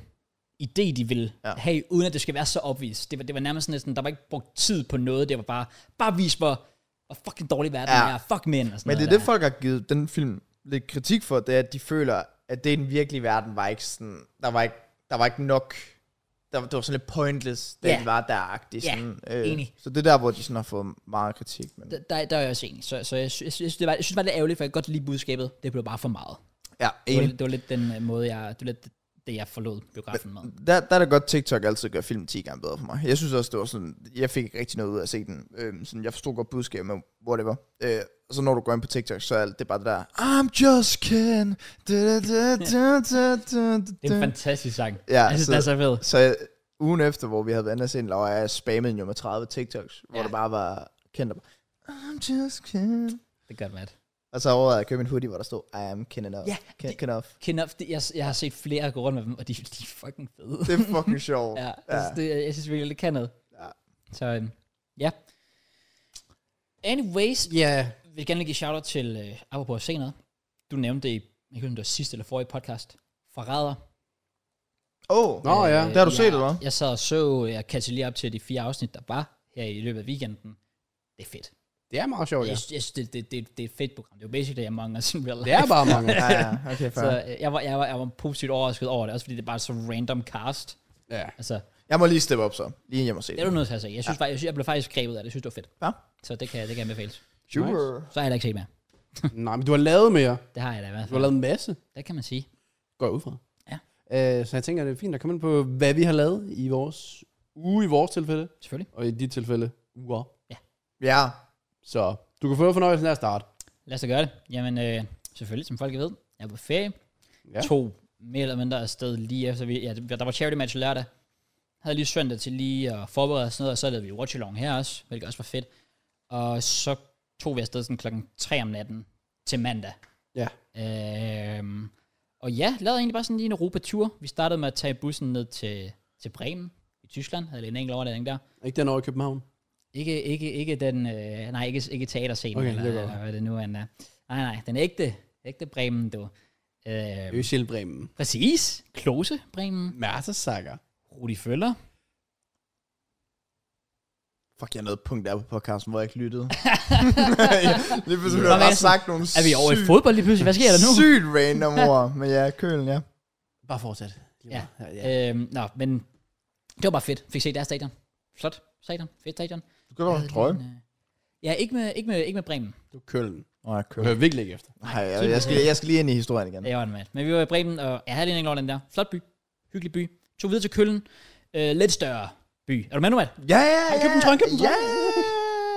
A: idé, de vil ja.
C: Ja.
A: have, uden at det skal være så opvist. Det var, det var nærmest sådan, lidt sådan, der var ikke brugt tid på noget, det var bare, bare vis, hvor, hvor fucking dårlig verden ja.
C: Ja.
A: er, fuck mænd og sådan
C: Men det
A: noget
C: er det,
A: der.
C: folk har givet den film lidt kritik for, det er, at de føler, at det i den virkelige verden var ikke sådan, der var ikke, der var ikke nok, der, det var sådan lidt pointless, det
A: Ja.
C: yeah. var der
A: Ja,
C: sådan, øh,
A: enig.
C: Så det er der, hvor de sådan har fået meget kritik. Men,
A: Der- der, der er jeg også enig. Så, så jeg, sy- jeg, synes, det var, jeg synes, det var lidt ærgerligt, for jeg kan godt lide budskabet. Det blev bare for meget.
C: ja,
A: Det var,
C: enig.
A: lidt- det var lidt den øh, måde, jeg, det var lidt det, jeg forlod biografen med.
C: Der, der er det godt, TikTok altid gør film 10 gange bedre for mig. Jeg synes også, det var sådan, jeg fik ikke rigtig noget ud af at se den. Øhm, sådan, jeg forstod godt budskabet, men hvor det var. Øh, og så når du går ind på TikTok, så er alt det bare det der, I'm just kidding. Da, da, da, da, da, da, da.
A: Det er en fantastisk sang.
C: Ja,
A: jeg synes,
C: så-
A: den er så fed.
C: Så jeg- ugen efter, hvor vi havde været inde og se en Laura, jeg spammede jo med 30 TikToks, hvor
A: Ja.
C: ja. det bare var kendt og bare, I'm just kidding.
A: Det gør det, Matt.
C: Og så overvejede jeg at købe en hoodie, hvor der stod, I am kidding off.
A: Ja,
C: Kin-
A: det-
C: kin off.
A: Kind of, det, jeg, jeg har set flere gå rundt med dem, og de, de er fucking fede. [laughs]
C: Det er fucking sjovt.
A: Ja,
C: ja.
A: jeg synes, det, jeg synes virkelig, det kan noget. Ja.
C: Ja.
A: Så øhm, ja. Anyways, jeg
B: Ja, yeah.
A: vil gerne lige give shout-out til, øh, apropos at se noget. Du nævnte det i, jeg kan det var sidste eller forrige podcast, Forræder. Øh,
C: Oh,
B: Nå ja.
C: det har du set, eller hvad?
A: Jeg sad og så, øh, jeg kastede lige op til de fire afsnit, der var her i løbet af weekenden. Det er fedt.
B: Det er meget sjovt,
A: Jeg,
B: ja.
A: synes- jeg synes, det, det, det, det er et fedt program. Det er jo basically [laughs] Among Us in real life.
B: Det er bare mange.
C: Ja, ja, okay, fair.
A: [laughs] Så øh, jeg var, jeg, var, jeg var positivt overrasket over det, også fordi det er bare så random cast.
B: ja.
A: Altså,
C: Jeg må lige steppe op så. Lige inden jeg må se
A: det er du
C: det.
A: nødt til at se. Jeg synes, ja. jeg, synes, jeg blev faktisk grebet af det. Jeg synes, det var fedt.
C: Ja.
A: Så det kan, det kan jeg anbefales.
C: Sure.
A: Så har jeg da ikke set mere.
B: Nej, men du har lavet mere.
A: Det har jeg da i hvert
B: Du har
A: fald.
B: lavet en masse.
A: Det kan man sige.
B: Går jeg ud fra.
A: Ja.
B: Øh, så jeg tænker, det er fint at komme ind på, hvad vi har lavet i vores uge i vores tilfælde,
A: Selvfølgelig.
B: og i dit tilfælde uger.
C: Ja.
B: Så du kan få fornøjelsen af at starte.
A: Lad os da gøre det. Jamen, øh, selvfølgelig, som folk ved, jeg var på ferie. Ja.
B: Ja.
A: To mere eller mindre afsted lige efter. Vi, ja, der var charity match lørdag. Havde lige søndag til lige at forberede og sådan noget, og så lavede vi watch along her også, hvilket også var fedt. Og så tog vi afsted sådan klokken 3 om natten til mandag.
B: Ja.
A: Øhm, og ja, lavede egentlig bare sådan lige en Europa-tur. Vi startede med at tage bussen ned til, til Bremen i Tyskland. Havde lidt en enkelt overnatning der.
B: Ikke den over i København.
A: Ikke, ikke, ikke den, øh, nej, ikke, ikke teaterscenen,
B: Okay,
A: okay, eller,
B: det er godt.
A: eller hvad det nu end er. Nej, nej, den ægte, ægte Bremen, du. Øh,
B: Øsel Bremen.
A: præcis, Klose Bremen,
B: Mærtesakker.
A: Rudi Føller.
C: Fuck, jeg nåede et punkt der på podcasten, hvor jeg ikke
A: [laughs]
C: lyttede. [laughs] Lige pludselig
A: Nå,
C: blev der
A: men
C: bare
A: sådan-
C: sagt nogle
A: Er vi over i
C: sygt-
A: fodbold lige pludselig? Hvad sker der nu?
C: Sygt random ord. Men ja, kølen, ja.
B: Bare fortsæt.
A: Ja.
B: ja.
A: Øhm, nå, men det var bare fedt. Fik set deres stadion. Flot stadion. Fedt stadion.
C: Du kan godt have en trøje.
A: Men, øh, Ja, ikke med, ikke med, ikke med Bremen.
B: Du er Køllen.
C: Nej,
B: Du
C: kølen.
B: hører virkelig ikke efter.
C: Nej, jeg, jeg, skal, jeg skal lige ind i historien igen.
A: Jeg var en mand. Men vi var i Bremen, og jeg havde lige en den der. Flot by. Hyggelig by. Tog videre til Køln. Øh, lidt større by. Er du med nu, mand?
C: Ja, ja, ja.
B: Han købte en trøje, han købte en
C: Ja,
B: trøje.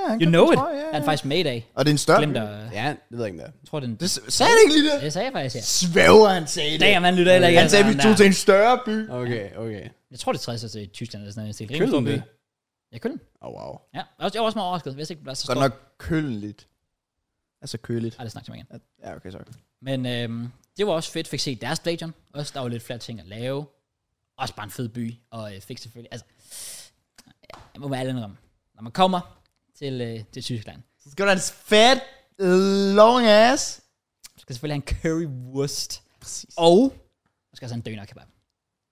C: han
A: You
C: købte
A: know
C: en
A: it.
C: trøje, ja,
A: Han er
C: ja.
A: faktisk med i dag.
C: Og det er en større
A: Glemt
C: by.
A: at...
B: Ja, det ved jeg ikke, der.
A: Jeg tror, den...
C: Det s- sagde han ikke lige det?
A: Det sagde jeg faktisk, ja.
C: Svæver han sagde det.
A: Damn, altså man lytter heller ikke.
C: Han sagde, vi
A: efter
C: tog
A: den
C: til en større by.
B: Okay, okay.
A: der. Jeg tror, det er 60 til Tyskland eller sådan noget. i den stil. Rimelig
B: Køllen
A: stor
B: det.
A: by. Ja, Køln.
B: Oh, wow.
A: Ja, jeg var- jeg var også meget overrasket. Jeg vidste ikke, det var så stort.
C: Godt nok kølenligt. Altså køligt.
A: Ej, det snakker jeg ikke om igen.
C: Ja, okay, sorry.
A: Men øhm, det var også fedt. Fik set deres stadion. Også der var lidt flere ting at lave. Også bare en fed by. Og øh, fik selvfølgelig... Altså, jeg må være ærlig om. Når man kommer til, øh, til Tyskland,
C: Så skal du have en fat, long ass.
A: så skal jeg selvfølgelig have en currywurst.
C: Præcis.
A: Og man skal også have en døner kebab.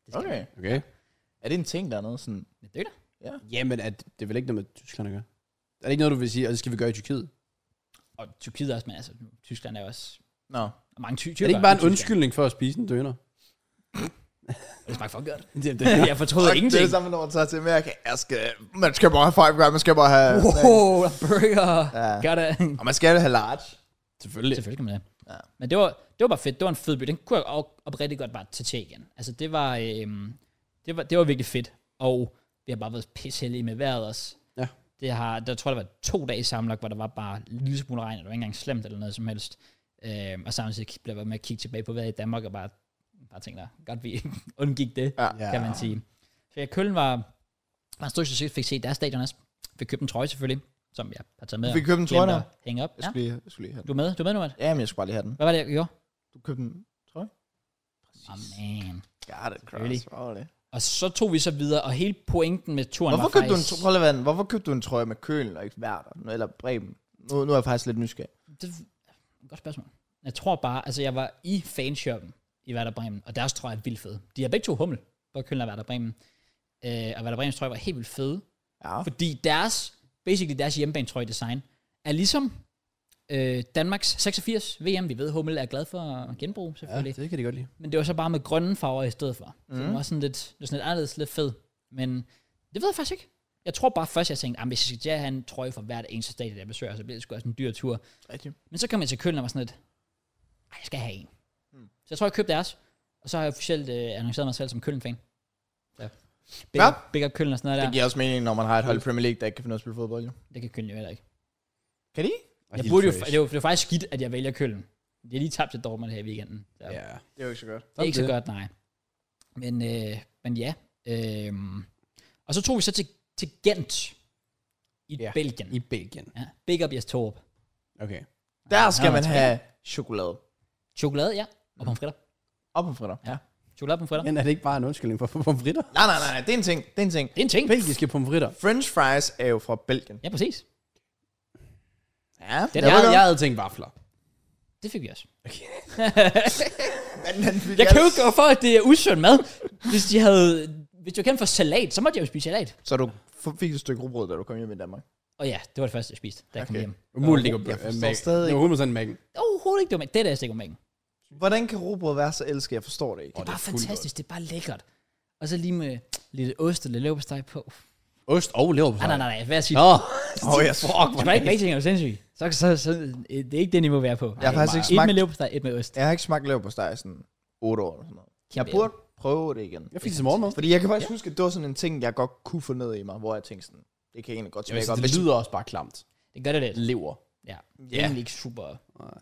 A: Det skal
C: Okay.
B: Okay.
C: Er det en ting dernede? Sådan,
A: man. En døner?
B: Jamen, at det er vel ikke noget med Tyskland at gøre? Er det ikke noget, du vil sige, og det skal vi gøre i Tyrkiet?
A: Og Tyrkiet også, men altså, Tyskland er jo også...
C: Nå.
A: og Mange ty-
B: Er det ikke bare en undskyldning for at spise en døner?
A: Det smager for godt.
B: [laughs]
C: [laughs]
B: Det, det,
A: jeg fortrød
C: Fuck, Det er
A: ingenting.
C: det samme, når man tager til Amerika. Jeg skal, man skal bare have five guys, man skal bare have...
A: Wow, burger.
C: Ja.
A: Gør det.
C: Og man skal have large.
B: selvfølgelig.
A: [laughs] Selvfølgelig kan man det.
C: Ja.
A: Ja. Men det var, det var bare fedt. Det var en fed by. Den kunne jeg op, oprigtigt godt bare tage til igen. Altså, det var, øhm, det, var, det var virkelig fedt. Og vi har bare været pisseheldige med vejret også.
B: Ja.
A: Det har, der tror jeg, der var to dage sammenlagt, hvor der var bare en lille smule regn, og det var ikke engang slemt eller noget som helst. Øhm, og samtidig kig- blev jeg ved med at kigge tilbage på vejret i Danmark, og bare, bare tænkte, "Nå, godt vi [laughs] undgik det,
B: Ja.
A: ja. kan man sige. Så jeg Køln var, var en stor succes, fik set deres stadion også. Fik købt en trøje selvfølgelig, som jeg har taget med.
C: Du fik købt en trøje der?
A: Hænge op.
C: Jeg
A: Ja.
C: skulle lige, jeg skulle lige have den.
A: Du er med? Du er med nu, Matt?
C: Jamen, jeg skulle bare lige have den.
A: Hvad var det, jeg gjorde?
C: Du købte den.
A: Oh, man.
C: Got it,
A: Selvfølgelig.
C: Cross. Really?
A: Og så tog vi så videre, og hele pointen med turen var
C: Hvorfor købte, du en,
A: faktisk...
C: trøje, Levan, hvorfor købte du en trøje med kølen og ikke Werder? Eller Bremen? Nu, nu er jeg faktisk lidt nysgerrig.
A: du en det, Godt spørgsmål. Jeg tror bare, altså jeg var i fanshoppen i Werder Bremen, og deres trøje er vildt fede. De har begge to hummel, både Køln og Werder Bremen. Øh, og Werder Bremens trøje var helt vildt fede,
C: Ja.
A: fordi deres, basically deres hjemmebanetrøje design, er ligesom øh, Danmarks 86 VM. Vi ved, Hummel er glad for at genbruge,
B: Ja,
A: selvfølgelig.
B: det kan de godt lide.
A: Men det var så bare med grønne farver i stedet for. Mm. Så den var sådan lidt, det var sådan lidt anderledes, lidt fed. Men det ved jeg faktisk ikke. Jeg tror bare først, jeg tænkte, at hvis jeg skal have en trøje for hvert eneste stadie, jeg besøger, så bliver det sgu også en dyr tur.
C: Rigtigt.
A: Men så kom jeg til Køln og var sådan lidt, "Ej, jeg skal have en. Mm. Så jeg tror, jeg købte deres. Og så har jeg officielt øh, annonceret mig selv som Køln-fan. Så big,
C: Ja.
A: ja. big up Køln og sådan noget
C: Det
A: der.
C: giver også mening, når man har et hold i Premier League, der ikke kan finde ud af at spille fodbold. Jo.
A: Det kan Køln jo heller ikke.
C: Kan de?
B: Og
A: Jeg
B: helt
A: burde jo,
B: trash.
A: det, var, det var faktisk skidt, at jeg vælger Køln. Jeg har lige tabt til Dortmund her i weekenden. Så.
B: Ja.
C: Det er jo ikke så godt.
A: Det er ikke
B: Sådan
A: så godt, nej. Men, øh, men ja. Øh, og så tog vi så til, til Gent i
B: Ja.
A: ja. Belgien.
B: I Belgien.
A: Ja. Big up, Jes Torup.
B: Okay.
C: Der
A: Ja,
C: skal man
A: tak.
C: have chokolade.
A: Chokolade, ja.
B: Mm.
A: Og pomfritter.
C: Op på fritter.
A: Chokolade og pomfritter.
B: Men er det ikke bare en undskyldning for, for pomfritter?
C: Nej, nej, nej, nej, det er en ting. Det er en ting.
A: Det er en ting.
B: Belgiske pomfritter.
C: French fries er jo fra Belgien.
A: Ja, præcis.
C: Ja,
A: Det
C: det
A: er
C: er
B: Jeg,
A: godt.
B: jeg havde tænkt vafler.
A: Det fik vi også.
C: Men den fik
A: Jeg kan jo
C: altså-
A: ikke gå for, at det er usund mad. Hvis de havde... Hvis du kendte for salat, så måtte jeg jo spise salat.
C: Så du f- fik et stykke rugbrød, da du kom hjem i Danmark.
A: Og ja, det var det første, jeg spiste, da jeg kom
C: Okay.
A: hjem.
B: Umuligt ikke at
C: Jeg forstår
B: mække.
C: stadig
B: Det
C: ikke.
B: var 100% mækken.
A: Overhovedet ikke, det var mæ- Det der er stik om mængden.
C: Hvordan kan rugbrød være så elsket? Jeg forstår det ikke.
A: Det er bare
B: det er fuldt
A: fantastisk. Det er bare lækkert. Og så lige med lidt ost eller leverpostej på.
B: Ost og lever på
A: Nej, nej, nej, nej. Hvad jeg siger,
B: Nå,
C: Åh, oh, jeg fuck,
A: Hvis man ikke rigtig er sindssyg, så, så, så øh, det er ikke det niveau, vi er på.
C: Jeg har faktisk ikke
A: Et med
C: smagt-
A: leverpostej, et med ost.
C: Jeg har ikke smagt lever på steg i sådan 8 år eller sådan noget. Jeg
A: Kæmpe
C: burde prøve det igen.
B: jeg fik det til morgenmad.
C: Fordi jeg kan faktisk ja. huske, at det var sådan en ting, jeg godt kunne få ned i mig, hvor jeg tænkte sådan, altså, det kan egentlig godt
B: Jeg
C: smage
B: synes,
C: godt.
B: det
C: Hvis
B: lyder også bare klamt.
A: Det gør det lidt.
B: Lever.
A: Ja. Det
C: Ja.
A: er egentlig ikke super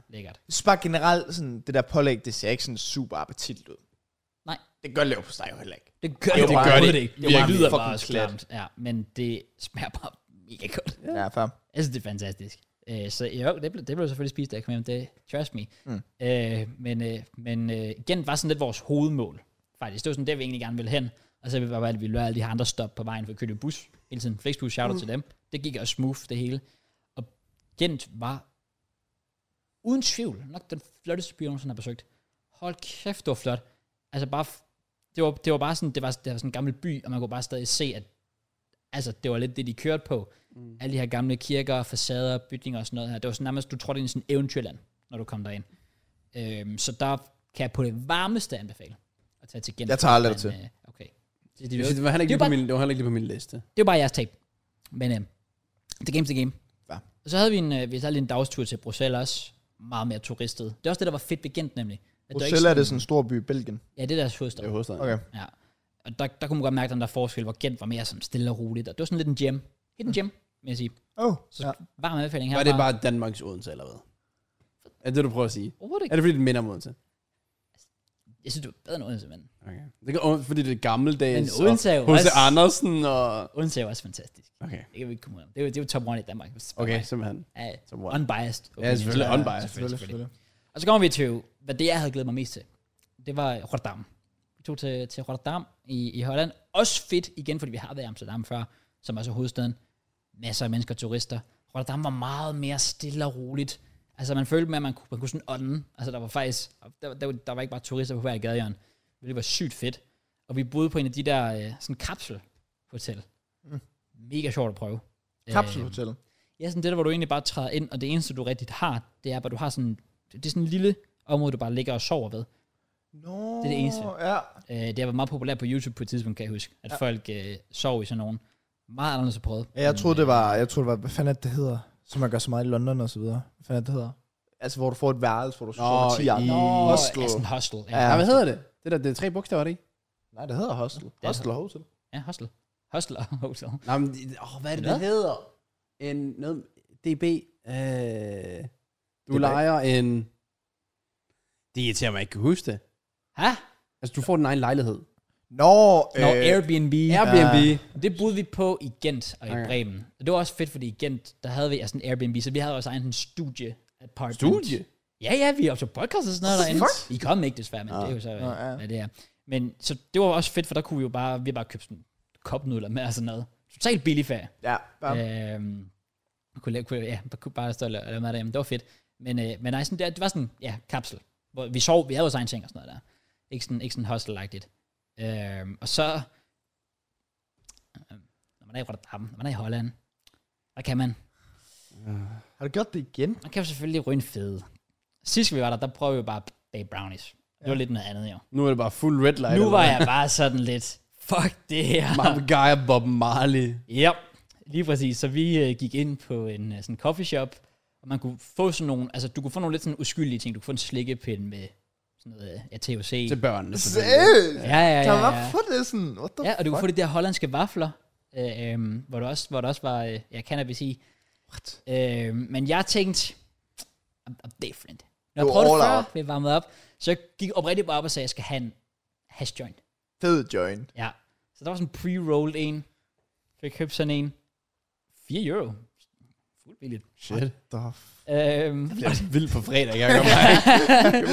A: lækkert.
C: Jeg synes bare generelt, sådan, det der pålæg, det ser ikke sådan super appetitligt ud.
A: Nej.
C: Det gør lever på steg jo heller ikke.
A: Det gør
C: Jo,
A: det,
C: det
A: bare
C: gør
A: overhovedet
B: det.
A: ikke.
B: Virkelig.
A: bare- lyder
C: Fucking
A: bare også
C: klat.
A: klamt. Ja, men det smager bare mega godt.
C: Ja, fair.
A: Jeg synes, det er fantastisk. Øh, så jo, det blev, det blev selvfølgelig spist, da jeg kom hjem. Det, trust me.
C: Mm.
A: Øh, men øh, men øh, igen, var sådan lidt vores hovedmål, faktisk. Det var sådan det, vi egentlig gerne ville hen. Og så var det, at vi løb alle de her andre stop på vejen for at køre bus. Hele tiden Flexbus, shout mm. til dem. Det gik også smooth, det hele. Og Gent var uden tvivl nok den flotteste by, jeg nogensinde har besøgt. Hold kæft, det var flot. Altså bare, f- det var, det var bare sådan, det var, det var sådan en gammel by, og man kunne bare stadig se, at altså, det var lidt det, de kørte på. Mm. Alle de her gamle kirker, facader, bygninger og sådan noget her. Det var sådan nærmest, du trådte ind i sådan et eventyrland, når du kom derind. Øhm, så der kan jeg på det varmeste anbefale at tage til Gent.
C: Jeg tager aldrig
A: Men,
C: dertil.
A: øh, Okay. Det,
B: Det,
A: det,
B: var,
A: det,
B: det, var heller
A: det
B: ikke lige
A: er
B: på
A: bare-
B: min, det var heller ikke lige på min liste.
A: det var bare jeres tab. Men øh, the game's the game.
C: Ja.
A: Og så havde vi en, øh, vi havde lige en dagstur til Bruxelles også. Meget mere turistet. Det er også det, der var fedt ved Gent nemlig. At der ikke
C: Bruxelles er det sådan en stor by i Belgien.
A: Ja, det er deres hovedstad.
B: Det var hovedstaden.
C: Okay.
A: Ja. Og der, der kunne man godt mærke den der forskel, hvor Gent var mere sådan stille og roligt. Og det var sådan lidt en gem. Helt en gem, vil jeg sige.
C: Oh,
A: Så
C: ja.
A: varm anbefaling her.
B: Var det bare Danmarks Odense, eller hvad? Er det det, du prøver at sige?
A: Overhovedet
B: Er
A: ikke.
B: det fordi, det minder om Odense?
A: Jeg synes, det var bedre end Odense, men
B: Okay. Det kan, fordi det er gammeldags.
A: Men Odense er jo
B: og H.C.
A: også-
B: Andersen og...
A: Odense er jo også fantastisk.
B: Okay,
A: Det kan vi ikke komme ud om. Det er jo, det er jo top 1 i Danmark. hvis du spørger
B: okay,
A: mig.
B: simpelthen.
A: Ja,
B: Top one.
A: unbiased. opinion.
B: selvfølgelig
A: Ja,
B: unbiased.
A: selvfølgelig, selvfølgelig. Og så kommer vi til, hvad det jeg havde glædet mig mest til. Det var Rotterdam. Vi tog til, til Rotterdam i, i Holland. Også fedt igen, fordi vi har været i Amsterdam før, som også er hovedstaden. Masser af mennesker og turister. Rotterdam var meget mere stille og roligt. Altså man følte med, at man kunne, man kunne sådan ånde. Altså der var faktisk, der, var- der, var- der var ikke bare turister på hver gadehjørne. Det var sygt fedt. Og vi boede på en af de der øh, sådan kapselhotel. Mm. Mega sjovt at prøve. Øh,
C: Kapselhotel.
A: Ja, sådan det der, hvor du egentlig bare træder ind, og det eneste, du rigtigt har, det er, at du har sådan, det er sådan en lille område, du bare ligger og sover ved.
C: No,
A: Det er det eneste.
C: Ja.
A: Øh, det har været meget populært på YouTube på et tidspunkt, kan jeg huske, at ja. folk øh, sov i sådan nogen. Meget anderledes at prøve.
C: ja. Jeg troede, det var, jeg troede, det var, hvad fanden er det, det hedder? Som man gør så meget i London og så videre. Hvad fanden er det, det hedder? Altså, hvor du får et værelse, hvor du sover med 10 andre.
B: i-
A: Åh,
C: hostel.
A: øh, Ja, sådan hostel. Ja,
C: Ja.
B: Ja,
A: ja.
B: hvad hedder det? Det der, det er tre bogstaver, er det ikke?
C: Nej, det hedder hostel.
A: er
C: Hostel og hotel.
A: ja hostel. Hostel [laughs] og hotel.
B: Nej, men, det- åh, hvad er det, det
A: Hvad?
B: hedder? En, noget, DB. Øh, du
C: DB.
B: lejer en... Det irriterer mig, jeg ikke kan huske det.
A: Hæ?
B: Altså, du får din egen lejlighed.
C: Nå,
A: Nå,
C: øh,
A: Airbnb.
B: Airbnb. Ja.
A: Det boede vi på i Gent og i
B: Okay.
A: Bremen. Og det var også fedt, fordi i Gent, der havde vi altså en Airbnb, så vi havde også egen sådan studie. Apartment.
B: Studie?
A: Ja, ja, vi er optog podcast og sådan noget derinde.
C: Fuck.
A: I kom ikke desværre, men ja. det er jo så,
C: Nå, ja.
A: ja. hvad det er. Men så det var også fedt, for der kunne vi jo bare, vi har bare købt sådan kopnudler med og sådan noget. Totalt billig ferie.
C: ja. ja.
A: Ja. Øhm, kunne, lave- kunne, ja, man kunne bare stå og lave lave mad derhjemme. Det var fedt. Men, øh, men nej, sådan, det, det var sådan, ja, kapsel. Hvor vi sov, vi havde vores egen ting og sådan noget der. Ikke sådan, ikke sådan hostel-agtigt. Øhm, og så, øhm, når man er i Rotterdam, når man er i Holland, der kan man,
C: Har du gjort det igen?
A: man kan jo selvfølgelig ryge en fede. Sidst vi var der, der prøvede vi jo bare at bage brownies. Det var lidt noget andet, jo.
B: Nu er det bare fuld red light.
A: Nu
B: eller
A: var
B: hvad?
A: jeg bare sådan lidt, fuck det her.
B: Marv Guy og Bob Marley.
A: Ja, lige præcis. Så vi øh, gik ind på en øh, sådan coffee shop, og man kunne få sådan nogle, altså du kunne få nogle lidt sådan uskyldige ting. Du kunne få en slikkepind med sådan noget, øh, ja, THC.
B: Til [laughs] børnene. selvfølgelig.
C: Seriøst?
A: Ja, ja,
C: Kan
A: ja.
C: man
A: ja.
C: få det sådan? What the
A: ja og du kunne få
C: fuck?
A: de der hollandske vafler, øh, øhm, hvor, der også, hvor der også var øh, ja, cannabis i.
C: What?
A: Øh, men jeg tænkte, I'm, I'm different. Når
C: Du
A: jeg prøvede det
C: all
A: før,
C: out.
A: vi varmede op, så jeg gik oprigtigt bare op og sagde, at jeg skal have en hash joint.
C: Fed joint.
A: Ja. Så der var sådan en pre-rolled en. Fik købt sådan en. 4 euro. Fuldt billigt.
B: Shit.
C: The
A: Øhm,
B: Det er vildt på fredag, jeg kan mærke.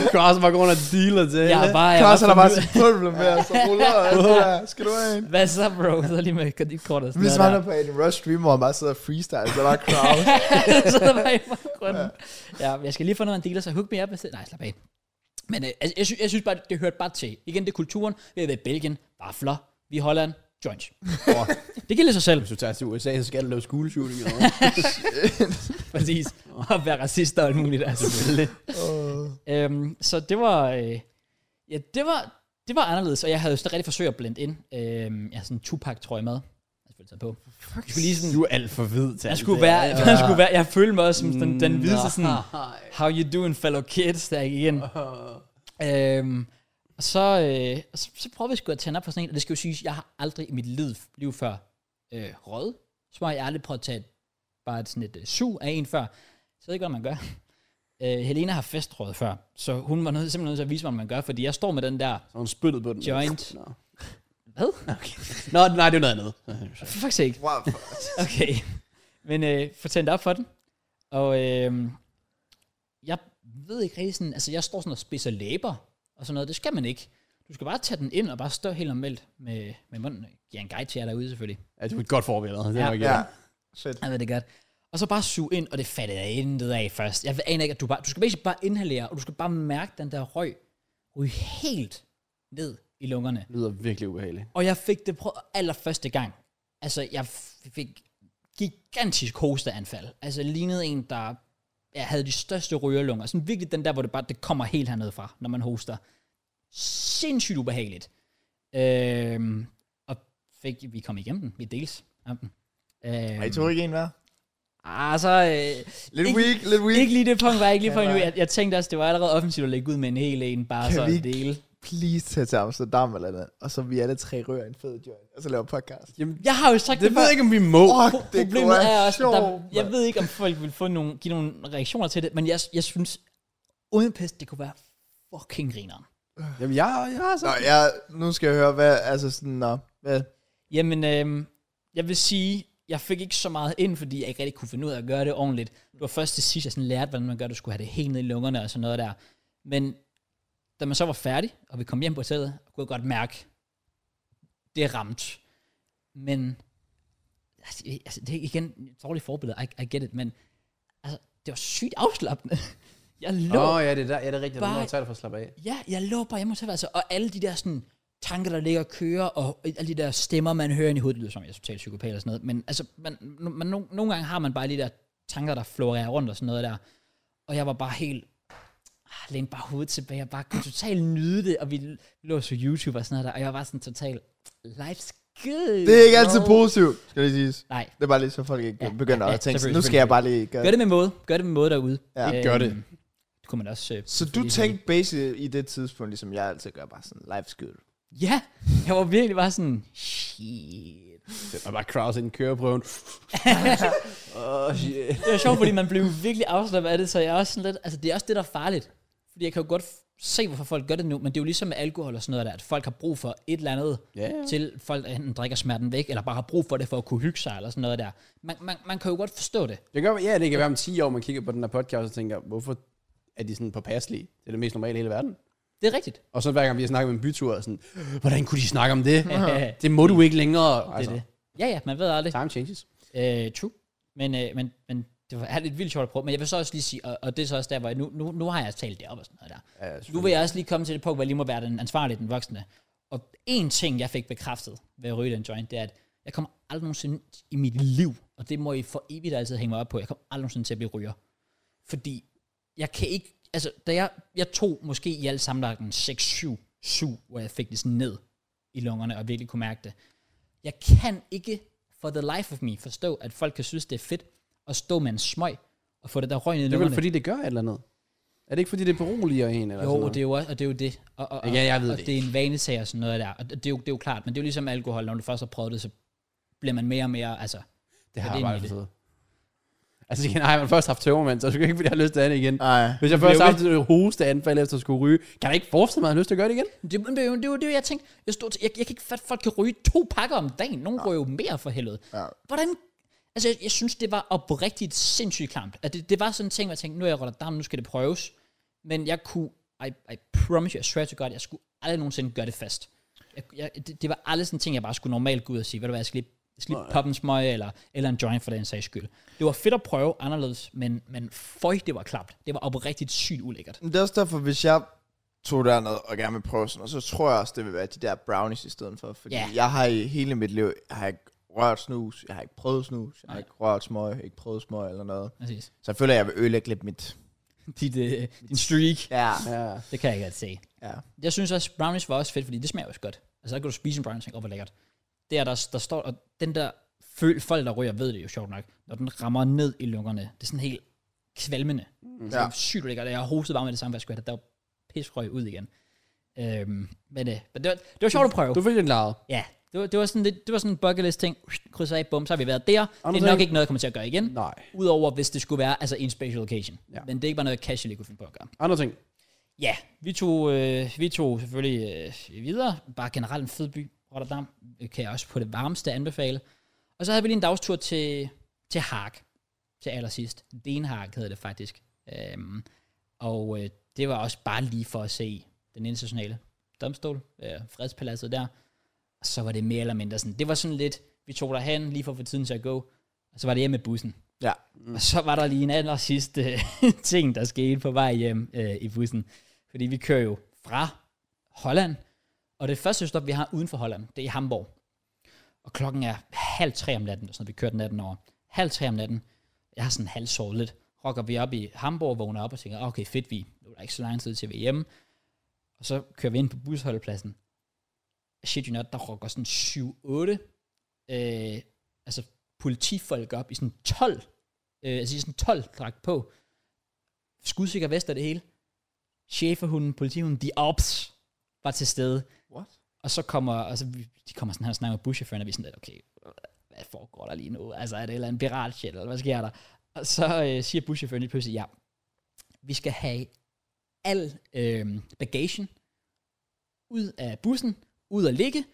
B: Cross bare går under dealer til.
A: jeg er bare... Jeg
C: Klaus, han
A: var
C: er bare
A: for-
C: så pulver med,
A: [laughs]
C: og så ruller og alt det der. Skal du have en?
A: Hvad så, bro? Så lige med kreditkortet og
C: Det er
A: sådan noget
C: ligesom han er på en Rush stream, hvor han bare sidder og freestyle, så bare Kraus.
A: der. [laughs] så der var jeg bare grunden. Ja, men jeg skal lige få noget af en dealer, så hook me up. hvis det- Nej, slap af. Men øh, altså, jeg, sy- jeg synes bare, det hørte bare til. Igen, det er kulturen. Vi har været i Belgien. Vafler. Vi er i Holland. Joints.
B: Åh,
A: Det giver lidt sig
C: [laughs]
A: selv.
B: Hvis du tager til USA, så skal du lave school shooting. Eller hvad?
A: Præcis. Og være racister og alt muligt. Altså.
C: Åh.
A: Øhm, så det var, øh, ja, det var, det var anderledes, og jeg havde jo sådan rigtig forsøgt at blende ind. Øhm, jeg havde sådan en Tupac trøje med. Jeg har selvfølgelig taget på. Jeg skulle lige sådan,
B: Du er alt for hvid til
A: jeg
B: alt
A: skulle
B: det her.
A: være, [laughs]
B: [laughs]
A: jeg skulle være, jeg følte mig også som den, den
B: Mm,
A: hvide, sådan,
B: nej.
A: how you doing fellow kids, der gik igen. Øhm, og så, øh, og så, så prøvede vi sgu at tænde op for sådan en, og det skal jo siges, jeg har aldrig i mit liv, liv før øh, røget. Så har jeg aldrig prøvet at tage et, bare et, sådan et øh, sug af en før. Så jeg ved ikke, hvordan man gør. [laughs] Øh, Helena har festrøget før, så hun var nødt, simpelthen nødt til at vise mig, hvordan man gør, fordi jeg står med den der,
B: Så hun spyttede på den.
A: Joint.
B: Nå,
A: hvad? [laughs]
B: Nå nej, det er noget andet.
A: For faktisk ikke.
C: Wow.
A: Okay. Men øh, få tændt op for den. Og øhm, jeg ved ikke rigtig sådan, altså jeg står sådan og spidser læber og sådan noget. Det skal man ikke. Du skal bare tage den ind og bare stå helt normalt med, med munden. Giver en guide til jer derude selvfølgelig.
B: Ja, det er et godt forbillede. Det er
A: Ja.
B: nok,
C: Ja. Fedt.
A: Jeg ved det godt. Og så bare suge ind, og det fattede jeg intet af først. Jeg aner ikke, at du bare... Du skal basically bare inhalere, og du skal bare mærke den der røg ryge helt ned i lungerne.
B: Det lyder virkelig ubehageligt.
A: Og jeg fik det prøvet allerførste gang. Altså, jeg f- fik gigantisk hosteanfald. Altså, jeg lignede en, der jeg havde de største rygerlunger. Sådan virkelig den der, hvor det bare det kommer helt hernede fra, når man hoster. Sindssygt ubehageligt. Øhm, og fik, vi kom igennem den. Vi dels. Øhm,
C: Ej, I tog ikke en hver?
A: Altså, øh,
C: Lidt
A: ikke,
C: weak, lidt weak.
A: Ikke lige det punkt, var jeg ikke lige
C: Kan
A: på endnu.
C: jeg-
A: Jeg, jeg tænkte også, det var allerede offensivt at lægge ud med en hel en, bare
C: Kan
A: så
C: vi
A: en
C: ikke-
A: del.
C: Please tag til Amsterdam eller noget, og så vi alle tre rører en fed joint, og så laver podcast.
A: Jeg har jo sagt det,
B: Det ved jeg ikke, om vi må.
C: Åh,
A: Pro-
C: det
A: Problemet
C: kunne
A: er
C: være
A: også, at der,
C: sjovt,
A: jeg
C: mand.
A: ved ikke, om folk vil få nogle, give nogle reaktioner til det, men jeg, jeg synes, uden pest, det kunne være fucking grineren.
B: Jamen, jeg, jeg har så...
C: Nå, jeg, nu skal jeg høre, hvad, altså sådan, nå, hvad,
A: Jamen, øhm, jeg vil sige, jeg fik ikke så meget ind, fordi jeg ikke rigtig kunne finde ud af at gøre det ordentligt. Det var først til sidst, jeg sådan lærte, hvordan man gør det. Du skulle have det helt ned i lungerne og sådan noget der. Men da man så var færdig, og vi kom hjem på hotellet, kunne jeg godt mærke, det er ramt. Men, altså, altså, det er igen et dårligt forbillede, I, I get it, men altså, det var sygt afslappende. [laughs] Jeg lå
B: Åh, ja, det er, der, ja, det er
A: Bare-
B: rigtigt. Bare... Du må tage det for at slappe af.
A: Ja, jeg lå bare hjemme hos altså, og alle de der sådan, tanker, der ligger og kører, og alle de der stemmer, man hører ind i hovedet, det lyder som, jeg er totalt psykopat og sådan noget, men altså, man, man, no, nogle gange har man bare de der tanker, der florerer rundt og sådan noget der, og jeg var bare helt, ah, lænede bare hovedet tilbage, og bare kunne totalt nyde det, og vi lå så YouTube og sådan noget der, og jeg var sådan totalt, life's good.
C: det er ikke altid
A: bro."
C: positivt, skal lige siges.
A: Nej,
C: Det er bare lige, så folk ikke
A: Ja,
C: begynder
A: ja, ja,
C: at tænke, sådan,
A: selvfølgelig,
C: nu skal jeg bare lige gøre
A: gør det med måde, gør det med måde derude.
C: Ja.
A: Øhm,
B: Gør det.
A: Det kunne man også... øh,
C: Så du
A: selvfølgelig-
C: tænkte basically i det tidspunkt, ligesom jeg altid gør, bare sådan, life's good.
A: Ja, jeg var virkelig bare sådan, shit.
B: Det var bare Kraus ind i køreprøven. Åh, oh, shit.
A: det var sjovt, fordi man blev virkelig afslappet af det, så jeg er også sådan lidt, altså det er også det, der er farligt. Fordi jeg kan jo godt f- se, hvorfor folk gør det nu, men det er jo ligesom med alkohol og sådan noget der, at folk har brug for et eller andet,
B: Ja, ja.
A: til folk der enten drikker smerten væk, eller bare har brug for det for at kunne hygge sig, eller sådan noget der. Man, man, man kan jo godt forstå det.
B: Det gør, ja, det kan være om 10 år, man kigger på den her podcast og tænker, hvorfor er de sådan påpasselige? Det er det mest normale i hele verden.
A: Det er rigtigt.
B: Og så hver gang vi har snakket om en bytur, er sådan, hvordan kunne de snakke om det?
A: [laughs]
B: det må du ikke længere.
A: det er
B: Altså,
A: det. Ja, ja, man ved aldrig.
B: Time changes.
A: Øh, true. Men, øh, men, men det var er lidt vildt sjovt at prøve. Men jeg vil så også lige sige, og, og det er så også der, hvor jeg, nu, nu, nu har jeg talt det op og sådan noget der.
B: Ja,
A: Nu vil jeg også lige komme til det punkt, hvor jeg lige må være den ansvarlige, den voksne. Og en ting, jeg fik bekræftet ved at ryge den joint, det er, at jeg kommer aldrig nogensinde i mit liv, og det må I for evigt altid hænge mig op på, jeg kommer aldrig nogensinde til at blive ryger. Fordi jeg kan ikke, altså da jeg, jeg tog måske i alt sammenlagt en 6-7 7, hvor jeg fik det sådan ned i lungerne og virkelig kunne mærke det. Jeg kan ikke for the life of me forstå, at folk kan synes, det er fedt at stå med en smøg og få det der røg ned i
B: Det er vel
A: lungerne.
B: fordi, det gør et eller andet. Er det ikke fordi, det beroliger en? Eller sådan
A: Jo,
B: noget?
A: det er jo også, og det er jo det. Og, og, og-
B: Ja, jeg ved
A: og
B: det
A: det er en vanesag og sådan noget der. Og det er, jo, det er jo klart, men det er jo ligesom alkohol, når du først har prøvet det, så bliver man mere og mere, altså...
B: det
A: er
B: har
A: det
B: jeg bare
A: egentlig
B: forstået. Altså, igen, har man først haft tømmermand, så er det jo ikke, fordi jeg har lyst til andet igen.
C: Nej.
B: Hvis jeg
A: Det er
B: først
A: jo
B: har haft et hosteanfald efter at skulle ryge, kan jeg ikke forestille mig, at jeg har lyst til at gøre det igen?
A: Det, det, det, er jo- det, er jo det, jeg tænkte. Jeg, stod til, jeg, jeg kan ikke fatte, at folk kan ryge to pakker om dagen. Nogle ryger jo mere for helvede.
C: Ja.
A: Hvordan... Altså, jeg, jeg synes, det var oprigtigt sindssygt klamt. At det, det var sådan en ting, hvor jeg tænkte, nu er jeg i Rotterdam, nu skal det prøves. Men jeg kunne... I, I promise you, I swear to God, jeg skulle aldrig nogensinde gøre det fast. Jeg, jeg, det, det var aldrig sådan en ting, jeg bare skulle normalt gå ud og sige, ved du hvad, jeg skal lige, jeg skal lige poppe en smøg, eller, eller en joint for den sags skyld. Det var fedt at prøve anderledes, men, men føj, det var klamt. Det var oprigtigt sygt ulækkert.
C: Men det er også derfor, hvis jeg tog derned og gerne vil prøve sådan noget, så tror jeg også, det vil være de der brownies i stedet for. Fordi
A: Ja.
C: jeg har i hele mit liv, jeg har ikke rørt snus, jeg har ikke prøvet snus, jeg har ikke rørt smøg, ikke prøvet smøg eller noget.
A: Præcis.
C: Så jeg føler, jeg vil ødelægge lidt mit...
A: Dit, øh, din streak.
C: Ja.
B: Ja.
A: Det kan jeg godt se.
C: ja.
A: Jeg synes også, brownies var også fedt, fordi det smager også godt. Altså, der kan du spise en brownie og tænke, åh, hvor lækkert. Det er, der, der står, og den der føl, folk, der ryger, ved det jo sjovt nok, når den rammer ned i lungerne. Det er sådan helt kvalmende.
B: Mm.
A: Ja. Det
C: Ja.
A: er sygt lækkert, og jeg hostede bare med det samme, hvad jeg skulle have. Der var pisrøg ud igen. Øhm, men, øh, men det, var, det var sjovt at prøve.
B: Du fik den klaret.
A: Ja, det var, det var sådan lidt, det var sådan en bucket list ting. Krydser af, bum, så har vi været der.
B: nu
A: Det er nok
B: tænker-
A: ikke noget, jeg kommer til at gøre igen.
B: Nej.
A: Udover hvis det skulle være altså en special occasion.
B: Ja.
A: Men det er ikke bare noget, jeg casually kunne finde på at gøre.
B: Andre ting.
A: Ja, vi tog, øh, vi tog selvfølgelig øh, videre. Bare generelt en fed by, Rotterdam. Øh, Kan jeg også på det varmeste anbefale. Og så havde vi lige en dagstur til, til Haag. til allersidst. Denhag hedder det faktisk. Øhm, og øh, det var også bare lige for at se den internationale domstol, øh, fredspaladset der. Og så var det mere eller mindre sådan, det var sådan lidt, vi tog derhen lige for at få tiden til at gå, og så var det hjem med bussen.
C: Ja.
A: Og så var der lige en aller sidste øh, [laughs] ting, der skete på vej hjem øh, i bussen. Fordi vi kører jo fra Holland, og det første stop, vi har uden for Holland, det er i Hamburg. Og klokken er halv tre om natten, så vi kørte natten over. Halv tre om natten, jeg har sådan halvsovet lidt. Rokker vi op i Hamburg, vågner op og tænker, "Ah, okay fedt, vi nu er der ikke så lang tid til, vi er hjemme. Og så kører vi ind på busholdepladsen. Shit you not, der rokker sådan 7-8, øh, altså politifolk op i sådan 12, øh, altså i sådan 12 dragt på. Skudsikker vest og det hele. Cheferhunden, politihunden, de ops var til stede.
C: What?
A: Og så kommer, altså, vi- de kommer sådan her og snakker med buschaufføren, og vi er sådan lidt, okay, hvad foregår der lige nu? Altså, er det en eller anden pirat shit, eller hvad sker der? Og så øh, siger buschaufføren lige pludselig, ja, vi skal have al øh, bagagen ud af bussen, ud at ligge,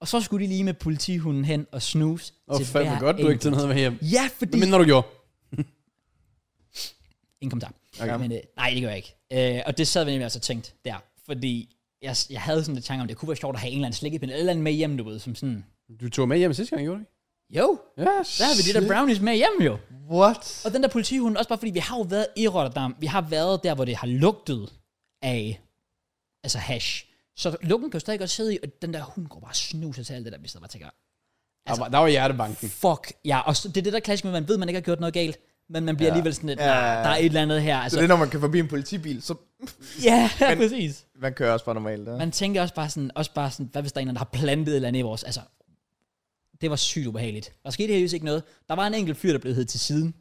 A: og så skulle de lige med politihunden hen og snuse
B: Og oh, fandme godt, du ikke
A: enkelt.
B: til noget med hjem.
A: Ja, fordi...
B: Hvad mindre du gjorde?
A: Ingen kommentar.
C: Okay.
A: Okay. Men, øh, nej, det gør jeg ikke. Øh, og det sad vi nemlig altså tænkt der, fordi jeg, jeg havde sådan lidt tanke om, det kunne være sjovt at have en eller anden slikkepind, eller et eller andet med hjem, du ved, som sådan,
B: Du tog med hjem sidste gang, gjorde du ikke?
A: jo,
B: Ja,
A: der har vi det der brownies med hjem jo.
C: What?
A: Og den der politihund, også bare fordi vi har jo været i Rotterdam, vi har været der, hvor det har lugtet af, altså hash. Så lugten kan jo stadig godt sidde i, og den der hund går bare og snuser til alt det der, vi sidder bare og tænker,
B: Altså, der var hjertebanken.
A: fuck, ja, og så, det er det der klassisk med, man ved, man ikke har gjort noget galt, men man bliver
B: Ja.
A: ja. alligevel sådan lidt,
C: Ja,
A: ja,
C: ja, ja.
A: der er et eller andet her.
C: Så
A: Altså,
C: det er, når man kan forbi en politibil, så
A: [laughs] ja,
C: Men-
A: præcis.
C: man kører også bare normalt. Der.
A: Man tænker også bare sådan, også bare sådan, hvad hvis der er en, eller anden, der har plantet et eller andet i vores, altså, det var sygt ubehageligt. Der skete heldigvis ikke noget. Der var en enkelt fyr, der blev hed til siden,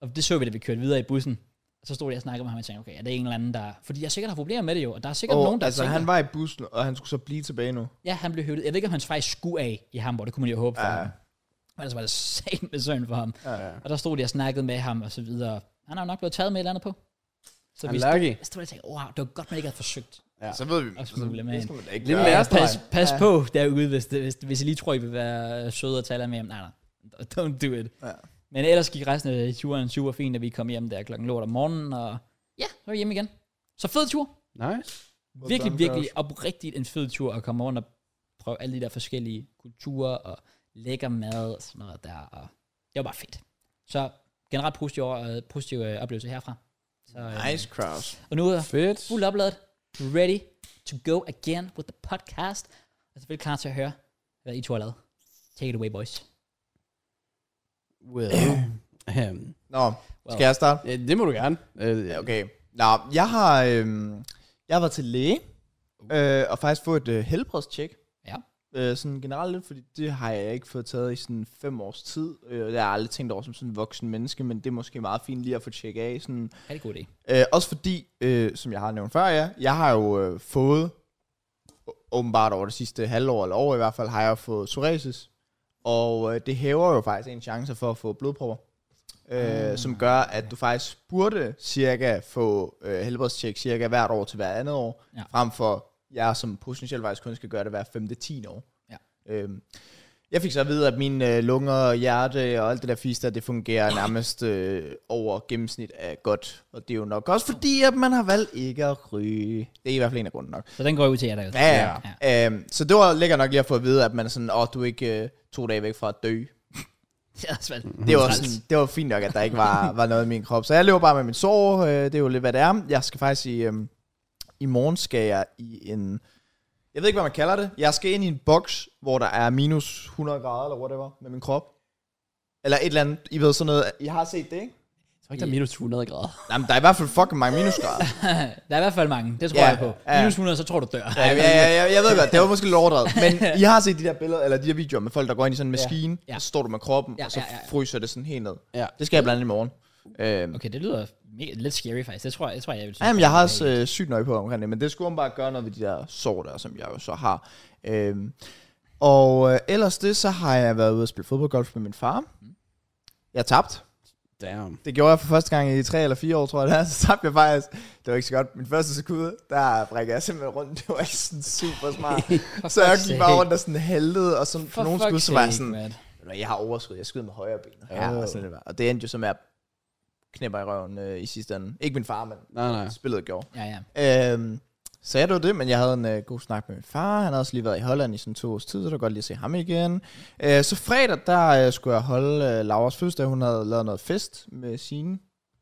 A: og det så vi, da vi kørte videre i bussen. Og så stod jeg og snakkede med ham, og jeg tænkte, okay, er det en eller anden, der... Fordi jeg sikkert har problemer med det jo, og der er sikkert
C: Og,
A: nogen, der
C: altså,
A: tænker,
C: han var i bussen, og han skulle så blive tilbage nu.
A: ja, han blev høvlet. Jeg ved ikke, om han faktisk skulle af i Hamburg, det kunne man jo håbe for
C: Ja.
A: ham. Men ellers var det sat med søvn for ham.
C: Ja,
B: ja.
A: Og der stod jeg og snakkede med ham, og så videre. Han har jo nok blevet taget med et eller andet på. Så vi stod, jeg
B: Unlucky.
A: stod og tænkte, wow, det var godt, man ikke havde forsøgt.
B: Ja.
C: Så ved vi,
A: Og
C: så
A: smule med
C: vidste
A: en.
C: man da ikke
B: Lidt
C: gøre.
B: mere.
A: Ja,
B: Lærerstreg.
A: pas, pas ja. på derude, hvis, det, hvis, hvis I lige tror, I vil være søde og tale med ham. Nej, nej. Don't do it.
C: Ja.
A: Men ellers gik resten af turen super fint, da vi kom hjem der klokken lort om morgenen, og ja, så var vi hjemme igen. Så fed tur.
B: Nice.
C: Well
A: Virkelig,
C: done,
A: virkelig oprigtigt en fed tur at komme rundt og prøve alle de der forskellige kulturer og lækker mad og sådan noget der. Og det var bare fedt. Så generelt positiv, øh, positiv øh, oplevelse herfra. Så, øh,
C: Nice, Kraus.
A: Og nu øh, er
B: Fedt.
A: fuld opladet, ready to go again with the podcast. Og selvfølgelig klar til at høre, hvad I to har lavet. Take it away, boys.
B: Well. Øhm,
C: Nå, skal jeg starte?
B: ja, det må du gerne. Øh,
C: Ja, okay. Nå, jeg har, øhm, jeg har været til læge, øh, og faktisk fået et øh, helbredstjek.
A: Ja.
C: Øh, sådan generelt lidt, fordi det har jeg ikke fået taget i sådan fem års tid. Øh, det har jeg aldrig tænkt over som sådan en voksen menneske, men det er måske meget fint lige at få tjekket af. Sådan.
A: Rigtig god idé.
C: Øh, også fordi, øh, som jeg har nævnt før, ja, jeg har jo øh, fået, å- åbenbart over det sidste halvår eller år i hvert fald, har jeg fået psoriasis. Og øh, det hæver jo faktisk en chance for at få blodpropper. Øh,
A: Ah,
C: som gør, at du faktisk burde cirka få øh, helbredstjek cirka hvert år til hvert andet år,
A: Ja.
C: frem for jeg som potentielt faktisk kun skal gøre det hver 5-10 år.
A: Ja.
C: Øhm, jeg fik så at vide, at mine øh, lunger og hjerte og alt det der fisk der, det fungerer nærmest øh, over gennemsnit af godt. Og det er jo nok også fordi, at man har valgt ikke at ryge. Det er i hvert fald en af grunden nok.
A: Så den går ud til jer derude.
C: Ja, ja. Øhm, så det var lækkert nok lige at få at vide, at man er sådan, åh, oh, du er ikke øh, to dage væk fra at dø.
A: Det er svært.
C: Det var, sådan, det var fint nok, at der ikke var, var noget i min krop. Så jeg lever bare med min sorg. Øh, det er jo lidt, hvad det er. Jeg skal faktisk i... Øh, I morgen skal jeg i en... Jeg ved ikke, hvad man kalder det. Jeg skal ind i en boks, hvor der er minus 100 grader, eller whatever, med min krop. Eller et eller andet. I ved sådan noget. I har set det, ikke?
B: Jeg tror ikke, der er minus 200 grader.
C: Nej, men der er i hvert fald fucking
A: [laughs]
C: mange minusgrader.
A: der er i hvert fald mange. Det tror
C: Ja,
A: jeg på.
C: ja.
A: Minus 100, så tror du dør.
C: Ja, ja, ja, ja, jeg ved godt, det var måske lidt overdrevet,
A: [laughs]
C: men I har set de der billeder, eller de der videoer med folk, der går ind i sådan en maskine, ja.
A: Ja.
C: og så står du med kroppen, ja,
A: Ja,
C: og så
A: ja, ja, ja.
C: fryser det sådan helt ned.
B: Ja.
C: Det skal jeg blandt andet i morgen. Øhm,
A: Okay, det lyder mega, lidt scary faktisk. Det tror jeg, det tror jeg, jeg vil
C: Ja,
A: synes.
C: Jamen, jeg har
A: var [laughs]
C: også
A: ubehageligt.
C: øh, sygt nøje på omkring det, men det skulle bare gøre noget ved de der sår der, som jeg jo så har. Øhm, og øh, ellers det, så har jeg været ude og spille fodboldgolf med min far. Jeg tabte.
B: Damn.
C: Det gjorde jeg for første gang i tre eller fire år, tror jeg det er. Så tabte jeg faktisk. Det var ikke så godt. Min første sekund, der brækkede jeg simpelthen rundt. Det var ikke sådan super
A: [laughs]
C: smart. så jeg
A: fuck's
C: gik bare
A: sake.
C: rundt og sådan haltede, og sådan,
A: For
C: på nogle
A: fuck's
C: skud, så var jeg
A: sake,
C: sådan,
A: man.
C: når jeg har overskud, jeg skyder med højre ben.
B: Ja.
C: Ja, og, sådan, det var. og det endte jo så med, at knæpper i røven øh, i sidste ende. Ikke min far, men
B: Nej, nej.
C: spillet gjorde.
A: Ja, ja.
C: Øhm, så jeg det var det, men jeg havde en øh, god snak med min far. Han havde også lige været i Holland i sådan to års tid, så det var godt lige at se ham igen. Øh, så fredag, der øh, skulle jeg holde øh, Lauras fødselsdag. Hun havde lavet noget fest med sine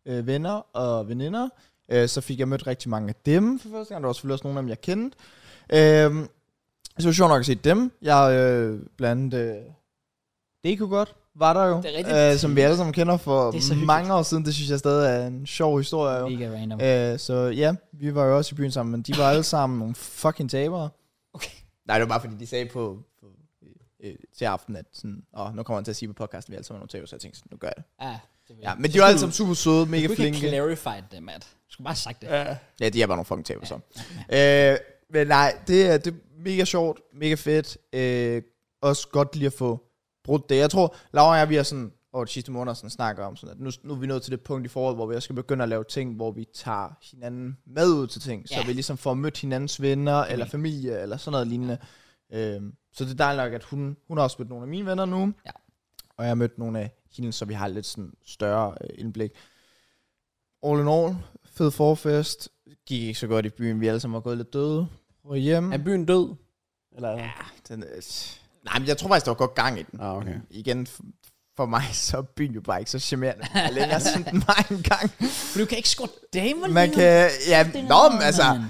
C: øh, venner og veninder. Øh, så fik jeg mødt rigtig mange af dem for første gang. Der var selvfølgelig også nogle af dem, jeg kendte. Øh, så det var sjovt nok at se dem. Jeg øh, blandt andet... Øh, det kunne godt var der jo,
A: Det er rigtigt.
C: øh, som vi alle sammen kender for
A: Det er så hyggeligt.
C: mange år siden. Det synes jeg stadig er en sjov historie. Jo.
A: Mega random. Ah,
C: Øh, så ja, vi var jo også i byen sammen, men de var alle sammen nogle fucking tabere.
A: Okay.
C: Nej, det var bare fordi, de sagde på, på øh, til aften, at sådan, Åh, nu kommer han til at sige på podcasten, at vi alle sammen er nogle tabere, så jeg tænkte sådan, nu gør jeg det.
A: Ja, det vil
C: Ja,
A: jeg.
C: men de var alle sammen super søde, mega
A: Du kan ikke
C: flinke.
A: clarify det, Matt. Du skulle bare have sagt det.
C: Ja. ja, de er bare nogle fucking tabere, så. Øh, men nej, det er, det er mega sjovt, mega fedt. Øh, også godt lige at få brudt det. Jeg tror, Laura og jeg, vi har sådan over de sidste måneder sådan snakker om, sådan at nu, nu er vi nået til det punkt i foråret, hvor vi også skal begynde at lave ting, hvor vi tager hinanden med ud til ting, så
A: Ja.
C: vi ligesom får mødt hinandens venner, eller familie, eller sådan noget lignende. Øhm, så det er dejligt nok, at hun, hun har også mødt nogle af mine venner nu,
A: Ja.
C: og jeg har mødt nogle af hende, så vi har lidt sådan større øh, indblik. All in all, fed forfest, gik ikke så godt i byen, vi alle sammen var gået lidt døde, og hjem.
B: Er byen død? Eller?
C: Ja, den, øh, nej, men jeg tror faktisk, der var godt gang i den.
B: Ah, okay.
C: Igen, f- for mig, [laughs] så er byen jo bare ikke så charmerende længere, som [laughs] den var engang.
A: For du kan ikke score damer
C: Man kan, ja, nå, men altså,
A: man.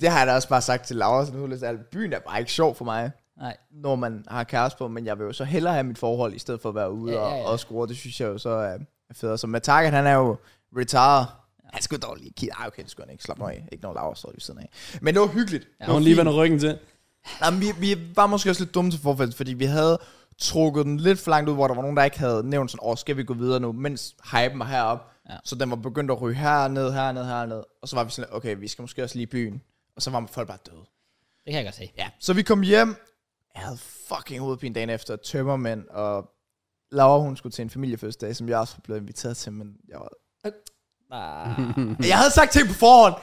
C: det har jeg da også bare sagt til Laura, sådan, hun er sådan, byen er bare ikke sjov for mig,
A: Nej,
C: når man har kæreste på, men jeg vil jo så hellere have mit forhold, i stedet for at være ude
A: Ja,
C: ja,
A: ja,
C: ja,
A: ja.
C: og, og score, det synes jeg jo så er er federe. Så Matakan, han er jo retired. Han skulle dog lige kigge. Ej, okay, det skulle han ikke. Slap nu af. Ikke når Laura står lige ved siden af. Men det var hyggeligt.
A: Ja.
C: Ja.
B: Når hun lige vender ryggen til.
C: Jamen, vi, vi var måske også lidt dumme til forfældet, fordi vi havde trukket den lidt for langt ud, hvor der var nogen, der ikke havde nævnt sådan, åh, skal vi gå videre nu, mens hypen var heroppe.
A: Ja.
C: Ja. Så den var begyndt at ryge herned, herned, herned. Og så var vi sådan, okay, vi skal måske også lige i byen. Og så var folk bare døde.
A: det kan jeg godt se.
C: Ja. Så vi kom hjem. Jeg havde fucking hovedpine dagen efter. Tømmermænd og Laura, hun skulle til en familiefødselsdag, som jeg også blev inviteret til, men jeg var...
A: Ah,
C: Jeg havde sagt ting på forhånd.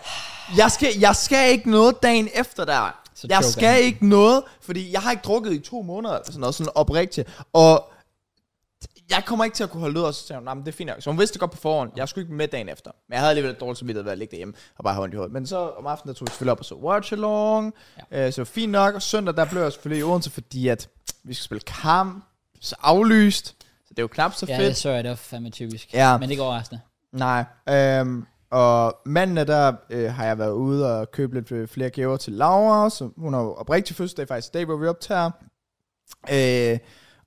C: Jeg skal, jeg skal ikke noget dagen efter der.
A: Så
C: Så jeg
A: choker
C: skal
A: han.
C: ikke noget, fordi jeg har ikke drukket i to måneder, eller sådan noget, sådan oprigtigt. Og jeg kommer ikke til at kunne holde ud, og så sagde hun, "Nå, men det er fint nok. Så hun vidste det godt på forhånd, jeg skulle ikke med dagen efter. Men jeg havde alligevel et dårligt samvittighed ved at ligge derhjemme og bare have ondt i hovedet. Men så om aftenen, der tog vi selvfølgelig op og så watch along, ja. øh, så fint nok. Og søndag, der blev jeg selvfølgelig i Odense, fordi at vi skal spille kamp, så aflyst. Så det er jo knap så
A: ja,
C: fedt.
A: det så jeg, det var fandme typisk.
C: Ja.
A: Men det går overraskende. [laughs]
C: Nej. Øhm, og mandag, der øh, har jeg været ude og købe lidt øh, flere gaver til Laura, så hun har jo oprigtig fødselsdag faktisk i dag, hvor vi optager. Øh,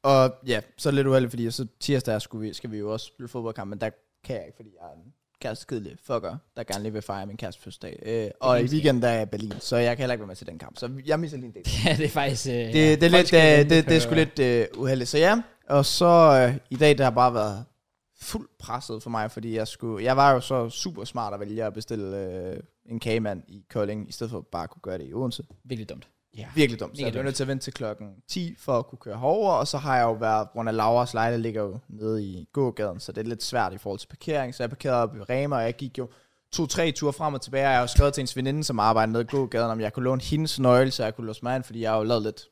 C: og ja, så er det lidt uheldigt, fordi så tirsdag skulle vi, skal vi jo også spille fodboldkamp, men der kan jeg ikke, fordi jeg er en kærestekedelig fucker, der gerne lige vil fejre min kæreste fødselsdag. Øh, og i weekenden, der er jeg i Berlin, så jeg kan heller ikke være med til den kamp, så jeg misser lige en del
A: Ja, det er faktisk... øh,
C: det,
A: ja,
C: det, er
A: folk
C: lidt,
A: skal
C: øh,
A: vente
C: det, det,
A: på-
C: er sgu lidt øh, uheldigt. Så ja, og så øh, i dag, der har bare været fuldt presset for mig, fordi jeg skulle, jeg var jo så super smart at vælge at bestille øh, en kagemand i Kolding, i stedet for bare at kunne gøre det i Odense.
A: Virkelig dumt.
B: Ja.
C: Virkelig dumt. Så
A: Mega
C: jeg blev
A: dumt.
C: nødt til at vente til klokken 10 for at kunne køre herover, og så har jeg jo været, grund af Lauras lejlighed ligger jo nede i gågaden, så det er lidt svært i forhold til parkering, så jeg parkerede op i Rema, og jeg gik jo to-tre ture frem og tilbage, og jeg har jo skrevet til ens veninde, som arbejder nede i gågaden, om jeg kunne låne hendes nøgle, så jeg kunne låse mig ind, fordi jeg har jo lavet lidt,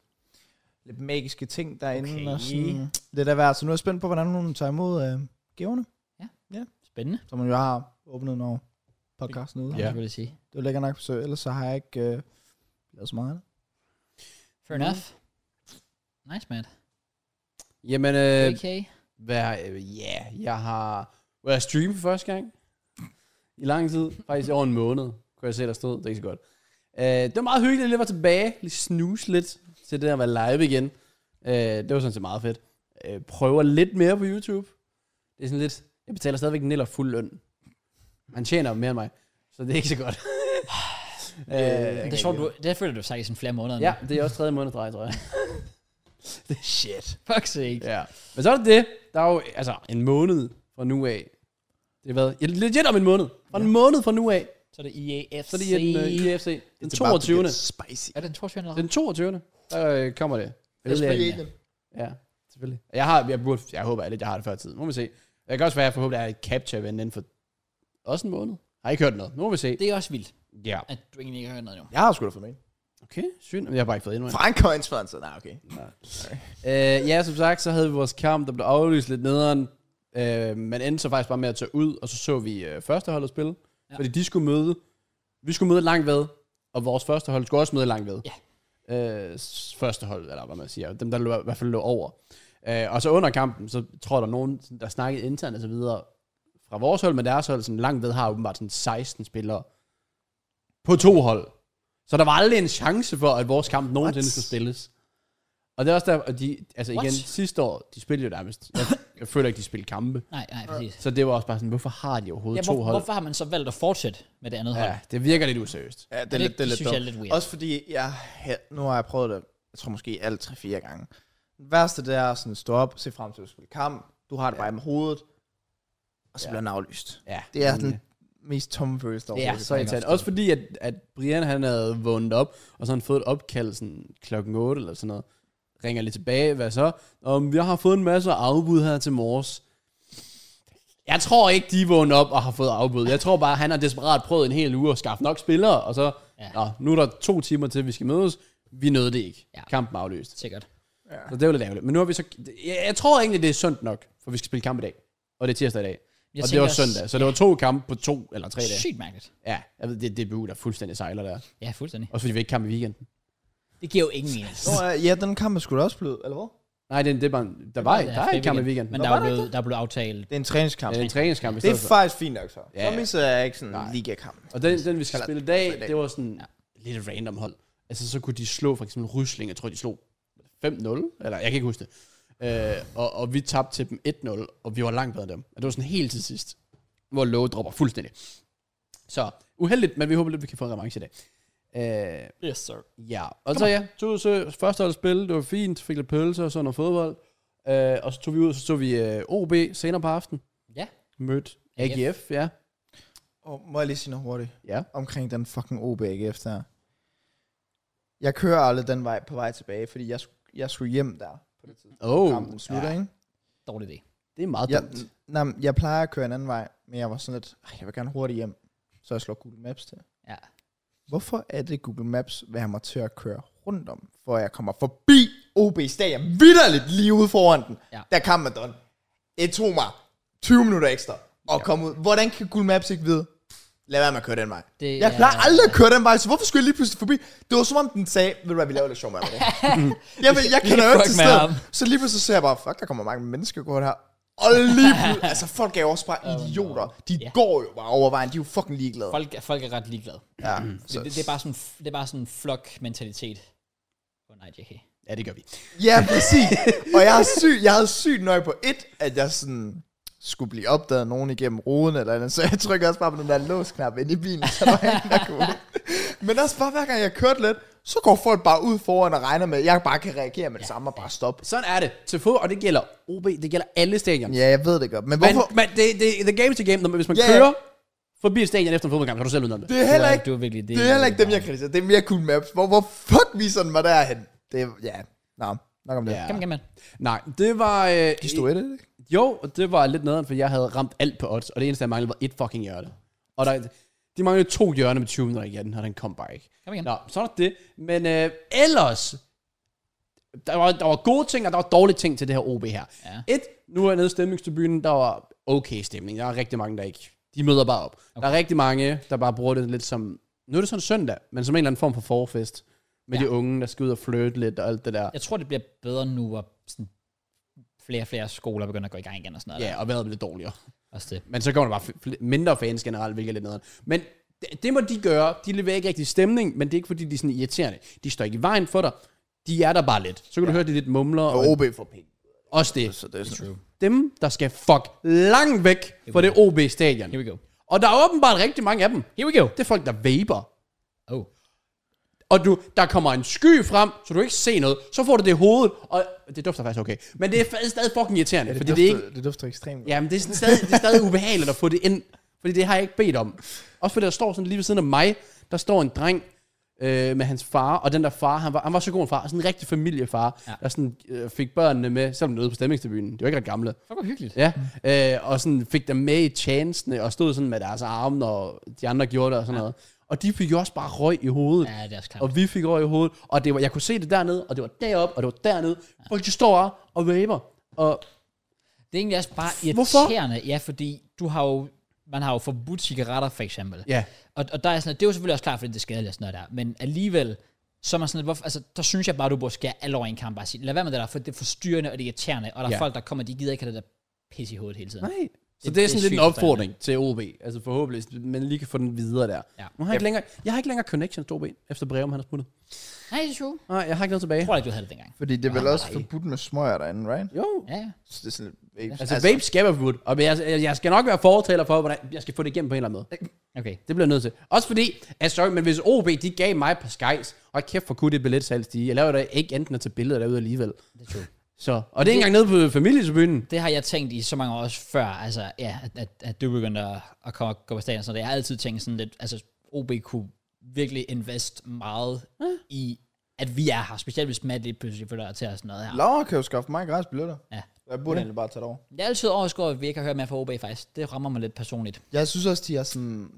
C: lidt magiske ting derinde,
A: Okay.
C: okay. og sådan lidt af hvert. Så nu er jeg spændt på, hvordan hun tager imod øh, gaverne,
A: Spændende,
C: som hun jo har åbnet, når podcasten er ude.
A: kan
C: Ja.
A: man
B: Ja.
A: selvfølgelig sige.
C: Det er lækkert nok, så ellers så har jeg ikke øh, lavet så meget andet.
A: Fair enough. Nice, Matt.
B: Jamen, øh,
A: AK.
B: hvad, øh, ja, jeg har været stream for første gang. I lang tid. Faktisk over en måned, kunne jeg se, der stod. Det er ikke så godt. Øh, det var meget hyggeligt, at jeg var tilbage. Lige snuse lidt til det at være live igen. Øh, det var sådan set meget fedt. Øh, prøver lidt mere på YouTube. Det er sådan lidt... Jeg betaler stadigvæk Niller fuld løn. Han tjener jo mere end mig. Så det er ikke så godt. øh,
A: Det er sjovt, du, det føler du sagt i sådan flere måneder
B: Ja, det er også tredje måned drej, tror jeg.
C: Shit.
A: nu. Fuck sake.
B: Ja. Men så er det det. Der er jo altså, en måned fra nu af. Det har været ja, legit om en måned. Fra en måned fra nu af.
A: Så er det E EAFC.
B: Så er det i den, uh, IFC. Den
C: Det er bare, fordi det
B: 22.
C: er Spicy.
A: Er det den 22. eller?
B: Den 22. Der øh, kommer det. Ved
C: Jeg
B: jeg
C: spiller
B: ikke.
C: ikke.
B: Ja, selvfølgelig. Jeg, har, jeg, burde, jeg håber lidt, jeg har det før tid. Nu må vi se. Jeg kan også være, at jeg forhåbentlig er et capture event inden for også en måned. Har ikke hørt noget. Nu må vi se.
A: Det er også vildt,
B: Ja.
A: at du egentlig ikke har hørt noget endnu.
C: Jeg har sgu da fået med.
B: Okay, sygt. Men Jeg har bare ikke fået endnu en.
C: Frank og Inspirator. Nej, okay.
B: Øh, ja, som sagt, så havde vi vores kamp, der blev aflyst lidt nederen. Øh, men endte så faktisk bare med at tage ud, og så så vi øh, førsteholdet spille. Ja. Fordi de skulle møde, vi skulle møde langt ved, og vores førstehold skulle også møde langt ved. Ja. Øh, s- førstehold, eller hvad man siger, dem der lå, i hvert fald lå over. Øh, og så under kampen, så tror jeg, der er nogen, sådan, der snakkede internt og så videre, fra vores hold med deres hold, sådan langt ved har åbenbart sådan 16 spillere på to hold. Så der var aldrig en chance for, at vores kamp nogensinde
C: What?
B: skulle spilles. Og det er også der, og de, altså igen,
A: What?
B: sidste år, de spillede jo nærmest, jeg, jeg føler ikke, de spillede kampe.
A: Nej, nej, præcis.
B: Så det var også bare sådan, hvorfor har de overhovedet
A: Ja,
B: ja, to
A: hvor,
B: hold?
A: hvorfor har man så valgt at fortsætte med det andet hold?
B: Ja, det virker lidt useriøst.
C: Ja, det er
A: det-
C: lidt, det er
A: det
C: lidt
A: synes jeg er
C: dumt.
A: lidt weird.
C: Også fordi, jeg, ha- nu har jeg prøvet det, jeg tror måske alt 3-4 gange. Det værste, det er sådan, stå op, se frem til at spille kamp, du har det bare i hovedet, og så
B: Ja.
C: bliver den aflyst.
B: Ja,
C: Det er den mest tomme følelse, der
A: Det er
C: overhovedet
B: så
A: kan jeg
B: irriterende.
A: godt
B: Også fordi, at, at Brian han havde vågnet op, og så havde han fået et opkald sådan klokken 8 eller sådan noget. Ringer lidt tilbage, hvad så? Om jeg har fået en masse afbud her til morges. Jeg tror ikke, de er vågnet op og har fået afbud. Jeg tror bare, han har desperat prøvet en hel uge at skaffe nok spillere, og så,
A: Ja.
B: ja. nå, nu er der to timer til, vi skal mødes. Vi nåede det ikke.
A: Ja.
B: Ja. Kampen er afløst.
A: Sikkert.
B: Så det var lidt ærgerligt. Men nu har vi så... Jeg, jeg tror egentlig, det er sundt nok, for vi skal spille kamp i dag. Og det er tirsdag i dag.
A: Jeg
B: og det
A: tænker
B: var
A: også-
B: søndag, så det var to kampe på to eller tre dage.
A: Sygt mærkeligt.
B: Ja, jeg ved, det er DBU, der fuldstændig sejler der.
A: Ja, fuldstændig.
B: Også fordi vi ikke kamp i weekenden.
A: Det giver jo ingen mening.
C: Nå, ja, ja, den kamp er sgu da også blevet, eller hvad?
B: Nej, det, er- det er bare, en- der var, ikke- der er ikke kamp i weekenden.
A: Men
B: Men
A: der
C: Nå,
A: er
C: var der
A: blevet, der er blevet aftalt.
C: Det er en træningskamp.
B: der er en træningskamp i
C: Det
B: stedet
C: er
B: for.
C: faktisk fint nok så.
B: Ja.
C: Så misser jeg ikke sådan
B: Nej.
C: en ligakamp.
B: Og den, den vi skal
C: Eller-
B: spille i
C: i dag.
B: dag, det var sådan lidt et random hold. Altså så kunne de slå for eksempel Rysling, jeg tror de slog 5-0, eller jeg kan ikke huske det. Øh, og, og vi tabte til dem 1-0, og vi var langt bedre end dem. Og det var sådan helt til sidst, hvor Lowe dropper fuldstændig. Så uheldigt, men vi håber lidt, vi kan få en revanche i dag. Øh,
A: Yes, sir.
B: Ja, og så ja, tog ud til første hold spil, det var fint, fik lidt pølser og sådan noget fodbold. Øh, og så tog vi ud, så så vi øh, OB senere på aftenen,
A: Ja.
B: mødte
A: AGF.
B: AGF, ja.
C: Og må jeg lige sige noget hurtigt?
B: Ja.
C: Omkring den fucking OBAGF der. Jeg kører aldrig den vej på vej tilbage, fordi jeg, sk- jeg skulle hjem der.
B: Oh,
C: Kampen slutter,
B: ja,
C: ikke?
A: Dårlig idé.
B: det er meget
C: Jeg,
B: dumt.
C: nej, men jeg plejer at køre en anden vej, men jeg var sådan lidt, "Ej, jeg vil gerne hurtigt hjem. Så jeg slår Google Maps til.
A: Ja.
C: Hvorfor er det Google Maps vil have mig til at køre rundt om, for jeg kommer forbi OB Stadion, vidderligt lige ude foran den,
A: Ja.
C: der kampen er done. Det tog mig 20 minutter ekstra at ja. komme ud. Hvordan kan Google Maps ikke vide, lad være med at køre den vej?
A: Det
C: jeg
A: er-
C: plejer aldrig at køre den vej, så hvorfor skulle jeg lige pludselig forbi? Det var som om den sagde, ved du hvad, vi laver lidt sjov med det.
A: [laughs]
C: jeg, ved, jeg kender jo ikke
A: Fuck
C: til
A: med
C: stedet.
A: ham.
C: Så lige pludselig ser jeg bare, fuck, der kommer mange mennesker går her. Og lige
A: [laughs]
C: pludselig, altså folk er jo også bare idioter. De
A: Oh Ja.
C: går jo bare over vejen, de er jo fucking ligeglade.
A: Folk, er- folk er ret ligeglade.
C: Ja,
A: Det,
C: så,
A: det, det, er bare sådan, det er bare sådan en flok-mentalitet. Åh oh, nej, JK.
B: Ja, det gør vi.
C: ja, præcis. og jeg er syg, jeg havde sygt nøje på et, at jeg sådan skulle blive opdaget af nogen igennem roden eller andet, så jeg trykker også bare på den der låsknap inde i bilen, så der var ingen, der kunne. ud. Men også bare hver gang jeg kørte lidt, så går folk bare ud foran og regner med, at jeg bare kan reagere med det samme og bare stoppe.
B: Sådan er det til fodbold, og det gælder OB, det gælder alle stadion.
C: Ja, jeg ved det godt, men
B: Men,
C: hvorfor?
B: men det, det, the game to game, når, man- hvis man
C: Ja, ja.
B: kører forbi et stadion efter en fodboldkamp, så er du selv uden om det.
C: Det er heller
A: Du er-
C: ikke
A: Du er virkelig...
C: Det er heller ikke dem, jeg kritiserer. Det er mere cool maps. Hvor, hvor fuck viser den mig derhen? Det er, ja. Nå, nok om det.
B: Ja.
A: Kan man, kan man.
B: Nej, det var... Øh,
C: De stod i det, ikke?
B: Jo, og det var lidt nederen, for jeg havde ramt alt på odds, og det eneste, jeg manglede, var et fucking hjørne. Og der, de manglede to hjørne med 20 minutter igen, og den kom bare ikke.
A: Kom igen.
B: Nå, så er det. Men øh, ellers, der var, der var gode ting, og der var dårlige ting til det her OB her.
A: Ja.
B: Et, nu er jeg nede i stemningstribunen, der var okay stemning. Der er rigtig mange, der ikke... De møder bare op. Okay. Der er rigtig mange, der bare bruger det lidt som... Nu er det sådan søndag, men som en eller anden form for forfest. Med ja. de unge, der skal ud og flirte lidt og alt det der.
A: Jeg tror, det bliver bedre nu, hvor sådan flere og flere skoler begynder at gå i gang igen og sådan noget.
B: Ja, og vejret bliver dårligere.
A: Også det.
B: Men så kommer der bare fl- fl- mindre fans generelt, hvilket er lidt nederen. Men det, det må de gøre. De leverer ikke rigtig stemning, men det er ikke fordi, de er sådan irriterende. De står ikke i vejen for dig. De er der bare lidt. Så kan ja. du høre, de lidt mumler.
C: Og
B: Og,
C: OB får penge.
B: også det.
A: Altså.
C: Så det er sådan. True.
B: Dem, der skal fuck langt væk fra det
A: Here
B: OB-stadion.
A: we go.
B: Og der er åbenbart rigtig mange af dem.
A: Here we go.
B: Det er folk, der vaper.
A: Oh.
B: Og du, der kommer en sky frem, så du ikke ser noget. Så får du det i hovedet, og det dufter faktisk okay. Men det er fa- stadig fucking irriterende, ja,
C: Det,
B: fordi
C: dufter,
B: det er ikke
C: det dufter ekstremt godt.
B: Ja, men det er, sådan stadig, det er stadig ubehageligt at få det ind, fordi det har jeg ikke bedt om. Også fordi der står sådan lige ved siden af mig, der står en dreng øh, med hans far, og den der far, han var, han var så god en far, sådan en rigtig familiefar,
A: Ja.
B: ja. der sådan, øh, fik børnene med, selvom de nåede på stemningstribunen, de var ikke ret gamle.
A: Fuck, hvor hyggeligt.
B: Ja, øh, og sådan fik dem med i chancene, og stod sådan med deres arme, når de andre gjorde det og sådan ja. noget. Og de fik jo også bare røg i hovedet.
A: Ja, det er også klart.
B: Og vi fik over i hovedet, og det var, jeg kunne se det dernede, og det var deroppe, og det var dernede. Folk de står og vaber, og
A: Det er egentlig også bare
B: Hvorfor?
A: irriterende, ja, fordi du har jo, man har jo forbudt cigaretter, for eksempel.
B: Ja.
A: Og, og der er sådan, det er jo selvfølgelig også klart, fordi det er skadeligt og sådan noget der, men alligevel, så er man sådan, lidt, hvorfor, altså, der synes jeg bare, du burde skære alle over en kamp, bare sige, lad være med det der, for det er forstyrrende og det er irriterende, og der er
B: Ja.
A: folk, der kommer, de gider ikke have det der pis i hovedet hele tiden.
B: Nej. Så
A: Det-
B: det,
A: det
B: det
A: er
B: er sådan lidt en
A: sygt
B: opfordring til OB. Altså forhåbentlig, men lige kan få den videre der.
A: Ja.
B: Nu har jeg, ikke længere, jeg har ikke længere connection til OB, efter Breum han har smuttet.
A: Nej, det er true.
B: Nej, jeg har ikke
A: Jeg
B: noget tilbage.
A: tror ikke, du havde det dengang.
C: Fordi det er vel
A: Ah,
C: også
A: nej.
C: forbudt med smøger derinde, right?
B: Jo.
A: Ja, ja.
C: Så det er sådan lidt vapes.
B: Altså, altså vape skal være forbudt. Og jeg, jeg, jeg, skal nok være fortaler for, hvordan jeg skal få det igennem på en eller anden måde.
A: Okay.
B: Det bliver jeg nødt til. Også fordi, altså sorry, men hvis OB, de gav mig på Skies, og kæft for kunne det billetsalg stige. Jeg laver da ikke enten at tage billeder derude alligevel.
A: Det er true.
B: Så, og det er ikke engang nede på familietribunen.
A: Det har jeg tænkt i så mange år også før, altså, ja, at, at, at du begyndte at, at komme gå på stadion, så det. jeg har altid tænkt sådan lidt, altså, OB kunne virkelig invest meget i, at vi er her, specielt hvis Matt lige pludselig flytter til og sådan noget her.
C: Laura kan jo skaffe mig gratis billetter.
A: Ja.
C: Jeg burde egentlig bare tage det over.
A: Jeg er altid overrasket over, at vi ikke har hørt mere fra OB faktisk. Det rammer mig lidt personligt.
C: Jeg synes også, de har sådan...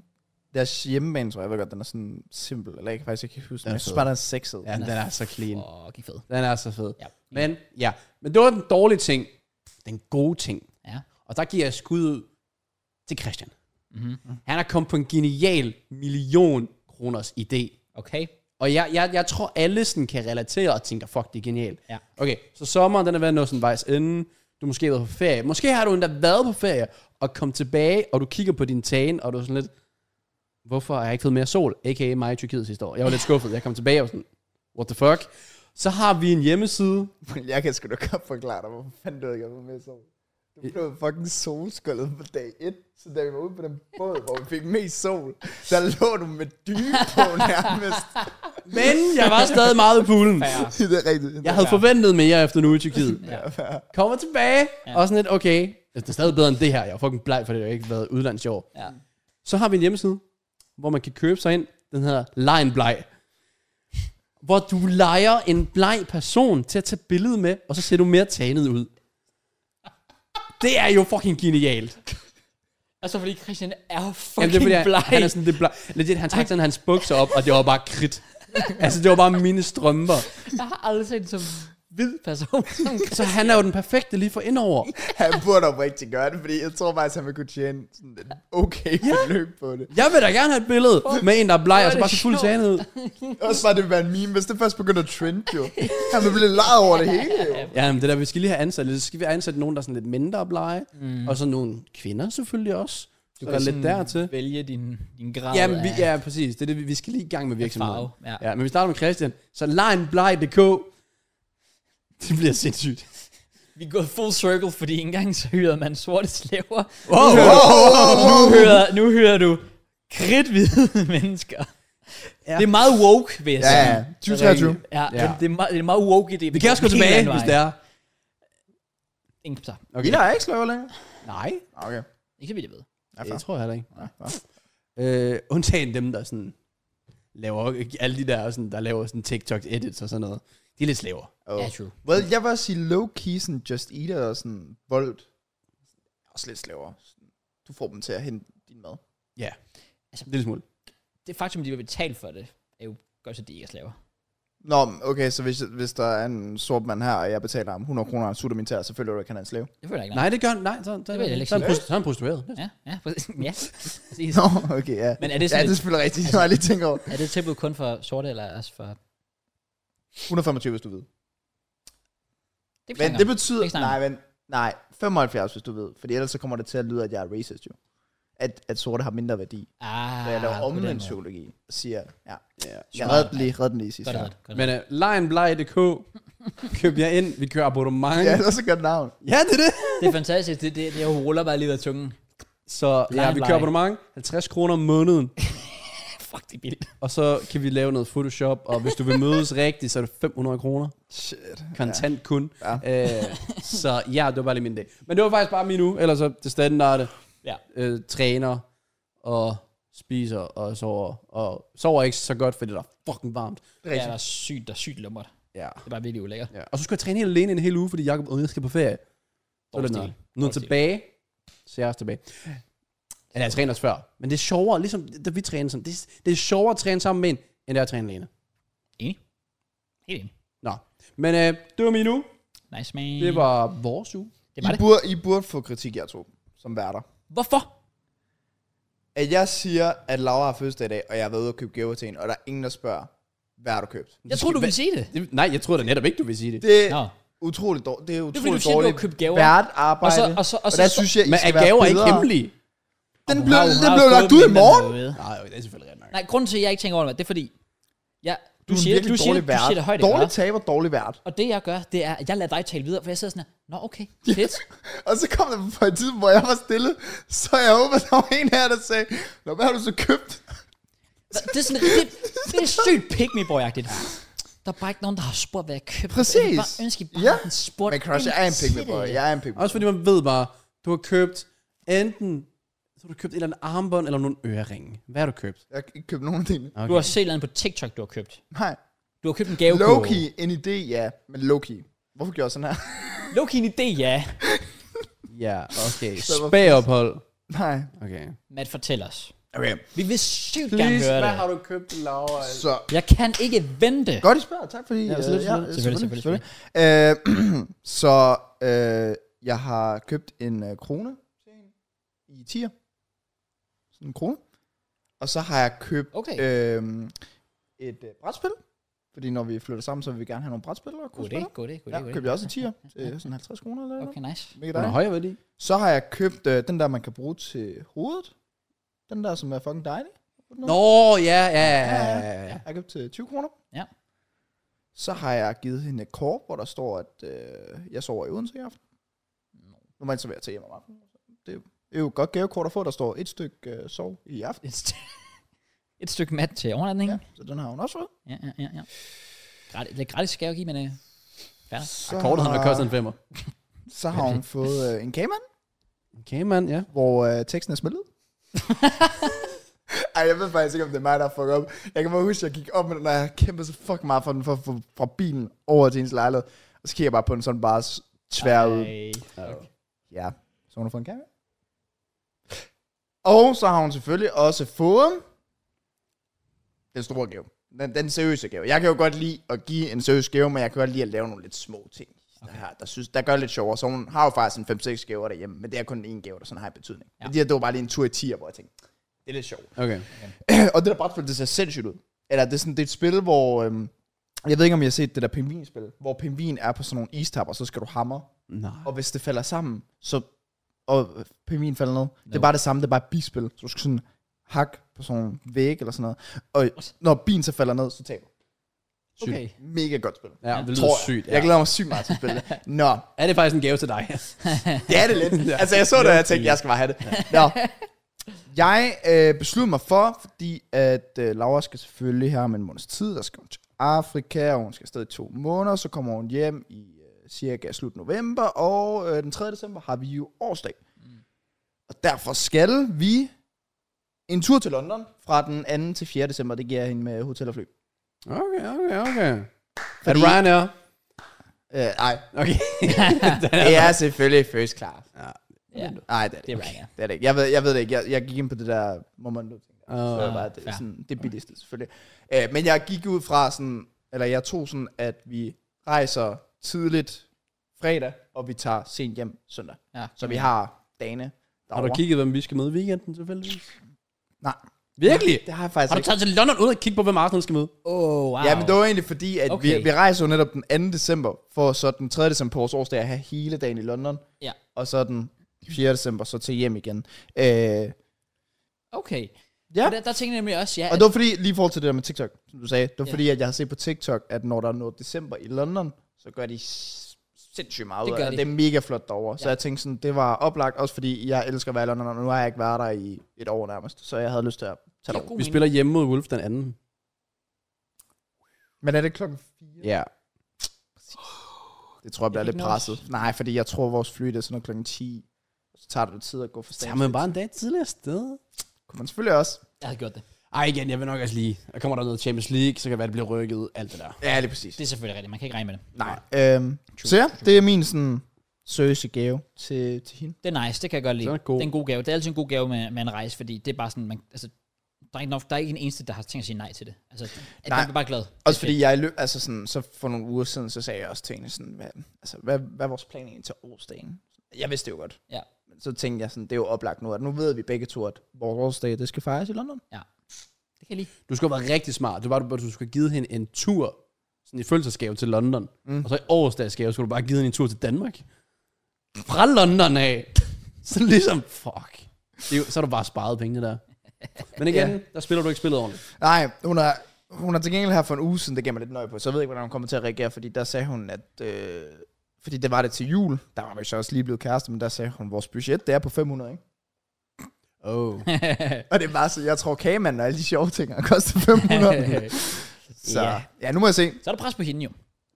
C: Deres hjemmebane, tror jeg, jeg ved godt, den er sådan simpel. Eller jeg kan faktisk ikke huske den. men Jeg synes bare, den er sexet.
B: Ja, den er så clean.
A: Åh, gik fed.
B: Den er så fed.
A: Ja.
B: Men ja, men det var den dårlige ting. Den gode ting.
A: Ja.
B: Og der giver jeg skud ud til Christian. Mm-hmm. Han er kommet på en genial million kroners idé.
A: Okay.
B: Og jeg, jeg, jeg tror, alle sådan kan relatere og tænker, fuck, det er genialt.
A: Ja.
B: Okay, så sommeren, den er været nået sådan vejs ende. Du har måske været på ferie. Måske har du endda været på ferie og kom tilbage, og du kigger på din tan, og du er sådan lidt, hvorfor har jeg ikke fået mere sol? A.k.a. mig i Tyrkiet sidste år. Jeg var lidt skuffet. Jeg kom tilbage og var sådan, what the fuck? Så har vi en hjemmeside.
C: [laughs] Jeg kan sgu da godt forklare dig, hvorfor fanden du ikke har været med så. Du blev fucking solskoldet på dag 1, så da vi var ude på den båd, hvor vi fik mest sol, der lå du med dyne på nærmest.
B: Men jeg var stadig meget i poolen.
C: det er rigtigt.
B: Jeg havde forventet mere efter nu i Tyrkiet.
A: Ja.
B: Kommer tilbage, og sådan lidt, okay. Det er stadig bedre end det her. Jeg er fucking bleg, for det har ikke været udlands i år.
A: Ja.
B: Så har vi en hjemmeside, hvor man kan købe sig ind. Den hedder Lej en bleg. Hvor du leger en bleg person til at tage billede med, og så ser du mere tanet ud. Det er jo fucking genialt.
A: Altså, fordi Christian er jo
B: Jamen, det er,
A: fucking
B: fordi,
A: Jamen,
B: han,
A: bleg.
B: han er sådan lidt bleg. Legit, han trak sådan hans bukser op, og det var bare kridt. altså, det var bare mine strømper.
A: Jeg har aldrig set en så hvid person. som-
B: Så han er jo den perfekte lige for indover.
C: Han burde oprigtigt gøre det, fordi jeg tror faktisk, han ville kunne tjene sådan et okay beløb på det.
B: Jeg vil da gerne have et billede med en, der er bleg, og så bare så fuldt tanet ud.
C: Også bare det ville være en meme, hvis det først begynder at trend jo. Han ville blive lejet over det hele jo.
B: Ja, men det der, vi skal lige have ansat lidt. Så skal vi ansætte nogen, der er sådan lidt mindre blege, mm. og så nogle kvinder selvfølgelig også. Du så der er lidt dertil.
A: vælge din, din grad
B: Ja, men vi,
A: af-
B: ja, præcis. Det er det, vi- vi skal lige i gang med virksomheden.
A: farve, ja.
B: ja. men vi starter med Christian. Så lejnbleg.dk. [laughs] Det bliver sindssygt.
A: Vi er gået full circle, fordi ikke engang så hyrede man sorte slæver.
B: [laughs] Wow, wow.
A: Nu hører, nu hører du kridhvide [laughs] mennesker. Ja.
B: Ja.
A: Det er meget woke, vil jeg
C: Ja,
A: sige. Altså,
C: ja. 2023.
A: Ja,
B: Ja.
A: ja. Det, er meget, det er meget woke i det.
B: Vi kan også gå tilbage, hvis det er.
A: Ingen så.
C: Okay. I der er ikke sløver længere?
B: Nej,
C: Okay.
A: Ikke så vidt jeg ved.
C: Ja,
B: det tror jeg heller ikke.
C: fair.
B: Øh, undtagen dem, der sådan laver, alle de der, sådan, der laver sådan TikTok-edits og sådan noget. De er lidt slaver.
C: Oh.
A: Ja, true.
C: Well, jeg vil også sige low-key, sådan Just Eat og sådan Volt. Også lidt slavere. Du får dem til at hente din mad.
B: Ja, altså, en lille smule.
A: Det faktum, at de vil betale for det, er jo godt, at de ikke er slaver.
C: Nå, men okay, så hvis, hvis der er en sort mand her, og jeg betaler ham 100 kroner, og han sutter min tær, så føler du, at han er en slave.
A: Det føler jeg ikke.
B: Nej, det gør Nej, så, så,
A: ved jeg ikke.
B: så, er han prost- så er han prostitueret.
A: Ja, ja, præcis. [laughs] ja. præcis.
C: Nå, okay, ja.
A: Men er det
C: ja,
A: sådan
C: det er selvfølgelig rigtigt. Altså, jeg lige tænker over.
A: Er det tilbud kun for sorte, eller også for...
C: 125, hvis du ved.
A: Det kan
C: Men
A: jeg
C: det
A: godt.
C: betyder...
A: Ikke snakke om.
C: Nej, men... Nej, 75, hvis du ved. Fordi ellers så kommer det til at lyde, at jeg er racist, jo. At, at sorte har mindre værdi.
A: ah,
C: Så jeg laver
A: på den
C: omvendt
A: måde.
C: psykologi og siger... Ja,
B: Ja.
C: jeg redde den lige, redde den lige sidst.
A: Godt, godt, godt.
B: Men uh, lionblej.dk køber jeg ind. Vi kører abonnement.
C: Ja,
B: Ja,
C: ellers så gør det navn.
B: det er det.
A: Det er fantastisk. Det, det, det jeg ruller bare lige ved tungen.
B: Så ja, vi
A: Lionblej.
B: kører abonnement. 50 kroner om måneden.
A: Fuck, det er billigt.
B: Og så kan vi lave noget Photoshop. Og hvis du vil mødes rigtigt, så er det 500 kroner.
C: Shit.
B: Kontant kun.
C: Ja.
B: Ja. Øh, så ja, det var bare lige min dag. Men det var faktisk bare min uge. Ellers så det standarde.
A: Ja.
B: Øh, træner og spiser og sover. Og sover ikke så godt, fordi det er fucking varmt.
C: Det
A: Ja,
C: er rigtigt.
A: der er sygt, der er sygt lummert.
B: Ja.
A: Det er bare virkelig ulækkert.
B: Ja. Og så skulle jeg træne helt alene en hel uge, fordi Jacob og jeg skal på ferie. Så er
A: Dårlig
B: det
A: stil.
B: noget. Nu
A: Dårlig
B: er jeg
A: stil.
B: tilbage, så jeg er også tilbage. Eller jeg træner også før. Men det er sjovere, ligesom da vi træner sådan. Det er, det er sjovere at træne sammen med en, end det er at træne alene.
A: Enig. Helt enig.
B: Nå. Men øh, det var min uge.
A: Nice, man.
B: Det var vores uge.
A: Det
C: I
A: var det.
C: burde, I burde få kritik, jeg to, som værter.
A: Hvorfor?
C: At jeg siger, at Laura har fødselsdag i dag, og jeg har været ude og købe gaver til hende, og der er ingen, der spørger, hvad har du købt?
A: Jeg troede, du ville sige det.
B: Det, nej, jeg tror da netop ikke, du vil sige det. det
C: Det er
A: Nå.
C: utroligt dårligt. Det er
A: Det er fordi, du
C: utroligt
A: siger, du
C: dårligt.
A: har købt gaver.
C: Hvert arbejde.
A: Og så- og så- og så-
C: der
A: så-
C: synes jeg, I
B: men
C: skal
B: er
C: være
B: gaver ikke
C: bedre.
B: hemmelige?
C: Den
A: Hun
C: blev,
A: har- hun
C: den
A: har
C: blev
A: fået
C: lagt ud i
A: min
C: morgen.
A: derude.
B: Nej, det er selvfølgelig rent nok.
A: Nej, grunden til, at jeg ikke tænker over det, det er fordi, jeg, du,
C: en
A: siger,
C: virkelig
A: du, siger,
C: dårlig
A: det- du
C: vært.
A: siger det højt,
C: Dårlig
A: ikke?
C: taber, dårlig vært.
A: Og det jeg gør, det er, at jeg lader dig tale videre, for jeg sidder sådan her, nå okay, fedt.
C: [laughs] Og så kom der på et tidspunkt, hvor jeg var stille, så jeg håber, der var en her, der sagde, Nå, hvad har du så købt?
A: Hva- det, er sådan, det, det er sygt pick me boy det her. Der er bare ikke nogen, der har spurgt, hvad jeg købte.
C: Præcis.
A: Jeg vil bare ønske, I bare
C: Ja.
A: ja. en spurgt.
C: Men Crush, jeg er en
A: ind
C: pick me
A: til
C: boy.
A: det.
C: Jeg er en pick me
B: Også fordi man ved bare, du har købt enten, så har du købt et eller andet armbånd eller nogle øreringe. Hvad har du købt?
C: Jeg har ikke købt nogen af dine.
A: Du har set noget på TikTok, du har købt.
C: Nej.
A: Du har købt en gave.
C: Loki, en idé, ja. Men Loki. Hvorfor gjorde jeg sådan her? [laughs]
A: Loki en idé, ja.
B: Ja, okay.
C: Så hvorfor-
B: Spagophold.
C: Nej.
B: Okay.
A: Matt, fortæl os.
C: Okay.
A: Vi vil sygt gerne høre det.
B: du købt, Laura?
C: Så
A: Jeg kan ikke vente.
C: Godt, I spørger. Tak fordi...
B: Ja,
C: øh,
B: selvfølgelig,
A: selvfølgelig,
C: selvfølgelig. Øh, så øh, [clears throat] jeg har købt en øh, krone til hende i tier. Sådan en krone. Og så har jeg købt
A: Okay.
C: øh, et øh, brætspil. Fordi når vi flytter sammen, så vil vi gerne have nogle brætspil og
A: God idé,
C: kunne
A: god idé, god idé.
C: Ja,
A: god idé.
C: købte jeg også i tier. Til sådan 50 kroner eller noget.
A: Okay, nice.
C: Mega
B: Den er
C: dejligt.
B: højere værdi.
C: Så har jeg købt øh, den der, man kan bruge til hovedet. Den der, som er fucking dejlig.
B: Nå, ja, ja, ja, ja, ja.
C: Jeg har købt til 20 kroner.
A: Ja.
C: Så har jeg givet hende et kort, hvor der står, at øh, jeg sover i Odense i aften. Normalt så vil jeg tage hjem om aftenen. Det er jo- det er jo et godt gavekort at få, der står et stykke øh, sov i aften.
A: Et, st- [laughs] et stykke mat til overnatning.
C: Ja, så den har hun også fået.
A: Ja, ja, ja. ja. Gratis, lidt gratis skal jeg jo give, men øh,
C: Så,
B: Kortet har nok kostet en femmer.
C: så har hun fået øh, en Cayman,
B: Okay, mand, ja.
C: hvor øh, teksten er
B: [laughs]
C: smeltet. Ej, jeg ved faktisk ikke, om det er mig, der har fucket op. Jeg kan bare huske, at jeg gik op med den, og jeg kæmpede så fucking meget for den, for, for, fra bilen over til hendes lejlighed. Og så kigger jeg bare på den sådan bare s- tvær ud.
A: Ej.
C: Ja, så hun har fået en kæreste. Og så har hun selvfølgelig også fået den store gave. Den, den seriøse gave. Jeg kan jo godt lide at give en seriøs gave, men jeg kan godt lide at lave nogle lidt små ting. Okay. Der, der, synes, der gør det lidt sjovere. Så hun har jo faktisk en 5-6 gaver derhjemme, men det er kun én gave, der sådan har en betydning. Ja.
A: Ja.
C: Men det her, det var bare lige en tur i 10'er, hvor jeg tænkte, det er lidt sjovt. [clears throat]
B: Okay.
C: og det der brætspil, det ser sindssygt ud. Eller det er sådan, det er et spil, hvor... Øhm, jeg ved ikke, om jeg har set det der pingvinspil, hvor pingvin er på sådan nogle istapper, så skal du hammer
B: Nej.
C: og hvis det falder sammen, så... Og øh, pingvin falder ned. No. Det er bare det samme, det er bare et bispil. Så du skal sådan hakke på sådan en væg eller sådan noget. Og når bien så falder ned, så taber du.
A: Okay.
C: Mega godt spil.
B: Ja, det lyder
C: Tror jeg.
B: sygt.
C: Ja.
B: Ja.
C: Jeg glæder mig sygt meget til at
B: [laughs]
C: spille det. Nå,
B: Er det faktisk en gave til dig?
C: det er det [laughs] lidt. Altså, jeg så det, og jeg tænkte, jeg skal bare have det. Nå. [laughs] Jeg øh, besluttede mig for, fordi at øh, Laura skal selvfølgelig her om en måneds tid, der skal hun til Afrika, og hun skal afsted i to måneder, så kommer hun hjem i øh, cirka slut november, og øh, den 3. december har vi jo årsdag. Mm. Og derfor skal vi en tur til London fra den 2. til 4. december, det giver jeg hende med hotel og fly.
B: Okay, okay, okay. Er
C: Fordi-
B: det Ryanair?
C: Øh, nej,
B: [laughs] Okay.
C: [laughs] det er selvfølgelig first class.
B: Ja.
A: Ja,
C: Nej, det er det,
A: det er
C: ikke.
A: right, ja.
C: det er det ikke. Jeg ved, jeg ved det ikke. Jeg, jeg gik ind på det der, må man nu tænke.
B: Åh,
C: Så det var
A: fair.
C: det, sådan, det billigste selvfølgelig. Øh, men jeg gik ud fra sådan, eller jeg tog sådan, at vi rejser tidligt fredag, og vi tager sent hjem søndag.
A: ja.
C: Så vi har dagene
B: Har du
C: derovre.
B: kigget, hvem vi skal møde i weekenden tilfældigvis?
C: Nej,
B: Virkelig?
C: det har jeg faktisk
B: Har du
C: ikke.
B: taget til London uden at kigge på, hvem Arsenal skal møde?
A: Oh, wow.
C: Ja, men det var egentlig fordi, at okay. vi,
A: Okay.
C: vi rejser jo netop den 2. december, for så den 3. december på vores årsdag at have hele dagen i London,
A: Ja.
C: og så den 4. december så til hjem igen. Øh,
A: Okay.
C: Ja.
A: Ja. Der, der tænkte jeg nemlig også, ja.
C: Og det var fordi, lige i forhold til det der med TikTok, som du sagde, det var
A: Ja.
C: fordi, at jeg har set på TikTok, at når der er noget december i London, så gør de s- sindssygt meget
A: Det
C: ud
A: gør
C: af det.
A: de.
C: Det er mega flot derovre. Ja. Så
A: Ja.
C: jeg tænkte sådan, det var oplagt, også fordi jeg elsker at være i London, og nu har jeg ikke været der i et år nærmest, så jeg havde lyst til at
A: giver
C: tage derover.
A: god
B: Vi
A: mening.
B: spiller hjemme mod Wolf den anden.
C: Men er det klokken 4?
B: Ja.
C: Det tror
A: Jeg
C: jeg bliver
A: kan
C: lidt
A: ikke nå
C: presset. Nej, fordi jeg tror, vores fly det er sådan noget klokken 10. Så tager det lidt tid at gå for
B: Så
C: stadig.
B: er man bare en dag tidligere sted.
C: Kunne man selvfølgelig også.
A: Jeg havde gjort det.
B: Ej igen, jeg vil nok også lige. Der kommer der noget Champions League, så kan det være, det bliver rykket, alt det der.
C: Ja, lige præcis.
A: Det er selvfølgelig rigtigt. Man kan ikke regne med det.
C: Nej. Øhm, så ja, det er min sådan seriøse gave til, til hende.
A: Det er nice. Det kan jeg godt lide.
B: Den er god.
A: Det er en god gave. Det er altid en god gave med, med en rejse, fordi det er bare sådan, man, altså, der er, ikke nok, der er ikke en eneste, der har tænkt at sige nej til det. Altså, at
C: Nej.
A: man bliver bare glad. Det er
C: Også fordi
A: fedt.
C: jeg i løb, altså sådan, så for nogle uger siden, så sagde jeg også til hende sådan, hvad, altså, hvad, hvad er vores plan egentlig til årsdagen? Jeg vidste det jo godt.
A: Ja.
C: Men så tænkte jeg sådan, det er jo oplagt nu, at nu ved vi begge to, at vores dag, det skal fejres i London.
A: Det kan jeg [laughs] lide.
B: Du skulle have været rigtig smart. Det var, du, du skulle have givet hende en tur sådan i følelsesgave til London.
C: Mm.
B: Mm. Og så i årsdagsgave skulle du bare have givet hende en tur til Danmark. Fra London af. Så ligesom, fuck. Det er jo, så har du bare sparet pengene der. Men igen,
C: [laughs] Ja.
B: yeah. der spiller du ikke spillet ordentligt.
C: Nej, hun har, hun har til gengæld her for en uge siden, det gav mig lidt nøje på, så jeg ved ikke, hvordan hun kommer til at reagere, fordi der sagde hun, at... Øh, fordi det var det til jul, der var vi så også lige blevet kærester, men der sagde hun, vores budget, det er på 500, ikke?
B: Oh.
C: Og det var så, jeg tror, kagemanden og alle de sjove ting, har kostet [laughs] 500. så
A: Ja.
C: ja. ja, nu må jeg se.
A: så er der pres på hende jo.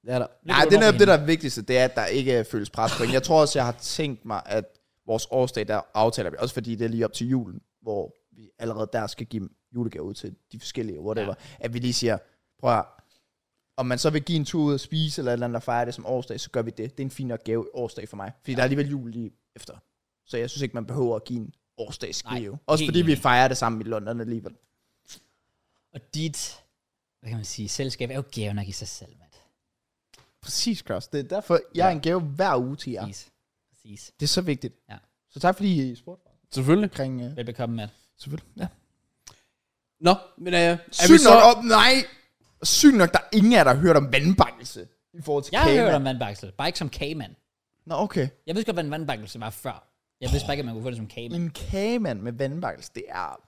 B: Det er der.
A: Lidt
C: Nej,
A: under
C: det
A: på
C: er netop
A: hende.
C: det, der er vigtigste, det er, at der ikke føles pres på hende. Jeg tror også, jeg har tænkt mig, at vores årsdag, der aftaler vi, også fordi det er lige op til julen, hvor vi allerede der skal give julegave ud til de forskellige, whatever, ja. at vi lige siger, prøv at høre, om man så vil give en tur ud og spise, eller et eller andet, der fejrer det som årsdag, så gør vi det. Det er en fin nok gave årsdag for mig, fordi ja. der er alligevel jul lige efter. Så jeg synes ikke, man behøver at give en årsdagsgave.
A: Nej,
C: Også
A: helt
C: fordi vi
A: enig.
C: fejrer det sammen i London alligevel.
A: Og dit, hvad kan man sige, selskab er jo gave nok i sig selv, mand.
C: Præcis, Cross. Det er derfor, jeg er en gave hver uge til jer.
A: Præcis. Præcis.
C: Det er så vigtigt.
A: Ja.
C: Så tak fordi I spurgte mig
B: Selvfølgelig.
C: omkring... Øh,
A: Velbekomme, Matt.
C: Selvfølgelig, ja.
B: Nå, men øh, er vi
C: Sygt
B: så...
C: nok, op, nej. Sygt nok, der er ingen af jer, der har hørt om vandbakkelse i forhold til
A: Jeg har
C: kagemand.
A: hørt om vandbakkelse, bare ikke som kagemand.
C: Nå, okay.
A: Jeg vidste godt, hvad en vandbakkelse var før. Jeg vidste bare ikke, at man kunne få det som kagemand.
C: En kagemand med vandbakkelse, det er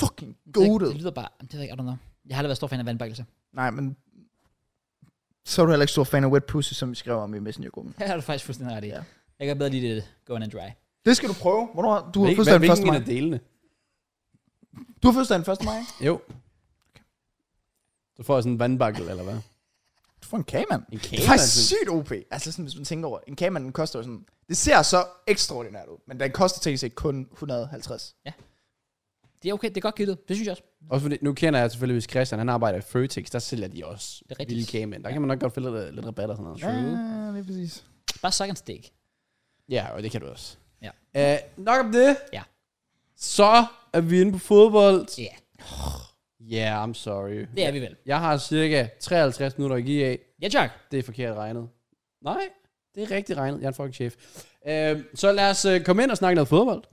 C: fucking
A: Det,
C: godet.
A: det lyder bare, det ved jeg ikke, I don't know. Jeg har aldrig været stor fan af vandbakkelse.
C: Nej, men så er du heller ikke stor fan af wet pussy, som vi skrev om i Messenger-gruppen.
A: [laughs] Det har du faktisk fuldstændig ret i.
C: Ja.
A: Jeg kan bedre lide det going and dry.
C: Det skal du prøve. Hvornår har- du har
B: Hvil-
C: fødselsdag den 1.
B: Hvilken en
C: maj?
B: af delene?
C: Du har fødselsdag den 1. maj.
B: Jo. Så får jeg sådan en vandbakkel, eller hvad?
C: Du får en kagemand.
B: En
C: Det er faktisk sygt OP. Altså sådan, hvis man tænker over, det. en kagemand, den koster jo sådan, det ser så ekstraordinært ud, men den koster til sig kun 150.
A: Det er okay, det er godt givet. Det synes jeg også.
B: Også fordi, nu kender jeg selvfølgelig Christian, han arbejder i Føtex, der sælger de også
A: Det er rigtigt.
B: vilde kagemænd. Der kan man nok godt få lidt, øh, lidt rabat og sådan noget.
C: Ja, det er præcis.
A: Bare suck and stick.
B: Ja, og det kan du også.
A: Ja.
B: Uh, nok om det.
A: Ja.
B: Så er vi inde på fodbold.
A: Ja, yeah,
B: Yeah, I'm sorry.
A: det er vi vel.
B: Jeg har cirka 53 minutter at give af.
A: Ja, Jack.
B: Det er forkert regnet. Nej, det er rigtigt regnet. Jeg er en fucking chef. Uh, så lad os uh, komme ind og snakke noget fodbold.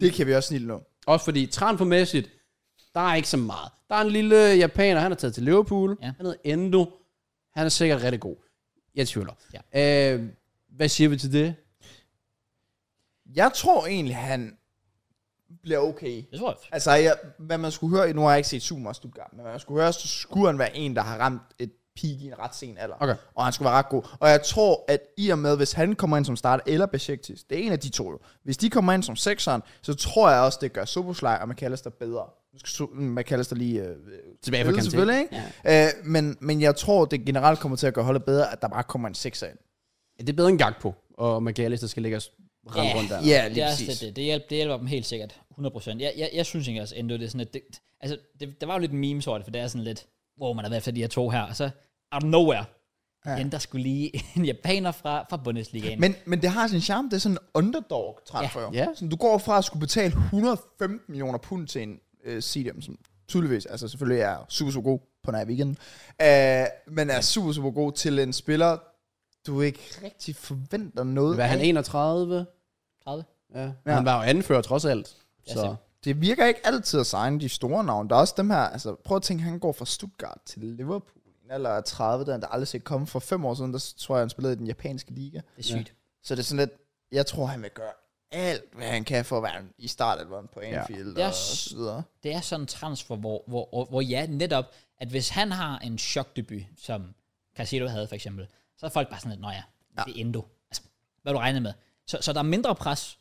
C: Det kan vi også snille nu.
B: Også fordi transfermæssigt, der er ikke så meget. Der er en lille japaner, han er taget til Liverpool.
A: Ja.
B: Ja. Han hedder Endo. Han er sikkert rigtig god. Jeg tvivler. Ja. Øh, hvad siger vi til det?
C: Jeg tror egentlig, han bliver okay.
A: Det tror jeg.
C: Altså, jeg, hvad man skulle høre, nu har jeg ikke set super meget Stuttgart, men hvad man skulle høre, så skulle han være en, der har ramt et peak i en ret sen alder.
B: Okay.
C: Og han skulle være ret god. Og jeg tror, at i og med, hvis han kommer ind som starter eller Besiktis, det er en af de to jo. Hvis de kommer ind som sekseren, så tror jeg også, det gør Soboslej og McAllister bedre. Nu skal So- McAllister lige øh,
B: Tilbage fra
C: spille
B: kanten.
C: selvfølgelig, ikke? Ja. Øh, men, men jeg tror, det generelt kommer til at gøre holdet bedre, at der bare kommer en sekser ind.
B: Ja, det er bedre end gang på. Og McAllister skal lægge os ramme
A: Ja.
B: rundt der.
C: Ja,
A: Det,
C: lige
A: er også lidt
C: præcis.
A: det, det, hjælper, det hjælper dem helt sikkert. 100%. Jeg, jeg, jeg synes ikke også, Endo, det er sådan lidt... Det, altså, det, der var jo lidt memes over det, for det er sådan lidt... Wow, man har været efter de her to her, og så out of nowhere. Ja. Ender skulle lige [laughs] en japaner fra, fra Bundesligaen.
C: Men, men det har sin charme, det er sådan en underdog-transfer.
B: Ja. Ja.
C: Så du går fra at skulle betale 115 millioner pund til en øh, CDM, som tydeligvis, altså selvfølgelig er super, super god på nær weekend, øh, men er super, super god til en spiller, du ikke rigtig forventer noget
B: Hvad er han
C: af.
B: 31?
A: 30.
B: Ja. ja.
C: Ja.
B: Han var jo anfører trods alt.
A: Ja,
B: Så.
A: så-
C: Det virker ikke altid at signe de store navne. Der er også dem her, altså prøv at tænke, han går fra Stuttgart til Liverpool, eller 30, der er han der aldrig set komme. For fem år siden, der tror jeg, han spillede i den japanske liga.
A: Det er sygt.
C: Så det er sådan lidt, jeg tror, han vil gøre alt, hvad han kan for at være i startelveren på Anfield
A: Det
C: ja.
A: er
C: og
A: s-
C: så videre.
A: det er sådan en transfer, hvor, hvor, hvor, hvor ja, netop, at hvis han har en chokdebut, som Casero havde for eksempel, så er folk bare sådan lidt, nå ja, ja. det er endo. Altså, hvad du regner med. Så, så der er mindre pres,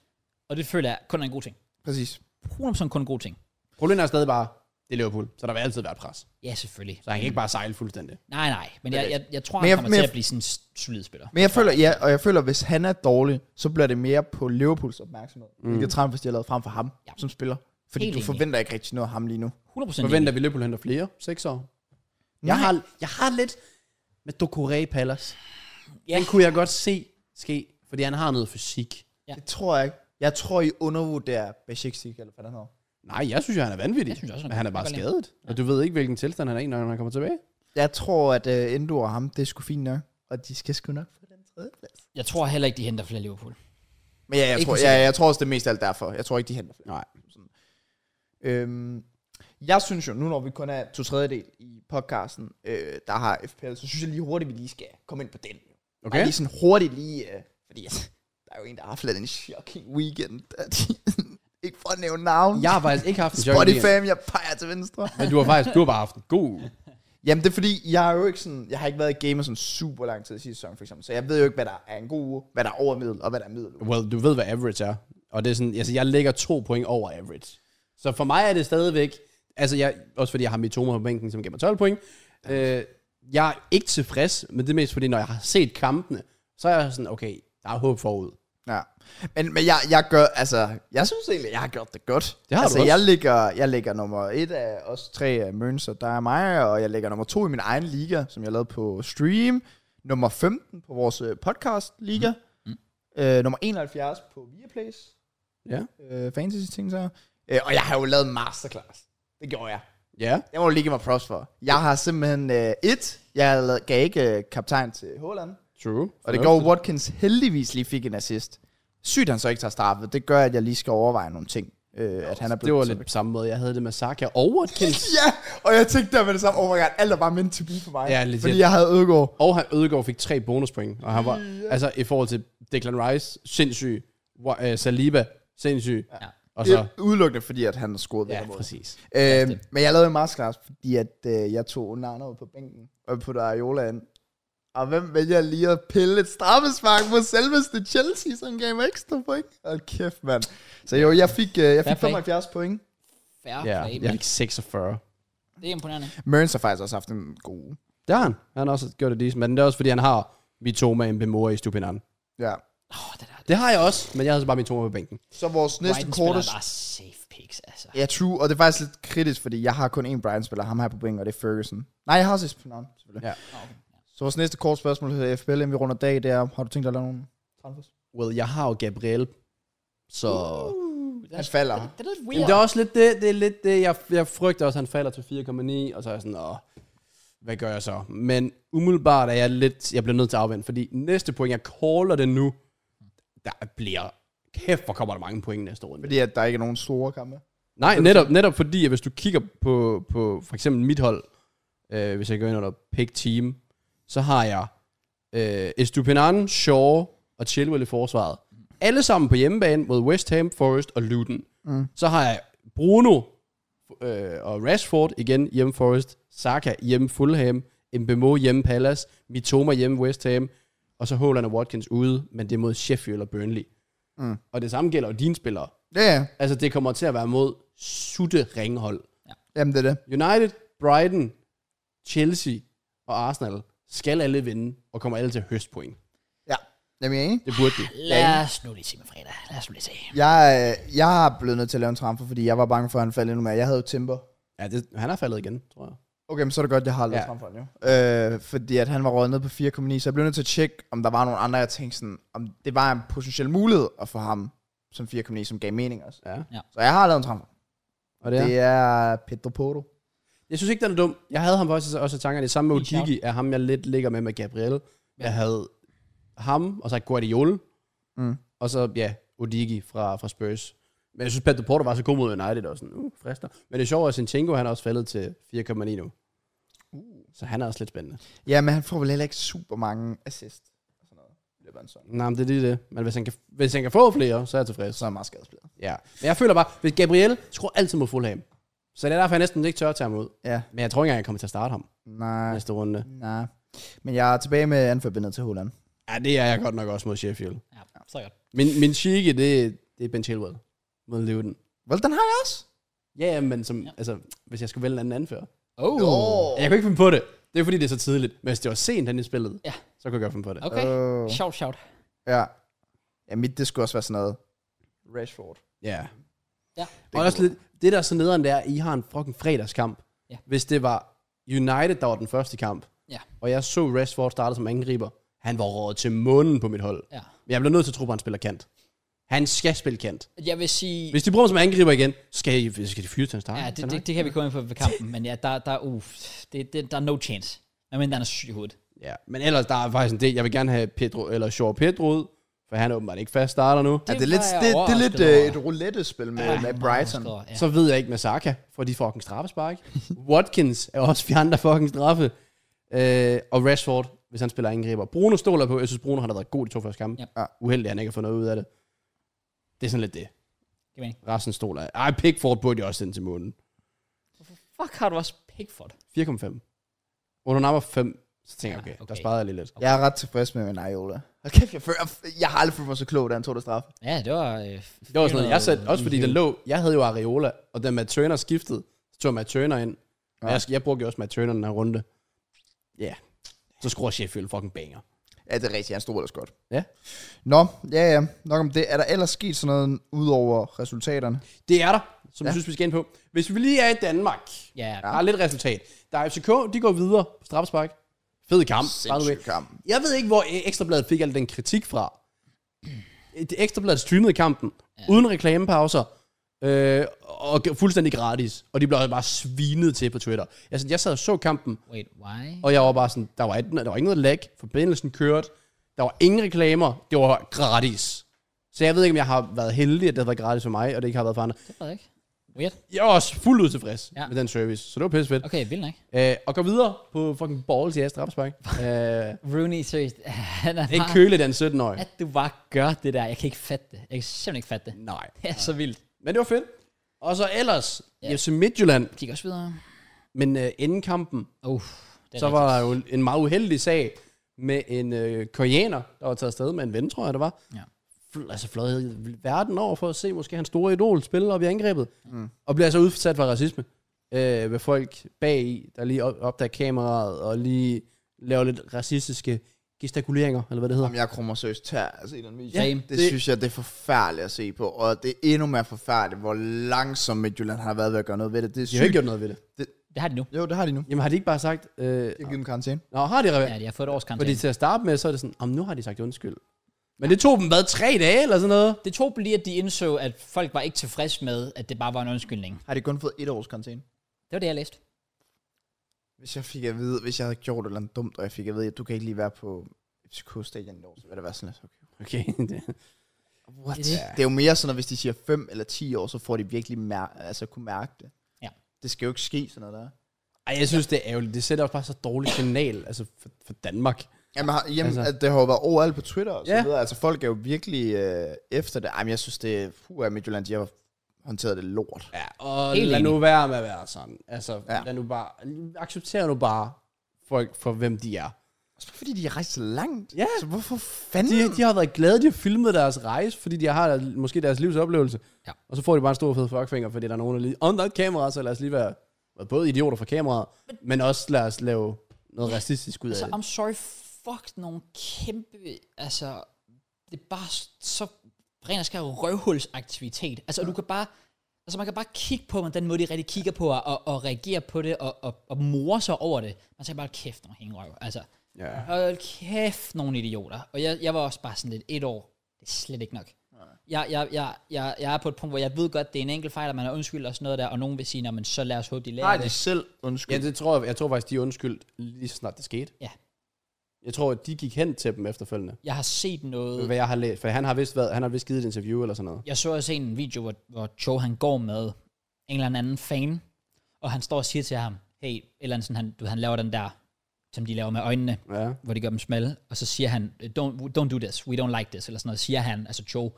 A: og det føler jeg kun er en god ting.
C: Præcis.
A: 100% kun en god ting.
B: Problemet er stadig bare, det er Liverpool. Så der vil altid være et pres.
A: Ja, selvfølgelig.
B: Så han kan ikke bare sejle fuldstændig.
A: Nej, nej, men jeg, jeg, jeg tror,
C: Men
A: han
C: jeg-
A: kommer
C: men
A: til
C: jeg-
A: at blive sådan en s- solid spiller.
C: Men jeg føler, ja, og jeg føler, hvis han er dårlig, så bliver det mere på Liverpools opmærksomhed. Mm. Hvilket transfer, de har lavet frem for ham
A: Ja.
C: ja. som spiller. Fordi
A: Helt
C: Helt du
A: enig.
C: forventer ikke rigtig noget af ham lige nu.
A: 100%
B: Forventer
A: enig.
B: vi Liverpool henter flere? Seks år?
C: Nej.
B: Jeg har, jeg har lidt med Dokore Palace. Den kunne jeg godt se ske, fordi han har noget fysik.
A: Ja.
C: Det tror jeg ikke. Jeg tror, I undervurderer Bashik eller hvad han hedder.
B: Nej, jeg synes jo, han er vanvittig.
A: Jeg synes også, han
B: men han
A: er
B: er bare
A: godt lide.
B: skadet. Og du ved ikke, hvilken tilstand han er i, når han kommer tilbage.
C: Jeg tror, at uh, Endo og ham, det er sgu fint nok. Og de skal sgu nok få den tredje plads.
A: Jeg tror heller ikke, de henter flere Liverpool.
C: Men ja, jeg,
B: Ikke
C: tror,
B: på
C: ja, jeg tror også, det er mest alt derfor. Jeg tror ikke, de henter flere.
B: Nej.
C: Sådan. Øhm, jeg synes jo, nu når vi kun er to tredjedel i podcasten, øh, der har FPL, så synes jeg lige hurtigt, vi lige skal komme ind på den. Bare
B: Okay?
C: lige sådan hurtigt lige, øh, fordi altså, der er jo en, der har haft lidt en shocking weekend. [laughs] at- ikke for at nævne navn.
B: Jeg har faktisk ikke haft en sjov idé.
C: Spotify, jeg peger til venstre.
B: Men du har faktisk, du har bare haft en god uge.
C: Jamen det er fordi, jeg har jo ikke sådan, jeg har ikke været i gamer sådan super lang tid i sidste sæson for eksempel, så jeg ved jo ikke, hvad der er en god uge, hvad der er overmiddel, og hvad der er middel.
B: Well, du ved, hvad average er. Og det er sådan, altså, jeg ligger to point over average. Så for mig er det stadigvæk, altså jeg, også fordi jeg har Mitoma på bænken, som giver mig 12 point. Øh, jeg er ikke tilfreds, men det er mest fordi, når jeg har set kampene, så er jeg sådan, okay, der er håb forud.
C: Ja. Men, men jeg, jeg gør, altså, jeg synes egentlig, jeg har gjort det godt.
B: Det har du
C: altså,
B: også.
C: jeg ligger, jeg ligger nummer et af os tre af Møns, og der er mig, og jeg ligger nummer to i min egen liga, som jeg lavede på stream. Nummer 15 på vores øh, podcast liga. Mm. Øh, nummer 71 på Viaplays
B: Ja.
C: øh, fantasy ting så. Øh, og jeg har jo lavet en masterclass. Det gjorde jeg.
B: Ja.
C: Jeg må jo lige give mig props for. Jeg har simpelthen øh, et. Jeg lavede- gav ikke øh, kaptajn til Holland.
B: True.
C: Og det går Watkins heldigvis lige fik en assist. Sygt, han så ikke tager straffet. Det gør, at jeg lige skal overveje nogle ting. Øh, at han er blevet
B: Det var
C: så-
B: lidt på samme måde. Jeg havde det med Saka og Watkins.
C: Ja, og jeg tænkte der med det samme. Oh my god, alt er bare meant to be for mig.
B: Ja, legit.
C: fordi jeg havde Ødegaard.
B: og han Ødegaard fik tre bonuspoint. Og han var, altså i forhold til Declan Rice, sindssyg. Wa- øh, Saliba, sindssyg.
A: Ja.
B: Og
C: Det
B: så,
C: er udelukkende, fordi at han har scoret
B: ja,
C: ja,
B: præcis.
C: øh, Men jeg lavede en masterclass, fordi at, øh, jeg tog Onana ud på bænken og puttede Ariola ind. Og hvem vælger lige at pille et straffespark på selveste Chelsea, som gav mig ekstra point? Hold kæft, mand. Så jo, jeg fik, øh, jeg
A: Fair
C: fik
A: play.
C: 75 point.
A: Færre
B: Ja,
A: play,
B: jeg
A: men
B: fik 46.
A: det er imponerende.
C: Mørens har faktisk også haft en god uge.
B: Det har han. Han har også gjort det decent, men det er også fordi, han har Mitoma Mbemore i Stupinan.
C: Ja.
A: Åh, det der
B: Det har jeg også, men jeg havde så bare Mitoma på bænken.
C: Så vores næste
A: Brighton
C: korte...
A: spiller er bare safe picks, altså.
C: Ja, true. Og det er faktisk lidt kritisk, fordi jeg har kun én Brian-spiller. Ham her på bænken, og det er Ferguson. Nej, jeg har også Espenand, selvfølgelig. Ah,
B: Ja.
A: Nå, okay.
C: Så vores næste kort spørgsmål hedder FBL, inden vi runder dag, det er, har du tænkt dig at lave nogen transfers?
B: Well, jeg har jo Gabriel, så...
C: Han falder.
A: Det er lidt
B: Jamen,
A: weird.
B: det er også lidt det, det, er lidt det jeg, jeg frygter også, at han falder til 4,9, og så er jeg sådan, åh, hvad gør jeg så? Men umiddelbart er jeg lidt, jeg bliver nødt til at afvente, fordi næste point, jeg caller det nu, der bliver, kæft hvor kommer der mange point næste runde.
C: Fordi at der ikke er nogen store kampe.
B: Nej, netop, netop fordi, at hvis du kigger på, på for eksempel mit hold, øh, hvis jeg går ind under pick team, så har jeg øh, Estupinan, Shaw og Chilwell i forsvaret. Alle sammen på hjemmebane mod West Ham, Forest og Luton. Mm. Så har jeg Bruno øh, og Rashford igen hjemme Forest, Saka hjemme Fulham, Mbemo hjemme Palace, Mitoma hjemme West Ham, og så Haaland og Watkins ude, men det er mod Sheffield og Burnley.
C: Mm.
B: Og det samme gælder jo dine spillere.
C: Ja, ja.
B: Altså, det kommer til at være mod sutte ringhold.
C: Jamen, det er det.
B: United, Brighton, Chelsea og Arsenal skal alle vinde, og kommer alle til høstpoint.
C: Ja. Jamen, jeg er enig.
B: Det burde de.
A: Lad os nu lige se med fredag. Lad os nu lige se.
C: Jeg, øh, jeg er blevet nødt til at lave en transfer, fordi jeg var bange for, at han faldt endnu mere. Jeg havde jo Timber.
B: Ja, det, han er faldet igen, tror jeg.
C: Okay, men så er det godt, jeg har lavet
B: Ja.
C: ja. fremfor nu. Øh, fordi at han var røget ned på 4,9, så jeg blev nødt til at tjekke, om der var nogle andre, jeg tænkte sådan, om det var en potentiel mulighed at få ham som 4,9, som gav mening også.
B: Ja.
C: Så jeg har lavet en transfer.
B: Og det
C: Ja.
B: er.
C: Det er Pedro Porto.
B: Jeg synes ikke, den er dum. Jeg havde ham også, også i tankerne. Det samme med
A: Fint shout.
B: Udigi, er ham, jeg lidt ligger med med Gabriel. Jeg havde ham, og så Guardiola.
C: Mm.
B: Og så, ja, Odigi fra, fra Spurs. Men jeg synes, Pedro Porto var så god mod United og sådan, uh, frister. Men det er sjovt, at Sinchenko, han er også faldet til 4,9 nu. Uh. Så han er også lidt spændende.
C: Ja, men han får vel heller ikke super mange assist. Og sådan noget. i løbet af en sæson.
B: Nej, men det er lige det. Men hvis han, kan, hvis han kan få flere, så er jeg tilfreds.
C: Så er han meget skadespillet.
B: Ja. Men jeg føler bare, hvis Gabriel skruer altid mod Fulham. Så det er derfor, jeg næsten ikke tør at tage ham ud.
C: Ja,
B: Men jeg tror ikke engang, jeg kommer til at starte ham
C: nej,
B: næste runde.
C: nej. Men jeg er tilbage med anforbindet til Holland.
B: Ja, det er jeg godt nok også mod Sheffield.
A: Ja, så godt.
B: Min, min chique, det, det er Ben Chilwell mod Luton.
C: Well, den har jeg også.
B: Ja, ja, men som, ja. altså, hvis jeg skulle vælge en anden anfører.
A: Oh.
C: Åh.
B: Jeg kunne ikke finde på det. Det er fordi, det er så tidligt. Men hvis det var sent, han i spillet,
A: Ja.
B: så kunne jeg godt finde på det.
A: Okay.
C: Åh.
A: Shout, shout.
C: Ja. Ja, mit det skulle også være sådan noget. Rashford.
B: Ja.
A: Ja.
B: Og også lidt, det der er så nederen, det er, at I har en fucking fredagskamp.
A: Ja.
B: Hvis det var United, der var den første kamp,
A: Ja.
B: og jeg så Rashford starte som angriber, han var rådet til månen på mit hold.
A: Ja.
B: Men jeg bliver nødt til at tro på, at han spiller kant. Han skal spille kant.
A: Jeg vil sige...
B: Hvis de bruger ham som angriber igen, skal, I, skal de fyre til en start.
A: Ja, det, det, det kan vi komme ind på ved kampen, men ja, der, der, uh, det, det, der er no chance. Men, men der er syg i hovedet.
B: ja. Men ellers, der er faktisk en del. Jeg vil gerne have Pedro, eller Shaw Pedro ud, For han er åbenbart ikke fast starter nu.
C: Ja, det er
A: var
C: lidt,
A: jeg
C: det, det er
A: overrasket
C: lidt øh,
A: over.
C: et roulette-spil med,
A: Ja,
C: med
A: meget
C: Brighton.
A: overrasket over, Ah, Ja.
B: Så ved jeg ikke med Saka, for de fucking
A: [laughs]
B: straffespark. Watkins er også fjernet af fucking straffe. Øh, og Rashford, hvis han spiller angriber. Bruno stoler på. Jeg synes, Bruno har da været god de to første kampe.
A: Yep.
B: Ja. Uheldig, at han ikke har fået noget ud af det. Det er sådan lidt det.
A: Giver mening.
B: Resten stoler jeg. Ej, Pickford burde jeg også sende til månen.
A: Fuck, har du også Pickford?
B: 4,5. Ononama 5. Så tænker jeg, okay,
A: Ja,
B: okay,
A: okay.
B: der sparede jeg lige lidt.
C: Jeg er ret tilfreds med min Iola. Hold kæft, jeg, føler, jeg har aldrig følt mig så klog, da han tog det straf.
A: Ja, det var... Øh,
B: Det var sådan noget, jeg satte, også fordi den lå, jeg havde jo Areola, og da Matt Turner skiftede, så tog Matt Turner ind. Og
C: Ja.
B: jeg, jeg brugte jo også Matt Turner den her runde. Ja. Yeah. Så skruer Sheffield fucking banger.
C: Ja, det er rigtigt, han stod ellers godt.
B: Ja.
C: Nå, ja ja, nok om det. Er der ellers sket sådan noget, ud over resultaterne?
B: Det er der, som ja.
C: Ja.
B: jeg synes, vi skal ind på. Hvis vi lige er i Danmark,
A: Ja,
B: der er lidt resultat. Der er FCK, de går videre på straffespark. Fed kamp. by the way.
C: Sindssyg kamp.
B: Jeg ved ikke, hvor Ekstrabladet fik al den kritik fra. Det Ekstrabladet streamede kampen, ja. uden reklamepauser, øh, og g- fuldstændig gratis. Og de blev altså bare svinet til på Twitter. Jeg, sådan, jeg sad og så kampen,
A: wait, why?
B: og jeg var bare sådan, der var, ikke- der var ikke noget lag, forbindelsen kørte, der var ingen reklamer, det var gratis. Så jeg ved ikke, om jeg har været heldig, at det har været gratis for mig, og det ikke har været for andre.
A: Det ved jeg ikke. Weird.
B: Jeg var også fuldt ud tilfreds ja.
A: Ja.
B: med den service, så det var pisse fedt.
A: Okay, vildt nok.
B: Okay. Øh, og gå videre på fucking balls i jeres [laughs] straffespark. øh, det
A: Rooney, seriøst. [laughs] Han er
B: er
A: bare,
B: køligt den 17-årige.
A: At du bare gør det der. Jeg kan ikke fatte det. Jeg kan simpelthen ikke fatte det.
B: Nej.
A: Det er så vildt.
B: Men det var fedt. Og så ellers,
A: Ja.
B: ja. FC Midtjylland,
A: Kig også videre.
B: men øh, inden kampen,
A: Uh, det er
B: så var der jo en- en meget uheldig sag med en øh, koreaner, der var taget afsted med en ven, tror jeg det var.
A: Ja.
B: Fl- altså fløjet verden over for at se måske hans store idol spille op i angrebet. Mm. Og bliver altså udsat for racisme. Øh, ved folk bag i, der lige op- opdager kameraet og lige laver lidt racistiske gestikuleringer, eller hvad det hedder.
C: Om jeg krummer seriøst tær at se den video.
A: Ja, Same.
C: det,
B: det-
C: det, synes jeg, det er forfærdeligt at se på. Og det er endnu mere forfærdeligt, hvor langsomt Midtjylland har været ved at gøre noget ved det. Det er
B: De har jo
C: sygt.
B: ikke gjort noget ved det.
A: Det har de nu.
C: Jo, det har de nu.
B: Jamen har de ikke bare sagt... Øh,
C: Jeg har givet dem karantæne.
B: Nå, har de
A: Ja, de har fået et års
B: Fordi
A: karantæne.
B: til at starte med, så er det sådan, om nu har de sagt undskyld. Men det tog dem, hvad, tre dage eller sådan noget?
A: Det tog dem lige, at de indså, at folk var ikke tilfredse med, at det bare var en undskyldning.
C: Har de kun fået et års karantæne?
A: Det var det, jeg læste.
C: Hvis jeg fik at vide, hvis jeg havde gjort et eller andet dumt, og jeg fik at vide, at du kan ikke lige være på FCK-stadion i år, så ville det være sådan lidt. Okay.
B: Okay, [laughs] det,
C: What?
A: Det er det.
C: Det er jo mere sådan, at hvis de siger 5 eller 10 år, så får de virkelig mær- altså, kunne mærke det.
A: Ja.
C: Det skal jo ikke ske sådan noget der.
B: ej, jeg synes, det er ærgerligt. Det sætter også bare så dårligt signal, altså for, for Danmark.
C: Jamen, har, jamen
B: Altså-
C: altså. det har jo været overalt på Twitter og så
B: Ja.
C: videre. Altså, folk er jo virkelig øh, efter det. Jamen, jeg synes, det er... Puh, Midtjylland, de har håndteret det lort.
B: Ja, og
A: Helt
B: lad
A: enig.
B: nu være med at være sådan. Altså, ja.
C: Ja.
B: lad nu bare, accepter nu bare folk for, hvem de er.
C: Også fordi de har rejst så langt.
B: Ja.
C: Så hvorfor fanden?
B: De, de har været glade, de har filmet deres rejse, fordi de har der, måske deres livs oplevelse.
A: Ja.
B: Og så får de bare en stor fed fuckfinger, fordi der er nogen, der lige, on that camera, så lad os lige være være både idioter for kameraet, men også lad os lave noget racistisk ud af
A: Altså,
B: det.
A: I'm sorry, fuck nogle kæmpe, altså, det er bare så ren og skær røvhulsaktivitet. Altså, du kan bare, altså man kan bare kigge på dem, den måde, de rigtig kigger på, og, og reagere på det, og, og, og more sig over det. Man tænker bare, kæft nogle hængerøv, altså.
B: Ja.
A: Hold kæft nogle idioter. Og jeg, jeg var også bare sådan lidt, et år, det er slet ikke nok. Jeg, jeg, jeg, jeg, jeg er på et punkt, hvor jeg ved godt, det er en enkelt fejl, og man er undskyld og sådan noget der, og nogen vil sige, "Nå, men så lad os håbe, de lærer
C: har
A: det.
C: de selv undskyld.
B: Ja, det tror jeg, jeg tror faktisk, de er undskyldt lige så snart det skete.
A: Ja.
B: Jeg tror, at de gik hen til dem efterfølgende.
A: Jeg har set noget
B: Hvad jeg har læst, for han har vist, været, han har vist givet et interview eller sådan noget.
A: jeg så også en video, hvor, hvor Cho han går med en eller anden fan, og han står og siger til ham, hey, et eller andet sådan, han, du, ved, han laver den der, som de laver med øjnene,
B: Ja.
A: hvor de gør dem smalle, og så siger han, don't, don't do this, we don't like this, eller sådan noget, siger han, altså Cho.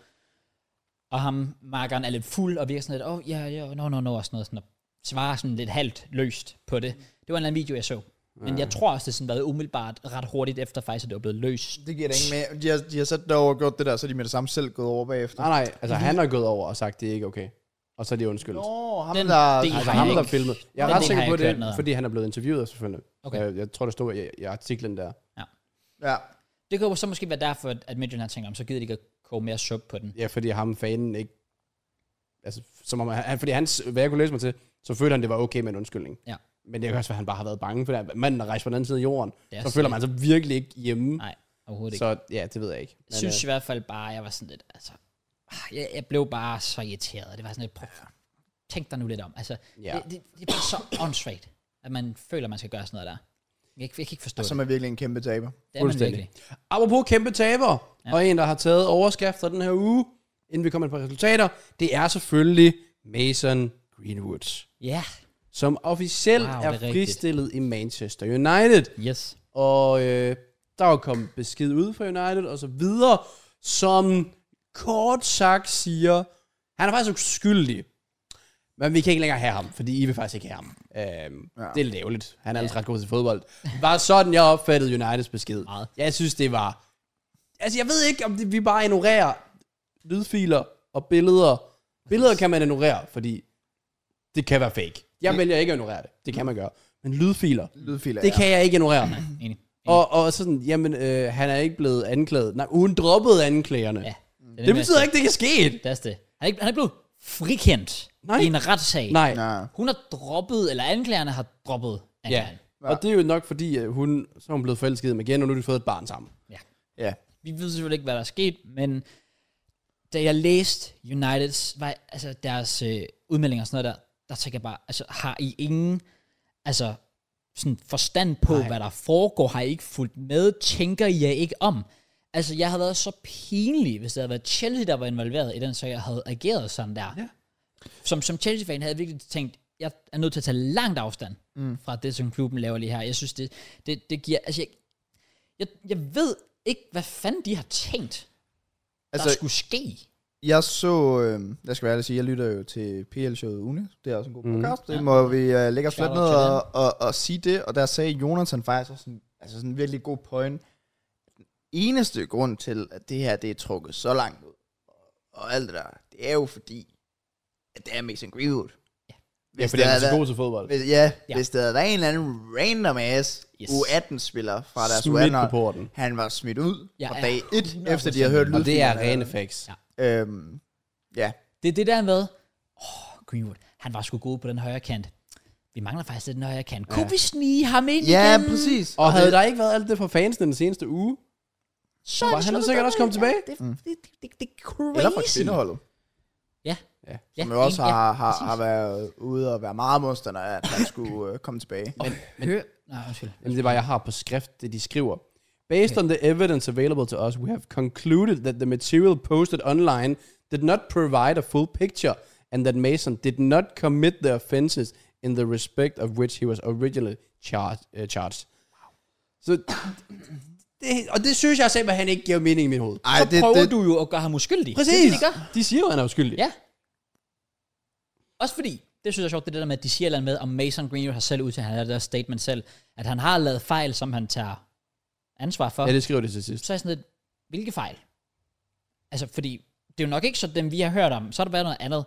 A: Og ham, markeren er lidt fuld, og virker sådan lidt, oh, ja, ja, no, no, no, og sådan noget, sådan, og svarer sådan lidt halvt løst på det. Det var en eller anden video, jeg så. Men jeg tror også, det sådan været umiddelbart ret hurtigt efter faktisk, at det var blevet løst.
C: Det giver da ingen med. De har, de har sat derover og gjort det der, så er de med det samme selv gået over bagefter.
B: Nej, nej, altså han har gået over og sagt, det er ikke okay. Og så er de undskyldt.
C: Nå, ham
A: Den
C: der...
A: del-
B: Altså
A: Nej,
B: ham, der
A: ikke.
B: filmede. Jeg
A: Den
B: er ret
A: del
B: sikker
A: har
B: på
A: jeg ikke hørt noget
B: det,
A: om.
B: fordi han er blevet interviewet selvfølgelig.
A: Okay.
B: Jeg, jeg tror, der stod i, i artiklen der.
C: Ja.
A: Det kan jo så måske være derfor, at Midtjylland tænker, om så gider de ikke at koge mere suppe på den.
B: Ja, fordi ham fanen ikke... Altså, som om han, fordi hans, hvad jeg kunne læse mig til, så følte han, det var okay med en undskyldning.
A: Ja.
B: Men det kan også være, at han bare har været bange, for det. manden der rejst på den anden side af jorden.
A: Det er
B: Så
A: sådan
B: føler man sig virkelig ikke hjemme.
A: Nej, overhovedet ikke.
B: Så ja, det ved jeg ikke. øh,
A: Jeg synes i hvert fald bare, jeg var sådan lidt, altså, ah, jeg, jeg blev bare så irriteret. Det var sådan lidt, prøv, tænk dig nu lidt om. Altså,
B: Ja.
A: det, det, det er bare så åndssvagt, at man føler, man skal gøre sådan noget der. Jeg, jeg kan ikke forstå
C: Så
A: altså,
C: er
A: det.
C: man virkelig en kæmpe taber.
A: Det er man
B: fuldstændig.
A: virkelig.
B: Apropos kæmpe taber, ja. og en, der har taget overskrifter den her uge, inden vi kommer på resultater, det er selvfølgelig Mason Greenwood,
A: Ja.
B: som officielt
A: Wow,
B: wow,
A: det er
B: er
A: rigtigt.
B: fristillet i Manchester United.
A: Yes.
B: Og øh, der er jo kommet besked ud fra United og så videre, som kort sagt siger, han er faktisk uskyldig. Men vi kan ikke længere have ham, fordi I vil faktisk ikke have ham. Øhm, ja. Det er lidt ærgerligt. Han er altså ret god til fodbold. Det var sådan, jeg opfattede Uniteds besked.
A: Meget.
B: Jeg synes, det var... Altså, jeg ved ikke, om det, vi bare ignorerer lydfiler og billeder. Billeder kan man ignorere, fordi det kan være fake. Jeg vælger ikke at ignorere det. Det kan man gøre. Men lydfiler,
C: Lydfiler,
B: det
C: ja.
B: kan jeg ikke ignorere.
A: Enig.
B: Og, og sådan, jamen, øh, han er ikke blevet anklaget. Nej, hun droppede anklagerne.
A: Ja.
B: Ja.
A: er
B: Mm. Det
A: nemlig
B: betyder
A: også
B: ikke, det kan ske.
A: det. Det er også det. Han er, ikke, han er blevet frikendt
B: Nej.
A: i en retssag.
B: Nej.
C: Ja.
A: Hun har droppet, eller anklagerne har droppet
B: Ja.
A: anklagerne.
B: Og det er jo nok fordi, at hun, så er hun blevet forelsket med igen, og nu har de fået et barn sammen.
C: ja.
A: Vi ved selvfølgelig ikke, hvad der er sket, men da jeg læste Uniteds, var, altså deres øh, udmeldinger og sådan noget der, der tænker jeg bare, altså har I ingen altså, sådan forstand på, Nej. hvad der foregår? Har I ikke fulgt med? Tænker I jer ikke om? Altså, jeg havde været så pinlig, hvis det havde været Chelsea, der var involveret i den, så jeg havde ageret sådan der.
B: Ja.
A: Som, som Chelsea-fan havde jeg virkelig tænkt, jeg er nødt til at tage langt afstand mm. fra det, som klubben laver lige her. Jeg synes, det, det, det giver... Altså, jeg, jeg, jeg ved ikke, hvad fanden de har tænkt, altså, der
C: Altså,
A: skulle ske.
C: jeg så, øh, jeg skal være ærlig og sige, jeg lytter jo til PL-showet Uni. Det er også en
B: Mm.
C: god podcast. Det må vi øh, lægge os
A: Shout
C: fladt ned
A: out til
C: og, og, og sige det. Og der sagde Jonathan faktisk også sådan, altså sådan en virkelig god point. Den eneste grund til, at det her det er trukket så langt ud, og alt det der, det er jo fordi, at det er Mason Greenwood.
B: Ja,
C: Hvis
B: fordi han
C: det
B: er så
C: været-
B: god til fodbold.
C: Hvis, ja,
A: Ja.
C: ja, hvis det havde været en eller anden random ass
A: Yes.
C: yes. U18-spiller fra deres
B: Smidt
C: U18,
B: på porten.
C: han var smidt ud
A: Ja,
C: ja, fra
A: ja,
C: dag 1,
A: 100%.
C: efter de havde
B: Og
C: hørt
B: det er
C: lydfilerne.
B: rene facts.
A: Ja.
B: Ja.
C: Øhm, ja,
A: Det er det der med, åh, oh, Greenwood, han var sgu god på den højre kant. Vi mangler faktisk lidt den højre kant. Kunne vi snige ham ind
C: ja
A: igen?
C: præcis.
B: Og havde der ikke været alt det fra fansen den seneste uge,
A: Så
B: var han da sikkert også kommet tilbage.
A: Det, det, det, det, det er crazy.
C: Eller fra kvindeholdet,
A: Ja.
B: Ja.
A: ja.
C: som jo også
A: ja,
C: har, har,
A: præcis.
C: har været ude og være meget modstander af, at han skulle øh, komme tilbage.
A: Men, men, hør, nej, undskyld.
B: Jamen, det var, jeg har på skrift, det de skriver. Based on the evidence available to us, we have concluded that the material posted online did not provide a full picture, and that Mason did not commit the offenses in the respect of which he was originally charged. Uh, charged. Så, det, og det synes jeg simpelthen ikke giver mening i mit hoved.
A: Ej, så det, prøver det, du jo at gøre ham uskyldig. Det er
B: Præcis!
A: det, de gør.
B: De siger jo, at han er uskyldig.
A: Ja. Også fordi, det synes jeg er sjovt, det er det der med, at de siger et eller andet med, om Mason Greenwood har selv ud til, han har det der statement selv, at han har lavet fejl, som han tager ansvar for.
B: ja, det skriver de til sidst.
A: så er jeg sådan lidt, hvilke fejl? Altså, fordi det er jo nok ikke så dem, vi har hørt om. Så har der været noget andet.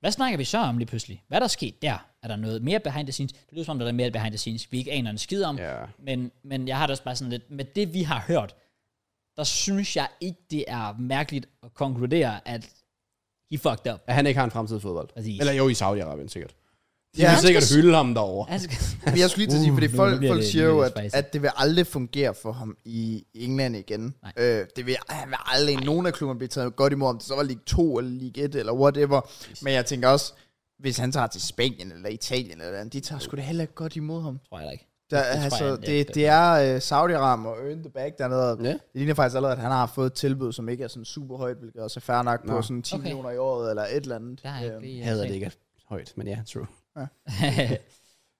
A: Hvad snakker vi så om lige pludselig? Hvad er der sket der? Er der noget mere behind the scenes? Det lyder som om, der er mere behind the scenes, vi ikke aner en skid om.
B: Ja.
A: Men, men jeg har det også bare sådan lidt, med det vi har hørt, der synes jeg ikke, det er mærkeligt at konkludere, at he fucked up.
B: At han ikke har en fremtid i fodbold.
A: Præcis.
B: Eller jo, i Saudi-Arabien sikkert. De
C: Ja.
B: ja, vil sikkert hylde ham derovre.
A: Altså,
C: Men jeg skulle lige til at sige,
A: Uh,
C: fordi
A: nu
C: folk,
A: bliver
C: folk
A: det-
C: siger
A: nu
C: jo,
A: bliver det
C: at,
A: spicy.
C: at det vil aldrig fungere for ham i England igen.
A: Nej.
C: Øh, det vil, han vil aldrig i nogen af klubberne blive taget godt imod, om det så var League 2 eller League 1 eller whatever. Men jeg tænker også, hvis han tager til Spanien eller Italien eller andet, de tager sgu da heller ikke godt imod ham.
A: [laughs] tror jeg da ikke.
C: Der,
A: tror
C: det,
A: jeg,
C: altså,
A: han-
C: det,
A: ja,
C: det,
A: det-
C: er øh, Saudi-Aram og Earn the Bag dernede. og
B: Ja.
C: Det ligner faktisk allerede, at han har fået et tilbud, som ikke er sådan super højt, hvilket også er fair nok på sådan 10
A: Okay.
C: millioner i året eller et eller andet.
A: Der er
C: Øhm,
A: ikke lige,
B: Jeg hader det ikke højt, men ja, true.
A: ikke.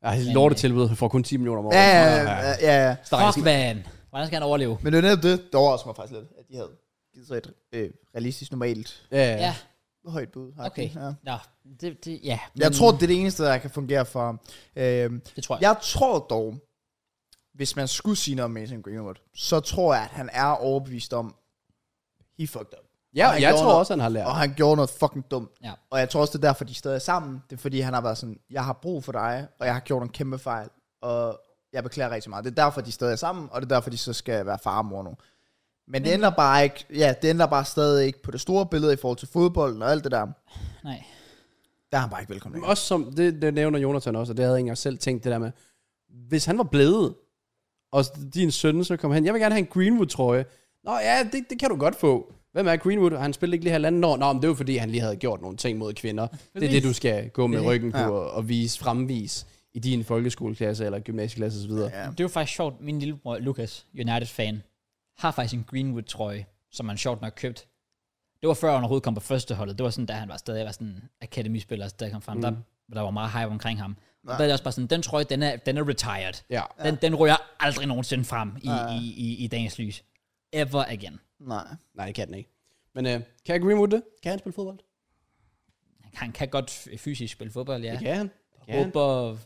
B: Ej, lortet tilbud for kun 10 millioner om året.
C: Ja, ja, ja, ja, ja.
A: [laughs] Fuck, man. Hvordan skal han overleve?
C: Men det var netop det, der overraskede mig faktisk lidt, at de havde givet sig et øh, realistisk normalt
B: ja, ja.
A: Ja,
C: højt bud. har de.
A: okay.
C: Ja.
A: Nå, det, det, ja.
C: Jeg
A: Men
C: tror, det er det eneste, der kan fungere for ham. Øh,
A: det tror jeg.
C: jeg tror dog, hvis man skulle sige noget om Mason Greenwood, så tror jeg, at han er overbevist om, he fucked up.
B: ja
C: Og
B: og
C: han
B: jeg
C: gjorde
B: tror
C: noget-
B: også, han har lært.
C: Og han gjorde noget fucking dumt.
A: Ja.
C: Og jeg tror også, det er derfor, de stadig er sammen. Det er fordi, han har været sådan, jeg har brug for dig, og jeg har gjort en kæmpe fejl. Og jeg beklager rigtig meget. Det er derfor, de stadig er sammen, og det er derfor, de så skal være far og mor nu. Men det ændrer bare ikke, ja, det ændrer bare stadig ikke på det store billede i forhold til fodbolden og alt det der.
A: Nej.
C: Der er han bare ikke velkommen. længere.
B: Også som, det, det nævner Jonathan også, og det havde jeg ikke engang selv tænkt det der med, hvis han var blevet, og din søn så kom hen, jeg vil gerne have en Greenwood-trøje. Nå ja, det, det kan du godt få. Hvem er Greenwood? Han spillede ikke lige halvanden år. Nå, men det var fordi, han lige havde gjort nogle ting mod kvinder. Det er det, du skal gå med ryggen på og, og vise, fremvise i din folkeskoleklasse eller gymnasieklasse osv. Ja.
C: Ja.
A: Det er jo faktisk sjovt. Min lillebror Lukas, United-fan, har faktisk en Greenwood-trøje, som han sjovt nok købt. Det var før han overhovedet kom på førsteholdet. Det var sådan, da han var stadig var sådan akademispiller, der kom frem. Mm. Der, der var meget hype omkring ham. Og der er det også bare sådan, den trøje, den er, den er retired.
B: ja.
A: Den, den rører aldrig nogensinde frem i, i, i, i dagens lys. Ever again.
C: Nej.
B: Nej, det kan den ikke. Men øh, kan Greenwood det? Kan han spille fodbold?
A: Han kan godt f- fysisk spille fodbold, ja.
B: Det kan han. Det kan
A: Jeg
B: han.
A: håber,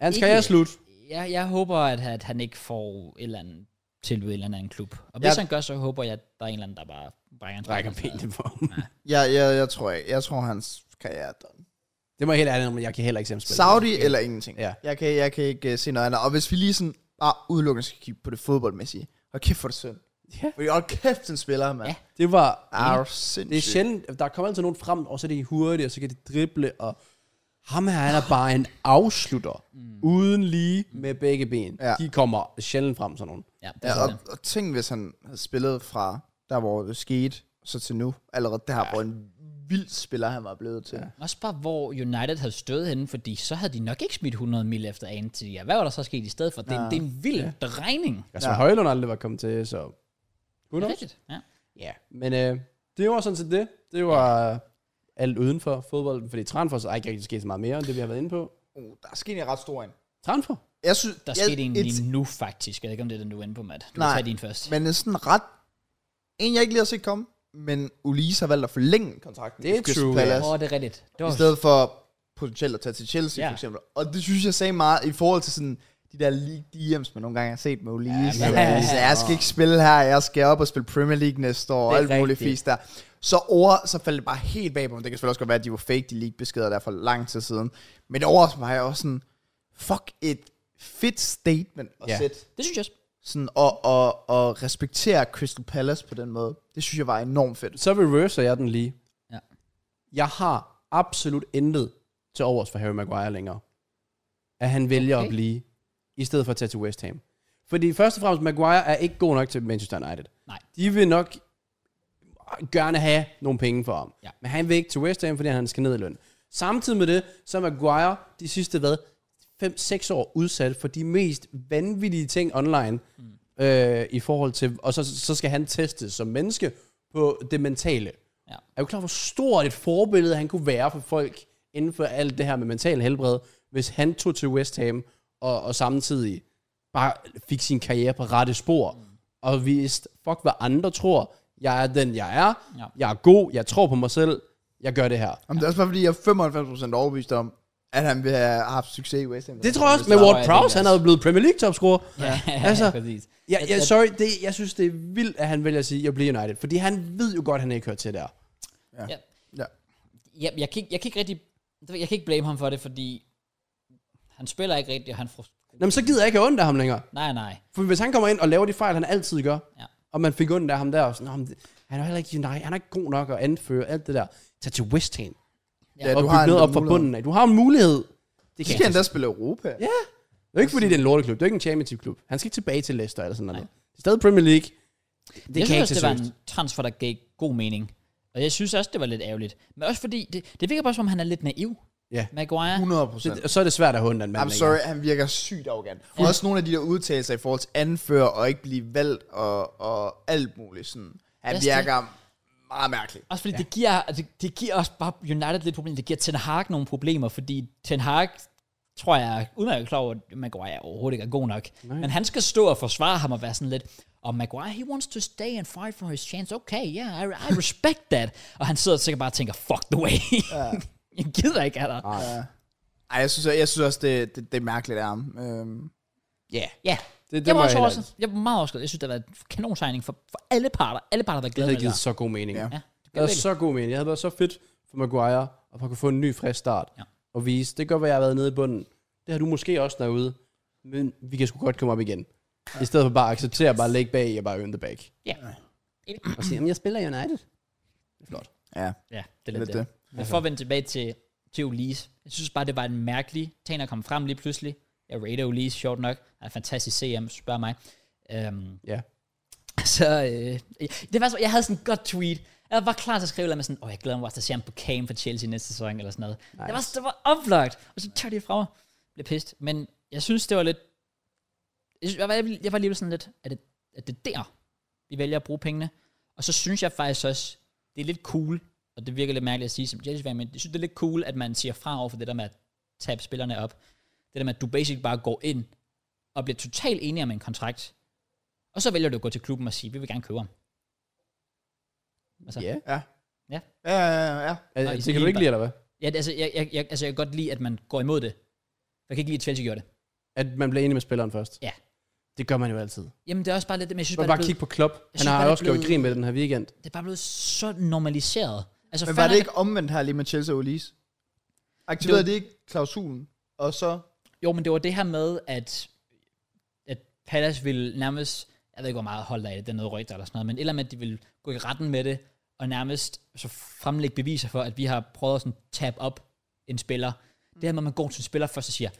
B: Hans
A: Ikke-
B: karriere er slut.
A: jeg, jeg håber at, at han ikke får et eller andet tilbud i en eller anden klub. Og hvis
C: Ja.
A: han gør, så håber jeg, at der er en eller anden, der bare brækker en
B: Rækker benene for ham.
C: Ja, ja, jeg tror ikke. Jeg tror, hans karriere er done.
B: Det må jeg helt ærligt, men jeg kan heller ikke se ham spille.
C: Saudi eller ingenting.
B: Ja.
C: Jeg, kan, jeg kan ikke uh, se noget andet. Og hvis vi lige sådan bare udelukkende skal kigge på det fodboldmæssige. Hold kæft for det synd.
B: Ja.
C: Fordi hold kæft, den spiller, mand.
A: Ja.
C: Ja.
B: Det var
C: Arv,
B: Det er
C: sindssygt.
B: sjældent, der kommer altid nogen frem, og så er de hurtige, og så kan de drible, og ham her, han er bare en afslutter, mm. uden lige med begge ben.
C: Ja.
B: De kommer sjældent frem, sådan nogen.
A: Ja, det
C: Ja,
A: er
C: og,
A: sådan.
C: og tænk, hvis han havde spillet fra der, hvor det skete, så til nu. Allerede der, ja. hvor en vild spiller han var blevet til. Ja.
A: Også bare, hvor United havde stået henne, fordi så havde de nok ikke smidt 100 mil efter Antia. Hvad var der så sket i stedet for? Det,
C: Ah,
A: ja. det er en vild ja. drejning. Det
B: Altså, ja. Højlund aldrig var kommet til, så... Who
A: er
B: knows?
A: rigtigt. Ja.
B: Ja, men øh, det var sådan set det. Det var øh, alt uden for fodbold, fordi transfer så er ikke rigtig sket så meget mere, end det vi har været inde på.
C: Uh, der er sket en ret stor en.
B: Transfer?
C: Jeg synes,
A: Der
C: jeg,
A: skete en
C: et-
A: lige nu, faktisk. Jeg ved ikke, om det er den, du er inde på, Matt. Du
C: Nej.
A: Nej. din først.
C: Men det er sådan ret... En, jeg ikke lige har set komme, men Ulise har valgt at forlænge kontrakten.
B: Det er
C: med Crystal
B: true, ja.
C: Palace,
A: Åh, oh, det er rigtigt. Det var,
C: I stedet for potentielt at tage til Chelsea,
A: Ja.
C: for eksempel. Og det synes jeg sagde meget i forhold til sådan de der league DM's, man nogle gange har set med Ulise.
A: Ja, men-
C: Ja, ja, jeg skal ikke spille her, jeg skal op og spille Premier League næste år,
B: Det
C: og
B: er
C: alt muligt
B: rigtigt.
C: fisk der. Så over, så faldt det bare helt bag på mig. Det kan selvfølgelig også godt være, at de var fake, de league-beskeder der for lang tid siden. Men det overraskede mig også sådan, fuck et fedt statement at
B: Ja.
C: ja. sætte
A: det synes jeg også.
C: sådan, og, og, og respektere Crystal Palace på den måde. Det synes jeg var enormt fedt.
B: Så reverser jeg den lige.
A: Ja.
B: Jeg har absolut intet til overs for Harry Maguire længere. At han vælger okay.
A: Okay.
B: at blive, i stedet for at tage til West Ham. Fordi først og fremmest, Maguire er ikke god nok til Manchester United.
A: Nej.
B: De vil nok gerne have nogle penge for ham.
A: Ja.
B: Men han vil ikke til West Ham, fordi han skal ned i løn. Samtidig med det, så er Maguire de sidste hvad, 5-6 år udsat for de mest vanvittige ting online. Mm. Øh, I forhold til, og så, så skal han testes som menneske på det mentale.
A: Ja.
B: Er du klar, over, hvor stort et forbillede han kunne være for folk inden for alt det her med mental helbred, hvis han tog til West Ham og, og samtidig bare fik sin karriere på rette spor mm. og viste, fuck hvad andre tror, jeg er den jeg er,
A: Ja.
B: jeg er god, jeg tror på mig selv, jeg gør det her.
C: Jamen, det er også bare fordi, jeg er 95% overbevist om, at han vil have haft succes i West Ham.
B: Det tror jeg også med
A: tror jeg,
B: Ward
A: det
B: Prowse,
A: er
B: han er jo blevet Premier League topscorer.
A: [laughs]
B: altså,
A: præcis.
B: Ja,
A: At-
B: ja,
A: at-
B: sorry, det, jeg synes, det er vildt, at han vælger at sige, jeg bliver United. Fordi han ved jo godt, at han ikke hører til der.
A: Ja.
C: Ja.
A: jeg, jeg, kan ikke, jeg kan ikke rigtig... det ved Jeg jeg kan ikke blame ham for det, fordi han spiller ikke rigtigt, og han frustrerer.
B: Nå, men så gider jeg ikke have ondt af ham længere.
A: Nej, nej.
B: For hvis han kommer ind og laver de fejl, han altid gør,
A: Ja.
B: og man fik ondt af ham der, og sådan, "Nå, men det- han er jo heller ikke United, han er ikke god nok at anføre alt det der. Tag til West Ham
A: Ja,
B: og bygge noget op fra bunden af. Du har en mulighed. Det
C: De
B: kan
C: kan
B: han
C: endda spille Europa. Ja.
B: Det er ikke fordi, det er en lorteklub. Det er ikke en championship-klub. Han skal ikke tilbage til Leicester eller sådan noget. Det er stadig Premier League. Det, det
A: jeg
B: kan
A: synes
B: jeg
A: også,
B: ikke
A: det
B: tage
A: var
B: seriøst.
A: en transfer, der gav god mening. Og jeg synes også, det var lidt ærgerligt. Men også fordi, det, det virker bare som, om han er lidt naiv.
B: Ja.
A: Maguire.
C: 100
B: Det, og så er det svært at hunde den mand.
C: I'm
B: længere.
C: sorry, han virker sygt arrogant. Og også nogle af de der udtalelser i forhold til anfører og ikke blive valgt og, og alt muligt. Sådan. Han
A: Yes,
C: virker meget mærkelig.
A: Også fordi ja. det, giver, det, det giver også bare United lidt problemer. Det giver Ten Hag nogle problemer, fordi Ten Hag, tror jeg, er udmærket klar over, at Maguire overhovedet ikke er god nok. Nej. Men han skal stå og forsvare ham og være sådan lidt, og Maguire, he wants to stay and fight for his chance. Okay, yeah, I, I respect that. Og han sidder sikkert bare og tænker, fuck the way. [laughs] jeg gider ikke af dig.
C: Ej, jeg synes, jeg, jeg synes også, det, det, det er mærkeligt af ham. Øhm,
B: Ja.
A: Ja,
B: det
A: jeg
B: må
A: var
B: jeg
A: også
B: heller
A: overrasket. Jeg var meget overrasket. Jeg synes, det har været en kanontegning for, for alle parter. Alle parter har været
B: Det
A: glade
B: havde
A: med det.
B: givet så god mening.
C: Ja.
A: der. Ja, det
B: Det
A: gør
B: var
A: virkelig.
B: så god mening. Jeg havde været så fedt for Maguire, og bare kunne få en ny frisk start.
A: Ja.
B: Og vise, det gør, hvad jeg har været nede i bunden. Det har du måske også derude. Men vi kan sgu godt komme op igen. I stedet for bare at acceptere, bare lægge bag og bare øve the back.
A: Ja.
B: Og sige, jamen jeg spiller i United.
C: ja,
A: ja, det er lidt
C: lidt
A: det.
C: det.
A: Men for at vende tilbage til, til Ulise, jeg synes bare, det var en mærkelig ting at komme frem lige pludselig. Jeg rater Ulise, sjovt nok. Han er en fantastisk CM, spørg mig. Øhm,
B: Ja.
A: [laughs] så øh, det var så, jeg havde sådan et godt tweet. Jeg var klar til at skrive noget med sådan, åh, jeg glæder mig også til at se ham på Cam for Chelsea næste sæson, eller sådan noget. Nice. Det var, det var oplagt, og så tør de fra mig. blev pissed. Men jeg synes, det var lidt... Jeg, synes, jeg, var, jeg var alligevel sådan lidt, at det, at det er der, vi vælger at bruge pengene. Og så synes jeg faktisk også, det er lidt cool, og det virker lidt mærkeligt at sige som Jets fan, men jeg synes, det er lidt cool, at man siger fra over for det der med at tabe spillerne op. Det der med, at du basic bare går ind og bliver totalt enig om en kontrakt. Og så vælger du at gå til klubben og sige, vi vil gerne købe ham. Altså,
B: Ja.
C: Ja.
A: Ja.
C: Ja, ja, ja. ja.
B: Altså,
A: Nej,
B: det
A: så
B: kan du
A: I
B: ikke lide, eller hvad?
A: Ja, det- altså, jeg, jeg, jeg, altså, jeg kan godt lide, at man går imod det. Jeg kan ikke lide, at Chelsea gjorde det.
B: At man bliver enig med spilleren først.
A: Ja.
B: Det gør man jo altid.
A: Jamen, det er også bare lidt det, men jeg synes
B: Man
A: bare,
B: bare
A: det, er
B: kigge på Klopp. Han
A: synes bare,
B: har
A: det
B: også
A: blev-
B: gjort grin med det den her weekend.
A: blevet, det er bare blevet så normaliseret. Altså,
C: Men
A: fair
C: var det
A: nok,
C: ikke omvendt her lige med Chelsea og Olise? Aktiverede
A: Jo.
C: det ikke klausulen? Og så...
A: at- Jo, men det var det her med, at, at Palace ville nærmest... Jeg ved ikke, hvor meget holdt af det, det er noget rødt eller sådan noget, men et eller andet med, at de ville gå i retten med det, og nærmest så fremlægge beviser for, at vi har prøvet at sådan tab op en spiller. Det her med, at man går til en spiller først og siger,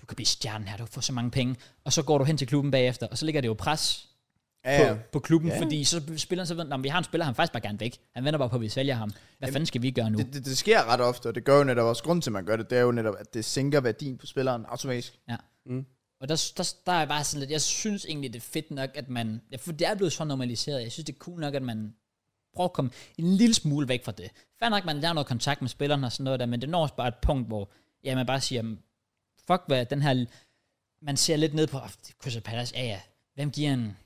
A: du kan blive stjernen her, du får så mange penge, og så går du hen til klubben bagefter, og så ligger det jo pres på, ja. på klubben, ja. fordi så spilleren så ved, "Nå, men vi har en spiller, han vil faktisk bare gerne væk. Han venter bare på, at vi sælger ham. Hvad fanden skal vi gøre nu?
C: Det, det, det, sker ret ofte, og det gør jo netop også. Grunden til, at man gør det, det er jo netop, at det sænker værdien på spilleren automatisk.
B: Mm.
A: Og der, der, der er bare sådan lidt, jeg synes egentlig, det er fedt nok, at man, ja, for det er blevet så normaliseret, jeg synes, det er cool nok, at man prøver at komme en lille smule væk fra det. Fair nok, man laver noget kontakt med spillerne og sådan noget der, men det når også bare et punkt, hvor ja, man bare siger, fuck hvad, den her, man ser lidt ned på, oh, Crystal Palace, ja ja, hvem giver en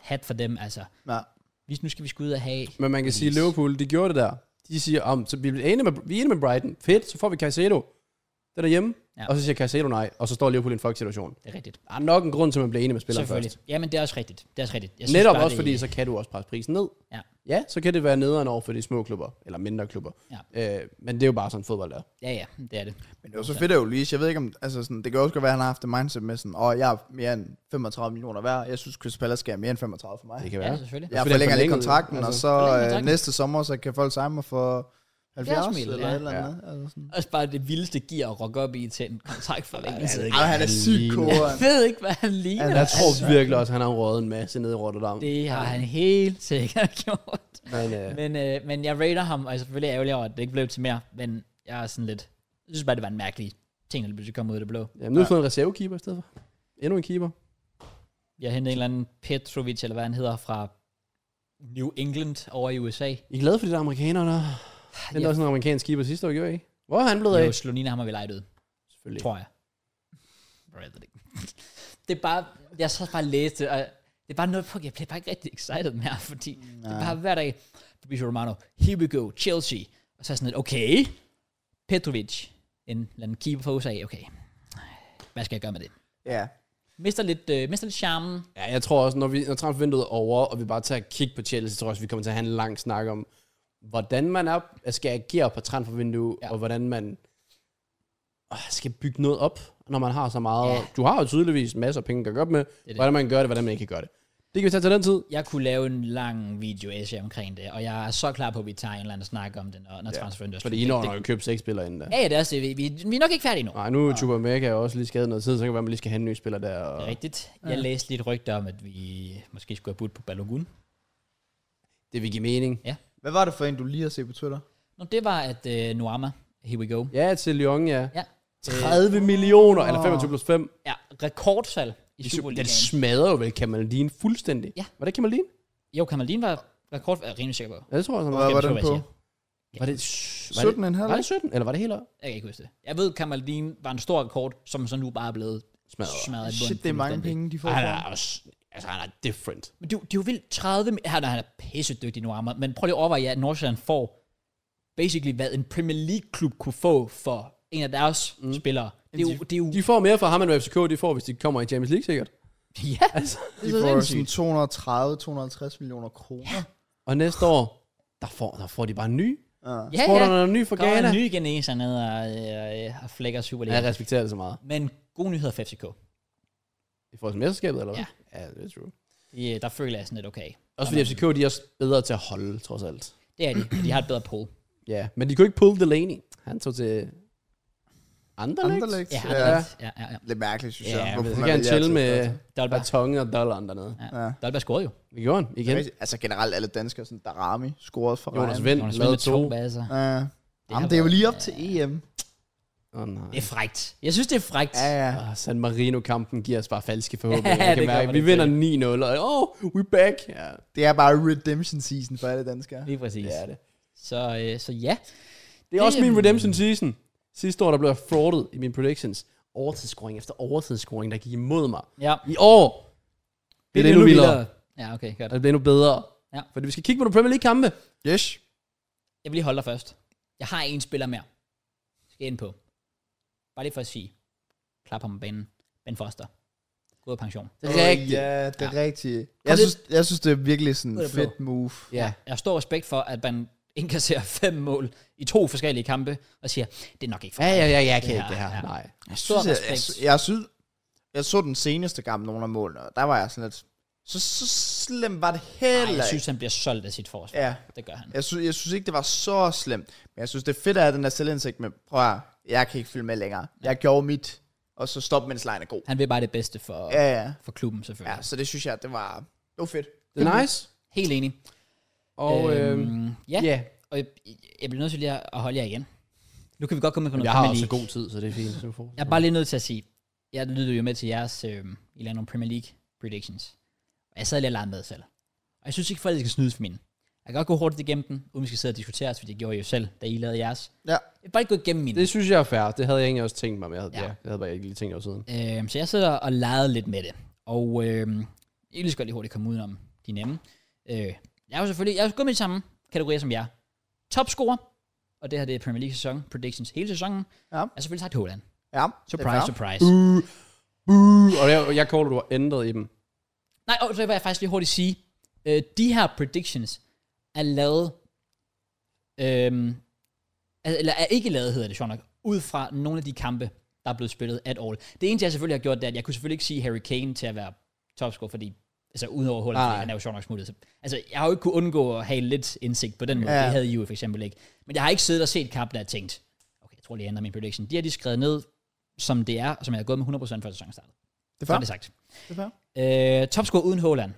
A: hat for dem, altså.
C: Ja.
A: Hvis nu skal vi skulle ud og have...
B: Men man kan sige, at
A: Please.
B: Liverpool, de gjorde det der. De siger, om, så vi er enige med, vi er enige med Brighton. Fedt, så får vi Caicedo. Det er derhjemme.
A: Ja.
B: Ja. Og så siger Caicedo nej, og så står Liverpool i en fuck situation.
A: Det er rigtigt. Ah,
B: Der er nok en grund til, at man bliver enig med spilleren
A: Selvfølgelig.
B: først.
A: Ja, men det er også rigtigt. Det er også rigtigt. Jeg synes
B: Netop
A: bare,
B: også
A: det-
B: fordi, så kan du også presse prisen ned.
A: Ja.
B: ja så kan det være nederen over for de små klubber, eller mindre klubber. Ja. Øh, men det er jo bare sådan, fodbold er.
A: Ja, ja, det er det.
C: Men det er jo så fedt af Olise. Jeg ved ikke, om... Altså sådan, det kan også godt være, at han har haft det mindset med sådan, åh, jeg er mere end 35 millioner værd. Jeg synes, Chris Palace skal have mere end 35 for mig.
B: Det kan
A: Ja,
B: være.
A: selvfølgelig.
C: Jeg
B: fordi,
C: forlænger
B: han
C: lige
B: forlængede det,
C: kontrakten, altså, og
B: altså.
C: så
A: Forlænger
C: øh,
A: kontrakten.
C: næste sommer, så kan folk sejme mig for 70
A: mil,
C: eller
A: ja.
C: et eller andet. Altså sådan.
A: Også bare det vildeste gear at rokke op i til en kontrakt for længe.
C: Ej, han er sygt
B: ligner-
C: koren.
A: Jeg ved ikke, hvad han ligner.
C: Han
B: Jeg tror virkelig også, han har røget en masse ned i Rotterdam.
A: Det har han helt sikkert gjort.
B: Men, øh,
A: Men, øh, men jeg rater ham, og jeg er selvfølgelig ærgerlig over, at det ikke blev til mere. Men jeg er sådan lidt... Jeg synes bare, det var en mærkelig ting, der pludselig kom ud af det blå.
B: jamen, nu har vi fået en reservekeeper i stedet for. Endnu en keeper.
A: Jeg hentede en eller anden Petrovic, eller hvad han hedder, fra New England over i USA.
B: I er glade for de der amerikanere, der? Den
A: Ja.
B: der også en amerikansk keeper sidste år, gjorde I? ikke? Hvor er han blevet af?
A: Jo, Slonina har vi lejet ud.
B: Selvfølgelig.
A: Tror jeg. Jeg ved det ikke. [laughs] det er bare, jeg så bare læst det, og det er bare noget på, jeg bliver bare ikke rigtig excited mere, [laughs] fordi Nej. det er bare hver dag, Fabrizio Romano, here we go, Chelsea, og så er sådan lidt, okay, Petrovic, en eller anden keeper for USA, okay, hvad skal jeg gøre med det?
C: Ja.
A: Mister lidt, øh, mister lidt charmen,
B: Ja, jeg tror også, når, vi, når transfervinduet er over, og vi bare tager et kig på Chelsea, så tror jeg også, vi kommer til at have en lang snak om, hvordan man er, skal agere på transfervinduet,
A: Ja.
B: ja. og hvordan man øh, skal bygge noget op, når man har så meget.
A: Ja.
B: Ja. Du har jo tydeligvis masser af penge at gøre op med,
A: det.
B: det. hvordan man gør det, hvordan man ikke kan gøre det. Det kan vi tage til den tid.
A: jeg kunne lave en lang video essay omkring det, og jeg er så klar på, at vi tager en eller anden snak om det, når, når ja, transfervinduet er
B: Fordi I
A: slut.
B: når
A: Det-
B: nok at købe seks spillere inden da.
A: Ja, ja, det er også det. Vi, vi, vi er nok ikke færdige nu.
B: Nej, nu er Chuba Mega også lige skadet noget tid, så kan det være, man lige skal have en ny spiller der. Og...
A: Det er rigtigt. Jeg læste lidt rygter om, at vi måske skulle have budt på Balogun.
B: Det vil give mening.
C: Hvad var det for en, du lige har set på Twitter?
A: Nå, det var, at uh, Noama, here we go.
B: Ja, til Lyon, ja.
A: Ja. Øh,
B: 30 millioner, eller 25 plus 5.
A: Ja, rekordsal i
B: I Super-
A: Superligaen.
B: Den smadrer jo vel Kamaldin fuldstændig.
A: Ja.
B: Var det Kamaldin?
A: Jo, Kamaldin var rekord... Jeg er rimelig sikker på.
B: Ja, det tror jeg. Sådan,
C: Hvad
B: var,
C: var
A: jeg
C: den
A: tror,
C: på?
A: jeg
B: var det, var, det,
C: 17 en halv?
B: var det 17, eller var det hele?
A: Jeg kan ikke huske det. Jeg ved, Kamaldin var en stor rekord, som så nu bare er blevet
B: Smadret.
A: smadret i bunden.
C: Shit, det er mange
A: fuldstændig. Ah,
C: penge, de får.
B: Han
C: for
B: er også, altså han er different.
A: Men det, er jo- det er jo vildt 30... mi- Han er, han er pissedygtig nu, Ammer. Men prøv lige at overveje, ja, at Nordsjælland får basically, hvad en Premier League-klub kunne få for en af deres mm. spillere. Det er jo... Det er jo
B: De får mere fra ham end FCK, de får, hvis de kommer i Champions League sikkert. [laughs]
A: ja.
B: Altså,
C: De får sådan 230-250 millioner kroner.
B: Og næste år, der får, der får de bare en ny.
C: Ja.
A: Ja,
B: Får der
A: ja.
B: en ny fra
A: Kommer
B: Ghana?
A: en ny geneser ned og, øh, øh, og flækker
B: Ja, Jeg
A: Superligaen.
B: respekterer det så meget.
A: Men gode nyheder for FCK.
B: I forhold til mesterskabet, eller hvad?
A: Ja.
B: ja det er true.
A: De, øh, der føler jeg sådan lidt okay.
B: Også fordi FCK, de er også bedre til at holde, trods alt.
A: Det
B: [clears throat]
A: er de. og De har et bedre pool.
B: Ja, men de kunne ikke pull Delaney. Han tog til Anderlecht.
C: Anderlecht.
A: Ja,
C: Ja.
A: ja. ja, ja, ja.
C: Lidt mærkeligt, synes
A: Ja, men
C: jeg. hvorfor
B: Så
C: man
B: kan han
C: vælger
B: chille
C: at tage
B: med
A: Dolberg.
B: batongen og dollaren dernede.
A: Ja.
C: Ja.
A: Dolberg scorede jo.
B: Det gjorde han igen.
C: Rigtig- Altså generelt alle danskere, sådan Darami, scorede for
B: Jonas
C: Ryan.
B: Vind
A: Jonas Vind
B: lavede
A: med to
B: to.
A: baser.
C: Ja.
A: har
C: Jamen, det er jo
A: været-
C: lige op til EM.
B: Oh, nej.
A: Det er frægt. Jeg synes, det er frægt.
C: Ja, ja.
B: Ah, San Marino-kampen giver os bare falske forhåbninger.
A: Ja,
B: ja, jeg kan
A: det gør
B: mærke,
A: man
B: vi
A: ikke
B: vinder 9-0, og oh, we back. Ja,
C: Det er bare redemption season for alle danskere.
A: Lige præcis.
B: det er det.
A: Så, øh, så ja.
B: Det er også min
A: Øhm.
B: redemption season. Sidste år, der blev jeg fraudet i mine predictions. Overtidsscoring efter overtidsscoring, der gik imod mig.
A: ja.
B: I år bliver det endnu vildere.
A: Ja, okay, godt.
B: Og det bliver endnu bedre.
A: Ja.
B: Fordi vi skal kigge på nogle Premier League-kampe.
C: Yes.
A: Jeg vil lige holde dig først. Jeg har en spiller mere. Skal jeg ind på. Bare lige for at sige. Klap ham på banen. Ben Foster. Gået af pension.
C: Rigtigt. Ja, det er rigtigt. Jeg
A: lidt-
C: synes, jeg synes, det er virkelig sådan
A: Ud af
C: en
A: det blå.
C: fedt move.
B: Ja.
A: Jeg har stor respekt for, at man indkasserer [laughs] fem mål i to forskellige kampe, og siger, det er nok ikke for
B: Ja,
A: mig.
B: ja, ja, jeg kan
A: Ja,
B: ikke det her.
A: ja.
B: Nej.
C: Jeg
A: Stor
C: synes, jeg, jeg,
A: respekt.
C: jeg, synes, jeg så den seneste kamp, nogen af målene, og der var jeg sådan lidt, så, så slemt var det heller
A: Ej, jeg
C: ikke.
A: synes, han bliver solgt af sit forsvar.
C: Ja,
A: Det gør han.
C: jeg synes, jeg synes ikke, det var så slemt, men jeg synes, det er fedt af den der selvindsigt med, prøv at høre, jeg kan ikke følge med længere. Jeg gjorde mit, og så stop, mens lejen er god.
A: Han vil bare det bedste for,
C: Ja, ja.
A: for klubben, selvfølgelig.
C: Ja, så det synes jeg, det var, det var fedt.
B: Det er nice.
A: Helt enig.
B: Og øhm,
A: ja,
B: ja,
A: yeah. og jeg, jeg bliver nødt til lige at holde jer igen. Nu kan vi godt komme med på noget
B: jeg har
A: Premier
B: også
A: League.
B: god tid, så det er fint. Så får-
A: Jeg er bare lige nødt til at sige, jeg lyttede jo med til jeres, øh, I lavede nogle Premier League predictions. Og jeg sad lidt og legede med selv. Og jeg synes ikke, folk skal snydes for mine. Jeg kan godt gå hurtigt igennem dem, uden vi skal sidde og diskutere, fordi det gjorde I jo selv, da I lavede jeres.
C: Ja.
A: Jeg vil bare ikke gå igennem mine.
B: Det synes jeg er fair. Det havde jeg egentlig også tænkt mig, men jeg havde,
A: Ja.
B: ja. det havde jeg ikke lige tænkt over siden.
A: Øhm, så jeg sidder og leger lidt med det. Og øhm, jeg kan lige så godt lige hurtigt komme udenom de nemme. Øh, jeg er jo selvfølgelig, jeg er jo gået med de samme kategorier som jer. Topscorer, og det her det er Premier League sæson, predictions hele sæsonen,
C: Ja.
A: er selvfølgelig sagt Holland.
C: Ja,
A: Surprise, surprise.
B: Uh, uh, og jeg, jeg caller, du har ændret i dem.
A: Nej, og så vil jeg faktisk lige hurtigt sige, øh, de her predictions er lavet, øhm, al- eller er ikke lavet, hedder det sjovt nok, ud fra nogle af de kampe, der er blevet spillet at all. Det eneste, jeg selvfølgelig har gjort, det er, at jeg kunne selvfølgelig ikke sige Harry Kane til at være topscorer, fordi altså udover hullet,
B: Nej,
A: fordi
B: nej.
A: han er jo sjovt nok smuttet. Så, altså, jeg har jo ikke kunnet undgå at have lidt indsigt på den måde.
C: Ja.
A: Det havde I jo for eksempel ikke. Men jeg har ikke siddet og set kampen og tænkt, okay, jeg tror lige, jeg ændrer min prediction. De har de skrevet ned, som det er, og som jeg har gået med 100% før sæsonen startede.
C: Det er
A: Så er
C: fair.
A: det sagt.
C: Det er fair.
A: Øh, topscorer uden Haaland.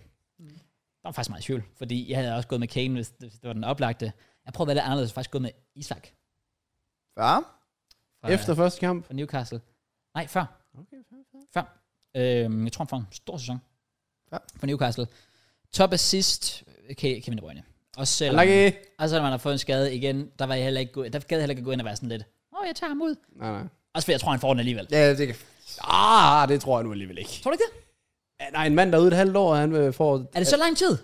A: Der var faktisk meget i tvivl, fordi jeg havde også gået med Kane, hvis det, hvis det var den oplagte. Jeg prøvede at være lidt anderledes, faktisk gået med Isak
C: Ja,
A: fra,
B: Efter første kamp.
A: fra Newcastle. Nej, før.
B: Okay, fair, fair.
A: før. Øhm, jeg tror, han får en stor sæson
C: Ja.
A: for Newcastle. Top assist, Ke- Kevin De Bruyne. Og selvom,
B: Lucky.
A: og selvom han har fået en skade igen, der, var jeg heller ikke, gå- der gad jeg heller ikke gå ind og være sådan lidt, åh, oh, jeg tager ham ud.
B: Nej, nej.
A: Også fordi jeg tror, han får den alligevel.
C: ja det kan...
B: Ah, det tror jeg nu alligevel ikke.
A: Tror du ikke det?
B: Ja, Nej, en mand, der er ude et halvt år, og han øh, får...
A: Er det så lang tid?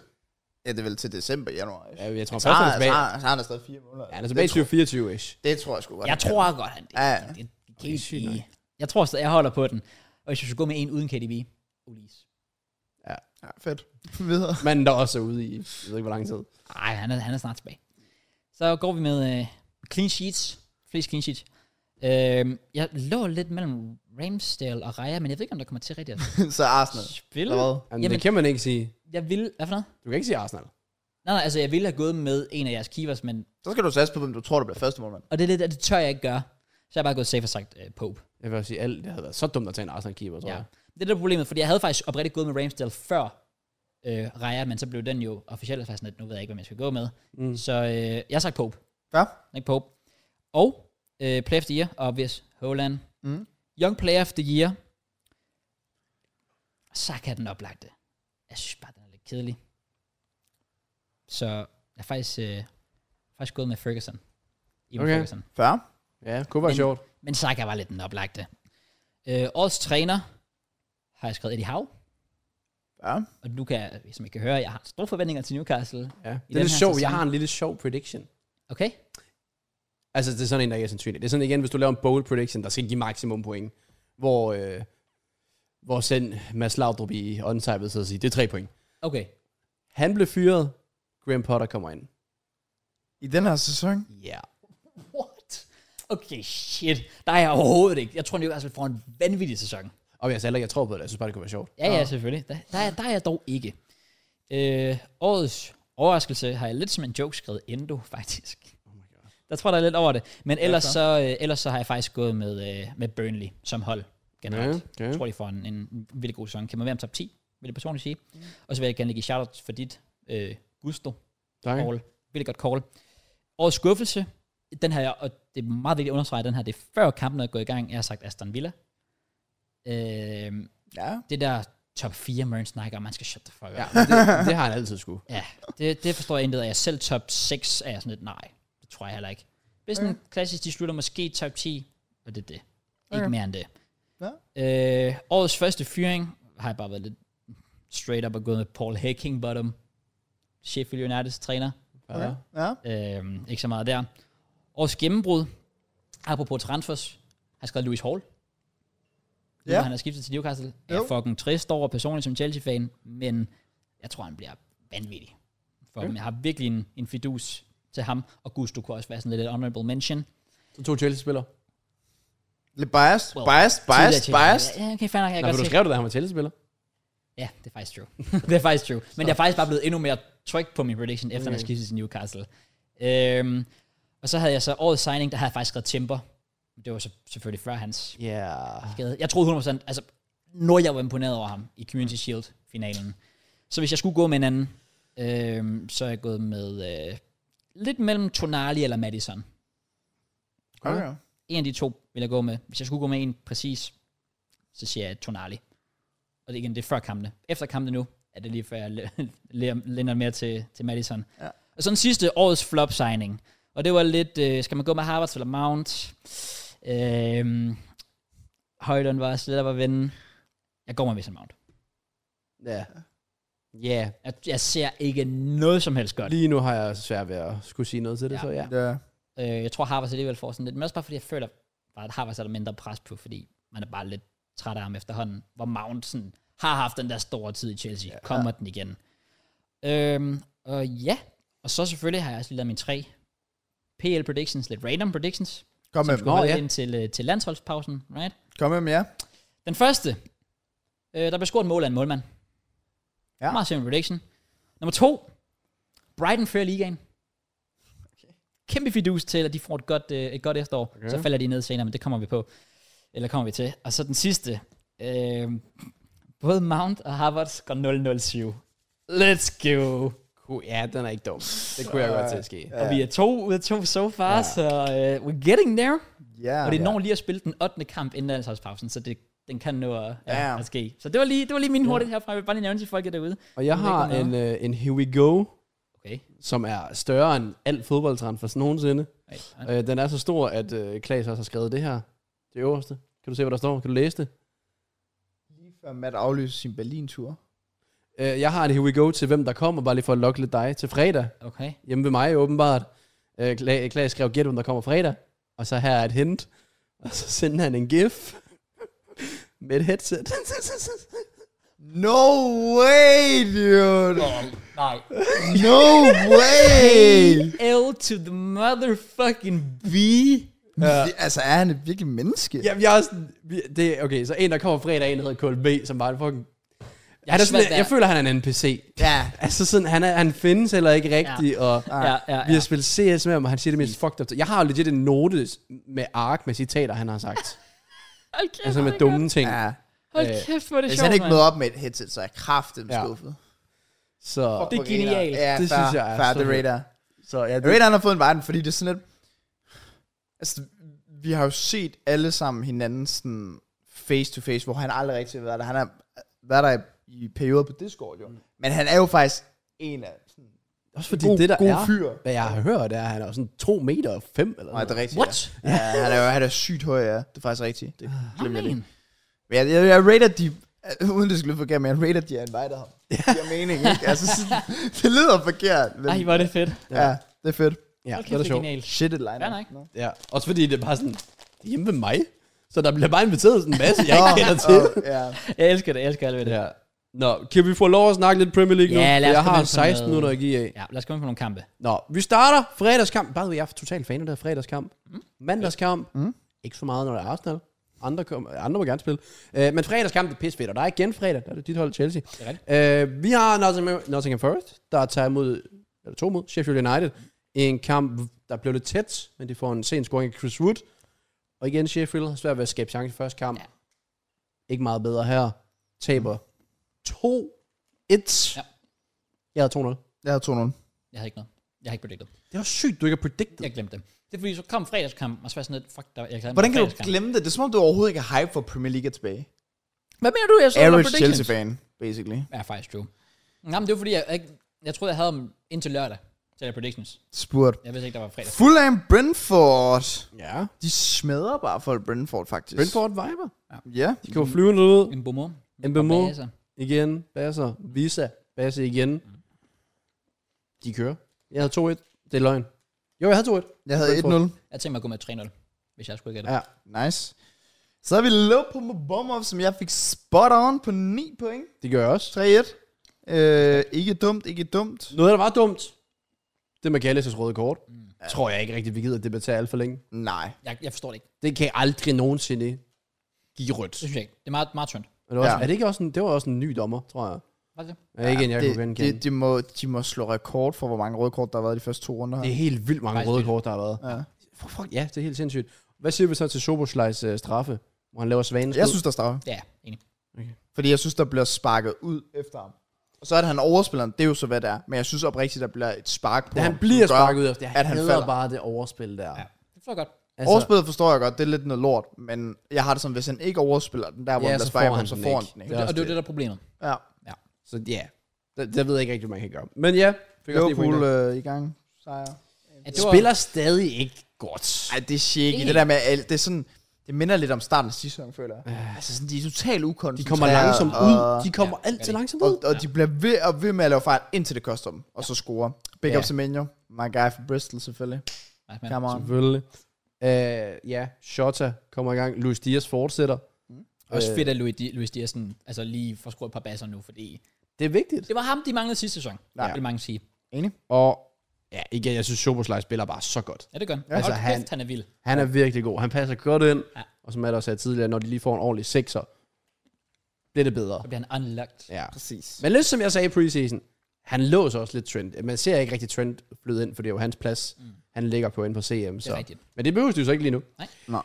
C: Ja, det er vel til december, januar.
B: Ja, jeg tror
C: Så
B: først,
C: har,
B: han er
C: så,
B: tilbage.
C: har, så har han da stadig fire måneder.
B: Ja, han er tilbage
C: det,
B: i 24-ish.
C: det tror jeg sgu godt.
A: Jeg
C: han kan.
A: tror godt, han...
C: Ja, ja.
A: Det, det, det,
B: Okay,
A: det,
B: sygt nok.
A: det, jeg tror stadig, jeg holder på den. Og hvis vi skulle gå med en uden KDB, Ulis.
C: Ja, fedt. [laughs] Videre.
B: Manden, der også er ude i, jeg ved ikke, hvor lang tid.
A: Nej, han er, han er snart tilbage. Så går vi med øh, clean sheets. Flest clean sheets. Øh, jeg lå lidt mellem Ramsdale og Raja, men jeg ved ikke, om der kommer til
C: [laughs]
A: rigtigt at
C: så Arsenal.
A: spille.
C: Eller hvad?
B: Jamen,
A: Jamen-
B: det kan man ikke sige.
A: Jeg ville... Hvad for noget?
B: Du kan ikke sige Arsenal.
A: Nej, nej, altså jeg ville have gået med en af jeres keepers, men...
C: Så skal du satse på, hvem du tror, der bliver første målmand.
A: Og det, er lidt, at det tør jeg ikke gøre. Så jeg har bare gået safe og sagt øh, Pope.
B: Jeg vil også sige, alt, det havde været så dumt at tage en Arsenal-keeper, tror
A: Ja.
B: jeg.
A: Det er det der er problemet, fordi jeg havde faktisk oprigtigt gået med Ramsdale før øh, Raja, men så blev den jo officielt faktisk lidt, nu ved jeg ikke, hvem jeg skal gå med. Mm.
B: Mm.
A: Så øh, jeg har sagt Pope.
C: Ja.
A: Nick Pope. Og øh, Play of the Year, obvious, Holland.
C: Mm.
A: Young Player of the Year. Saka er den oplagte. Jeg synes bare, den er lidt kedelig. Så jeg er faktisk, øh, faktisk gået med Ferguson. Ivan
B: Okay.
A: Ferguson.
C: Før?
B: Ja, kunne være
A: Men-
B: sjovt.
A: Men Saka var lidt den oplagte. Øh, årets træner har jeg skrevet Eddie Howe.
C: Ja.
A: Og nu kan jeg, som I kan høre, jeg har store forventninger til Newcastle.
B: Ja.
A: I
B: Det er
A: den
B: lidt
A: her
B: sjovt. Jeg
A: sæson.
B: har en lille sjov prediction.
A: Okay?
B: Altså, det er sådan en, der ikke er sandsynlig. Det er sådan igen, hvis du laver en bold prediction, der skal give maksimum point. Hvor, øh, hvor send Mads Laudrup i untypet, så at sige, det er tre point.
A: Okay.
B: Han blev fyret, Graham Potter kommer ind.
C: I den her sæson?
B: Ja. Yeah.
A: What? Okay, shit. Der er jeg overhovedet ikke. Jeg tror, Newcastle får en vanvittig sæson.
B: Og jeg, altså, jeg tror på det, jeg synes bare, det kunne være sjovt.
A: Ja, ja, selvfølgelig. Der, der, er, der er jeg dog ikke. Øh, årets overraskelse har jeg lidt som en joke skrevet Endo, [laughs] faktisk. Der tror jeg, der er lidt over det. Men ellers, så, øh, ellers så har jeg faktisk gået med, øh, med Burnley som hold generelt.
B: okay.
A: Jeg tror, de får en, en vildt god sæson. Kan man være om top 10, vil jeg personligt sige. Mm. Og så vil jeg gerne lige give shout-out for dit øh, gusto
B: Tak.
A: call. Vildt godt call. Årets skuffelse den her, og det er meget vigtigt at understrege, den her, det er før kampen er gået i gang, jeg har sagt Aston Villa. Øh,
C: Ja.
A: det der top 4, Mørn snakker om, man skal shut the fuck up.
B: Ja,
A: Ja,
B: men det, det har han
A: [laughs]
B: altid skulle.
A: ja det, det forstår jeg intet af. Jeg selv top 6 er jeg sådan lidt, nej, det tror jeg heller ikke. Hvis sådan klassisk, de slutter måske top 10, og det er det. Ikke
C: Okay.
A: mere end det.
C: Ja.
A: Øh, årets første fyring har jeg bare været lidt straight up og gået med Paul Hackingbottom, Sheffield Uniteds træner.
B: Ja.
C: Ja.
A: Øh, ikke så meget der. Årets gennembrud, apropos transfers, har skrevet Louis Hall. Nu,
C: Ja.
A: ja. han er skiftet til Newcastle. Er jeg
C: Jo.
A: fucking trist over personligt som Chelsea-fan, men jeg tror, han bliver vanvittig. For okay. jeg har virkelig en, en fidus til ham, og Gusto kunne også være sådan lidt et honorable mention.
B: Så to Chelsea-spillere.
C: Lidt biased,
A: Well,
C: biased, biased,
A: Tidligere Chelsea-
C: biased.
A: Ja, okay, fair nok, jeg kan
B: Nej,
A: godt
B: men du
A: se-
B: skrev det, da han var Chelsea-spiller.
A: Ja, det er faktisk true. [laughs] det er faktisk true. Men jeg er faktisk bare blevet endnu mere tryg på min prediction, efter okay. han skiftede til Newcastle. Øhm, og så havde jeg så årets signing, der havde jeg faktisk skrevet Timber. Det var så selvfølgelig før hans
B: Ja.
A: skade. Jeg troede 100%, altså, når jeg var imponeret over ham i Community Shield-finalen. Så hvis jeg skulle gå med en anden, øhm, så er jeg gået med øh, lidt mellem Tonali eller Madison.
C: Okay.
A: En af de to vil jeg gå med. Hvis jeg skulle gå med en præcis, så siger jeg Tonali. Og det, igen, det er før kampene. Efter kampene nu, er det lige før jeg læ- [laughs] læ- lænder mere til, til Madison.
C: Ja.
A: Og så den sidste årets flop-signing. Og det var lidt, øh, skal man gå med Harvard eller Mount? Øhm, Højlund var slet op at vende. Jeg går med Mason Mount.
B: Ja. Ja.
A: Jeg, jeg ser ikke noget som helst godt.
B: Lige nu har jeg svært ved at skulle sige noget til det,
A: Ja.
B: så ja.
C: Ja.
A: Øh, jeg tror, Harvard alligevel får sådan lidt, men også bare fordi jeg føler, bare, at Harvard er der mindre pres på, fordi man er bare lidt træt af ham efterhånden, hvor Mount sådan, har haft den der store tid i Chelsea. Ja. Kommer den igen? Øhm, og ja, og så selvfølgelig har jeg også lige lavet mine tre PL predictions, lidt random predictions,
C: Kom
A: som
C: med dem.
A: skulle holde
B: ja.
A: ind til, øh, til landsholdspausen, right?
C: Kom med dem, ja.
A: Den første, øh, der blev scoret et mål af en målmand.
C: Ja.
A: Meget simpel prediction. Nummer to, Brighton fører ligaen. Kæmpe fidus til, at de får et godt, øh, et godt efterår. Okay. Så falder de ned senere, men det kommer vi på. Eller kommer vi til. Og så den sidste. Øh, både Mount og Harvard går 007. Let's go.
B: Ku- Ja, den er ikke dum. Det kunne jeg godt til at ske.
A: øh, Og vi er to ud af to so far, ja. så øh, we're getting there.
C: Ja.
A: Og det
C: Ja.
A: når lige at spille den 8. kamp inden landsholdspausen, så det, den kan nå at, ja.
C: Ja.
A: at ske. Så det var lige, det var lige min hurtigt herfra. Jeg vil bare lige nævne til folk derude.
B: Og jeg
A: Den
B: har
A: ligger
B: en, øh, en Here We Go,
A: Okay.
B: som er større end alt fodboldtransfers nogensinde.
A: Ej, ej.
B: Øh, den er så stor, at øh, Klaas også har skrevet det her. Det øverste. Kan du se, hvad der står? Kan du læse det?
C: Lige før Matt aflyser sin Berlin-tur.
B: Øh, jeg har en Here We Go til, hvem der kommer, bare lige for at lokke lidt dig til fredag.
A: Okay.
B: Hjemme ved mig, åbenbart. Øh, Kla- Klaas skrev, gæt, hvem der kommer fredag. Og så her er et hint. Og så sendte han en gif [laughs] med et headset. [laughs]
C: No way, dude!
A: Nej.
C: No way!
A: L to the motherfucking B.
C: Ja. Altså, er han et virkelig menneske?
B: Jamen, jeg er sådan, vi- det, okay, så en, der kommer fredag, en hedder KLB, som bare er en fucking... Jeg, er sådan,
A: svært ved-
B: jeg, jeg føler, han er en NPC.
C: ja.
B: Altså sådan, han, er, han findes heller ikke rigtigt, ja. og
A: Ja, Ah, ja,
B: vi
A: ja.
B: har spillet CS med ham, og han siger det mest fucked up. Jeg har jo legit en note med ark med citater, han har sagt.
A: [laughs] Hold kæft,
B: altså med
A: hvor er det
B: dumme ting.
C: ja.
A: godt. Hold kæft, hvor er Øh, det
C: Hvis
A: sjovt,
C: han ikke
A: mand.
C: møder op med et headset, så er jeg kraftigt
B: Ja.
C: skuffet.
B: Så
A: Det er genialt.
C: Ja,
B: Det
C: fair,
B: synes jeg er
C: fair,
B: så
C: det
B: fedt.
C: radar.
B: Så ja, det,
C: Radaren har fået en verden, fordi det er sådan lidt... Altså, vi har jo set alle sammen hinanden sådan face to face, hvor han aldrig rigtig har været der. Han har været der i, i perioder på Discord jo. Mm. Men han er jo faktisk en af sådan,
B: også fordi
C: god,
B: det der
C: god
B: er,
C: fyr.
B: hvad jeg har hørt, er, at han er sådan 2 meter og 5 eller
C: Nej,
B: noget.
C: det er rigtigt.
A: What?
C: Ja. ja, han er jo han er sygt høj, ja. Det er faktisk rigtigt. Det glemmer jeg
A: Nej,
C: lige. Men jeg, jeg, jeg rater de, øh, uden det skal lyde forkert, men jeg rater de, jeg inviter ham. Det giver mening, ikke? Altså, sådan, [laughs] det lyder forkert. Men,
A: Ej, hvor er det fedt.
C: ja, det er fedt.
B: Ja,
A: Hold
B: det
A: kæft,
B: er
A: det er
B: sjovt.
A: genialt.
C: Shit, et line
A: Fair nok.
B: Ja. Også fordi det er bare sådan, det er hjemme ved mig. Så der bliver bare inviteret en masse,
A: [laughs]
B: jeg ikke kender til.
C: ja.
A: Jeg elsker det, jeg elsker alt ved det.
B: Ja. Nå, kan vi få lov at snakke lidt Premier League nu?
A: Ja, lad os
B: jeg
A: komme
B: har
A: ind på
B: 16
A: noget.
B: minutter at give af.
A: Ja, lad os komme ind på nogle kampe.
B: Nå, vi starter fredagskamp. Bare ved, jeg er total fan af det her fredagskamp. Mm. Mandagskamp. Mm. Ikke så meget, når det er Arsenal. Andre, kom, andre må gerne spille. Øh, men fredagskamp det er pissefedt, og der er igen fredag. Der er det dit hold Chelsea.
A: er
B: Øh, vi har Nottingham, Nottingham Forest, der tager imod, eller to mod, Sheffield United. En kamp, der blev lidt tæt, men de får en sen scoring af Chris Wood. Og igen Sheffield har svært ved at skabe chance i første kamp.
A: Ja.
B: Ja. Ikke meget bedre her. Taber 2-1.
A: Ja.
B: Ja. Jeg havde 2-0.
C: Jeg har 2-0.
A: Jeg havde ikke noget. Jeg har ikke predicted.
B: Det var sygt, du ikke har predicted.
A: Jeg glemte det. Det er fordi, så kom fredagskampen, og så var jeg sådan lidt, fuck, der, jeg glemte
C: Hvordan kan du
A: fredagskampen.
C: glemme det? Det er som om, du overhovedet ikke er hype for Premier League er tilbage.
A: Hvad mener du, jeg så
C: Average Chelsea-fan, basically.
A: Ja, faktisk true. Nej, men det var fordi, jeg, jeg, jeg troede, jeg havde dem indtil lørdag. Til jeg predictions.
C: Spurgt.
A: Jeg vidste ikke, der var fredag.
C: Fulham Brentford.
B: Ja.
C: De smadrer bare for Brentford, faktisk.
B: Brentford Viber.
C: Ja.
B: De kommer flyvende ud.
A: En Altså, bummer.
B: Mbemo. Igen. Basser. Visa. Basse igen. De kører. Jeg havde 2-1. Det er løgn. Jo, jeg havde 2-1.
C: Jeg havde
B: Brentford.
C: 1-0.
A: Jeg tænkte mig at gå med 3-0, hvis jeg skulle gætte.
B: Ja.
C: Nice. Så har vi Lopo med Bomber, som jeg fik spot on på 9 point.
B: Det gør jeg også.
C: 3-1. Øh, ikke dumt, ikke dumt.
B: Noget, der var dumt. Det med Gallis' røde kort. Mm. Tror jeg ikke rigtig, vi gider debattere alt for længe.
C: Nej.
A: Jeg, jeg forstår det ikke.
B: Det kan aldrig nogensinde give rødt.
A: Det synes jeg ikke. Det er meget, meget tyndt.
B: Er det, også,
C: Ja.
B: ja. er det ikke også en, det var også en ny dommer, tror jeg.
A: Var det det?
B: Ja, ikke en, jeg
C: det,
B: kunne genkende.
C: det, de, må, de må slå rekord for, hvor mange røde kort, der har været i de første to runder.
B: Det er
C: her.
B: helt vildt mange
A: Faktisk
B: røde
A: vildt.
B: kort, der har været.
C: Ja.
B: For fuck, ja, det er helt sindssygt. Hvad siger vi så til Soboslejs øh, straffe, hvor han laver svanen?
C: Jeg synes, der er straffe.
A: Ja, enig.
C: Fordi jeg synes, der bliver sparket ud efter ham. Og så er det, han overspiller ham. Det er jo så, hvad det er. Men jeg synes oprigtigt, der bliver et spark på
B: da han
C: ham,
B: bliver
C: som gør,
B: sparket ud efter,
C: at han falder.
B: bare det overspil der.
A: Ja. Det forstår jeg godt.
B: Altså,
C: Overspillet forstår jeg godt, det er lidt noget lort, men jeg har det sådan, hvis han ikke overspiller den der, hvor
B: Ja,
C: han bliver
B: så
C: sparket
B: får
C: på,
B: han
C: så
B: den
C: får han
B: ikke.
C: den
A: Det
C: ikke.
A: er,
B: også
A: og det er jo det,
B: det.
A: der er problemet.
C: Ja.
B: så ja, det, det ved jeg ikke rigtig, man kan gøre. Men ja, fik også lige
C: Liverpool
B: pointer.
C: øh, i gang. Sejr.
A: At det var-
B: Spiller stadig ikke godt.
C: Ej, det er shaky.
A: Enig.
C: Det der med, alt- det er sådan, det minder lidt om starten af sidste sæson, føler jeg. Altså sådan, de er totalt
B: øh, De
C: ukoncentrerede.
B: kommer langsomt ud.
C: Og,
B: De kommer
A: Ja,
B: altid
A: ja.
B: langsomt ud.
C: og, og de bliver ved og ved med at lave fejl, indtil det koster dem. Og så scorer. Big
B: Ja.
C: up Semenyo. My guy fra Bristol, selvfølgelig.
A: Nej, men,
C: Come on.
B: Selvfølgelig. Øh, ja, Shota kommer i gang. Luis Diaz fortsætter.
A: også
B: Øh.
A: fedt, at Louis, Di- Louis Diersen altså lige får skruet et par basser nu, fordi
B: Det er vigtigt.
A: det var ham, de manglede sidste sæson.
C: Ja.
A: Det vil mange sige.
B: Og ja, igen, jeg synes, Soboslej spiller bare så godt.
A: Ja, det gør han.
C: Ja.
A: Ja, altså,
B: Altså,
A: han,
B: han-
A: han er vild.
B: Han er virkelig god. Han passer godt ind.
A: Ja.
B: Ja. Og som Matt også sagde tidligere, når de lige får en ordentlig sekser, bliver det bedre.
A: Så bliver han unlocked.
B: Ja.
C: Præcis.
B: Men lidt som jeg sagde i preseason, han låser også lidt trend. Man ser ikke rigtig trend flyde ind, for det er jo hans plads. Mm. Han ligger på ind på CM.
A: Det er
B: Så.
A: rigtigt.
B: Men det behøver du så ikke lige nu.
C: Nej.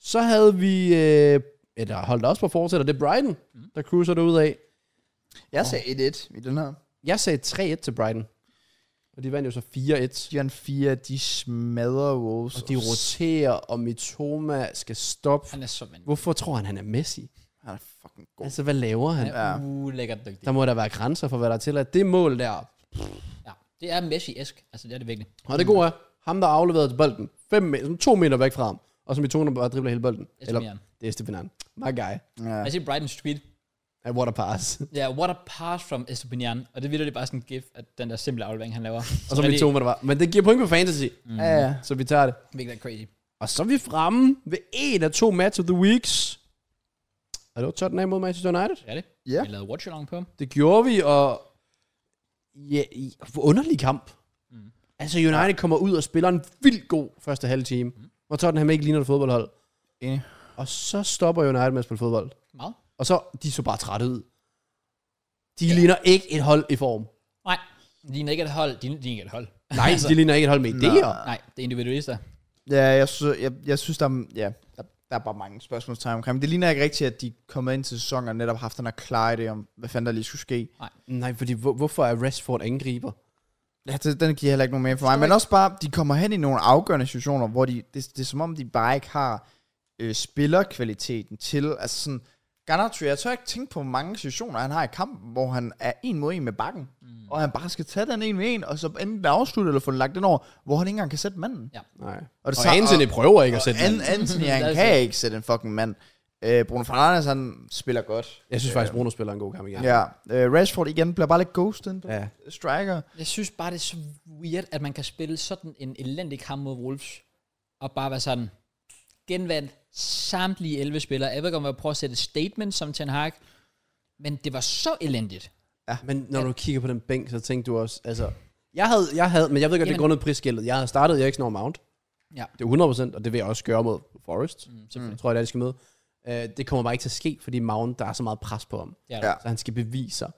B: Så havde vi, øh, eller holdt også på fortsætter, det er Brighton, mm. der cruiser derud af.
C: Jeg sagde 1-1 i den her.
B: Jeg sagde 3-1 til Brighton. Og de vandt jo så 4-1.
C: De er en 4, de smadrer Wolves.
B: Og de roterer, og Mitoma skal stoppe.
A: Han er så vanvittig.
B: Hvorfor tror han, han er Messi?
C: Han er fucking god.
B: Altså, hvad laver han?
A: Han er ulækkert Uh, dygtig.
B: Der må der være grænser for, hvad der er til. At det mål der,
A: Ja, det er Messi-esk. Altså, det er det virkelig.
B: og det gode er, ham der afleverede til bolden, fem me- sådan to meter væk fra ham, og som i toner bare dribler hele bolden. Eller,
A: Estimian.
B: det er Stefan My guy.
C: Ja.
A: Jeg siger Brighton Street.
B: And what a [laughs] pass.
A: Ja, yeah, what a pass from Estupinian. Og det videre, det er bare sådan en gif, at den der simple aflevering, han laver.
B: og så i toner der var. Men det giver point på fantasy,
C: Ja, ja.
B: så vi tager det.
A: Virkelig er crazy.
B: Og så er vi fremme ved en af to match of the weeks. Er det var Tottenham mod Manchester United?
A: Er det?
C: Ja.
A: Vi lavede watch along på ham.
B: Det gjorde vi, og... Ja, i for underlig kamp.
A: Mm.
B: Mm. Altså, United kommer ud og spiller en vildt god første halve time. Mm. Hvor Tottenham ikke ligner et fodboldhold.
C: Enig.
B: Og så stopper United med at spille fodbold.
A: Meget.
B: Og så, de så bare trætte ud. De ligner ikke et hold i [laughs] form.
A: Nej, de ligner ikke et hold. De ligner ikke et hold. [laughs] Altså,
B: Nej, de ligner ikke et hold med idéer.
A: Nej, det er individualister.
C: Ja, jeg, sy- jeg, jeg synes, der, er- ja, der, der er bare mange spørgsmålstegn omkring. men Det ligner ikke rigtigt, at de er kommet ind til sæsonen og netop har haft den her klare idé om, hvad fanden der lige skulle ske.
B: Nej, fordi hvor, hvorfor er Rashford angriber?
C: Ja, det, den giver heller ikke nogen mere for mig. Men også bare, de kommer hen i nogle afgørende situationer, hvor de, det, det er som om, de bare ikke har øh, spillerkvaliteten til. Altså sådan, Garnatry, jeg tør ikke tænke på, hvor mange situationer han har i kampen, hvor han er en mod en med bakken. Mm. Og han bare skal tage den en med en, og så enten afslutte eller få den lagt den over, hvor han ikke engang kan sætte manden.
B: Nej.
C: Og, det
B: Og
C: tager-
B: Anthony prøver ikke at sætte den.
C: An- Anthony,
A: Det
C: han
A: er
C: kan
A: sjovt.
C: ikke sætte en fucking mand. Øh, Bruno Fernandes, han spiller godt.
B: Jeg synes faktisk, Bruno spiller en god kamp igen.
C: Ja. Øh, Rashford igen bliver bare lidt ghosted inde på
B: Ja.
C: striker.
A: Jeg synes bare, det er så weird, at man kan spille sådan en elendig kamp mod Wolves, og bare være sådan, genvandt samtlige 11 spillere. Jeg ved ikke, om jeg prøver at sætte et statement som Ten Hag, men det var så elendigt.
B: Men når du kigger på den bænk, så tænkte du også, altså... Jeg havde, jeg havde men jeg ved godt, det er
A: Jamen-
B: grundet prisskældet. Jeg havde startet Eriksen over Mount.
A: Ja.
B: Det er 100%, og det vil jeg også gøre mod Forest. Mm,
A: selvfølgelig.
B: jeg tror, det er, de skal møde. Uh, det kommer bare ikke til at ske, fordi Mount, der er så meget pres på ham.
A: Ja.
C: Ja.
A: ja.
B: Så han skal bevise sig.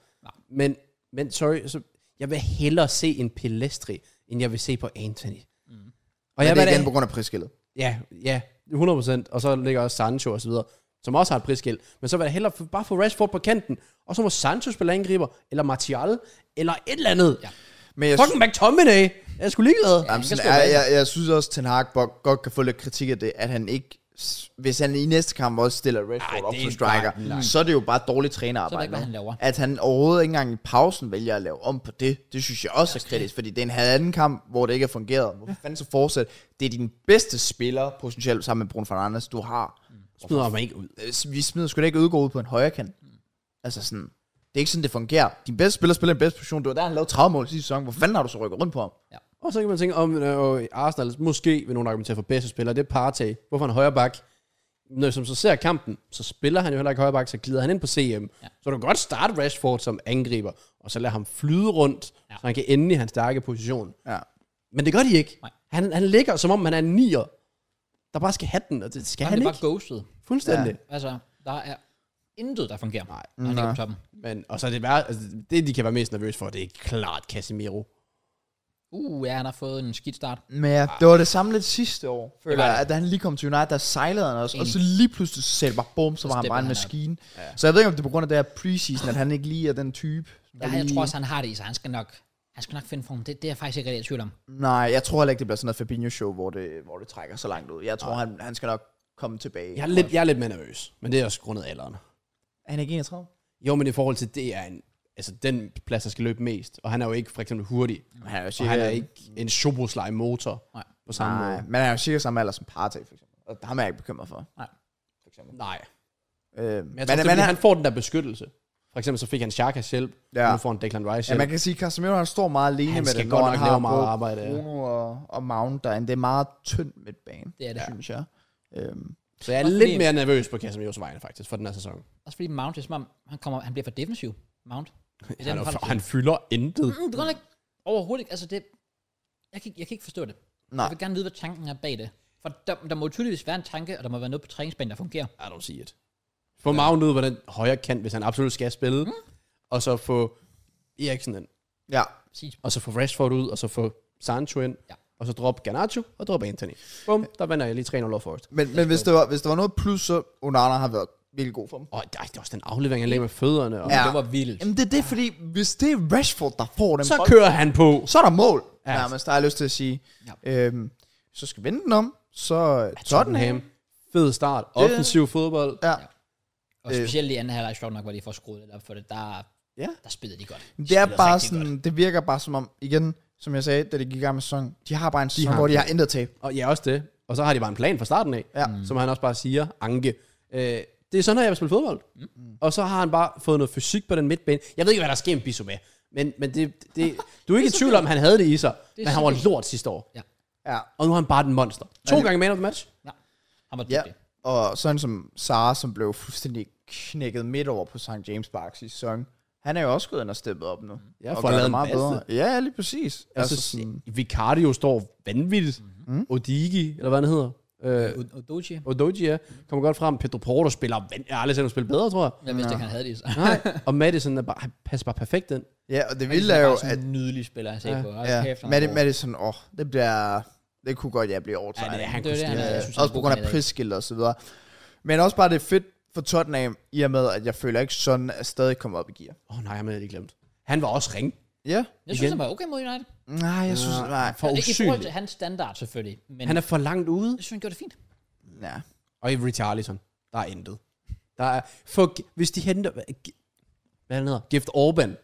B: Men, men sorry, så jeg vil hellere se en Pelestri, end jeg vil se på Anthony. Mm. Og
C: Men
B: jeg
C: det
B: vil
C: er igen
B: da,
C: på grund af prisskillet.
B: ja, ja, 100%. Og så ligger også Sancho og så videre, som også har et prisskilt. Men så vil jeg hellere f- bare få Rashford på kanten, og så må Sancho spille angriber, eller Martial, eller et eller andet. Ja.
C: Men jeg,
B: Fucking McTominay. Jeg skulle ligeglad.
C: Jamen,
A: skal
C: sådan,
A: sgu
C: jeg,
A: være.
C: jeg, jeg synes også, Ten Hag bo- godt kan få lidt kritik af det, at han ikke... s- Hvis han i næste kamp også stiller Rashford
A: Ej,
C: op
A: det er
C: som striker, så er det jo bare dårligt
A: Så ved jeg ikke,
C: trænerarbejde.
A: hvad han
C: ikke?
A: laver.
C: At han overhovedet ikke engang i pausen vælger at lave om på det, det synes jeg også er kritisk, fordi det er en anden kamp, hvor det ikke har fungeret. Hvorfor fanden så fortsæt? Det er din bedste spiller, potentielt sammen med Bruno Fernandes, du har.
B: Smider ham ikke ud.
C: Øh, Vi smider sgu da ikke Ødegaard ud på en højre kant.
A: Mm.
C: Altså sådan, det er ikke sådan, det fungerer. Din bedste spiller spiller i den bedste position. Det var der, han lavede 30 mål sidste sæson. Hvor fanden har du så rykket rundt på ham?
B: Og så kan man tænke om, øh, Arsenal måske vil nogen argumentere for bedste spiller, det er Partey. Hvorfor en højre bak? Når som så ser kampen, så spiller han jo heller ikke højre bak, så glider han ind på CM. Ja. Så du kan godt starte Rashford som angriber, og så lade ham flyde rundt, ja. så han kan ende i hans stærke position.
C: Ja.
B: Men det gør de ikke.
A: Nej.
B: Han, han ligger som om han er en nier, der bare skal have den, og det skal
A: Jamen,
B: han,
A: det
B: han
A: er
B: ikke.
A: bare ghostet.
B: Fuldstændig. Ja.
A: Altså, der er intet, der fungerer. Nej. Han
C: Nej.
A: ligger på toppen.
B: Men, og så er det, værre, altså, det, de kan være mest nervøse for, det er klart Casemiro.
A: Uh, ja, han har fået en skidt start.
C: Men ja, det var det samme lidt sidste år, føler
A: var
C: jeg,
A: det.
C: at da han lige kom til United, der sejlede han også, og så lige pludselig selv bare bum, så var han
A: stepper
C: bare en
A: han op.
C: maskine. Ja. Så jeg ved ikke, om det er på grund af det her preseason, at han ikke lige er den type. der
A: Ja, jeg
C: lige-
A: tror også, han har det i sig. Han skal nok, han skal nok finde form. Det, det er jeg faktisk ikke rigtig i tvivl om.
C: Nej, jeg tror heller ikke, det bliver sådan noget Fabinho-show, hvor det, hvor det trækker så langt ud. Jeg tror, han, han skal nok komme tilbage.
B: Jeg er, lidt, jeg er lidt mere nervøs, men det er også grundet af alderen.
C: Er Han er ikke 31.
B: Jo, men i forhold til, det er en, altså den plads, der skal løbe mest. Og han er jo ikke for eksempel hurtig.
C: Men han er jo
B: Og
C: cirka,
B: han er ikke en Shoboslej motor
A: Nej.
B: på samme
C: nej,
B: måde.
C: men han er jo cirka samme alder som Partey, for eksempel. Og ham er jeg ikke bekymret for.
A: Nej.
C: For eksempel.
B: Nej.
C: Øh, men
B: Men jeg tror, men,
C: men,
B: han får den der beskyttelse. For eksempel så fik han Shakas hjælp,
C: Ja.
B: ja. og nu får han Declan Rice
C: Ja,
B: hjælp.
C: man kan sige, at Casemiro han står meget alene
B: Han
C: med
B: skal
C: det,
B: godt
C: når han
B: nok
C: har
B: lave meget
C: både
B: arbejde, ja.
C: Bruno og, og Mount derinde. Det er meget tynd med bane,
A: Det er det.
C: synes jeg. Øhm,
B: så jeg er
A: Også
B: lidt
A: fordi-
B: mere nervøs på Casemiro's vegne faktisk, for den her sæson.
A: Også fordi Mount, det er som om, han, kommer, han bliver for defensiv.
C: [laughs]
A: Mount. I den
B: Han, er,
A: fremtid.
B: han fylder intet.
A: Mm, det går ikke overhovedet ikke. Altså, det, jeg, kan, ikke- jeg kan ikke forstå det.
C: nej,
A: Jeg vil gerne vide, hvad tanken er bag det. For der, der må tydeligvis være en tanke, og der må være noget på træningsbanen, der fungerer.
B: I don't see it. Få ja. Magne ud på den højre kant, hvis han absolut skal spille. Mm. Og så få Eriksen ind.
C: ja.
A: Præcis.
B: Og så få Rashford ud, og så få Sancho ind.
A: Ja.
B: Ja. Og så drop Garnacho og drop Anthony. Bum, der vinder jeg lige 3-0 over Forrest.
C: Men, men hvis, der var, hvis der var noget plus, så Onana har været virkelig god for dem.
B: Og ej, det er også den aflevering, han laver med fødderne. Og
C: Ja.
B: ja.
A: Det var vildt.
C: Jamen det er det, fordi hvis det er Rashford, der får den
B: Så
C: bold,
B: kører han på.
C: så er der mål, ja.
B: Ja.
C: nærmest, der er jeg lyst til at sige. Ja. Øhm, så skal vi vende den om, så øh, Tottenham.
B: Tottenham. Fed start. Offensiv fodbold.
C: Ja.
A: Og
C: Øh.
A: specielt i anden halvleg, sjovt nok, var de får skruet lidt op for det. Der,
B: Ja.
A: der spillede de godt.
C: Det er bare sådan, det virker bare som om, igen, som jeg sagde, da det gik i gang med sæsonen, de har bare en sæson,
B: har
C: hvor
B: en
C: de har intet tab.
B: Og ja, også det. Og så har de bare en plan fra starten af,
C: Ja.
B: som han også bare siger, Anke. Øh, det er sådan, at jeg vil spille fodbold. Mm. Og så har han bare fået noget fysik på den midtbane. Jeg ved ikke, hvad der sker med Bissou med. Men, men det, [laughs] det, du er ikke i tvivl om, at han havde det i sig. men
A: så
B: han var
A: vildt.
B: lort sidste år.
C: Ja.
B: Og nu er han bare den monster. To gange man of the match.
A: Ja. Han var
C: Ja,
A: dygtig.
C: og sådan som Sara, som blev fuldstændig knækket midt over på St. James Park sidste sæson, han er jo også gået ind og steppet op nu.
B: Ja,
C: og
B: for at
C: gør
B: lade
C: det
B: en masse.
C: Ja, lige præcis.
B: Og
C: Altså,
B: så
C: sådan,
B: Vicario står vanvittigt. Mm. Odigi, eller hvad han hedder. Øh,
A: Og Odoji,
B: Odoji, ja. Kommer godt frem. Pedro Porto spiller van- Jeg har aldrig set ham spille bedre, tror jeg.
A: jeg vidste ikke, han havde det i sig.
B: Nej. og Madison er bare, han passer bare perfekt ind.
C: ja, og det
A: Det
C: vilde er jo,
A: at...
C: at
A: en nydelig spiller at se på. Hold
C: ja,
A: kæft, han er
C: Mad-
A: god.
C: Madison, åh, det bliver... Det kunne godt, jeg bliver overtaget.
B: Ja, det er han
A: Det er
B: kunne
A: det, han
B: stille.
A: er.
C: Øh,
A: Jeg synes, han
C: også
A: er
C: på
A: god
C: grund af
A: kandidat.
C: prisskilt og så videre. Men også bare det er fedt for Tottenham, i og med, at jeg føler ikke, sådan er stadig kommet op i gear.
B: Åh oh, nej, jeg havde lige glemt. Han var også ring.
C: Ja.
A: Jeg synes,
B: igen.
A: han var okay mod United. Altså,
C: Nej, jeg synes... Nej,
B: For
A: Ikke i forhold
B: usynlig.
A: til hans standard, selvfølgelig. Men
B: Han er for langt ude.
A: jeg synes, han gjorde det fint.
C: ja.
B: Og i Richarlison, der er intet. Der er, for, hvis de henter, hvad, G- hvad han hedder, Gift Orban,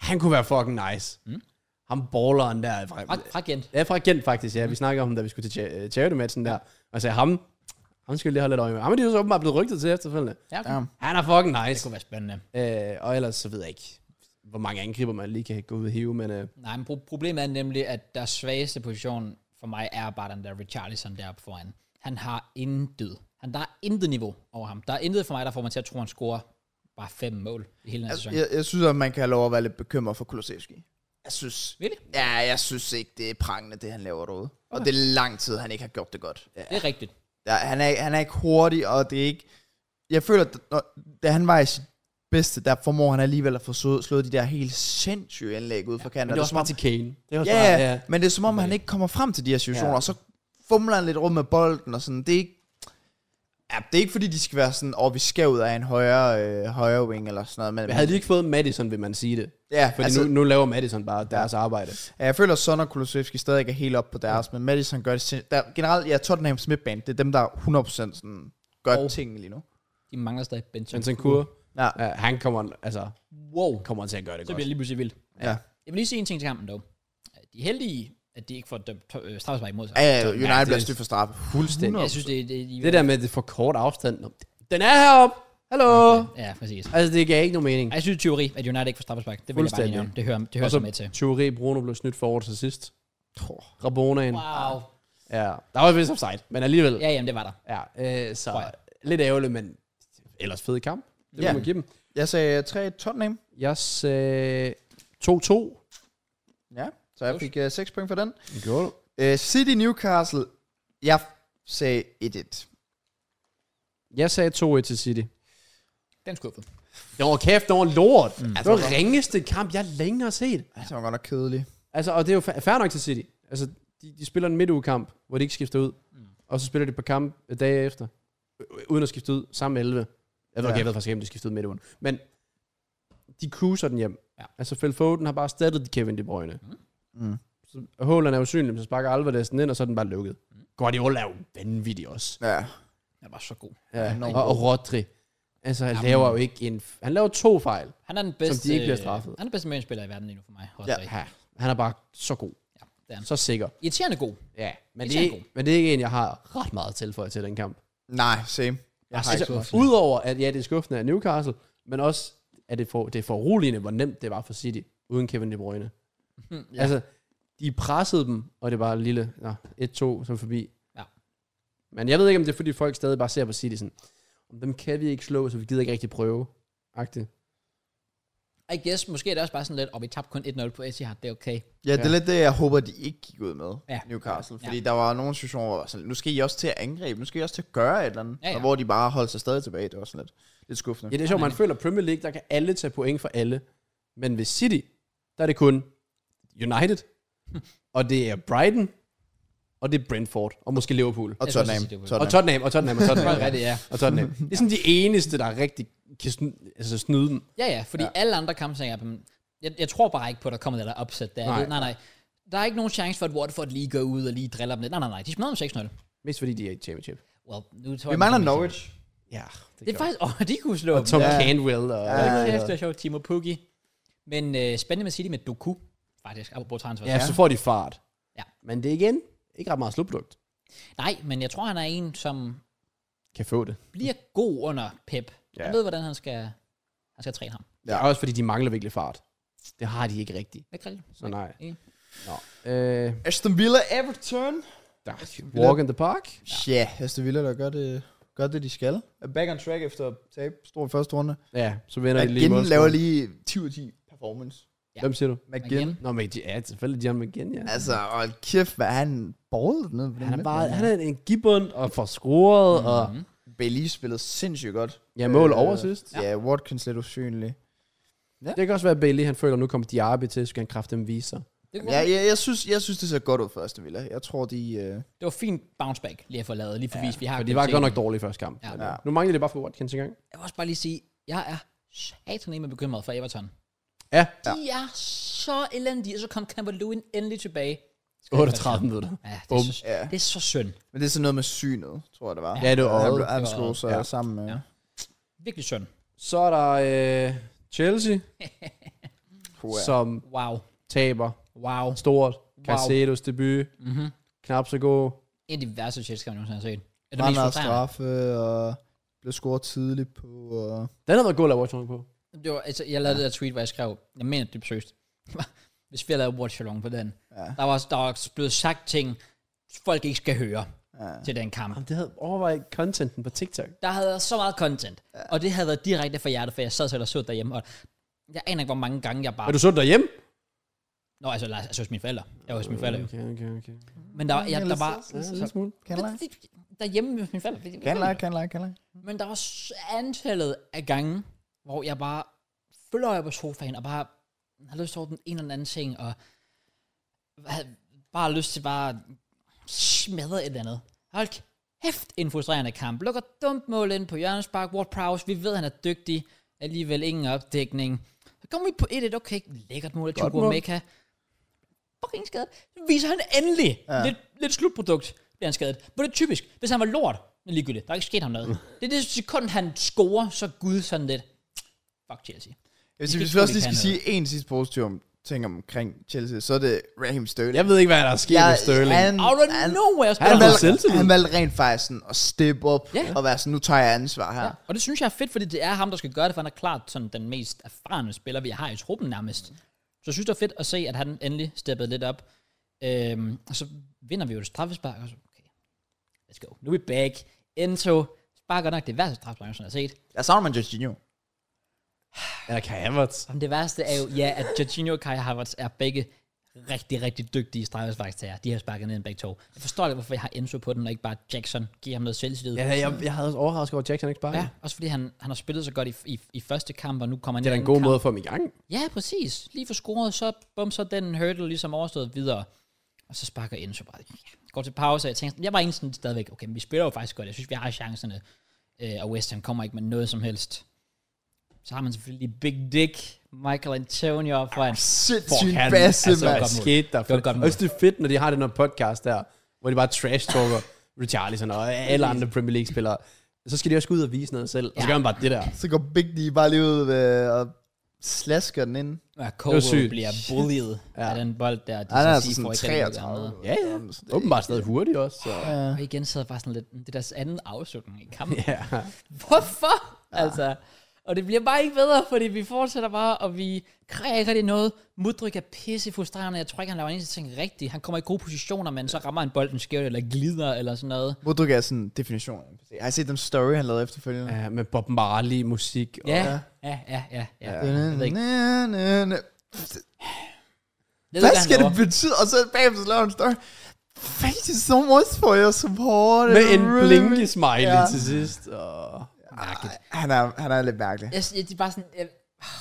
B: han kunne være fucking nice. Mm. Ham balleren der. Fra,
A: Fra, fra Gent.
B: ja, fra Gent faktisk, ja. Vi snakker om, da vi skulle til cha- øh, charity-matchen der. Og sagde ham, ham skal vi lige have lidt øje med. Ham er de jo så åbenbart blevet rygtet til efterfølgende.
A: Ja, okay.
C: Ja.
B: Han er fucking
A: Det
B: nice.
A: kunne være spændende.
B: Øh, og ellers så ved jeg ikke, hvor mange angriber man lige kan gå ud og hive, men øh,
A: Nej, men pro- problemet er nemlig, at deres svageste position for mig er bare den der Richarlison deroppe foran. Han har intet. Han, der er intet niveau over ham. Der er intet for mig, der får mig til at tro, han scorer bare fem mål i hele den her
C: Altså,
A: sæson.
C: jeg, jeg synes, at man kan have lov at være lidt bekymret for Kulusevski. Jeg synes...
A: Really?
C: Ja, jeg synes ikke, det er prangende, det han laver derude. Og det er lang tid, han ikke har gjort det godt. Ja.
A: Det er rigtigt.
C: Der, han, er, han er ikke hurtig, og det er ikke... Jeg føler, at når, da han var i sit bedste, der formår han alligevel at få slået, slået de der helt sindssyge anlæg ud fra kanten.
B: men
C: Og
B: det er
C: er
B: også
C: som om-
B: bare til Kane. Det er også
C: Ja,
B: bare,
C: ja, men det er som om, han ikke kommer frem til de her situationer, ja.
B: Ja.
C: og så fumler han lidt rundt med bolden, og sådan, det er ikke... Ja, det er ikke fordi, de skal være sådan, og vi skal ud af en højere, øh, højere wing eller sådan noget. Men,
B: Men havde de ikke fået Madison, vil man sige det.
C: Ja,
B: Fordi
C: altså,
B: altså, nu, nu laver Madison bare deres arbejde.
C: Ja, jeg føler, at Son og Kulusevski stadig ikke er helt op på deres, men Madison gør det sind- der, Generelt, ja, Tottenhams midtbane, det er dem, der 100% sådan, gør
A: Og-
C: oh. tingene lige nu.
A: De mangler stadig Benson.
B: Jensen Kur,
C: Ja,
B: ja, han kommer, altså,
A: Wow.
B: kommer til at gøre
A: Så
B: det
A: bliver
B: godt.
A: det lige pludselig vildt.
C: ja.
A: Jeg vil lige sige en ting til kampen dog. De er heldige, at de ikke får dømt øh, straffespark imod sig.
C: ja, ja United
B: Ja,
C: bliver
B: det-
C: styrt for straffe.
B: Fuldstændig.
A: Jeg synes, det er... Det, de,
B: Det der med, at det er for kort afstand. Nå, Den er heroppe! Hallo!
A: Ja, præcis.
B: Altså, det gav ikke nogen mening.
A: Ej, Jeg synes, teori, at United ikke får straffespark. Det vil jeg bare lige
B: Fuldstændig.
A: nævne. Det hører, det hører
B: Og så
A: så med til.
B: Thierry Bruno blev snydt forward til sidst. Rabonaen.
A: Wow.
B: Ja. Der var vist offside, men alligevel.
A: Ja, jamen, det var der.
B: Ja, øh, så
A: Tror jeg.
B: lidt ærgerligt, men ellers fed kamp. Det må
C: Ja.
B: man give dem.
C: Jeg sagde 3 Tottenham.
B: Jeg sagde 2-2.
C: Ja, så jeg fik uh, 6 point for den.
B: Gjorde
C: Uh, City Newcastle. Jeg sagde 1-1.
B: Jeg sagde 2-1 til City.
A: Den skuffede.
B: Nå, kæft, det var lort. Mm. Altså, det var ringeste kamp, jeg længe har set.
C: Det var godt nok kedeligt.
B: Altså, og det er jo fa- fair nok til City. Altså, de, de spiller en midtugekamp, hvor de ikke skifter ud. Mm. Og så spiller de på kamp øh, dage efter. øh, Uden at skifte ud, sammen med 11. Jeg ved,
C: Ja.
B: okay, jeg ved faktisk ikke, om de skiftede ud midt ugen. Men de cruiser den hjem.
A: Ja.
B: Altså, Phil Foden har bare stattet Kevin De Bruyne.
C: Mm.
B: Så Håland er usynlig, men så sparker Alvarez den ind, og så er den bare lukket. Mm. Guardiola er jo vanvittig også.
C: Ja.
A: Den var så god.
B: Ja.
C: enormt
B: Og, og Rodri. Altså, han
A: Jamen.
B: laver jo ikke en... f- Han laver to fejl.
A: Han er den bedste...
B: de ikke bliver straffet.
A: Han er den bedste Mønspiller i verden lige nu for mig. Rodri.
C: Ja.
A: Ja.
B: Ja, han er bare så god.
A: det er han.
B: Så sikker.
A: Irriterende god.
B: Ja, men
A: Ikke
B: det, er,
A: særlig
B: ikke- men det er ikke en, jeg har ret meget til for til den kamp.
C: Nej, same. Jeg har ikke
B: Altså, udover at ja, det er skuffende af Newcastle, men også at det, for, det er foruroligende, hvor nemt det var for City, uden Kevin De Bruyne.
A: Hmm,
B: Ja. Altså, de pressede dem, og det var en lille nå, 1-2 som forbi.
A: Ja.
B: Men jeg ved ikke, om det er, fordi folk stadig bare ser på City sådan, om dem kan vi ikke slå, så vi gider ikke rigtig prøve. Agtigt.
A: I guess, måske er det også bare sådan lidt, og vi tabte kun 1-0 på Etihad, det er okay.
C: Ja, det er
B: Ja.
C: lidt det, jeg håber, de ikke gik ud med,
A: Ja.
C: ja. Newcastle.
A: Ja.
C: Fordi der var nogle situationer, hvor jeg var sådan, nu skal I også til at angribe, nu skal I også til at gøre et eller andet.
A: Ja,
C: Ja,
A: ja.
C: ja. Og hvor de bare holdt sig stadig tilbage, det var sådan lidt, lidt skuffende.
B: Ja, det er sjovt, man føler, at Premier League, der kan alle tage point for alle. Men ved City, der er det kun
A: [laughs]
B: United, og det er Brighton, og det er Brentford, og måske Liverpool.
C: Og
A: Jeg tror også,
C: Tottenham.
A: at de var-
B: Og
C: Tottenham.
B: Tottenham, og Tottenham, og
A: [laughs]
B: Tottenham.
A: Det er rigtigt, Altså, ja.
B: Og
A: [laughs]
B: Tottenham. Det er sådan de eneste, der rigtig kan snyde, altså snyde dem.
A: Ja, ja, fordi ja. alle andre kampsager, jeg, jeg tror bare ikke på, at der kommer det der upset der.
B: Nej.
A: Nej. nej, nej. Der er ikke nogen chance for, at Watford lige går ud og lige driller dem lidt. Nej, nej, nej. De smadrer dem 6-0.
B: Mest fordi de er i championship.
A: Well, nu tror
C: Vi
A: jeg,
C: mangler
A: de-
C: Norwich.
B: Ja,
A: Det er faktisk... Åh, oh, de kunne slå
B: Og
A: dem.
B: Tom
C: Ja.
B: Canwell og...
A: Ja, kæft, det er sjovt. Timo Pukki. Men øh, spændende med City med Doku, faktisk. Apropos transfer.
B: Ja, så får de fart.
A: Ja.
B: Men det er igen ikke ret meget slutprodukt.
A: Nej, men jeg tror, han er en, som
B: Kan få det.
A: bliver god under Pep. Ja. Han
B: Ja.
A: ved, hvordan han skal, han skal træne ham.
B: Ja. Også fordi de mangler virkelig fart. Det har de ikke rigtigt.
A: Ikke rigtigt?
B: Så nej.
A: Enig.
B: Nå. Øh,
C: Aston Villa Everton.
B: der, walk in the park.
C: Ja, Aston Villa, der gør det, gør det, de skal. Er back on track efter at tabe stor i første runde.
B: Ja, så vender de lige
C: McGinn
B: målscoren.
C: laver lige 10-10 performance.
A: Ja.
B: Hvem siger du?
C: McGinn.
B: Nå, men de, ja, selvfølgelig de har McGinn, ja.
C: Altså, og kæft, hvad han ballede ned. på den
B: Han er
C: midtbane.
B: bare, han er en gibbund og får scoret, mm-hmm.
A: Mhm.
B: og
C: Bailey spillede sindssygt godt.
B: ja, mål øh, over sidst.
C: Ja, Watkins lidt usynlig.
B: Det kan også være, at Bailey, han føler, nu kommer Diaby til, så skal han kraften vise sig.
A: Det, kunne
C: Ja, jeg, jeg, synes, jeg synes, det ser godt ud for Aston Villa. Jeg tror, de... Øh,
A: det var fint bounce back, lige at få lavet. Lige for ja, vi har
B: For de var
A: kvaliteten.
B: godt nok dårlige i første kamp.
A: Ja.
B: Ja.
C: Ja.
B: Nu mangler det bare for Watkins engang.
A: Jeg vil også bare lige sige, jeg er sataneme bekymret for Everton.
B: Ja,
A: De er så elendige, og så kom Campbell-Lewin endelig tilbage.
B: 38 minutter.
A: Ja, det er,
B: Bum.
A: så,
C: ja.
A: det er så synd.
C: Men det er sådan noget med synet, tror jeg, det var.
B: Ja, det var
C: Han,
B: øjet.
C: blev- han
A: Det var
C: slog
A: øjet.
C: sig
B: Ja.
C: ja. sammen med...
A: Ja. Virkelig synd.
B: Så er der øh, Chelsea,
A: [laughs]
C: Hoa.
B: som
A: Wow.
B: taber
A: Wow.
B: stort. Casedos debut.
A: Mm-hmm.
B: Knap så god.
A: En af de værste Chelsea, jeg nogensinde har set. Det er det
C: Meget,
A: mest
C: meget
A: frustrerende.
C: straffe, og blev scoret tidligt på... Og...
B: Den har været god at lave watch på.
A: Det var, altså, jeg lavede ja. det der tweet, hvor jeg skrev, jeg mener det seriøst. [laughs] Hvis vi havde lavet watch along på den, ja. der, var, der var blevet sagt ting, folk ikke skal høre
C: Ja.
A: ja. til den kamp.
B: Jamen, det havde overvejet contenten på TikTok.
A: Der havde været så meget content, ja. og det havde været direkte fra hjertet, for jeg sad selv og så det derhjemme, og jeg aner ikke, hvor mange gange jeg bare...
B: Er du så derhjemme?
A: Nå, altså, nej, altså hos mine forældre. Jeg var hos mine forældre, jo.
B: Okay, okay, okay.
A: Men der, var- jeg, der var...
B: Øh. Ja, en lille smule.
C: Kan lege,
A: Derhjemme hos mine
C: kan lege,
A: forældre.
C: kan lege, kan lege.
A: Men der var s- antallet af gange, hvor jeg bare følger jeg på sofaen, og bare har lyst til over den ene eller den anden ting, og havde bare lyst til bare at smadre et eller andet. Hold hæft en frustrerende kamp. Lukker dumt mål ind på hjørnespark. Ward Prowse, vi ved, han er dygtig. Alligevel ingen opdækning. Så kommer vi på 1-1. Okay, lækkert mål af
B: Godt
A: Chukwuemeka.
B: mål.
A: Mekka. Fucking skadet. Så viser han endelig ja. lidt, lidt slutprodukt, bliver han skadet. Men det er typisk, hvis han var lort, men ligegyldigt, der er ikke sket ham
C: [laughs]
A: noget. Det er det sekund, han scorer, så gud sådan lidt. Fuck Chelsea.
C: Jeg
A: kan
C: synes, hvis
A: ikke
C: vi
A: tro,
C: også
A: de
C: lige skal
A: kan
C: sige en sidste positiv ting omkring Chelsea, så er det Raheem Sterling.
B: Jeg ved ikke, hvad der er sket ja, med Sterling. Han,
C: Han,
A: Out of
C: han,
A: nowhere
C: han,
A: spiller
B: fået
C: valgte,
B: selvtillid.
C: han valgte rent faktisk sådan at steppe op
A: Ja.
C: ja. og være sådan, nu tager jeg ansvar her.
A: Ja. Og det synes jeg er fedt, fordi det er ham, der skal gøre det, for han er klart sådan den mest erfarne spiller, vi har i truppen nærmest. Så jeg synes, det er fedt at se, at han endelig steppede lidt op. Øhm, og så vinder vi jo det straffespark, og så, okay, let's go. Nu er vi back. Enzo sparker nok det værste straffespark, jeg nogensinde har set.
C: Jeg savner man Jorginho.
B: Eller Kai Havertz.
A: Jamen, det værste er jo, ja, at Jorginho og Kai Havertz er begge rigtig, rigtig dygtige straffesparkstager. De har sparket ned en begge to. Jeg forstår ikke, hvorfor jeg har Enzo på den, og ikke bare Jackson. Giver ham noget selvtillid.
B: Ja, jeg, jeg havde også overrasket over, at Jackson ikke sparkede.
A: Ja, også fordi han, han har spillet så godt i, i, i første kamp, og nu kommer han
B: Det er
A: i
B: da en
A: anden
B: god
A: kamp.
B: måde at få ham i gang.
A: Ja, præcis. Lige for scoret, så bum, så den hurdle ligesom overstået videre. Og så sparker Enzo bare, ja, går til pause, og jeg tænker, sådan- jeg var egentlig sådan stadigvæk, okay, men vi spiller jo faktisk godt, jeg synes, vi har chancerne, øh, og West Ham kommer ikke med noget som helst. Så har man selvfølgelig Big Dick, Michael Antonio op foran.
C: Sindssygt
B: han
C: basse,
A: er så
C: mand.
B: Hvad
A: godt mål.
B: skete der?
A: Det var et godt mål.
B: Også det er fedt, når de har den her podcast der, hvor de bare trash-talker Richarlison og alle andre Premier League-spillere. Så skal de også gå ud og vise noget selv. Og så
A: Ja.
B: gør man bare det der.
C: Så går Big D bare lige ud øh, og slasker den ind.
A: Og Cole
B: sygt.
A: bliver bullied ja.
B: Ja.
A: af den bold der. De
C: Han er
A: så
C: altså
A: sige, får
C: sådan
A: ikke rigtig noget
C: 33.
A: andet.
B: Ja, ja.
C: Jamen, så det-
B: Åbenbart stadig hurtigt også. Så.
C: Ja.
A: Og igen sidder jeg bare sådan lidt, "Mm, det er deres anden afslutning i kampen.
B: Ja.
A: [laughs] Hvorfor? Ja. Altså, og det bliver bare ikke bedre, fordi vi fortsætter bare, og vi kræver ikke rigtig noget. Mudryk er pisse frustrerende. Jeg tror ikke, han laver en eneste ting rigtigt. Han kommer i gode positioner, men så rammer han bolden skævt, eller glider, eller sådan noget.
C: Modric er sådan en definition. af en PC. Har I set den story, han lavede efterfølgende?
B: Ja, med Bob Marley musik. Og
A: Ja, ja, ja, ja. ja. ja. ved ikke.
C: Na, na, na.
A: Det
C: Hvad skal det betyde? Og så bagefter så laver han en story. Thank you so much for your support.
B: Med en
C: Really-
B: blinke smiley
C: Ja.
B: til sidst. Og...
A: mærkeligt?
C: Han er, han er lidt mærkelig.
A: Jeg, jeg, det er bare sådan, jeg,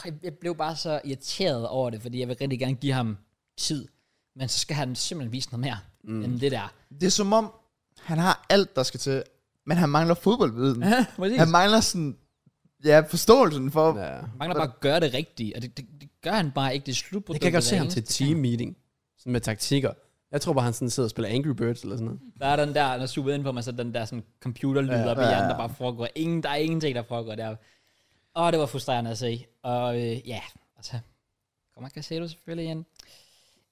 A: jeg, jeg blev bare så irriteret over det, fordi jeg vil rigtig gerne give ham tid. Men så skal han simpelthen vise noget mere mm. end det
B: [laughs]
A: der.
C: Det er som om, han har alt, der skal til, men han mangler fodboldviden.
A: Præcis.
C: han mangler sådan, ja, forståelsen for... Ja.
B: Ja.
A: Han mangler bare at gøre det rigtigt, og det, det, det gør han bare ikke. Det er slutprodukt.
B: Jeg kan godt se
A: hver
B: ham
A: eneste
B: til team meeting. Sådan med taktikker. Jeg tror bare, han sådan sidder og spiller Angry Birds eller sådan noget.
A: Der er den der, når zoomet ind på mig, så er den der sådan computerlyd ja, op i
C: ja,
A: hjernen, der
C: ja.
A: bare foregår. Ingen, der er ingenting, der foregår der. Og det var frustrerende at se. Og øh, ja, altså, kommer Casillo selvfølgelig igen.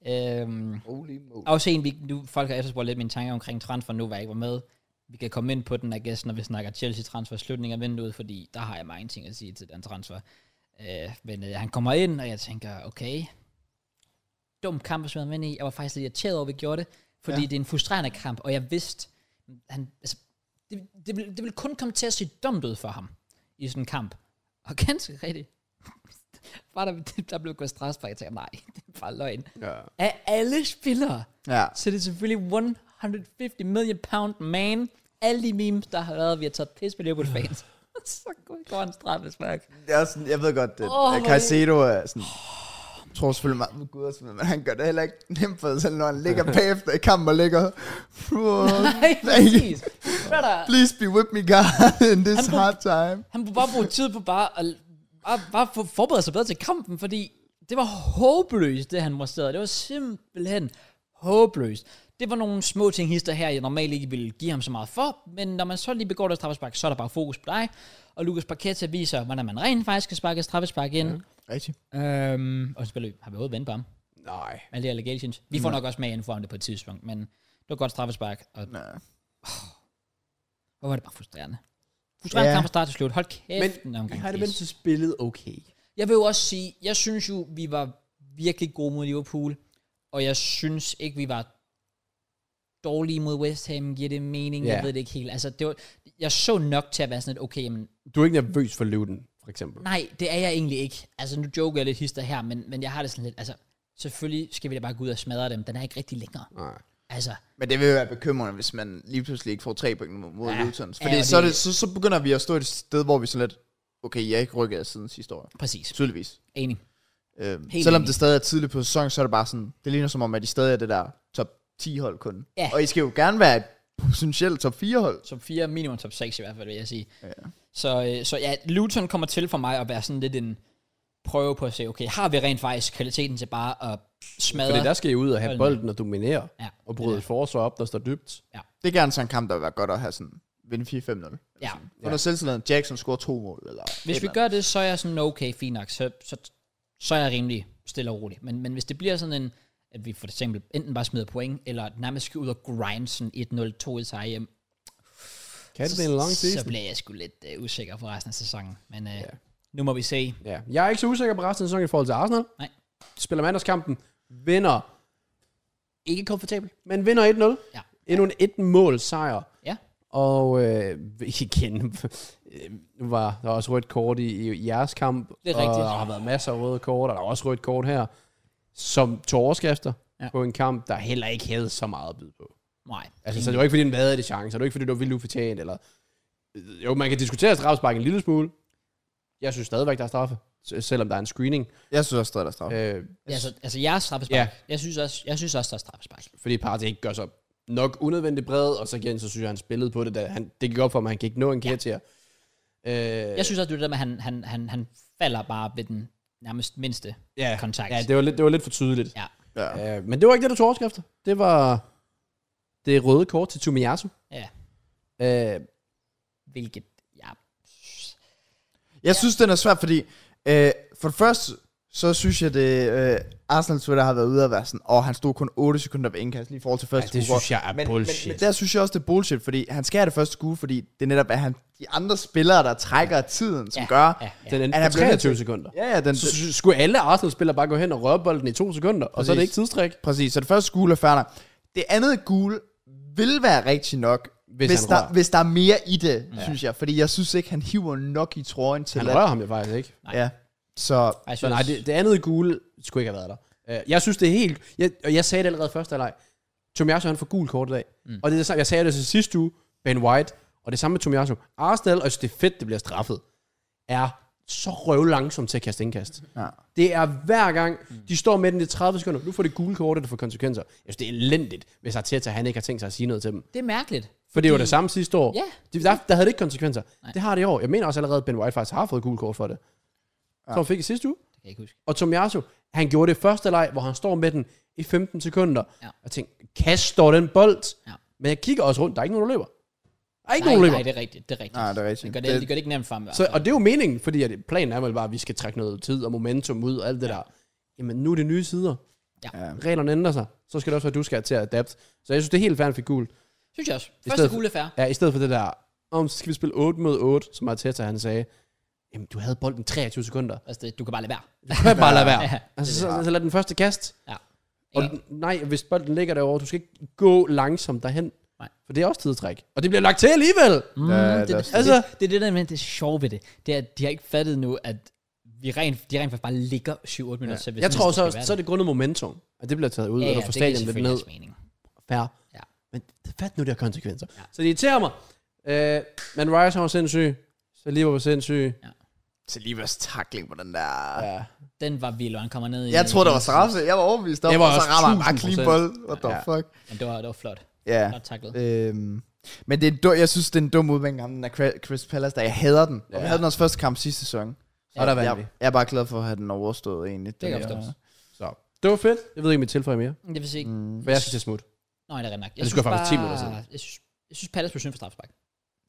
A: Øhm,
C: Holy moly.
A: også en, vi, nu, folk har efterspurgt lidt mine tanker omkring transfer nu, hvor jeg ikke var med. Vi kan komme ind på den, I guess, når vi snakker Chelsea-transfer slutning af vinduet, fordi der har jeg mange ting at sige til den transfer. Øh, men øh, han kommer ind, og jeg tænker, okay, dum kamp at smide ham ind i. Jeg var faktisk lidt irriteret over, at vi gjorde det, fordi ja.
C: Ja.
A: det er en frustrerende kamp, og jeg vidste, han, altså, det, det, ville, det ville kun komme til at se dumt ud for ham i sådan en kamp. Og ganske rigtigt, [laughs] var der, der blev gået stressbræk, jeg tænkte, nej, [laughs] det er bare løgn.
B: Ja.
A: Af alle spillere,
C: Ja.
A: så det er selvfølgelig 150 million pound man. Alle de memes, der har været, vi har taget pis med Liverpool fans. [laughs] så går han straffespark.
C: Det er sådan, jeg ved godt, at
A: Åh,
C: oh, Caicedo er sådan... tror selvfølgelig meget på Gud, og sådan noget, men han gør det heller ikke nemt for sig selv, når han ligger bagefter i kampen og ligger...
A: Nej, præcis. Brother,
C: Please be with me, God, in this
A: Han burde-
C: hard time.
A: han kunne bare bruge tid på bare at bare, bare for, forberede sig bedre til kampen, fordi det var håbløst, det han mostrerede. Det var simpelthen håbløst. Det var nogle små ting, hister her, jeg normalt ikke ville give ham så meget for, men når man så lige begår det straffespark, så er der bare fokus på dig. Og Lucas Paqueta viser, hvordan man rent faktisk skal sparke et straffespark ind. Mm.
C: Rigtigt.
A: Øhm, og så spiller vi, har vi overhovedet vendt på ham?
B: Nej.
A: Alle de allegations. Vi
B: Mm.
A: får nok også med inden for ham det på et tidspunkt, men det var et godt straffespark, og
C: Nej.
A: hvor var det bare frustrerende. Frustrerende
C: Ja.
A: kamp fra start til slut. Hold kæft,
B: Men
A: den er
B: vi
A: omgang
B: har det
A: pis.
B: vendt til spillet okay.
A: Jeg vil jo også sige, jeg synes jo, vi var virkelig gode mod Liverpool, og jeg synes ikke, vi var dårlige mod West Ham, giver det mening,
B: Ja.
A: jeg ved det ikke helt. Altså, det var, jeg så nok til at være sådan lidt, okay, men
B: Du er ikke nervøs for Luton, for eksempel.
A: Nej, det er jeg egentlig ikke. Altså, nu joker jeg lidt hister her, men, men jeg har det sådan lidt, altså, selvfølgelig skal vi da bare gå ud og smadre dem. Den er ikke rigtig længere.
B: Nej.
A: Altså,
C: Men det vil jo være bekymrende, hvis man lige pludselig ikke får tre point mod- mod
A: Ja.
C: ja. Luton.
A: Ja,
C: Fordi
A: og
C: ja,
A: det-
C: så, er det, så, så begynder vi at stå et sted, hvor vi sådan lidt, okay, jeg er ikke rykket af siden sidste år.
A: præcis.
C: Tydeligvis.
A: Enig.
C: Øhm,
A: Helt
C: selvom
A: enig.
C: det stadig er tidligt på sæsonen, så er det bare sådan, det ligner som om, at de stadig er det der top 10 hold kun.
A: Ja.
C: Og I skal jo gerne være et potentielt top 4 hold.
A: Top 4, minimum top 6 i hvert fald, vil jeg sige. Ja. Så, øh, så ja, Luton kommer til for mig at være sådan lidt en prøve på at se, okay, har vi rent faktisk kvaliteten til bare at smadre?
B: Fordi der skal I ud og have
A: Hold
B: bolden og dominere.
A: Ja,
B: Og
A: det
B: bryde
A: der.
B: et forsvar op, der står dybt.
C: Det er gerne sådan en kamp, der vil være godt at have sådan vinde 4-5-0. Eller
A: Ja.
C: sådan. Under ja. selvtilliden, Jackson scorer to mål. Eller et
A: Hvis vi
C: eller
A: gør det, så er jeg sådan, okay, fint nok, så, så, så er jeg rimelig stille og rolig. Men, men hvis det bliver sådan en, at vi for eksempel enten bare smider point, eller nærmest skal ud og grinde sådan 1-0, 2-1 sejr hjem,
B: Kan det
A: så,
B: blive en lang
A: så
B: season?
A: bliver jeg sgu lidt uh, usikker for resten af sæsonen. Men uh, nu må vi se.
B: Ja. Jeg er ikke så usikker på resten af sæsonen i forhold til Arsenal.
A: Nej.
B: De spiller mandagskampen, vinder, ikke komfortabelt, men vinder 1-0.
A: Ja.
B: Endnu en 1-mål sejr.
A: Ja.
B: Og øh, igen, øh, nu var der også rødt kort i, i jeres kamp.
A: Det er
B: og
A: rigtigt.
B: der har været masser af røde kort, og der er også rødt kort her. Som tog overskrifter
A: Ja.
B: ja. på en kamp, der heller ikke havde så meget at byde på.
A: Nej.
B: Altså, så det var ikke, fordi den havde det chancer. Det var ikke, fordi det var vildt ufortjent. Eller... Jo, man kan diskutere strafspark en lille smule. Jeg synes stadigvæk, der er straffe. s- Selvom der er en screening.
C: andet. Jeg synes også, der er der straf.
B: Øh,
A: Altså, altså jeres straffespark.
B: Ja. Øh.
A: Ja. Jeg, synes også, jeg synes også, der er straffespark.
B: fordi Partey ikke gør sig nok unødvendigt bred, og så igen, så synes jeg, han spillede på det, da han, det gik op for mig, han kan ikke nå en kære til jer. Øh,
A: Jeg synes også, det er det der med, at han, han, han, han falder bare ved den nærmest mindste
B: ja,
A: kontakt.
B: ja, det var lidt, det var lidt for tydeligt.
A: ja.
C: Ja.
B: Ja. Øh, men det var ikke det, du tog overskrifter. Det var det røde kort til Tomiyasu.
A: ja.
B: Øh,
A: Hvilket, ja.
C: Jeg synes, den er svær, fordi øh, for det første, så synes jeg, det øh, Arsenal Twitter har været ude at være sådan, og han stod kun 8 sekunder ved indkast lige i forhold til første
B: det
C: score."
B: synes jeg er
C: men,
B: bullshit.
C: Men, men der synes jeg også, det er bullshit, fordi han skal have det første skue, fordi det netop er han, de andre spillere, der trækker tiden, som
A: ja.
C: gør...
A: Ja, ja.
B: den endte
C: Er
B: på
C: der blevet-
B: 23 sekunder.
C: Ja, ja, den,
B: Så sy- skulle alle Arsenal-spillere bare gå hen og røre bolden i to sekunder, og så er det ikke
C: Præcis.
B: tidstræk.
C: Præcis, så det første gule er færdig. Det andet gule vil være rigtigt nok, hvis, hvis,
B: han
C: der,
B: rører.
C: hvis der er mere i det, ja. synes jeg. Fordi jeg synes ikke, han hiver nok i trøjen til
B: Han
C: at...
B: rører ham jo faktisk ikke.
C: Ja, så...
A: Ej, jeg
B: Så
A: synes,
B: nej, det, det andet gule skulle ikke have været der. Øh, Jeg synes, det er helt... Jeg, og jeg sagde det allerede første leg. Tomiyasu, han får gul kort i dag. Mm. Og det er det samme, jeg sagde det til sidste uge, Ben White, og det samme med Tomiyasu. Arsenal, og jeg synes, det er fedt, det bliver straffet, er så røv langsomt til at kaste indkast.
C: Ja.
B: Det er hver gang,
A: Mm.
B: de står med den i 30 sekunder. Nu får det gule kort, og det får konsekvenser. Jeg synes, det er elendigt, hvis Arteta, han ikke har tænkt sig at sige noget til dem.
A: det er mærkeligt.
B: For det var det samme sidste år.
A: Ja.
B: De, der, der havde det ikke konsekvenser. Nej. Det har det i år. Jeg mener også allerede, at Ben White faktisk har fået gul kort for det. Ja. Som han fik i sidste uge.
A: Det kan jeg ikke huske.
B: Og Tomiyasu, han gjorde det første leg, hvor han står med den i 15 sekunder.
A: Ja.
B: Og tænkte, kast står den bold.
A: Ja.
B: Men jeg kigger også rundt, der er ikke nogen, der løber. Der er ikke
A: Nej,
B: nogen, der
A: nej,
B: løber.
A: det er rigtigt. Det er rigtigt.
C: Nej, det er rigtigt.
A: Det gør det,
C: Det-
A: det, gør det ikke nemt for ham. i hvert
B: Så,
A: fald.
B: og det er jo meningen, fordi at planen er vel bare, at vi skal trække noget tid og momentum ud og alt det der. Jamen, nu er det nye sider.
A: Ja.
C: Ja.
B: Reglerne ændrer sig. Så skal det også være, at du skal til at adapte. Så jeg synes, det er helt fair, han fik gul.
A: Synes jeg også.
B: stedet
A: Første
B: for-
A: gule er fair.
B: Ja, i stedet for det der, om så skal vi spille 8 mod 8, som Arteta han sagde, jamen du havde bolden 23 sekunder.
A: Altså, det, du kan bare lade være.
B: Du kan bare lade være.
A: [laughs] Ja, det er
B: altså, så, så lad den første kast.
A: Ja.
B: Og
A: Ja.
B: den- nej, hvis bolden ligger derovre, du skal ikke gå langsomt derhen.
A: Nej.
B: For det er også tidstræk. Og det bliver lagt til alligevel.
A: Mm,
C: Ja,
A: det,
C: det er
A: det,
C: også-
A: altså, det, det, er det der med, det sjove ved det, det er, at de har ikke fattet nu, at vi rent, de rent faktisk bare ligger 7-8 minutter ja. til, hvis
B: Jeg tror
A: næste
B: så,
A: skal
B: også,
A: være
B: så er
A: der.
B: det grundet momentum, at det bliver taget ud,
A: ja,
B: ja, og
A: ja,
B: du får stadion lidt ned.
A: Det mening.
B: Færre.
A: Ja.
B: Men fat nu, det har konsekvenser.
A: Ja.
B: Så det irriterer mig. Øh, men Rice var sindssyg. Så lige var sindssyg.
C: Til Livers takling på den der... Ja.
B: Ja.
A: Den var vild, og han kommer ned i...
C: Jeg tror, der var straffe. Jeg var overbevist om,
B: Det var
C: og så
B: også
C: rammer han bare
B: 1000%.
C: clean bold. What the
B: Ja.
C: fuck?
A: Men det var, det var flot.
C: Ja.
A: Flot taklet.
C: Øhm, men det er en dum, jeg synes, det er en dum udvending af den der Cra- Chris Palace, der jeg hader den. Ja.
B: Ja.
C: Jeg havde den også første kamp sidste sæson.
B: Og der vandt vi.
C: jeg, jeg er bare glad for at have den overstået egentlig.
A: Det kan
C: er-
A: forstås.
B: Så. Det var fedt. Jeg ved ikke, om I tilføjer mere.
A: Det vil sige...
C: Mm.
B: For jeg skal til smut.
A: Nej, det er rent nok.
B: det skulle
A: synes
B: faktisk 10 minutter siden.
A: Jeg synes, jeg synes Pallas blev synd for strafspark.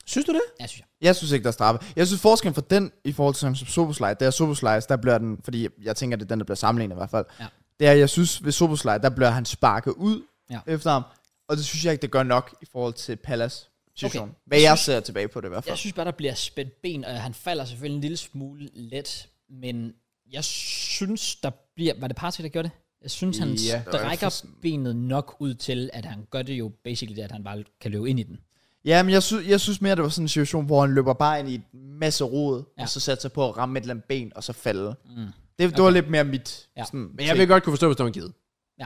B: Synes du det?
A: Ja, synes jeg.
C: Jeg synes ikke, der er straffe. Jeg synes forskellen for den i forhold til sådan som Soboslej, det er Soboslej, der bliver den, fordi jeg tænker, det er den, der bliver sammenlignet i hvert fald.
A: Ja.
C: Det er, jeg synes, ved Soboslej, der bliver han sparket ud
A: Ja.
C: ja. efter ham. Og det synes jeg ikke, det gør nok i forhold til Palace. Okay.
A: Okay.
C: Hvad jeg ser tilbage på det i hvert fald.
A: Jeg synes bare, der bliver spændt ben, og han falder selvfølgelig en lille smule let, men jeg synes, der bliver... Var det Partey, der gjorde det? Jeg synes, han
B: Ja,
A: ja,
C: det var
A: strækker
C: for sådan-
A: benet nok ud til, at han gør det jo basically det, at han bare kan løbe ind i den.
C: Ja, men jeg, sy- jeg synes mere, det var sådan en situation, hvor han løber bare ind i et masse rod,
A: Ja.
C: ja. og så satte sig på at ramme et eller andet ben, og så falde.
A: Mm.
C: Det, det var lidt mere mit.
A: Ja.
C: Ja. Sådan,
B: Men jeg vil godt kunne forstå, hvis det var en gide.
A: Ja.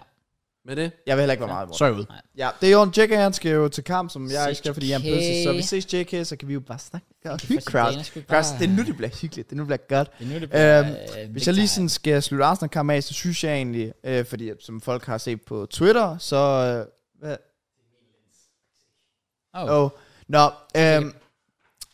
B: Med det,
C: jeg vil heller ikke være meget imod.
B: så er jeg ude.
C: Ja, det er jo en JK, han skal jo til kamp, som
A: Ses
C: jeg ikke skal, fordi han er busy. Så vi ses JK, så kan vi jo bare snakke og hygge
A: første
C: crowd.
A: bane, skal vi
C: crowd.
A: bare-
C: Det er nu, det bliver hyggeligt. Det er nu, det bliver godt.
A: Det er nu, det
C: Øhm,
A: bliver, øh,
C: Hvis jeg lige
A: Victor-
C: sådan skal slutte Arsenal-kamp af, så synes jeg egentlig, øh, fordi at, som folk har set på Twitter, så... Øh, hvad?
A: Oh.
C: Oh. Nå, øhm,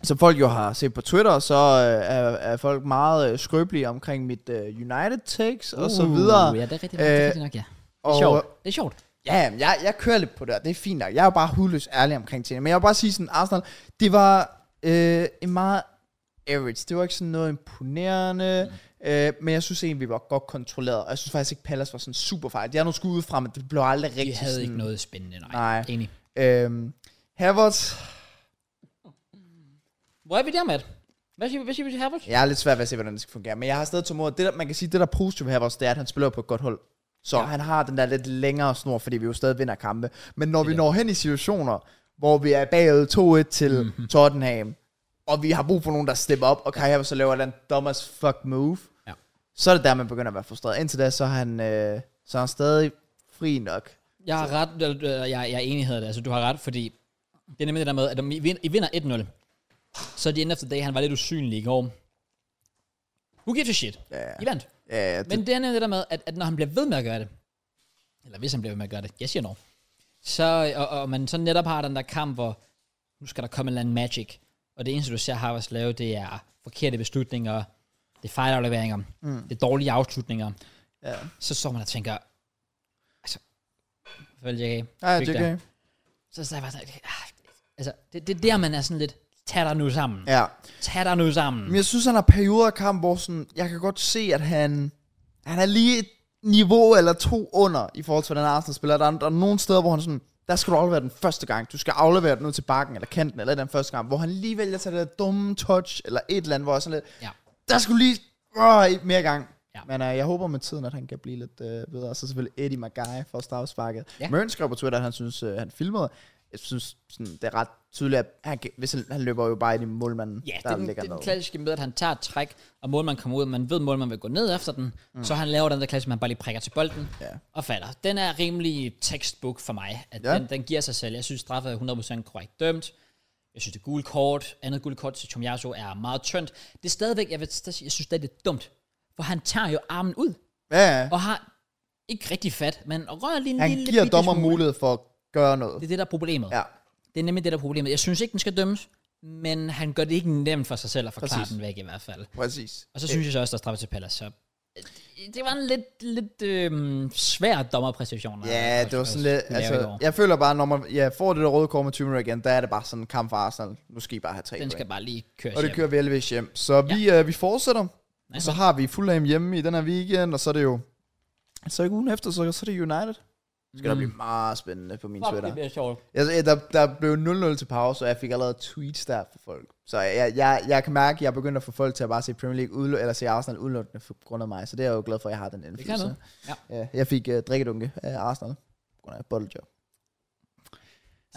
C: som folk jo har set på Twitter, så øh, er, er folk meget øh, skrøbelige omkring mit øh, United takes uh, og så videre.
A: Ja, det er rigtigt nok. det er
C: Øh,
A: rigtigt nok, ja. Det er sjovt.
C: Og,
A: Det er sjovt.
C: Ja, jamen, jeg, jeg kører lidt på det, og det er fint nok. Jeg er jo bare hudløs ærlig omkring tingene. Men jeg vil bare sige sådan, Arsenal, det var øh, en meget average. Det var ikke sådan noget imponerende.
A: Mm.
C: Øh, men jeg synes egentlig, vi var godt kontrolleret. Og jeg synes faktisk ikke, Palace var sådan super fejl. De havde nogle skud udefra, men det blev aldrig
A: Vi
C: rigtig
A: havde
C: sådan,
A: ikke noget spændende, nej.
C: Nej.
A: Enig.
C: Øhm, Havertz,
A: Hvor er vi der, Matt? Hvad siger, hvad siger vi til Havertz?
C: jeg er lidt svært ved at se, hvordan det skal fungere, men jeg har stadig tålmodighed. Det der, man kan sige, det der er positivt ved Havertz, det er, at han spiller på et godt hold. Så ja. han har den der lidt længere snor, fordi vi jo stadig vinder kampe. Men når vi når hen i situationer, hvor vi er bagud 2-1 til
A: Mhm.
C: mm-hmm. Tottenham, og vi har brug for nogen, der stepper op, og Kai Havertz så laver den dumbest fuck move,
A: Ja.
C: så er det der, man begynder at være frustreret. Indtil da, så er han, øh, så er han stadig fri nok.
A: Jeg har ret, eller, øh, jeg, jeg er enig hedder det, altså du har ret, fordi det er nemlig det der med, at om I vin- I vinder 1-0, så er de end of the day, han var lidt usynlig i går. Who gives a shit?
C: Ja, ja.
A: I vandt.
C: Ja, det,
A: Men det er nemlig det der med, at, at når han bliver ved med at gøre det, eller hvis han bliver ved med at gøre det, jeg siger no, så, og, og man så netop har den der kamp, hvor nu skal der komme en eller anden magic, og det eneste, du ser Harvards lave, det er forkerte beslutninger, det er fejlafleveringer, mm. det er dårlige afslutninger,
C: ja.
A: så står man og tænker, altså, vel, JK,
C: Ej,
A: fik
C: det er
A: der.
C: okay.
A: Så så er jeg bare sådan, ah, altså, det, det er der, man er sådan lidt, tag dig nu sammen, ja.
C: Ja.
A: tag dig nu sammen.
C: Mm. Men jeg synes, han har perioder af kamp, hvor sådan, jeg kan godt se, at han, han er lige et niveau eller to under i forhold til, hvordan Arsenal spiller. Der er, der er nogle steder, hvor han sådan, der skal du aflevere den første gang. Du skal aflevere den ud til bakken eller kanten eller den første gang, hvor han lige vælger at tage det der dumme touch eller et eller andet, hvor jeg sådan lidt,
A: Ja.
C: der skulle lige øh, mere gang.
A: Ja.
C: Ja. Men øh, jeg håber med tiden, at han kan blive lidt øh, bedre. Og så selvfølgelig Eddie Maguire for strafsparket.
A: Ja.
C: Ja. Møn skrev på Twitter, at han synes, øh, han filmede. Jeg synes, sådan, det er ret tydeligt, at han, kan- hvis han, han løber jo bare ind i målmanden,
A: Ja, det
C: der
A: er, den, det
C: ligger
A: er den
C: ned.
A: klassiske med, at han tager et træk, og målmanden kommer ud, man ved, målmanden vil gå ned efter den, mm. så han laver den der klassiske, man bare lige prikker til bolden
C: Ja.
A: og falder. Den er rimelig textbook for mig, at ja.
C: Ja.
A: den, den giver sig selv. Jeg synes, straffet er 100% korrekt dømt. Jeg synes, det gule kort, andet gule kort til Tomiasso er meget tyndt. Det er stadigvæk, jeg, vil, stadig sige, jeg synes, det er lidt dumt, for han tager jo armen ud,
C: Ja, ja.
A: og har ikke rigtig fat, men rører lige en
C: Han
A: lille
C: giver
A: bitte
C: dommer
A: smule.
C: mulighed for at gøre noget.
A: Det er det, der er problemet.
C: Ja.
A: Det er nemlig det, der er problemet. Jeg synes ikke, den skal dømmes, men han gør det ikke nemt for sig selv at forklare
C: Præcis.
A: den væk i hvert fald.
C: Præcis.
A: Og så synes jeg så også, der er straffe til Palace. Så Øh. det var en lidt, lidt øhm, svær dommerpræstation. at-
C: Ja,
A: at-
C: det var sådan
A: at-
C: lidt...
A: at lave i
C: Altså,
A: går.
C: jeg føler bare, når man ja, får det der røde kort med 20 minutter igen, der er det bare sådan en kamp for Arsenal. Nu skal I bare have tre
A: Den
C: point.
A: skal bare lige køre
C: Og det kører vi Elvis hjem. Så vi, øh, vi fortsætter. Og så har vi Fulham hjemme i den her weekend, og så er det jo... Så ikke ugen efter, så, så er det United. Det skal mm. da blive meget spændende på min
A: Fuck, det
C: Twitter.
A: bliver sjovt.
C: Jeg, jeg- der, der blev 0-0 til pause, og jeg fik allerede tweets der fra folk. Så jeg, jeg, jeg kan mærke, at jeg begynder at få folk til at bare se Premier League udlø- eller se Arsenal udelukkende på grund af mig. Så det er jeg jo glad for, at jeg har den
A: Det kan
C: indflydelse.
A: noget. Ja.
C: Ja, jeg fik uh, drikkedunke af Arsenal på grund af bottle job.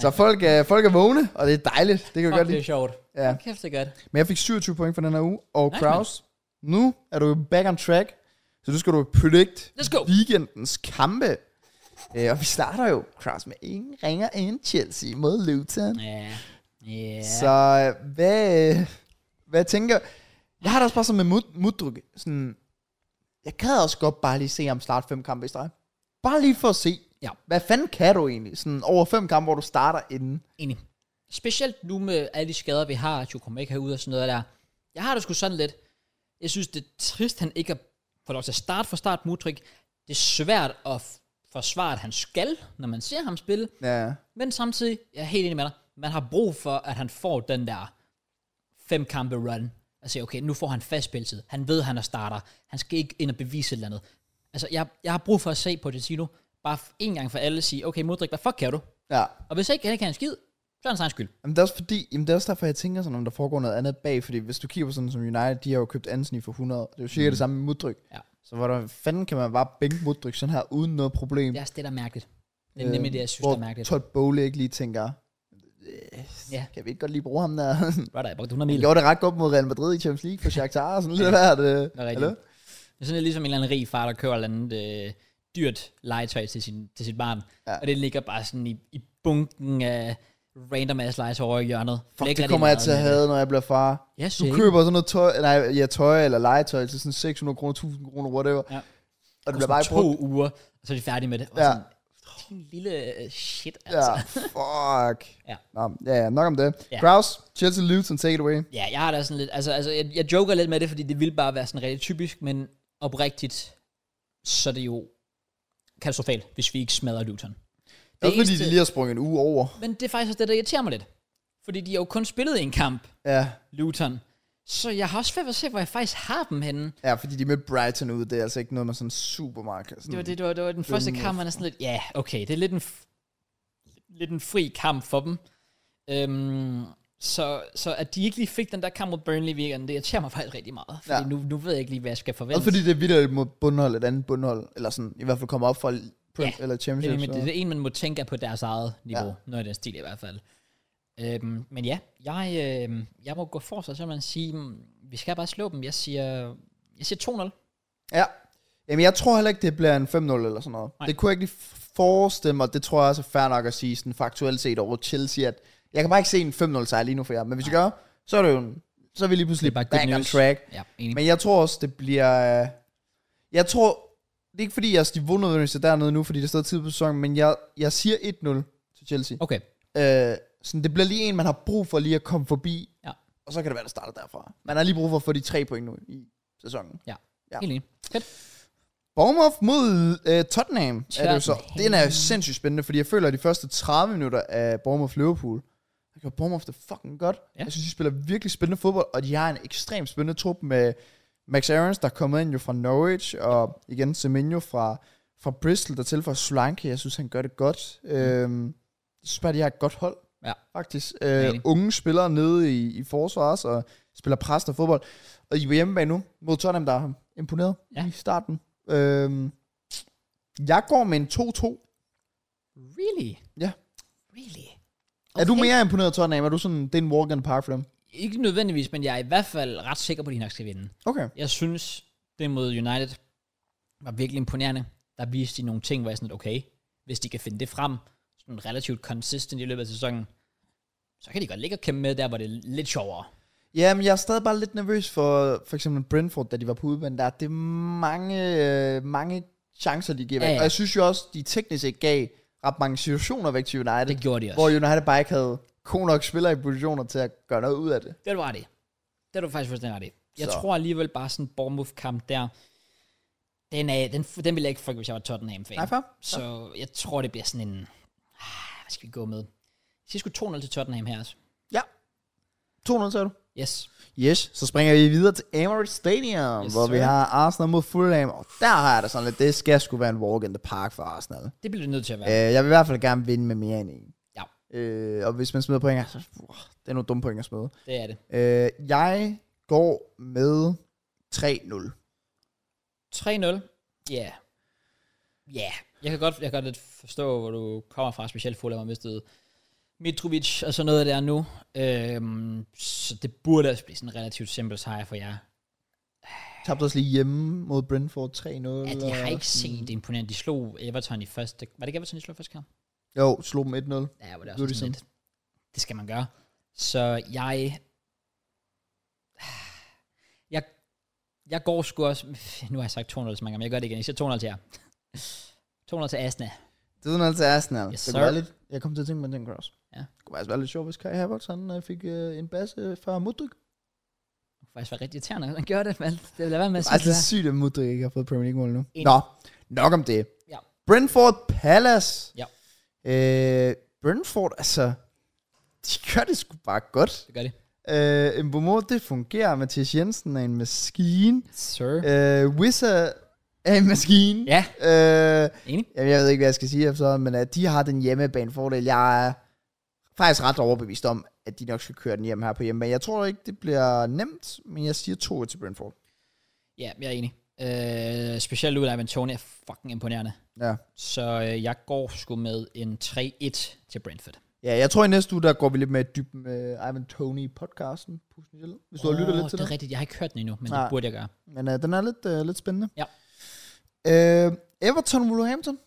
C: Så folk, uh, folk er vågne, og det er dejligt. Det kan jeg
A: Fuck,
C: godt
A: det
C: lide.
A: er sjovt.
C: Ja.
A: Kæft, det er godt.
C: Men jeg fik 27 point for den her uge. Og
A: Nice,
C: Kraus, nu er du back on track. Så nu skal du predict
A: Let's go.
C: weekendens kampe. Øh, og vi starter jo, Kraus, med ingen ringer end Chelsea mod Luton.
A: Ja. Ja.
C: Så øh, hvad, øh, hvad tænker... Jeg har da også bare sådan med mud, muddruk, sådan... Jeg kan også godt bare lige se ham starte fem kampe i streg. Bare lige for at se.
A: Ja.
C: Hvad fanden kan du egentlig? Sådan over fem kampe, hvor du starter inden.
A: Enig. Specielt nu med alle de skader, vi har, at Joko ikke herude og sådan noget der. Jeg har det sgu sådan lidt. Jeg synes, det er trist, han ikke har fået lov til at starte for start Mutrik. Det er svært at f- forsvare, at han skal, når man ser ham spille.
C: Ja.
A: Men samtidig, jeg er helt enig med dig, man har brug for, at han får den der fem kampe run. Altså, okay, nu får han fast spilletid. Han ved, han er starter. Han skal ikke ind og bevise et eller andet. Altså, jeg, jeg har brug for at se på Tino, bare f- en gang for alle sige, okay, Mudrik, hvad fuck kan du?
C: Ja.
A: Og hvis ikke han ikke kan en skid, så er han egen skyld.
C: Jamen, det er også fordi, jamen, det er også derfor, jeg tænker sådan, om der foregår noget andet bag. Fordi hvis du kigger på sådan som United, de har jo købt Anthony for 100. Det er jo cirka mm. det samme med Mudryk.
A: Ja.
C: Så hvordan fanden kan man bare bænke Mudryk sådan her, uden noget problem?
A: Det er også det, der er mærkeligt. Det er nemlig det, jeg synes,
C: Øh, hvor
A: der er mærkeligt.
C: Todd Bowley ikke lige tænker, "Øh,
A: Ja,
C: kan vi ikke godt lige bruge ham der? [laughs]
A: right, jeg brugte 100 mil.
C: Vi gjorde det ret godt mod Real Madrid i Champions League for Shakhtar og sådan lidt af hvert. Øh,
A: er rigtigt.
C: hallo?
A: Det er sådan lidt ligesom en eller anden rig far, der kører et eller andet øh, dyrt legetøj til, sin, til sit barn. Ja.
C: Ja.
A: Og det ligger bare sådan i, i bunken af random ass legetøj over i hjørnet.
C: Fuck,
A: Lægger
C: det kommer jeg
A: meget
C: til at
A: med.
C: have, når jeg bliver far.
A: Jeg
C: Du
A: siger ikke.
C: køber sådan noget tøj, nej, ja, tøj eller legetøj til sådan 600 kroner, 1000 kroner, whatever.
A: Ja.
C: Og det
A: Det
C: bliver bare ikke
A: to
C: brugt.
A: uger, og så er de færdige med det. Og
C: Ja.
A: sådan, fucking lille øh, shit, altså.
C: Ja,
A: [laughs]
C: fuck.
A: Ja.
C: Nå, ja, ja, nok om det.
A: Ja.
C: Ja. Kraus, Chelsea Luton, take it away.
A: Ja, jeg har da sådan lidt, altså, altså jeg, jeg joker lidt med det, fordi det vil bare være sådan rigtig typisk, men oprigtigt, så er det jo katastrofalt, hvis vi ikke smadrer Luton.
C: Det også fordi,
A: eneste-
C: de lige har sprunget en uge over.
A: Men det er faktisk også det, der irriterer mig lidt. Fordi de har jo kun spillet en kamp,
C: Ja.
A: Luton. Så jeg har også svært ved at se, hvor jeg faktisk har dem henne.
C: Ja, fordi de mødte Brighton ud. Det er altså ikke noget med sådan supermarked. Sådan.
A: Det var, det, det var, det var den første kamp, man er sådan lidt, ja, okay, det er lidt en, f- lidt en fri kamp for dem. Øhm, så, så at de ikke lige fik den der kamp mod Burnley i weekenden, det irriterer mig faktisk rigtig meget. Fordi ja.
C: Ja.
A: nu, nu ved jeg ikke lige, hvad jeg skal forvente.
C: Også fordi det er vildt mod bundhold, et andet bundhold. Eller sådan, i hvert fald kommer op fra Prem-
A: Ja,
C: eller
A: Det er,
C: Championship.
A: nemlig- det,
C: så-
A: det er en, man må tænke er på deres eget niveau. Ja.
C: Ja.
A: Noget af den stil i hvert fald. Øhm, men ja, jeg, øh, jeg må gå for sig, så man sige, mm, vi skal bare slå dem. Jeg siger, jeg siger 2-0.
C: Ja. Jamen, jeg tror heller ikke, det bliver en 5-0 eller sådan noget.
A: Nej.
C: Nej. Det kunne jeg ikke lige forestille mig. Det tror jeg også er fair nok at sige sådan faktuelt set over Chelsea, at jeg kan bare ikke se en 5-0 sejr lige nu for jer. Men hvis vi gør, så er det jo en, så er vi lige pludselig
A: Det er bare
C: back
A: good
C: on
A: news.
C: track.
A: Ja, enig. Men,
C: Men jeg tror også, det bliver... øh, Jeg tror... Det er ikke fordi, jeres niveau nødvendigvis er dernede nu, fordi det er stadig tid på sæsonen, men jeg, jeg siger 1-0 til Chelsea.
A: okay,
C: Øh, sådan, det bliver lige en, man har brug for lige at komme forbi,
A: Ja.
C: og så kan det være, der starter derfra. Man har lige brug for at få de tre point nu i sæsonen.
A: ja.
C: Ja.
A: helt enig. Fedt.
C: Bournemouth mod øh, Tottenham, er det jo så.
A: Tottenham.
C: Den er jo sindssygt spændende, fordi jeg føler, at de første 30 minutter af Bournemouth-Liverpool, der gør Bournemouth det fucking godt.
A: Ja.
C: Ja. Jeg synes, de spiller virkelig spændende fodbold, og de har en ekstremt spændende trup med Max Aarons, der er kommet ind jo fra Norwich, og igen Semenyo fra, fra Bristol, der tilføjer Solanke. Jeg synes, han gør det godt. Mm. Øhm, jeg synes bare, de har et godt hold,
A: Ja.
C: faktisk.
A: er
C: Øh,
A: enig.
C: unge spillere nede i, i forsvar også, og spiller præst og fodbold. Og I er på hjemmebane nu mod Tottenham, der har imponeret
A: Ja.
C: ja. i starten. Øhm, jeg går med en 2-2.
A: Really?
C: Ja.
A: Really?
C: Okay. Er du mere imponeret, Tottenham? Er du sådan, det er en walk and park for dem?
A: Ikke nødvendigvis, men jeg er i hvert fald ret sikker på, at de nok skal vinde.
C: Okay.
A: Jeg synes, det mod United var virkelig imponerende. Der viste de nogle ting, hvor jeg sådan, lidt, okay, hvis de kan finde det frem, sådan relativt consistent i løbet af sæsonen, så kan de godt ligge og kæmpe med der, hvor det er lidt sjovere.
C: Ja, men jeg er stadig bare lidt nervøs for for eksempel Brentford, da de var på udebane. Der er det mange, øh, mange chancer, de giver væk.
A: Ja,
C: Ja,
A: ja.
C: ja. Og jeg synes jo også, de teknisk set gav ret mange situationer væk til United.
A: Det gjorde de også.
C: Hvor United bare ikke havde god nok spillere i positioner til at gøre noget ud af det.
A: Det var det. Det var faktisk fuldstændig ret i. Jeg
C: Så.
A: tror alligevel bare sådan en Bournemouth-kamp der, den, er, den, den ville jeg ikke frygte, hvis jeg var Tottenham-fan.
C: Nej, fair.
A: Så jeg tror, det bliver sådan en... Ah, Hvad skal vi gå med? Jeg siger sgu 2-0 til Tottenham her også.
C: 200, sagde du?
A: Yes.
C: Yes, så springer vi videre til Emirates Stadium,
A: Yes,
C: yes, hvor
A: sir.
C: vi har Arsenal mod Fulham. Og der har jeg det sådan lidt, det skal sgu være en walk in the park for Arsenal.
A: Det bliver det nødt til at være.
C: Ja. Øh, jeg vil i hvert fald gerne vinde med mere end en.
A: Ja.
C: Øh, og hvis man smider point, så uh, det er nogle dumme point at smide.
A: Det er det.
C: Øh, jeg går med 3-0.
A: 3-0. Ja. Yeah. Ja. Yeah. Jeg kan godt, jeg kan godt lidt forstå, hvor du kommer fra, specielt Fulham har mistet Mitrovic og sådan noget der nu. Øhm, så det burde også blive sådan en relativt simpel sejr for jer.
C: Tabte også lige hjemme mod Brentford 3-0.
A: Ja, Mm. de har
C: og-
A: ikke set imponerende. De slog Everton i første... Var det ikke Everton, de slog første kamp?
C: Jo, slog dem 1-0.
A: Ja, hvor det er
C: Nu er
A: også
C: det
A: sådan lidt. Det skal man gøre. Så jeg... Jeg, jeg går sgu også... Nu har jeg sagt 200 så mange gange, men jeg gør det igen. Jeg siger 200 til jer. 200 til Asna.
C: Det er 1-0 til Arsenal.
A: Yes,
C: det
A: sir.
C: kunne være lidt, jeg kom til at tænke på den cross.
A: Ja.
C: Det kunne faktisk være lidt sjovt, hvis Kai Havertz han øh, fik øh, en basse fra Mudryk.
A: Det kunne faktisk være rigtig irriterende, at han gjorde det, men det vil jeg være med at
C: Det
A: sige.
C: er faktisk
A: det
C: lidt sygt, at Mudrik ikke har fået Premier League-mål nu.
A: Enig.
C: Nå, nok om det.
A: Ja.
C: Brentford Palace.
A: Ja.
C: Øh, Brentford, altså, de gør det sgu bare godt.
A: Det gør det.
C: Øh, Mbomo, det fungerer. Mathias Jensen er en maskine.
A: Sir.
C: Øh, Wissa er en maskine.
A: Ja,
C: Øh,
A: enig.
C: jamen, jeg ved ikke, hvad jeg skal sige efter, men at de har den hjemmebanefordel. Jeg er faktisk ret overbevist om, at de nok skal køre den hjem her på hjemme. Men jeg tror ikke, det bliver nemt, men jeg siger 2-1 til Brentford.
A: Ja, jeg er enig. Øh, specielt ud af Tony er fucking imponerende.
C: Ja.
A: Så øh, jeg går sgu med en 3-1 til Brentford.
C: Ja, jeg tror i næste uge, der går vi lidt mere i dybden med Ivan Tony i podcasten. potentielt, Hvis du har lyttet
A: Åh,
C: lidt
A: det.
C: til det.
A: er rigtigt. Jeg har ikke hørt den endnu, men det
C: Nej.
A: burde jeg gøre.
C: Men øh, den er lidt, øh, lidt spændende.
A: Ja.
C: Øh, Everton Wolverhampton.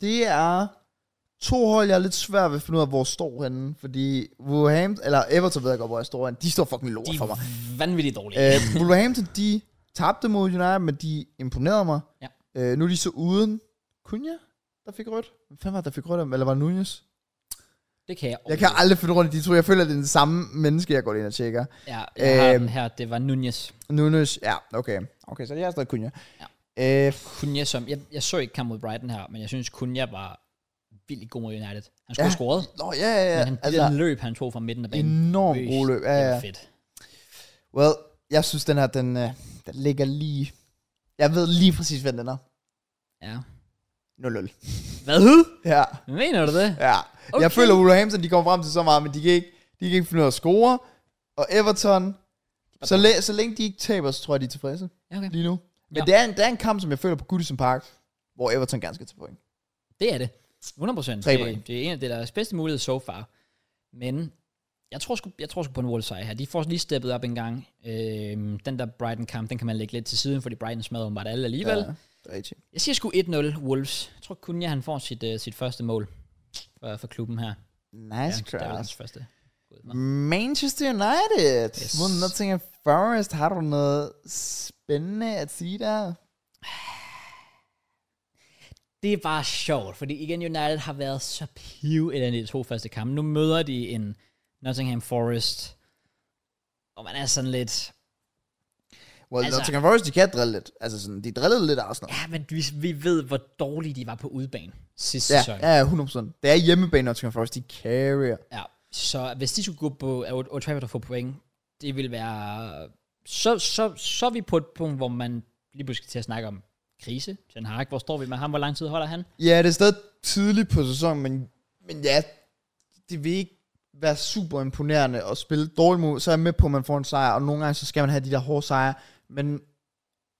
C: Det er to hold, jeg er lidt svært ved at finde ud af, hvor jeg står henne. Fordi Wolverhampton, eller Everton ved jeg godt, hvor jeg står henne. De står fucking lort
A: De
C: for mig.
A: er vanvittigt dårlige.
C: øh, Wolverhampton, de tabte mod United, men de imponerede mig.
A: Ja.
C: Øh, nu er de så uden Kunja. der fik rødt? Hvem fanden var det, der fik rødt? Eller var det Nunez?
A: Det kan jeg.
C: Jeg kan aldrig finde rundt i de to. Jeg føler, det er den samme menneske, jeg går ind og tjekker.
A: Ja, jeg har
C: Øhm.
A: den her. Det var Nunez.
C: Nunez, ja, okay. Okay, så det er stadig Kunja. Ja. Øh,
A: Kunja som... Jeg, jeg så ikke kamp mod Brighton her, men jeg synes, Kunja var vildt god mod United. Han skulle have scoret,
C: nå, ja, ja,
A: men
C: ja.
A: han, altså,
C: Altså,
A: det løb, han tog fra midten af banen.
C: enorm
A: Øj,
C: god løb. Ja,
A: Det
C: ja.
A: var fedt.
C: Well, jeg synes, den her, den, øh, den ligger lige... Jeg ved lige præcis, hvem den er.
A: Ja.
C: 0-0.
A: Hvad?
C: Ja,
A: Mener du det?
C: ja. Okay. Jeg
A: Okay.
C: føler, Wolverhampton, de kommer frem til så meget, men de kan ikke, de kan ikke finde ud af at score. Og Everton, så, læ- så længe de ikke taber, så tror jeg, de er tilfredse
A: Ja, okay.
C: lige nu. Men
A: Ja.
C: ja. det, er en, det er en kamp, som jeg føler på Goodison Park, hvor Everton ganske skal tage point.
A: Det er det. 100 procent.
C: Tre point.
A: Det, det er en af det deres bedste muligheder so far. Men jeg tror sgu, jeg tror sgu på en Wolves sejr her. De får lige steppet op en gang. Øhm, den der Brighton-kamp, den kan man lægge lidt til siden, fordi Brighton smadrer bare alle alligevel. Ja.
C: det er rigtigt.
A: Jeg siger sgu 1-0 Wolves. Jeg tror kun, jeg han får sit, uh, sit første mål for, for klubben her.
C: Nice
A: det er
C: ja,
A: vel
C: cross.
A: hans første. bud. Nå.
C: Manchester United
A: Yes.
C: yes. mod Nottingham Forest. Har du noget spændende at sige der?
A: Det er bare sjovt, fordi igen United har været så piv i de to første kampe. Nu møder de en Nottingham Forest, og man er sådan lidt... Altså-
C: Well, altså, Nottingham Forest, de kan drille lidt. Altså sådan, de drillede lidt af Arsenal.
A: Ja, men vi, vi ved, hvor dårlige de var på udebane sidste
C: Ja,
A: sæson.
C: ja, 100%. Det er hjemmebane, Nottingham Forest, de carrier.
A: Ja, så hvis de skulle gå på Old Old Trafford og få point, det ville være... Så, så, så er vi på et punkt, hvor man lige pludselig skal til at snakke om krise. Ten Hag, hvor står vi med ham? Hvor lang tid holder han?
C: Ja, det er stadig tidligt på sæsonen, men, men ja, det vil ikke være super imponerende at spille dårligt mod, så er jeg med på, at man får en sejr, og nogle gange så skal man have de der hårde sejre, men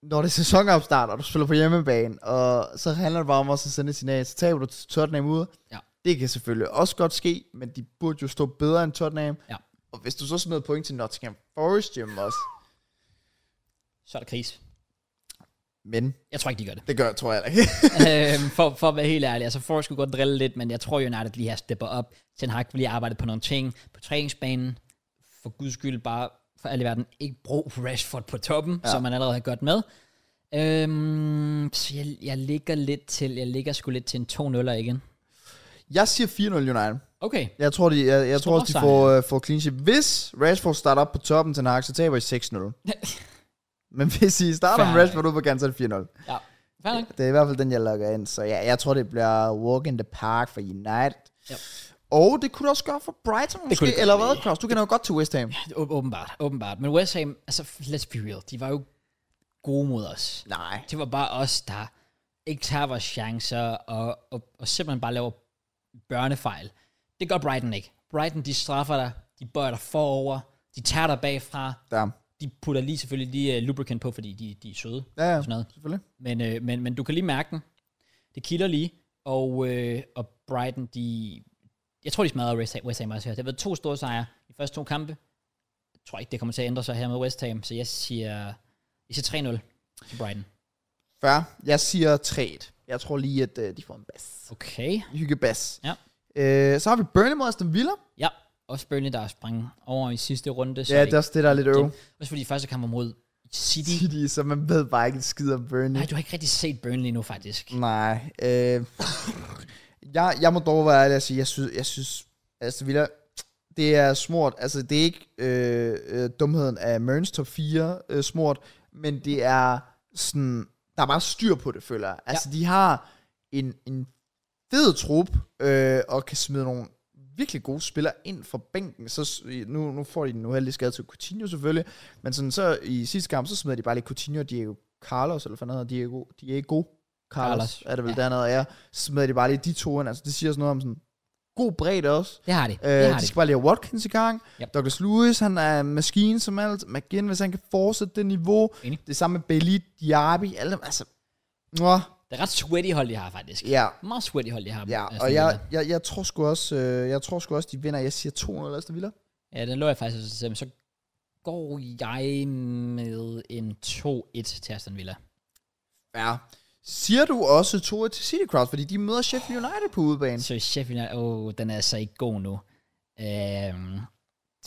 C: når det er sæsonopstart, og du spiller på hjemmebane, og så handler det bare om også at sende et signal, så taber du til Tottenham ude.
A: Ja.
C: Det kan selvfølgelig også godt ske, men de burde jo stå bedre end Tottenham.
A: Ja.
C: Og hvis du så smider point til Nottingham Forest hjemme også,
A: Så er der krise.
C: men
A: Jeg tror ikke, de gør det.
C: det gør, tror jeg heller ikke.
A: [laughs]
C: [laughs]
A: øhm, for, for at være helt ærlig, altså Forrest skulle godt drille lidt, men jeg tror United lige har steppet op. Ten Hag vil lige arbejde på nogle ting på træningsbanen. For guds skyld bare for alle i verden, ikke brug Rashford på toppen, ja. som man allerede har godt med. Øhm, så jeg, jeg ligger lidt til, jeg ligger sgu lidt til en 2-0'er igen.
C: jeg siger 4-0 United.
A: Okay,
C: Jeg tror, de, jeg, jeg
A: Stor
C: tror også, de
A: sejr.
C: får, øh, får clean sheet. Hvis Rashford starter op på toppen til Nark, så taber I 6-0. Men [laughs] hvis I starter
A: Fair.
C: med Rashford ud på kanten, så er det 4-0.
A: [laughs] ja. Fair nok.
C: Det er i hvert fald den, jeg lukker ind. Så ja, jeg tror, det bliver walk in the park for United.
A: Ja.
C: Og det kunne du også gøre for Brighton måske,
A: kunne det
C: eller
A: godt
C: hvad, Kraus? Du kender jo godt til West Ham.
A: Å- Åbenbart, åbenbart. Men West Ham, altså let's be real, de var jo gode mod os.
C: Nej.
A: Det var bare os, der ikke tager vores chancer og, og, og simpelthen bare laver børnefejl. Det gør Brighton ikke. Brighton, de straffer dig, de bøjer dig forover, de tager dig bagfra,
C: Der.
A: de putter lige selvfølgelig lige uh, lubricant på, fordi de, de er søde.
C: Ja, ja,
A: og sådan noget.
C: selvfølgelig.
A: Men, øh, men, men du kan lige mærke den. Det kilder lige. Og, øh, og Brighton, de... Jeg tror, de smadrede West Ham, West Ham også her. Det har været to store sejre i de første to kampe. Jeg tror ikke, det kommer til at ændre sig her med West Ham. Så jeg siger, jeg siger 3-0 til Brighton.
C: Før. Jeg siger 3-1. Jeg tror lige, at øh, de får en bas.
A: Okay.
C: Hygge bas.
A: Ja.
C: Øh, så har vi Burnley mod Aston Villa.
A: Ja, også Burnley, der er sprang over i sidste runde. Så
C: Ja, det er også det, der er lidt øv.
A: det- Også fordi første kamp var mod City.
C: City, så man ved bare ikke en skid om Burnley.
A: Nej, du har ikke rigtig set Burnley nu, faktisk.
C: Nej. Øh, jeg, jeg må dog være ærlig og sige, jeg synes, jeg synes altså, Villa, det er smurt. Altså, det er ikke øh, øh, dumheden af Mørns top 4 øh, smurt, men det er sådan, der er bare styr på det, føler jeg. Altså, ja. de har en, en fed trup, øh, og kan smide nogle virkelig gode spillere ind fra bænken. Så, s- i- nu, nu får de den uheldige skade til Coutinho selvfølgelig, men sådan, så i sidste kamp, så smider de bare lige Coutinho og Diego Carlos, eller hvad hedder Diego, Diego Carlos,
A: Carlos,
C: Carlos, er det vel
A: ja.
C: ja. dernede, og jeg smider de bare lige de to ind. Altså, det siger sådan noget om sådan god bredde også.
A: Det har de.
C: Øh,
A: det har
C: de
A: de.
C: skal bare lige have Watkins i gang.
A: Yep.
C: Yep. Douglas Lewis, han er en maskine som alt. McGinn, hvis han kan fortsætte det niveau.
A: Enig.
C: Det samme med Bailey, Diaby, alle dem. Altså, Nå,
A: Det er ret sweaty hold, de har, faktisk.
C: ja.
A: Meget sweaty hold, de har. Altså,
C: Ja,
A: Aston
C: og
A: Villa.
C: jeg, jeg, jeg, tror sgu også, øh, jeg tror sgu også, de vinder. Jeg siger 2-0 Aston Villa.
A: Ja, den lå jeg faktisk også til, men så går jeg med en 2-1 til Aston Villa.
C: Ja. Siger du også 2-1 til City Crowd, fordi de møder Sheffield United på udebane.
A: Så Sheffield United, åh, den er altså ikke god nu. Øhm,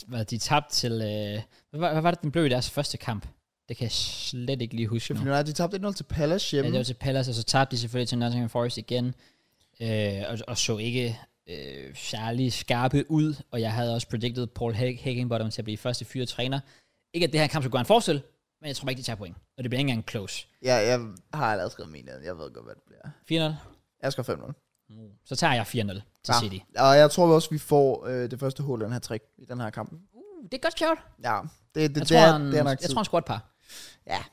A: hvad de tabte til, øh, hvad, var- hvad var det, den blev i deres første kamp? Det kan jeg slet ikke lige huske nu.
C: Sheffield United, de tabte 1-0 til Palace
A: Ja,
C: hjemme.
A: det var til Palace, og så tabte de selvfølgelig til Nottingham Forest igen. øh, og, og så ikke øh, særlig skarpe ud, og jeg havde også predicted Paul Hag- Higginbottom til at blive første fyre træner. Ikke at det her kamp skulle gøre en forskel, men jeg tror bare ikke, de tager point. Og det bliver ikke engang close.
C: Ja, jeg har allerede skrevet min ned. Jeg ved godt, hvad det bliver.
A: 4-0.
C: Jeg skal 5-0.
A: Mm. Så tager jeg 4-0 til
C: Ja.
A: City.
C: Og jeg tror også, vi får øh, det første hul den her trick i den her kamp.
A: Uh, det er godt sjovt.
C: Ja, det, det,
A: Jeg,
C: det,
A: tror,
C: er,
A: en,
C: det er nok
A: jeg
C: tid.
A: tror en squat par.
C: Ja.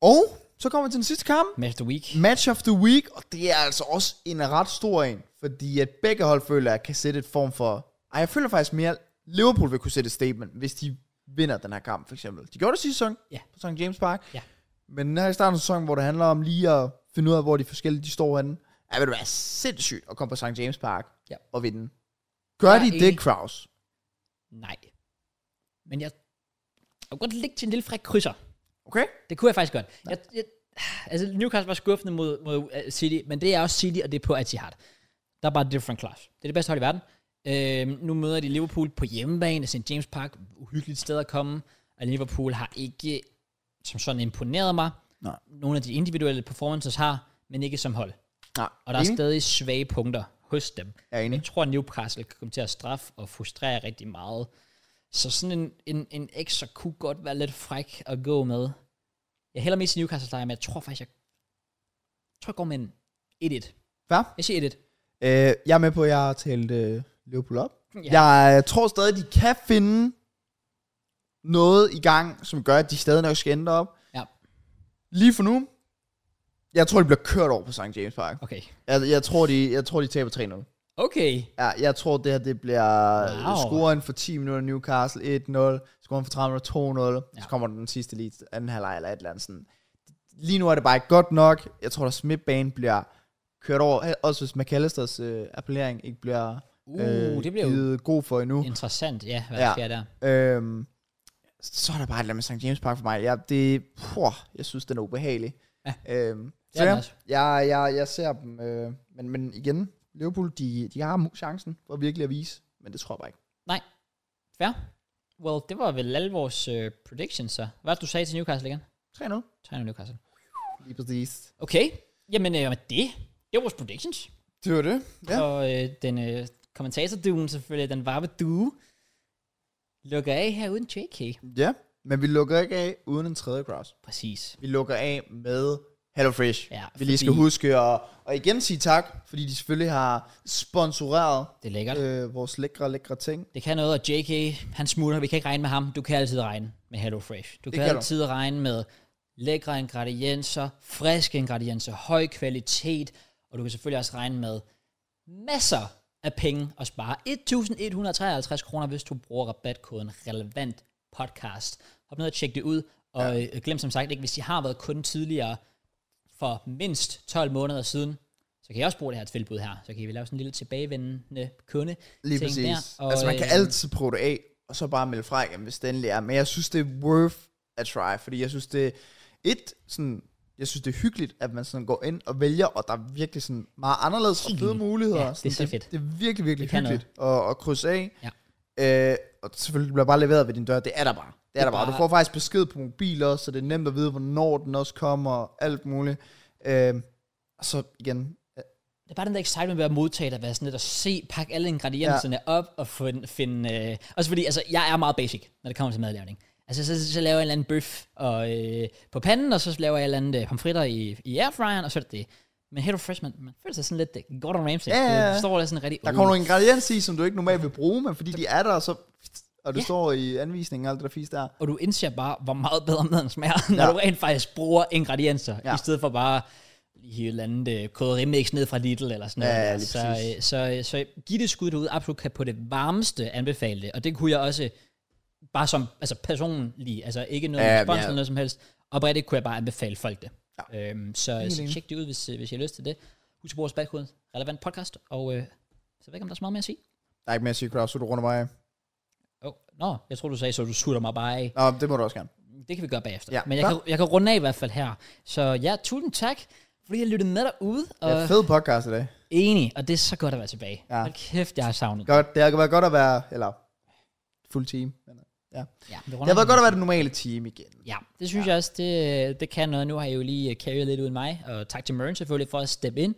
C: Og så kommer vi til den sidste kamp.
A: Match of the week.
C: Match of the week, og det er altså også en ret stor en, fordi at begge hold føler, at jeg kan sætte et form for... Ej, jeg føler faktisk mere, Liverpool vil kunne sætte et statement, hvis de vinder den her kamp, for eksempel. De gjorde det sidste sæson
A: Ja.
C: på St. James Park.
A: Ja.
C: Men den her i starten af sæsonen, hvor det handler om lige at finde ud af, hvor de forskellige de står henne. Ja, vil det være sindssygt at komme på St. James Park
A: Ja.
C: og vinde. Gør
A: Jeg er
C: de det,
A: enig.
C: Kraus?
A: Nej. Men jeg, jeg kunne godt ligge til en lille fræk krydser.
C: Okay?
A: Det kunne jeg faktisk godt. Jeg, jeg, altså, Newcastle var skuffende mod, mod øh, City, men det er også City, og det er på Etihad. Der er bare different class. Det er det bedste hold i verden. Øh, nu møder de Liverpool på hjemmebane, St. James Park, uhyggeligt sted at komme, og Liverpool har ikke som sådan imponeret mig.
C: Nej.
A: Nogle af de individuelle performances har, men ikke som hold.
C: Nej.
A: Og der er
C: Enig?
A: stadig svage punkter hos dem.
C: Jeg er enig.
A: Jeg tror, at Newcastle kan komme til at straffe og frustrere rigtig meget. Så sådan en, en, en ekstra kunne godt være lidt fræk at gå med. Jeg hælder mest til Newcastle, men jeg tror faktisk, jeg, jeg tror, jeg går med en 1-1.
C: Hvad?
A: Jeg siger 1-1.
C: Øh, jeg er med på, at jeg har talt øh, Liverpool op.
A: Ja.
C: Ja. Jeg øh, tror stadig, de kan finde noget i gang, som gør, at de stadig nok skal ende op.
A: Ja.
C: Lige for nu, jeg tror, de bliver kørt over på St. James Park.
A: Okay.
C: Jeg, jeg, tror, de, jeg tror, de taber 3-0.
A: Okay.
C: Ja, jeg tror, det her det bliver
A: Wow.
C: wow. scoren for 10 minutter Newcastle 1-0, scoren for 30 minutter 2-0,
A: Ja.
C: ja. så kommer den sidste lige anden halvleg eller et eller andet sådan. Lige nu er det bare ikke godt nok. Jeg tror, at midtbanen bliver kørt over, også hvis McAllisters øh, appellering ikke bliver
A: Uh, det bliver jo
C: givet god for endnu.
A: interessant. Ja, hvad der
C: Øh, Ja.
A: sker der?
C: Øhm, så er der bare et eller andet med St. James Park for mig. Jeg, det, puh, jeg synes, den er ubehagelig.
A: Ja.
C: Øhm,
A: er
C: så
A: den
C: ja,
A: også.
C: jeg, jeg, jeg ser dem. Øh, men, men igen, Liverpool, de, de har mu- chancen for virkelig at vise. Men det tror jeg bare ikke.
A: Fair. Well, det var vel alle vores uh, predictions, så. Hvad var det, du sagde til Newcastle igen?
C: 3-0.
A: 3 Newcastle.
C: Lige præcis.
A: Okay. Jamen, øh, det, det var vores predictions.
C: Det var det.
A: Ja.
C: Ja.
A: Og øh, den øh, kommentatorduen selvfølgelig, den varme due, lukker af her uden JK.
C: Ja, men vi lukker ikke af uden en tredje cross.
A: Præcis.
C: Vi lukker af med HelloFresh.
A: Ja,
C: vi lige skal
A: fordi-
C: huske at, at igen sige tak, fordi de selvfølgelig har sponsoreret
A: Det er lækkert. Øh.
C: øh, vores lækre, lækre ting.
A: Det kan noget, og JK, han smutter. Vi kan ikke regne med ham. Du kan altid regne med HelloFresh. Du kan,
C: kan
A: kan
C: du.
A: altid regne med lækre ingredienser, friske ingredienser, høj kvalitet. Og du kan selvfølgelig også regne med masser af penge og spare 1.153 kroner, hvis du bruger rabatkoden relevant podcast. Hop ned og tjek det ud, og ja. glem som sagt ikke, hvis de har været kunde tidligere for mindst 12 måneder siden, så kan jeg også bruge det her tilbud her. Så kan vi lave sådan en lille tilbagevendende kunde.
C: Lige
A: ting
C: præcis.
A: Der,
C: altså man kan
A: øh,
C: altid prøve det af, og så bare melde fra igen, hvis det endelig er. Men jeg synes, det er worth a try, fordi jeg synes, det er et, sådan, jeg synes, det er hyggeligt, at man sådan går ind og vælger, og der er virkelig sådan meget anderledes og fede muligheder.
A: Ja, det er
C: sådan,
A: så fedt.
C: Det, det er virkelig, virkelig
A: Det kan
C: hyggeligt at, at krydse af. Ja. Øh, og selvfølgelig bliver bare leveret ved din dør. Det er der bare. Det er der bare. Og Du
A: bare-
C: får faktisk besked på mobil også, så det er nemt at vide, hvornår den også kommer og alt muligt. Øh, og så igen,
A: Det er bare den der excitement ved at modtage det, at være sådan lidt at se, pakke alle ingredienserne ja. op og finde... finde øh, også fordi, altså, jeg er meget basic, når det kommer til madlavning. Altså, så, så laver jeg en eller anden bøf og, øh, på panden, og så laver jeg en eller anden øh, pomfritter i, i airfryeren, og så er det det. Men Hello Fresh, man, man føler sig sådan lidt øh, Gordon Ramsay.
C: Ja, ja, ja.
A: Du står der sådan rigtig...
C: Der kommer nogle ingredienser i, som du ikke normalt vil bruge, men fordi de er der, og så og det
A: Ja.
C: ja. står i anvisningen og alt det der fisk der.
A: og du indser bare, hvor meget bedre maden smager, [laughs] når
C: Ja.
A: du rent faktisk bruger ingredienser, ja.
C: Ja.
A: i stedet for bare i et eller andet øh, koderimix ned fra Lidl eller sådan
C: Ja,
A: noget.
C: ja,
A: der.
C: lige
A: så, øh,
C: præcis.
A: så, øh, så giv det skud derude, absolut kan på det varmeste anbefale det, og det kunne jeg også bare som altså personlig, altså ikke noget
C: Ja,
A: ja,
C: men
A: respons
C: jeg-
A: eller noget som helst, oprigtigt kunne jeg bare anbefale folk det. Ja. Øhm, så,
C: Helt
A: så
C: enig.
A: tjek det ud, hvis, øh, hvis I har lyst til det. Husk at bruge rabatkoden relevant podcast, og øh, så ved jeg ikke, om der er så meget mere at sige.
C: Der er ikke mere at sige, Kraus, så du runder mig af.
A: Oh, nå, jeg tror du sagde, så du sutter mig bare af.
C: Nå, det må du også gerne.
A: Det kan vi gøre bagefter. Ja.
C: Ja.
A: Men jeg
C: Nå.
A: kan, jeg kan runde af i hvert fald her. Så ja, tusind tak, fordi jeg lyttede med derude. Og
C: Det er
A: ja,
C: en fed podcast i dag.
A: enig, og det er så godt at være tilbage. Ja.
C: Ja.
A: Hold kæft, jeg har savnet det.
C: Godt, det har været godt at være, eller fuld team. Men, ja.
A: Ja, vi runder
C: Det har været
A: af.
C: godt at være det normale team igen.
A: Ja, det synes ja. jeg også, det, det kan noget. Nu har jeg jo lige øh, carried lidt uden mig, og tak til Møren selvfølgelig for at steppe ind.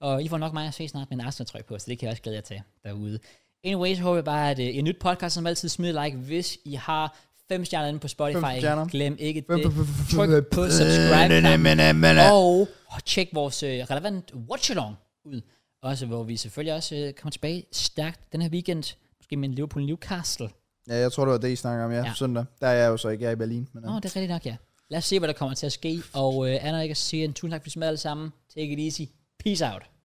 A: Og I får nok mig at se snart med en Arsenal-trøje på, så det kan jeg også glæde jer til derude. Anyways, håber jeg bare, at øh, I har nyt podcast, som altid smid et like, hvis I har fem stjerner inde på
C: Fem
A: Spotify.
C: stjerner.
A: Glem ikke
C: Hvem-
A: det.
C: hvem-
A: Tryk på
C: hvem-
A: subscribe-knappen.
C: Men, men, men, men.
A: Og tjek vores øh, relevant watch-along ud. Også hvor vi selvfølgelig også øh, kommer tilbage stærkt den her weekend. Måske med en Liverpool-Newcastle.
C: Ja, jeg tror, det var det, I snakker om, ja.
A: Ja.
C: ja. Søndag. Der er jeg jo så ikke. Jeg er i Berlin. Men,
A: Nå, det er rigtigt nok, ja. øh, Lad os se, hvad der kommer til at ske. Og øh, Anna og jeg kan sige en tusind tak, fordi I er med alle sammen. Take it easy. Peace out.